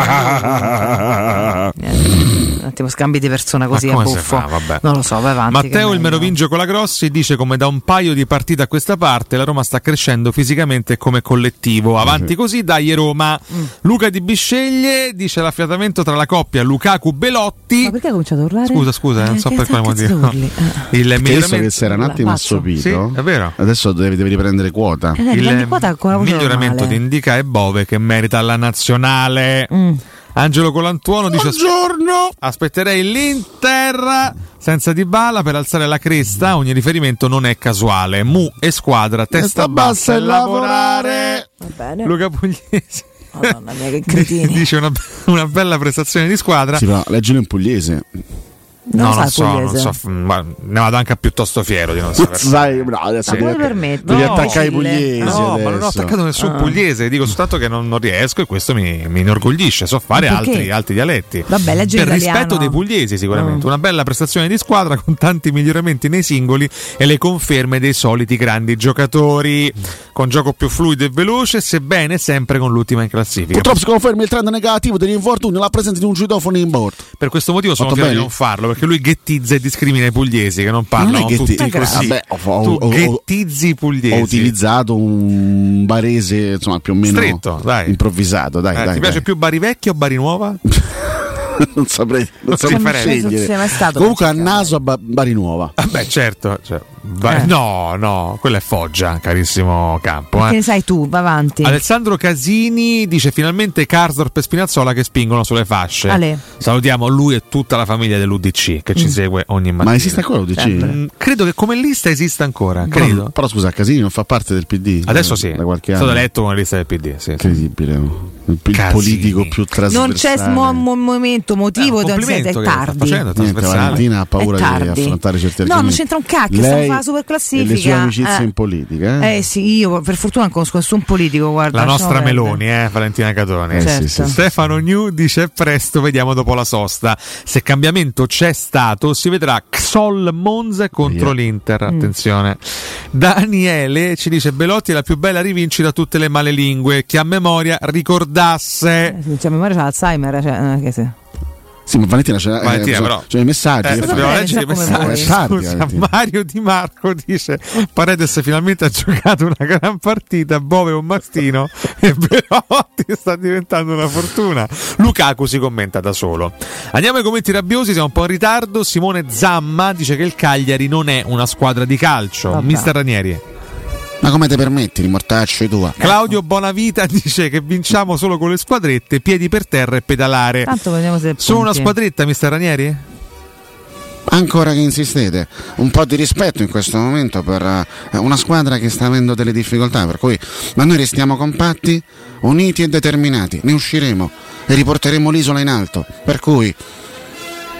[SPEAKER 7] Un attimo, scambi di persona così
[SPEAKER 8] Ma
[SPEAKER 7] a
[SPEAKER 8] come si
[SPEAKER 7] buffo.
[SPEAKER 8] fa? Vabbè.
[SPEAKER 7] Non lo so, vai avanti. che
[SPEAKER 8] Matteo
[SPEAKER 7] me-
[SPEAKER 8] il Merovingio Colagrossi dice come da un paio di partite a questa parte la Roma sta crescendo fisicamente come collettivo. Avanti così, dai Roma.
[SPEAKER 7] Mm.
[SPEAKER 8] Luca di Bisceglie dice l'affiatamento tra la coppia Lukaku Belotti. Ma
[SPEAKER 7] perché ha cominciato a urlare?
[SPEAKER 8] Scusa, scusa, eh, non
[SPEAKER 7] Eh,
[SPEAKER 8] so per quale motivo. Il
[SPEAKER 5] Perché visto che
[SPEAKER 8] miglioramento-
[SPEAKER 5] si era un attimo
[SPEAKER 8] Pazzo.
[SPEAKER 5] assopito,
[SPEAKER 8] Sì, è vero.
[SPEAKER 5] adesso deve, deve riprendere quota.
[SPEAKER 7] Eh, dai, prendi quota con la voce
[SPEAKER 8] miglioramento
[SPEAKER 7] normale. Mm.
[SPEAKER 8] di Indica e Bove che merita la nazionale. Angelo Colantuono dice:
[SPEAKER 44] Buongiorno!
[SPEAKER 8] Aspetterei l'Inter senza Dybala per alzare la cresta. Ogni riferimento non è casuale. Mu e squadra, testa bassa e lavorare.
[SPEAKER 7] Va bene.
[SPEAKER 8] Luca Pugliese.
[SPEAKER 7] Madonna mia, che cretini.
[SPEAKER 8] Dice una, una bella prestazione di squadra.
[SPEAKER 5] Sì, però leggilo in pugliese.
[SPEAKER 8] No,
[SPEAKER 5] Non
[SPEAKER 8] non,
[SPEAKER 5] lo sa
[SPEAKER 8] so,
[SPEAKER 5] il
[SPEAKER 8] non
[SPEAKER 5] pugliese.
[SPEAKER 8] so, mm, guarda, ne vado anche piuttosto fiero di non sapere.
[SPEAKER 5] Sai, bravo, adesso
[SPEAKER 7] Ah,
[SPEAKER 8] Ma
[SPEAKER 5] devi,
[SPEAKER 8] come
[SPEAKER 5] attac-
[SPEAKER 8] permetti?
[SPEAKER 5] devi
[SPEAKER 8] No.
[SPEAKER 5] attaccare i pugliesi.
[SPEAKER 8] No, ma non ho
[SPEAKER 5] adesso.
[SPEAKER 8] attaccato
[SPEAKER 7] Ah.
[SPEAKER 8] nessun pugliese, dico soltanto che non, non riesco e questo mi, mi inorgoglisce. So fare
[SPEAKER 7] Ma perché?
[SPEAKER 8] altri, altri dialetti.
[SPEAKER 7] Vabbè, leggi
[SPEAKER 8] per
[SPEAKER 7] in italiano.
[SPEAKER 8] rispetto dei pugliesi, sicuramente. Una bella prestazione di squadra con tanti miglioramenti nei singoli e le conferme dei soliti grandi giocatori. Con gioco più fluido e veloce, sebbene sempre con l'ultima in classifica.
[SPEAKER 5] Purtroppo si conferma il trend negativo dell'infortunio, la presenza di un citofono in bordo.
[SPEAKER 8] Per questo motivo sono
[SPEAKER 5] Fatto
[SPEAKER 8] fiero di
[SPEAKER 5] bene?
[SPEAKER 8] non farlo, perché lui ghettizza e discrimina i pugliesi che non parlano
[SPEAKER 5] che ti-
[SPEAKER 8] tutti così.
[SPEAKER 5] Vabbè, ho, ho-
[SPEAKER 8] Tu
[SPEAKER 5] ho-
[SPEAKER 8] ghettizzi i pugliesi.
[SPEAKER 5] ho utilizzato un barese insomma più o meno
[SPEAKER 8] Stretto, dai.
[SPEAKER 5] improvvisato. Dai,
[SPEAKER 8] Eh,
[SPEAKER 5] dai,
[SPEAKER 8] ti piace più Bari Vecchio o Bari Nuova?
[SPEAKER 5] dai. non saprei, non
[SPEAKER 8] Non
[SPEAKER 5] saprei
[SPEAKER 8] differenza.
[SPEAKER 5] scegliere.
[SPEAKER 8] Sì, ma è stato
[SPEAKER 5] Comunque a naso a Ba- Bari Nuova.
[SPEAKER 8] Beh, certo. cioè, va-
[SPEAKER 5] Eh.
[SPEAKER 8] No, no, quella è Foggia, carissimo campo.
[SPEAKER 7] Che
[SPEAKER 8] eh.
[SPEAKER 7] ne sai tu, va avanti.
[SPEAKER 8] Alessandro Casini dice finalmente Karsdorp e Spinazzola che spingono sulle fasce.
[SPEAKER 7] Ale.
[SPEAKER 8] Salutiamo lui e tutta la famiglia dell'UDC che ci
[SPEAKER 5] Mm.
[SPEAKER 8] segue ogni mattina.
[SPEAKER 5] esiste ancora l'UDC? Sempre.
[SPEAKER 8] Mm, credo che come lista esista ancora, credo.
[SPEAKER 5] Però, però scusa, Casini non fa parte del PD.
[SPEAKER 8] Adesso
[SPEAKER 5] eh,
[SPEAKER 8] sì,
[SPEAKER 5] Da qualche
[SPEAKER 8] è stato
[SPEAKER 5] anno.
[SPEAKER 8] eletto con la lista del PD. Sì,
[SPEAKER 5] Incredibile. no? Il, il
[SPEAKER 8] Casini.
[SPEAKER 5] politico più trasversale.
[SPEAKER 7] Non c'è mo- mo- momento, motivo, non siete, è tardi.
[SPEAKER 5] Niente, Valentina ha paura
[SPEAKER 7] È
[SPEAKER 5] di
[SPEAKER 7] tardi.
[SPEAKER 5] affrontare certi
[SPEAKER 7] No,
[SPEAKER 5] argomenti.
[SPEAKER 7] non c'entra un cacchio,
[SPEAKER 5] Lei
[SPEAKER 7] stiamo fa la superclassifica.
[SPEAKER 5] e Le sue amicizie
[SPEAKER 7] Eh.
[SPEAKER 5] in politica. Eh?
[SPEAKER 7] Eh sì, io per fortuna non conosco nessun politico, guarda.
[SPEAKER 8] La nostra
[SPEAKER 7] lasciamo perdere.
[SPEAKER 8] Meloni, eh, Valentina Catone.
[SPEAKER 7] Eh, Certo. sì, sì, sì.
[SPEAKER 8] Stefano New dice presto, vediamo dopo la sosta. Se cambiamento c'è stato, si vedrà Xol Monza contro l'Inter.
[SPEAKER 7] Mm.
[SPEAKER 8] Attenzione. Daniele ci dice Belotti è la più bella rivincita a tutte le malelingue. Chi a memoria ricordasse...
[SPEAKER 7] Eh, sì, Cioè, mi pare c'è l'Alzheimer, cioè, non è che se-
[SPEAKER 5] Sì, ma Valentina c'è,
[SPEAKER 8] Valentina,
[SPEAKER 5] eh,
[SPEAKER 8] però-
[SPEAKER 5] c'è i messaggi.
[SPEAKER 8] Eh,
[SPEAKER 5] che fa.
[SPEAKER 8] dobbiamo leggere i messaggi. eh,
[SPEAKER 5] È tardi,
[SPEAKER 8] Scusa,
[SPEAKER 5] Valentina.
[SPEAKER 8] Mario Di Marco dice: Paredes finalmente ha giocato una gran partita. Bove è un mastino e Belotti sta diventando una fortuna. Lukaku si commenta da solo. Andiamo ai commenti rabbiosi. Siamo un po' in ritardo. Simone Zamma dice che il Cagliari non è una squadra di calcio.
[SPEAKER 5] Vabbè.
[SPEAKER 8] Mister Ranieri.
[SPEAKER 5] Ma come ti permetti di mortacci tua?
[SPEAKER 8] Claudio Bonavita dice che vinciamo solo con le squadrette, piedi per terra e pedalare.
[SPEAKER 7] Tanto vediamo se
[SPEAKER 8] Sono una
[SPEAKER 7] punti.
[SPEAKER 8] squadretta, mister Ranieri?
[SPEAKER 5] Ancora che insistete, un po' di rispetto in questo momento per eh, una squadra che sta avendo delle difficoltà, per cui ma noi restiamo compatti, uniti e determinati, ne usciremo e riporteremo l'isola in alto, per cui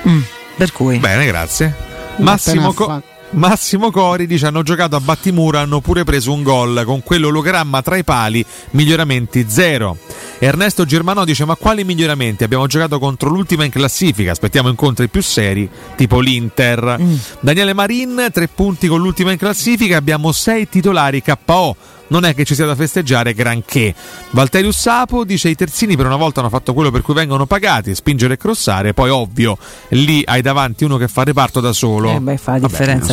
[SPEAKER 7] Mm, per cui
[SPEAKER 8] Bene, grazie.
[SPEAKER 5] Ma
[SPEAKER 8] Massimo,
[SPEAKER 5] appena
[SPEAKER 8] Co- Massimo Cori dice hanno giocato a Battimura, hanno pure preso un gol con quell'ologramma tra i pali, miglioramenti zero. Ernesto Germanò dice ma quali miglioramenti? Abbiamo giocato contro l'ultima in classifica, aspettiamo incontri più seri tipo l'Inter. Daniele Marin, tre punti con l'ultima in classifica, abbiamo sei titolari KO. Non è che ci sia da festeggiare granché. Valterius Sapo dice i terzini per una volta hanno fatto quello per cui vengono pagati, spingere e crossare, poi ovvio, lì hai davanti uno che fa reparto da solo.
[SPEAKER 7] Eh, beh, fa la differenza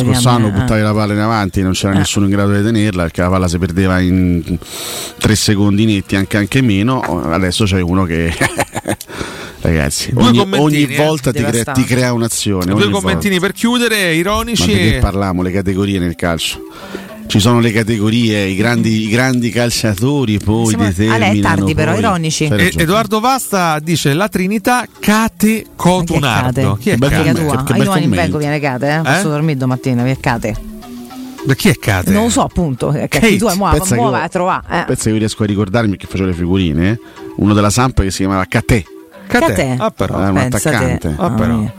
[SPEAKER 5] Lo
[SPEAKER 7] di
[SPEAKER 5] scorso anno
[SPEAKER 7] anni, eh.
[SPEAKER 5] buttavi la palla in avanti, non c'era nessuno in grado di tenerla perché la palla si perdeva in tre secondi netti, anche, anche meno. Adesso c'è uno che. Ragazzi,
[SPEAKER 8] Due
[SPEAKER 5] ogni,
[SPEAKER 8] commentini,
[SPEAKER 5] ogni volta
[SPEAKER 8] eh.
[SPEAKER 5] ti, crea, ti
[SPEAKER 8] Devastanti.
[SPEAKER 5] crea un'azione.
[SPEAKER 8] Due
[SPEAKER 5] ogni volta.
[SPEAKER 8] commentini per chiudere, ironici.
[SPEAKER 5] Ma di che
[SPEAKER 8] e-
[SPEAKER 5] parliamo? Le categorie nel calcio. Ci sono le categorie, i grandi, i grandi calciatori poi
[SPEAKER 7] Siamo- Ale, è
[SPEAKER 5] determinano.
[SPEAKER 7] tardi però,
[SPEAKER 5] poi-
[SPEAKER 7] ironici.
[SPEAKER 5] Hai
[SPEAKER 8] E-
[SPEAKER 5] ragione.
[SPEAKER 8] Edoardo Vasta dice la Trinità Cate Cotunardo. Chi è
[SPEAKER 7] Che
[SPEAKER 8] Cate?
[SPEAKER 7] bel tua. Io domani in becco viene cade, eh? Posso
[SPEAKER 8] Eh?
[SPEAKER 7] dormire domattina, vi è cade.
[SPEAKER 8] Ma chi è Cate?
[SPEAKER 7] Non lo so, appunto. Che
[SPEAKER 5] Kate,
[SPEAKER 7] cacchio tua, muova,
[SPEAKER 5] pensa che
[SPEAKER 7] muova,
[SPEAKER 5] io-
[SPEAKER 7] a trovare. Eh.
[SPEAKER 5] Pensa che io riesco a ricordarmi che facevo le figurine. eh? Uno della Sampa che si chiamava Catè.
[SPEAKER 7] Catè. Catè.
[SPEAKER 8] Ah, però.
[SPEAKER 5] Era un
[SPEAKER 8] Pensa te.
[SPEAKER 5] Eh, attaccante. Eh,
[SPEAKER 8] Ah, però.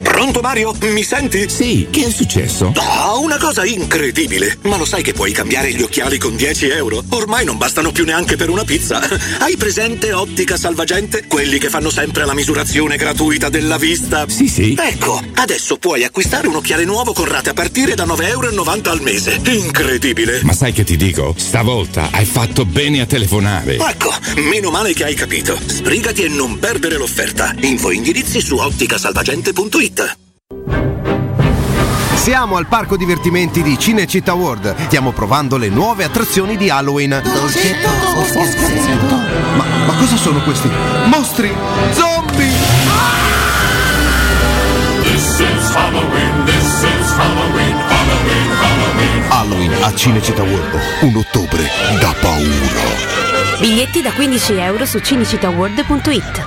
[SPEAKER 65] Pronto Mario? Mi senti? Sì, che è successo?
[SPEAKER 19] Ah, una cosa incredibile! Ma lo sai che puoi cambiare gli occhiali con 10 euro? Ormai non bastano più neanche per una pizza. Hai presente Ottica Salvagente? Quelli che fanno sempre la misurazione gratuita della vista? Sì, sì. Ecco, adesso puoi acquistare un occhiale nuovo con rate a partire da 9,90 euro al mese. Incredibile!
[SPEAKER 66] Ma sai che ti dico? Stavolta hai fatto bene a telefonare.
[SPEAKER 19] Ecco, meno male che hai capito. Sbrigati e non perdere l'offerta. Info e indirizzi su otticasalvagente.it.
[SPEAKER 15] Siamo al parco divertimenti di Cinecittà World. Stiamo provando le nuove attrazioni di Halloween. Ma, ma cosa sono questi? Mostri! Zombie!
[SPEAKER 1] This is Halloween, this is Halloween, Halloween, Halloween.
[SPEAKER 2] Halloween a Cinecittà World, un ottobre da paura.
[SPEAKER 67] Biglietti da 15 euro su cinecittàworld.it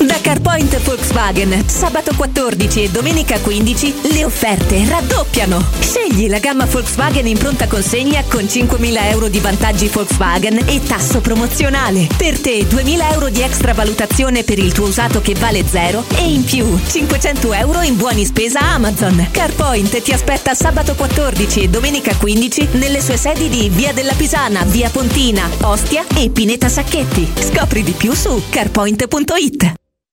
[SPEAKER 9] Da CarPoint Volkswagen, sabato 14 e domenica 15 le offerte raddoppiano. Scegli la gamma Volkswagen in pronta consegna con 5.000 euro di vantaggi Volkswagen e tasso promozionale. Per te 2.000 euro di extra valutazione per il tuo usato che vale zero e in più 500 euro in buoni spesa Amazon. CarPoint ti aspetta sabato 14 e domenica 15 nelle sue sedi di Via della Pisana, Via Pontina, Ostia e Pineta Sacchetti. Scopri di più su carpoint.it.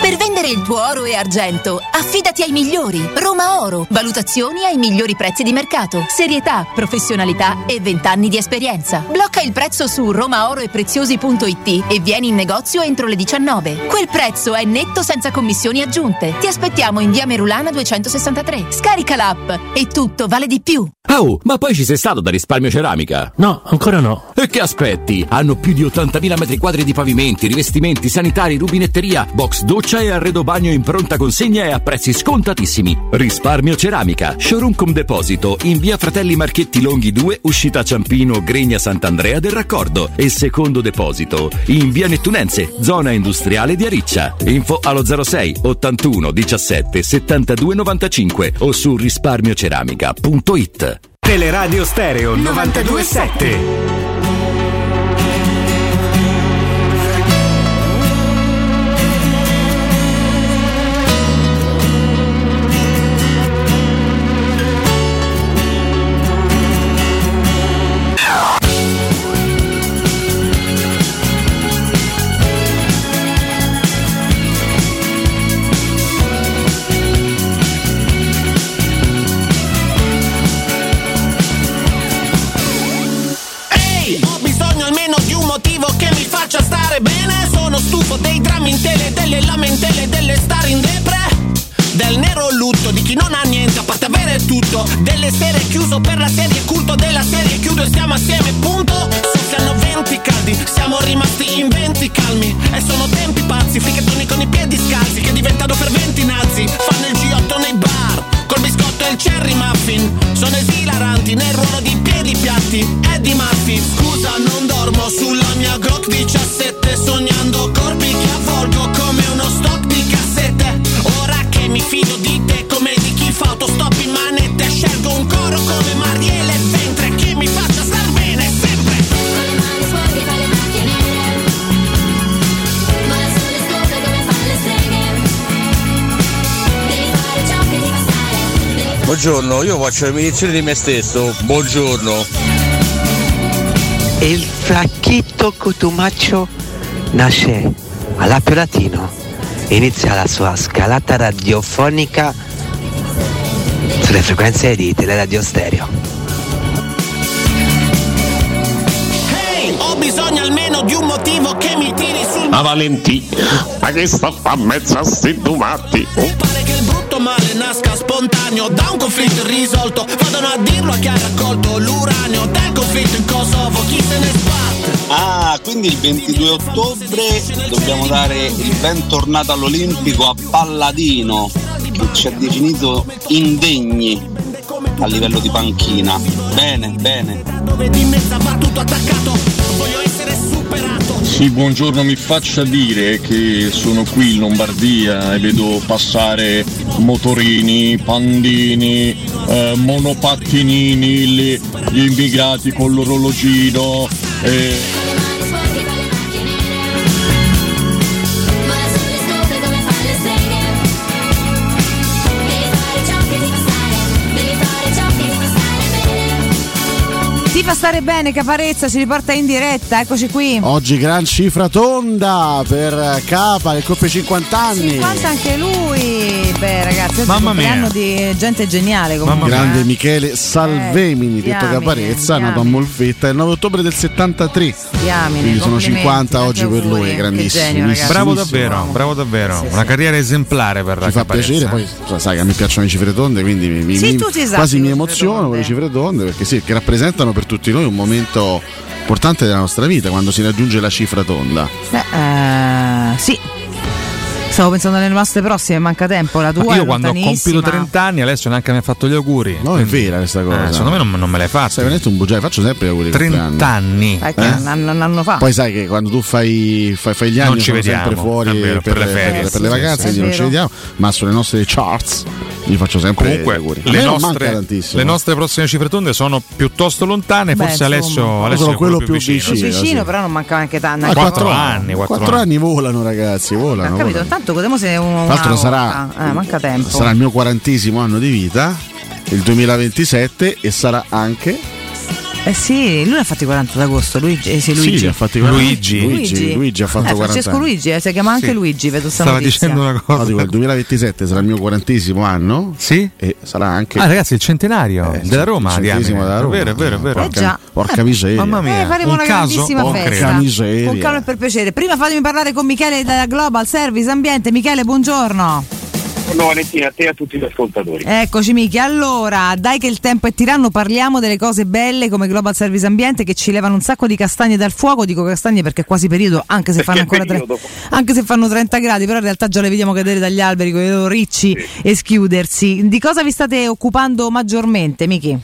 [SPEAKER 57] Per vendere il tuo oro e argento, affidati ai migliori. Roma Oro. Valutazioni ai migliori prezzi di mercato. Serietà, professionalità e 20 anni di esperienza. Blocca il prezzo su romaoroepreziosi.it e vieni in negozio entro le 19. Quel prezzo è netto senza commissioni aggiunte. Ti aspettiamo in via Merulana 263. Scarica l'app e tutto vale di più.
[SPEAKER 17] Oh, ma poi ci sei stato da risparmio ceramica?
[SPEAKER 68] No, ancora no.
[SPEAKER 17] E che aspetti? Hanno più di 80.000 metri quadri di pavimenti, rivestimenti, sanitari, rubinetteria, box doccia e arredo bagno in pronta consegna e a prezzi scontatissimi. Risparmio Ceramica, showroom con deposito in via Fratelli Marchetti Longhi 2, uscita Ciampino, Gregna Sant'Andrea del Raccordo e secondo deposito in via Nettunense, zona industriale di Ariccia. Info allo 06 81 17 72 95 o su risparmioceramica.it.
[SPEAKER 69] Teleradio Stereo 927.
[SPEAKER 57] Ehi, ho bisogno almeno di un motivo che mi faccia stare bene. Sono stufo dei drammi in tele, delle lamentele, delle stare in depre. Del nero lutto di chi non ha niente a parte avere tutto. Delle sere chiuso per la serie culto della serie chiudo e siamo assieme, punto. Soffiano venti caldi, siamo rimasti in venti calmi. E sono tempi pazzi, fricchettoni con i piedi scalzi che diventano ferventi nazi. Fanno il G8 nei bar, col biscotto e il cherry muffin. Sono esilaranti nel ruolo di piedi piatti e di maffi. Scusa, non dormo sulla mia Glock 17, sognando corpi che avvolgo come uno stock di cassette. Ora che mi fido di te come di chi fa autostop in manette, scelgo un coro come Mariele Ventre che mi faccia star bene sempre.
[SPEAKER 68] Ma il sole sopra come fanno le streghe
[SPEAKER 2] Buongiorno, io faccio le medizioni di me stesso. Buongiorno.
[SPEAKER 62] El flaquito cotumacho nasce all'Appio Latino. Inizia la sua scalata radiofonica sulle frequenze di Teleradio Stereo.
[SPEAKER 57] Ehi, ho bisogno almeno di un motivo che mi tiri sul
[SPEAKER 21] A Valentì, ma che sta a fa mezzo a sti domati?
[SPEAKER 57] brutto male nasca spontaneo da un conflitto irrisolto vadano a dirlo a chi ha raccolto l'uranio del conflitto in Kosovo chi se ne sbatte
[SPEAKER 2] Ah, quindi il 22 ottobre dobbiamo dare il bentornato all'Olimpico a Palladino, che ci ha definito indegni a livello di panchina. Bene, bene.
[SPEAKER 57] dove di mezza battuto attaccato voglio essere superato
[SPEAKER 70] Sì, buongiorno, mi faccia dire che sono qui in Lombardia e vedo passare motorini, pandini, eh, monopattinini, le- gli immigrati con l'orologino. eh.
[SPEAKER 7] Ti fa stare bene, Caparezza, ci riporta in diretta, eccoci qui.
[SPEAKER 5] Oggi gran cifra tonda per Capa che compie 50 anni.
[SPEAKER 7] 50 anche lui. Beh, ragazzi, oggi è un
[SPEAKER 5] Mamma mia.
[SPEAKER 7] compleanno di gente geniale comunque.
[SPEAKER 5] Grande
[SPEAKER 7] eh.
[SPEAKER 5] Michele Salvemini,
[SPEAKER 7] Eh,
[SPEAKER 5] detto
[SPEAKER 7] diamine,
[SPEAKER 5] Caparezza, è nato a Molfetta il 9 ottobre del 73.
[SPEAKER 7] Diamine,
[SPEAKER 5] Quindi sono
[SPEAKER 7] complimenti,
[SPEAKER 5] 50
[SPEAKER 7] tanti
[SPEAKER 5] oggi per
[SPEAKER 7] auguri,
[SPEAKER 5] lui,
[SPEAKER 7] che
[SPEAKER 5] grandissimo.
[SPEAKER 7] genio, ragazzi.
[SPEAKER 8] Bravo
[SPEAKER 5] Grandissimo.
[SPEAKER 8] davvero, bravo davvero. Una carriera esemplare per
[SPEAKER 5] Mi fa piacere, poi sa- sai che a me piacciono le cifre tonde, quindi mi, mi-
[SPEAKER 8] Sì,
[SPEAKER 5] mi-
[SPEAKER 8] tu ti esatti
[SPEAKER 5] quasi
[SPEAKER 8] con
[SPEAKER 5] mi
[SPEAKER 8] le cifre
[SPEAKER 5] emoziono con le cifre tonde perché sì, che rappresentano per tutti noi un momento importante della nostra vita quando si raggiunge la cifra tonda.
[SPEAKER 7] Beh, eh, sì. Stavo pensando alle nostre prossime, manca tempo. La tua
[SPEAKER 8] Ma io
[SPEAKER 7] è
[SPEAKER 8] quando ho
[SPEAKER 7] lontanissima.
[SPEAKER 8] compiuto 30 anni adesso neanche mi ha fatto gli auguri.
[SPEAKER 5] No, è vera questa cosa.
[SPEAKER 8] Eh, secondo me non, non me l'hai fatta.
[SPEAKER 5] Sei veramente un bugiardo, faccio sempre gli auguri.
[SPEAKER 8] 30 anni.
[SPEAKER 7] Eh, che un anno- un anno fa.
[SPEAKER 5] Poi sai che quando tu fai, fai, fai gli
[SPEAKER 8] Non
[SPEAKER 5] anni
[SPEAKER 8] ci
[SPEAKER 5] sono
[SPEAKER 8] vediamo,
[SPEAKER 5] sempre fuori
[SPEAKER 8] è vero, per le ferie,
[SPEAKER 5] per,
[SPEAKER 8] sì,
[SPEAKER 5] le
[SPEAKER 8] sì,
[SPEAKER 5] vacanze,
[SPEAKER 8] sì.
[SPEAKER 5] quindi
[SPEAKER 8] È
[SPEAKER 5] non ci
[SPEAKER 8] vero.
[SPEAKER 5] vediamo, ma sulle nostre charts gli faccio sempre gli
[SPEAKER 8] Comunque,
[SPEAKER 5] auguri. A
[SPEAKER 8] le
[SPEAKER 5] me non
[SPEAKER 8] nostre,
[SPEAKER 5] manca tantissimo.
[SPEAKER 8] le nostre prossime cifre tonde sono piuttosto lontane.
[SPEAKER 7] Beh,
[SPEAKER 8] forse
[SPEAKER 7] insomma.
[SPEAKER 8] Alessio, Alessio
[SPEAKER 5] Sono
[SPEAKER 8] è
[SPEAKER 5] quello
[SPEAKER 8] quello, più
[SPEAKER 5] più
[SPEAKER 8] vicino.
[SPEAKER 5] vicino,
[SPEAKER 7] vicino, però non mancava neanche tanto.
[SPEAKER 5] Ah,
[SPEAKER 7] neanche
[SPEAKER 5] quattro
[SPEAKER 7] tanto.
[SPEAKER 8] anni, quattro
[SPEAKER 5] Quattro anni volano, ragazzi, volano.
[SPEAKER 7] Ah, Ho capito,
[SPEAKER 5] volano.
[SPEAKER 7] tanto vediamo se è un.
[SPEAKER 5] Tra l'altro
[SPEAKER 7] una
[SPEAKER 5] sarà-
[SPEAKER 7] ora. Eh, manca tempo.
[SPEAKER 5] Sarà il mio quarantesimo anno di vita, il 2027, e sarà anche.
[SPEAKER 7] Eh sì, lui l'ha fatto il 40 d'agosto, Luigi. eh sì,
[SPEAKER 5] Sì,
[SPEAKER 7] Luigi.
[SPEAKER 5] li ha fatti i 40. Luigi. Luigi, Luigi ha fatto
[SPEAKER 7] Eh,
[SPEAKER 5] 40
[SPEAKER 7] Francesco
[SPEAKER 5] anni.
[SPEAKER 7] Luigi, eh, si chiama anche Luigi, vedo sta notizia.
[SPEAKER 5] una cosa. il 2027 sarà il mio quarantesimo anno. Sì. E sarà anche. Eh,
[SPEAKER 8] Ah, ragazzi, il centenario della Roma.
[SPEAKER 5] il centesimo
[SPEAKER 8] diamine.
[SPEAKER 5] della Roma.
[SPEAKER 8] È vero, è vero, è vero.
[SPEAKER 5] Porca, porca miseria.
[SPEAKER 8] Mamma mia.
[SPEAKER 7] Eh, faremo una grandissima festa.
[SPEAKER 5] Porca miseria.
[SPEAKER 7] Con calma e per piacere. Prima fatemi parlare con Michele da Global Service Ambiente. Michele, buongiorno.
[SPEAKER 44] Buongiorno Valentina, a te e a tutti gli ascoltatori.
[SPEAKER 7] Eccoci Michi, allora dai che il tempo è tiranno parliamo delle cose belle come Global Service Ambiente che ci levano un sacco di castagne dal fuoco, dico castagne perché è quasi periodo anche se, fanno, ancora tre- anche se fanno 30 gradi però in realtà già le vediamo cadere dagli alberi con i loro ricci e schiudersi. Di cosa vi state occupando maggiormente Michi?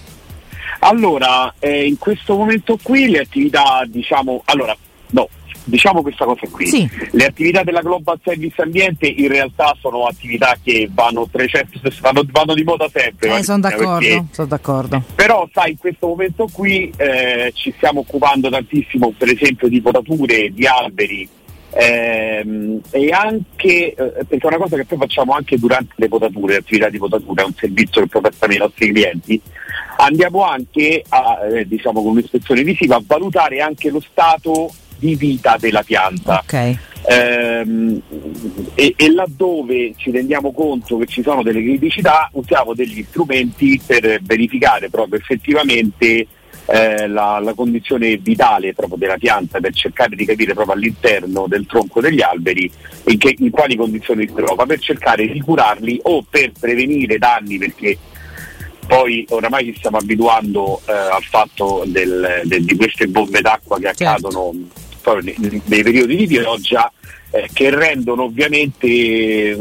[SPEAKER 44] Allora, eh, in questo momento qui le attività, diciamo, allora, no, diciamo questa cosa qui. Le attività della Global Service Ambiente in realtà sono attività che vanno 360, vanno, vanno di moda sempre.
[SPEAKER 7] Eh, sono
[SPEAKER 44] Valentina, perché-
[SPEAKER 7] d'accordo, sono d'accordo.
[SPEAKER 44] Però sai, in questo momento qui eh, ci stiamo occupando tantissimo, per esempio, di potature, di alberi ehm, e anche, eh, perché è una cosa che poi facciamo anche durante le potature, le attività di potatura, è un servizio che poi prestiamo ai nostri clienti, andiamo anche, a, eh, diciamo con un'ispezione visiva, a valutare anche lo stato di vita della pianta.
[SPEAKER 7] Ok.
[SPEAKER 44] Ehm, e, e laddove ci rendiamo conto che ci sono delle criticità usiamo degli strumenti per verificare proprio effettivamente eh, la, la condizione vitale proprio della pianta per cercare di capire proprio all'interno del tronco degli alberi in, che- in quali condizioni si trova per cercare di curarli o per prevenire danni perché poi oramai ci stiamo abituando eh, al fatto del- del- di queste bombe d'acqua che accadono proprio nei, nei periodi di pioggia eh, che rendono ovviamente eh,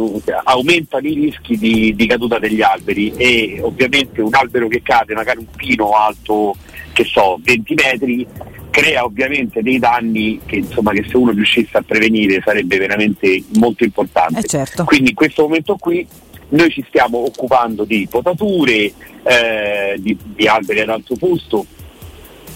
[SPEAKER 44] aumentano i rischi di, di caduta degli alberi e ovviamente un albero che cade, magari un pino alto che so, 20 metri crea ovviamente dei danni che insomma che se uno riuscisse a prevenire sarebbe veramente molto importante. Quindi in questo momento qui noi ci stiamo occupando di potature, eh, di, di alberi ad alto fusto,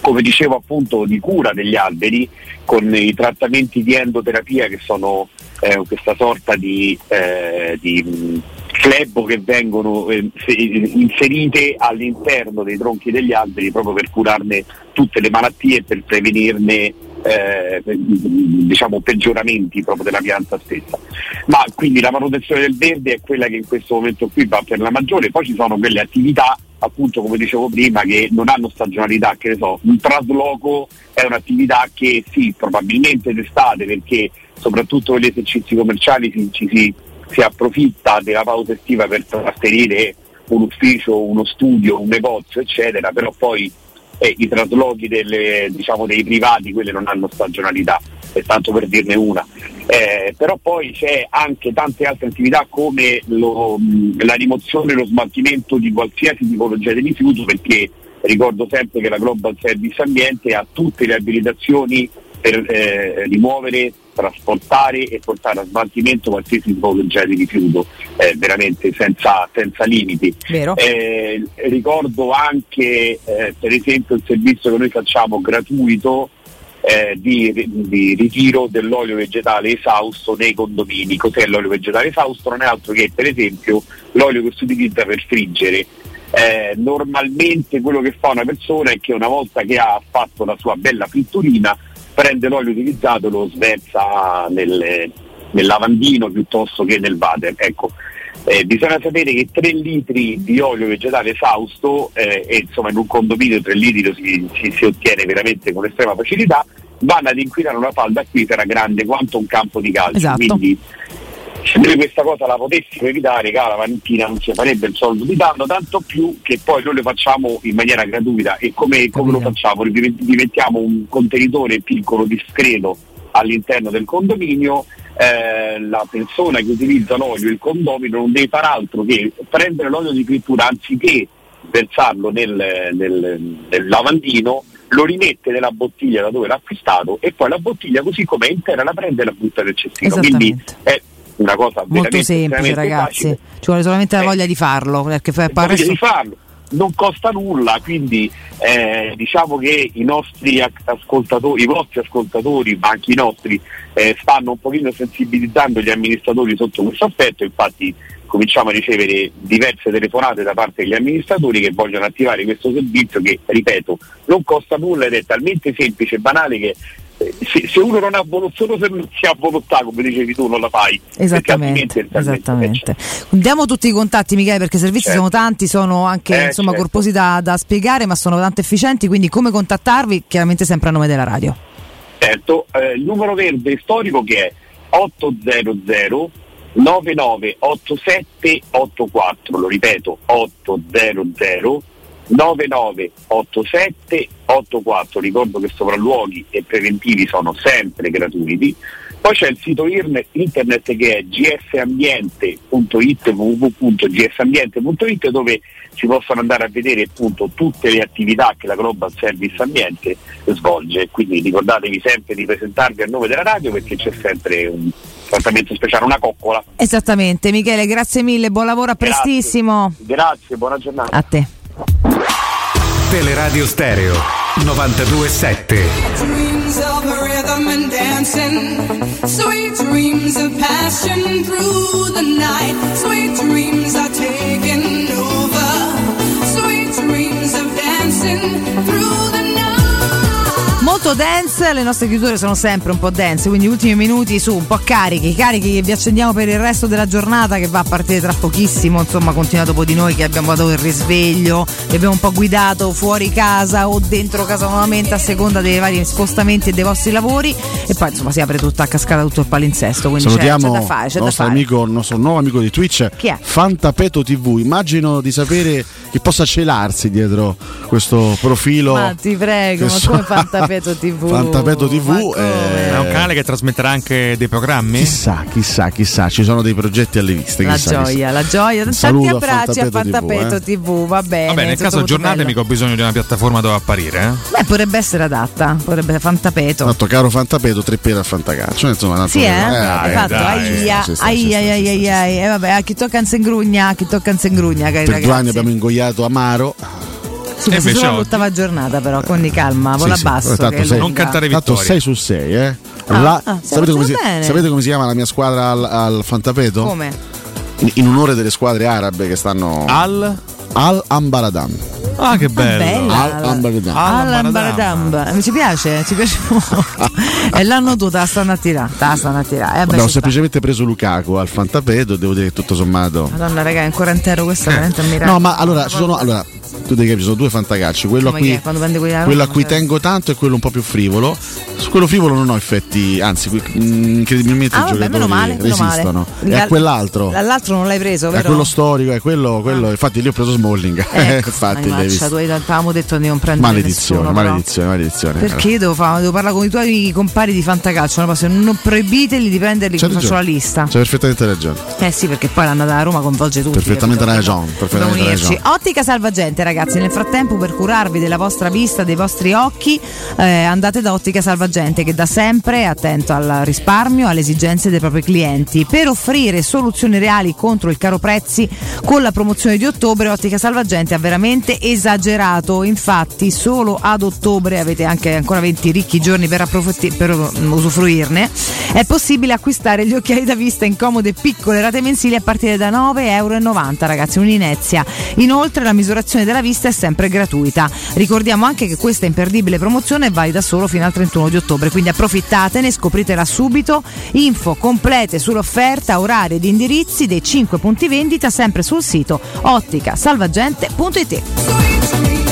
[SPEAKER 44] come dicevo appunto di cura degli alberi con i trattamenti di endoterapia che sono eh, questa sorta di, eh, di, mh, flebo che vengono eh, se- inserite all'interno dei tronchi degli alberi proprio per curarne tutte le malattie e per prevenirne eh, diciamo peggioramenti proprio della pianta stessa. Ma quindi la manutenzione del verde è quella che in questo momento qui va per la maggiore, poi ci sono quelle attività appunto come dicevo prima che non hanno stagionalità, che ne so, un trasloco è un'attività che sì, probabilmente d'estate perché soprattutto negli esercizi commerciali si, ci si, si approfitta della pausa estiva per trasferire un ufficio, uno studio, un negozio, eccetera, però poi eh, i traslochi delle- diciamo, dei privati, quelle non hanno stagionalità, è tanto per dirne una. Eh, però poi c'è anche tante altre attività come lo- mh, la rimozione e lo smaltimento di qualsiasi tipologia di rifiuto, perché ricordo sempre che la Global Service Ambiente ha tutte le abilitazioni per eh, rimuovere, trasportare e portare a smaltimento qualsiasi tipologia di rifiuto, eh, veramente senza, senza limiti.
[SPEAKER 7] Vero.
[SPEAKER 44] Eh, ricordo anche eh, per esempio il servizio che noi facciamo gratuito eh, di, di ritiro dell'olio vegetale esausto nei condomini. Cos'è l'olio vegetale esausto? Non è altro che per esempio l'olio che si utilizza per friggere. Eh, normalmente quello che fa una persona è che una volta che ha fatto la sua bella fritturina prende l'olio utilizzato e lo sversa nel, nel lavandino piuttosto che nel water. Ecco. Eh, bisogna sapere che 3 litri di olio vegetale esausto, eh, e insomma in un condominio 3 litri lo si, si- si ottiene veramente con estrema facilità, vanno ad inquinare una falda acquifera grande quanto un campo di calcio.
[SPEAKER 20] Esatto.
[SPEAKER 44] Quindi se noi questa cosa la potessimo evitare, cara Valentina, non si farebbe il soldo di danno, tanto più che poi noi lo facciamo in maniera gratuita e come, come lo facciamo? Div- Diventiamo un contenitore piccolo, discreto all'interno del condominio, eh, la persona che utilizza l'olio, il condomino, non deve far altro che prendere l'olio di frittura anziché versarlo nel, nel- nel lavandino, lo rimette nella bottiglia da dove l'ha acquistato e poi la bottiglia così com'è intera la prende e la butta nel cestino. Quindi è una cosa
[SPEAKER 7] Molto
[SPEAKER 44] veramente
[SPEAKER 7] semplice,
[SPEAKER 44] estremamente
[SPEAKER 7] ragazzi.
[SPEAKER 44] facile. Eh.
[SPEAKER 7] Ci vuole solamente la voglia di farlo. Perché fa-
[SPEAKER 44] Poi
[SPEAKER 7] adesso-
[SPEAKER 44] devi farlo. Non costa nulla, quindi eh, diciamo che i nostri ac- ascoltatori, i vostri ascoltatori, ma anche i nostri, eh, stanno un pochino sensibilizzando gli amministratori sotto questo aspetto, infatti cominciamo a ricevere diverse telefonate da parte degli amministratori che vogliono attivare questo servizio che, ripeto, non costa nulla ed è talmente semplice e banale che eh, se, se uno non ha volontà, solo se non si ha volontà, come dicevi tu, non la fai.
[SPEAKER 7] Esattamente, esattamente. Diamo tutti i contatti, Michele, perché i servizi
[SPEAKER 44] Certo.
[SPEAKER 7] sono tanti, sono anche
[SPEAKER 44] Eh,
[SPEAKER 7] insomma,
[SPEAKER 44] certo.
[SPEAKER 7] corposi da, da spiegare, ma sono tanto efficienti. Quindi, come contattarvi? Chiaramente, sempre a nome della radio.
[SPEAKER 44] Certo, eh, il numero verde storico che è 800 998784, lo ripeto, 800 998784, ricordo che sopralluoghi e preventivi sono sempre gratuiti. Poi c'è il sito irne- internet che è gsambiente.it, www.gsambiente.it dove si possono andare a vedere appunto tutte le attività che la Global Service Ambiente svolge. Quindi ricordatevi sempre di presentarvi a nome della radio perché c'è sempre un trattamento speciale, una coccola.
[SPEAKER 7] Esattamente, Michele, grazie mille, buon lavoro, a
[SPEAKER 44] Grazie.
[SPEAKER 7] prestissimo.
[SPEAKER 44] Grazie, buona giornata.
[SPEAKER 7] A te.
[SPEAKER 17] Teleradio Stereo 927.
[SPEAKER 1] Dreams of rhythm and dancing, sweet dreams of passion through the night. Sweet dreams are taking over, sweet dreams of dancing through the
[SPEAKER 7] Molto dance, le nostre chiusure sono sempre un po' dance, quindi ultimi minuti su, un po' carichi, carichi che vi accendiamo per il resto della giornata che va a partire tra pochissimo, insomma continua dopo di noi che abbiamo dato il risveglio, vi abbiamo un po' guidato fuori casa o dentro casa nuovamente a seconda dei vari spostamenti e dei vostri lavori e poi insomma si apre tutta a cascata tutto il palinsesto, quindi c'è,
[SPEAKER 5] Salutiamo
[SPEAKER 7] c'è da fare,
[SPEAKER 5] il
[SPEAKER 7] c'è da
[SPEAKER 5] nostro
[SPEAKER 7] fare.
[SPEAKER 5] amico, il nostro nuovo amico di Twitch,
[SPEAKER 7] Chi è?
[SPEAKER 5] Fantapeto TV. Immagino di sapere che possa celarsi dietro questo profilo.
[SPEAKER 7] Ma ti prego,
[SPEAKER 5] che
[SPEAKER 7] ma
[SPEAKER 5] so-
[SPEAKER 7] come Fantapeto TV?
[SPEAKER 5] Fantapeto TV eh,
[SPEAKER 8] È un eh? canale che trasmetterà anche dei programmi.
[SPEAKER 5] Chissà, chissà, chissà, ci sono dei progetti alle viste.
[SPEAKER 7] La
[SPEAKER 5] chissà, chissà.
[SPEAKER 7] gioia, la gioia, tanti
[SPEAKER 5] saluto a
[SPEAKER 7] abbracci a
[SPEAKER 5] Fantapeto TV,
[SPEAKER 7] Fantapeto TV,
[SPEAKER 5] eh.
[SPEAKER 7] va bene.
[SPEAKER 8] Vabbè, nel
[SPEAKER 7] tutto
[SPEAKER 8] caso
[SPEAKER 7] molto
[SPEAKER 8] aggiornatemi
[SPEAKER 7] bello.
[SPEAKER 8] che ho bisogno di una piattaforma dove apparire. eh.
[SPEAKER 7] Beh, potrebbe essere adatta, potrebbe fantapeto.
[SPEAKER 5] Tanto caro Fantapeto, tre pere al Fantacalcio. Insomma, tanto
[SPEAKER 7] Sì, eh?
[SPEAKER 5] per-
[SPEAKER 7] Hai
[SPEAKER 5] dai,
[SPEAKER 7] fatto,
[SPEAKER 5] dai,
[SPEAKER 7] aia,
[SPEAKER 5] sì, sì, sì, sì,
[SPEAKER 7] aia,
[SPEAKER 5] sì.
[SPEAKER 7] aia, aia, aia. E Eh, vabbè, a chi tocca in sengrugna, a chi tocca in sengrugna, cari
[SPEAKER 5] Per due anni
[SPEAKER 7] ragazzi.
[SPEAKER 5] abbiamo ingoiato Amaro.
[SPEAKER 7] Sì, questa è solo l'ottava giornata però, quindi calma, vola
[SPEAKER 5] Sì, sì.
[SPEAKER 7] basso.
[SPEAKER 5] Tanto
[SPEAKER 7] che
[SPEAKER 5] sei-
[SPEAKER 7] lui va.
[SPEAKER 5] Tanto 6 su 6, eh.
[SPEAKER 7] Ah,
[SPEAKER 5] La-
[SPEAKER 7] ah, stiamo
[SPEAKER 5] sapete, come si,
[SPEAKER 7] facendo bene.
[SPEAKER 5] sapete come si chiama la mia squadra al, al Fantapeto?
[SPEAKER 7] Come?
[SPEAKER 5] in- in onore delle squadre arabe che stanno al Ambaradan.
[SPEAKER 8] Ah, che
[SPEAKER 7] bello.
[SPEAKER 5] Al Ambaradan.
[SPEAKER 7] Alan Baradamba, mi ci piace, ci piace molto. e l'hanno tu, te la stanno a tirare, te la stanno a tirare. Eh, beh,
[SPEAKER 5] Abbiamo
[SPEAKER 7] ci sta.
[SPEAKER 5] semplicemente preso Lukaku al Fantapedo, devo dire che tutto sommato.
[SPEAKER 7] Madonna, raga, è ancora intero questo, è veramente un miracolo.
[SPEAKER 5] No, ma allora ci sono. Allora, tu devi capire, ci sono due fantacalci, quello a
[SPEAKER 7] Come che
[SPEAKER 5] cui,
[SPEAKER 7] è? Quando prende quelli della
[SPEAKER 5] quello a
[SPEAKER 7] Roma,
[SPEAKER 5] cui
[SPEAKER 7] cioè.
[SPEAKER 5] tengo tanto e quello un po' più frivolo. Su quello frivolo non ho effetti, anzi, qui- mh, incredibilmente
[SPEAKER 7] Ah,
[SPEAKER 5] i
[SPEAKER 7] vabbè,
[SPEAKER 5] giocatori
[SPEAKER 7] meno male, meno male.
[SPEAKER 5] resistono. E
[SPEAKER 7] Dal-
[SPEAKER 5] a quell'altro.
[SPEAKER 7] Dall'altro non l'hai preso,
[SPEAKER 5] È
[SPEAKER 7] vero?
[SPEAKER 5] quello storico, è quello, quello. Infatti, lì ho preso Smalling.
[SPEAKER 7] Ah. Ecco,
[SPEAKER 5] Eh, infatti, l'hai
[SPEAKER 7] mannaggia,
[SPEAKER 5] visto.
[SPEAKER 7] tu hai avevamo detto di non prendere
[SPEAKER 5] Maledizione,
[SPEAKER 7] nessuno, però.
[SPEAKER 5] maledizione, maledizione.
[SPEAKER 7] Perché devo, fa- devo parlare con i tuoi compari di fantacalcio? Una passione. Non proibiteli di prenderli,
[SPEAKER 5] C'hai
[SPEAKER 7] faccio
[SPEAKER 5] ragione.
[SPEAKER 7] la lista.
[SPEAKER 5] C'è perfettamente ragione.
[SPEAKER 7] Eh sì, perché poi l'annata da Roma coinvolge tutti. eh,
[SPEAKER 5] Perfettamente
[SPEAKER 7] capito?
[SPEAKER 5] ragione.
[SPEAKER 7] Dobbiamo
[SPEAKER 5] Perfettamente
[SPEAKER 7] unirci.
[SPEAKER 5] ragione.
[SPEAKER 7] Ottica Salvagente, ragazzi. Nel frattempo, per curarvi della vostra vista, dei vostri occhi, eh, andate da Ottica Salvagente, che da sempre è attento al risparmio, alle esigenze dei propri clienti. Per offrire soluzioni reali contro il caro prezzi, con la promozione di ottobre, Ottica Salvagente ha veramente esagerato. Infatti, solo ad ottobre avete anche ancora 20 ricchi giorni per, approfitti- per mm, usufruirne. È possibile acquistare gli occhiali da vista in comode e piccole rate mensili a partire da 9,90 euro, ragazzi, un'inezia. Inoltre la misurazione della vista è sempre gratuita. Ricordiamo anche che questa imperdibile promozione è valida solo fino al 31 di ottobre, quindi approfittatene, scopritela subito. Info complete sull'offerta, orari ed indirizzi dei 5 punti vendita sempre sul sito otticasalvagente.it.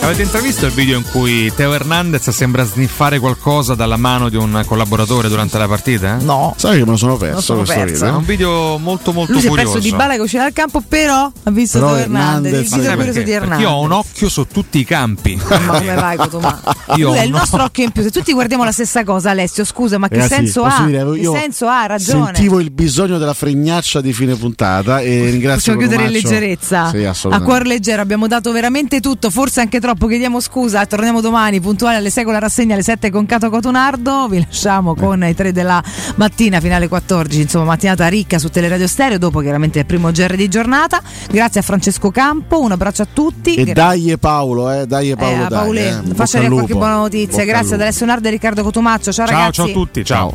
[SPEAKER 8] Avete intravisto il video in cui Teo Hernandez sembra sniffare qualcosa dalla mano di un collaboratore durante la partita?
[SPEAKER 7] No.
[SPEAKER 5] Sai che me lo sono perso
[SPEAKER 8] lo sono
[SPEAKER 5] questo eh.
[SPEAKER 8] perso.
[SPEAKER 5] video?
[SPEAKER 8] È un video molto molto
[SPEAKER 7] Lui si è
[SPEAKER 8] curioso.
[SPEAKER 7] perso di bala che uscirà dal campo, però ha visto
[SPEAKER 8] Però
[SPEAKER 7] Teo Hernandez, il
[SPEAKER 8] Ma sai
[SPEAKER 7] video curioso
[SPEAKER 8] perché?
[SPEAKER 7] di
[SPEAKER 8] Perché
[SPEAKER 7] Hernandez.
[SPEAKER 8] Io ho un occhio su tutti i campi.
[SPEAKER 7] Ma come vai, Cotumà?
[SPEAKER 8] Io
[SPEAKER 7] Lui Ah, è il
[SPEAKER 8] no.
[SPEAKER 7] nostro occhio in più. Se tutti guardiamo la stessa cosa, Alessio, scusa, ma che
[SPEAKER 5] Ragazzi,
[SPEAKER 7] senso
[SPEAKER 5] Eh posso
[SPEAKER 7] ha?
[SPEAKER 5] dire,
[SPEAKER 7] che
[SPEAKER 5] io
[SPEAKER 7] senso ha? Ha Ragione.
[SPEAKER 5] Sentivo il bisogno della fregnaccia di fine puntata e ringrazio
[SPEAKER 7] Possiamo chiudere in
[SPEAKER 5] Cotumaccio.
[SPEAKER 7] leggerezza.
[SPEAKER 5] Sì,
[SPEAKER 7] a
[SPEAKER 5] assolutamente.
[SPEAKER 7] cuor leggero abbiamo dato veramente tutto, forse anche troppo. Chiediamo scusa, torniamo domani puntuali alle 6 con la rassegna alle 7 con Cato Cotunardo. Vi lasciamo con i 3 della mattina, finale 14, insomma, mattinata ricca su Teleradio Stereo. Dopo chiaramente il primo GR di giornata. Grazie a Francesco Campo, un abbraccio a tutti.
[SPEAKER 5] E
[SPEAKER 7] Gra-
[SPEAKER 5] dagli Paolo, eh, dagli
[SPEAKER 7] eh,
[SPEAKER 5] Paolo,
[SPEAKER 7] a
[SPEAKER 5] dai,
[SPEAKER 7] Paolè,
[SPEAKER 5] eh. Bocca
[SPEAKER 7] faccia
[SPEAKER 5] al
[SPEAKER 7] vedere
[SPEAKER 5] lupo.
[SPEAKER 7] qualche buona notizia.
[SPEAKER 5] Bocca al
[SPEAKER 7] Grazie ad
[SPEAKER 5] lupo.
[SPEAKER 7] Alessio Nardi e Riccardo Cotumaccio. Ciao,
[SPEAKER 8] Ciao,
[SPEAKER 7] ragazzi.
[SPEAKER 8] ciao a tutti, ciao.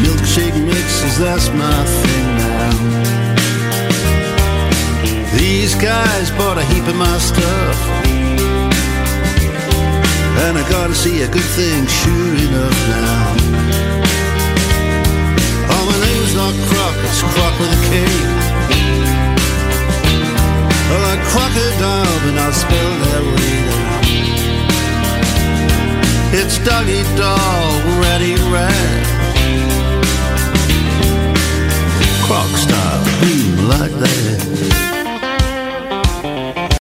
[SPEAKER 1] Milkshake mixes, that's my thing now. These guys bought a heap of my stuff. And I gotta see a good thing sure enough now. Oh, my name's not Croc, it's Croc with a K. Well, i crocodile, but not spelled that way now. It's Doggy Dog, Ratty Rat. Croc style, mm, like that.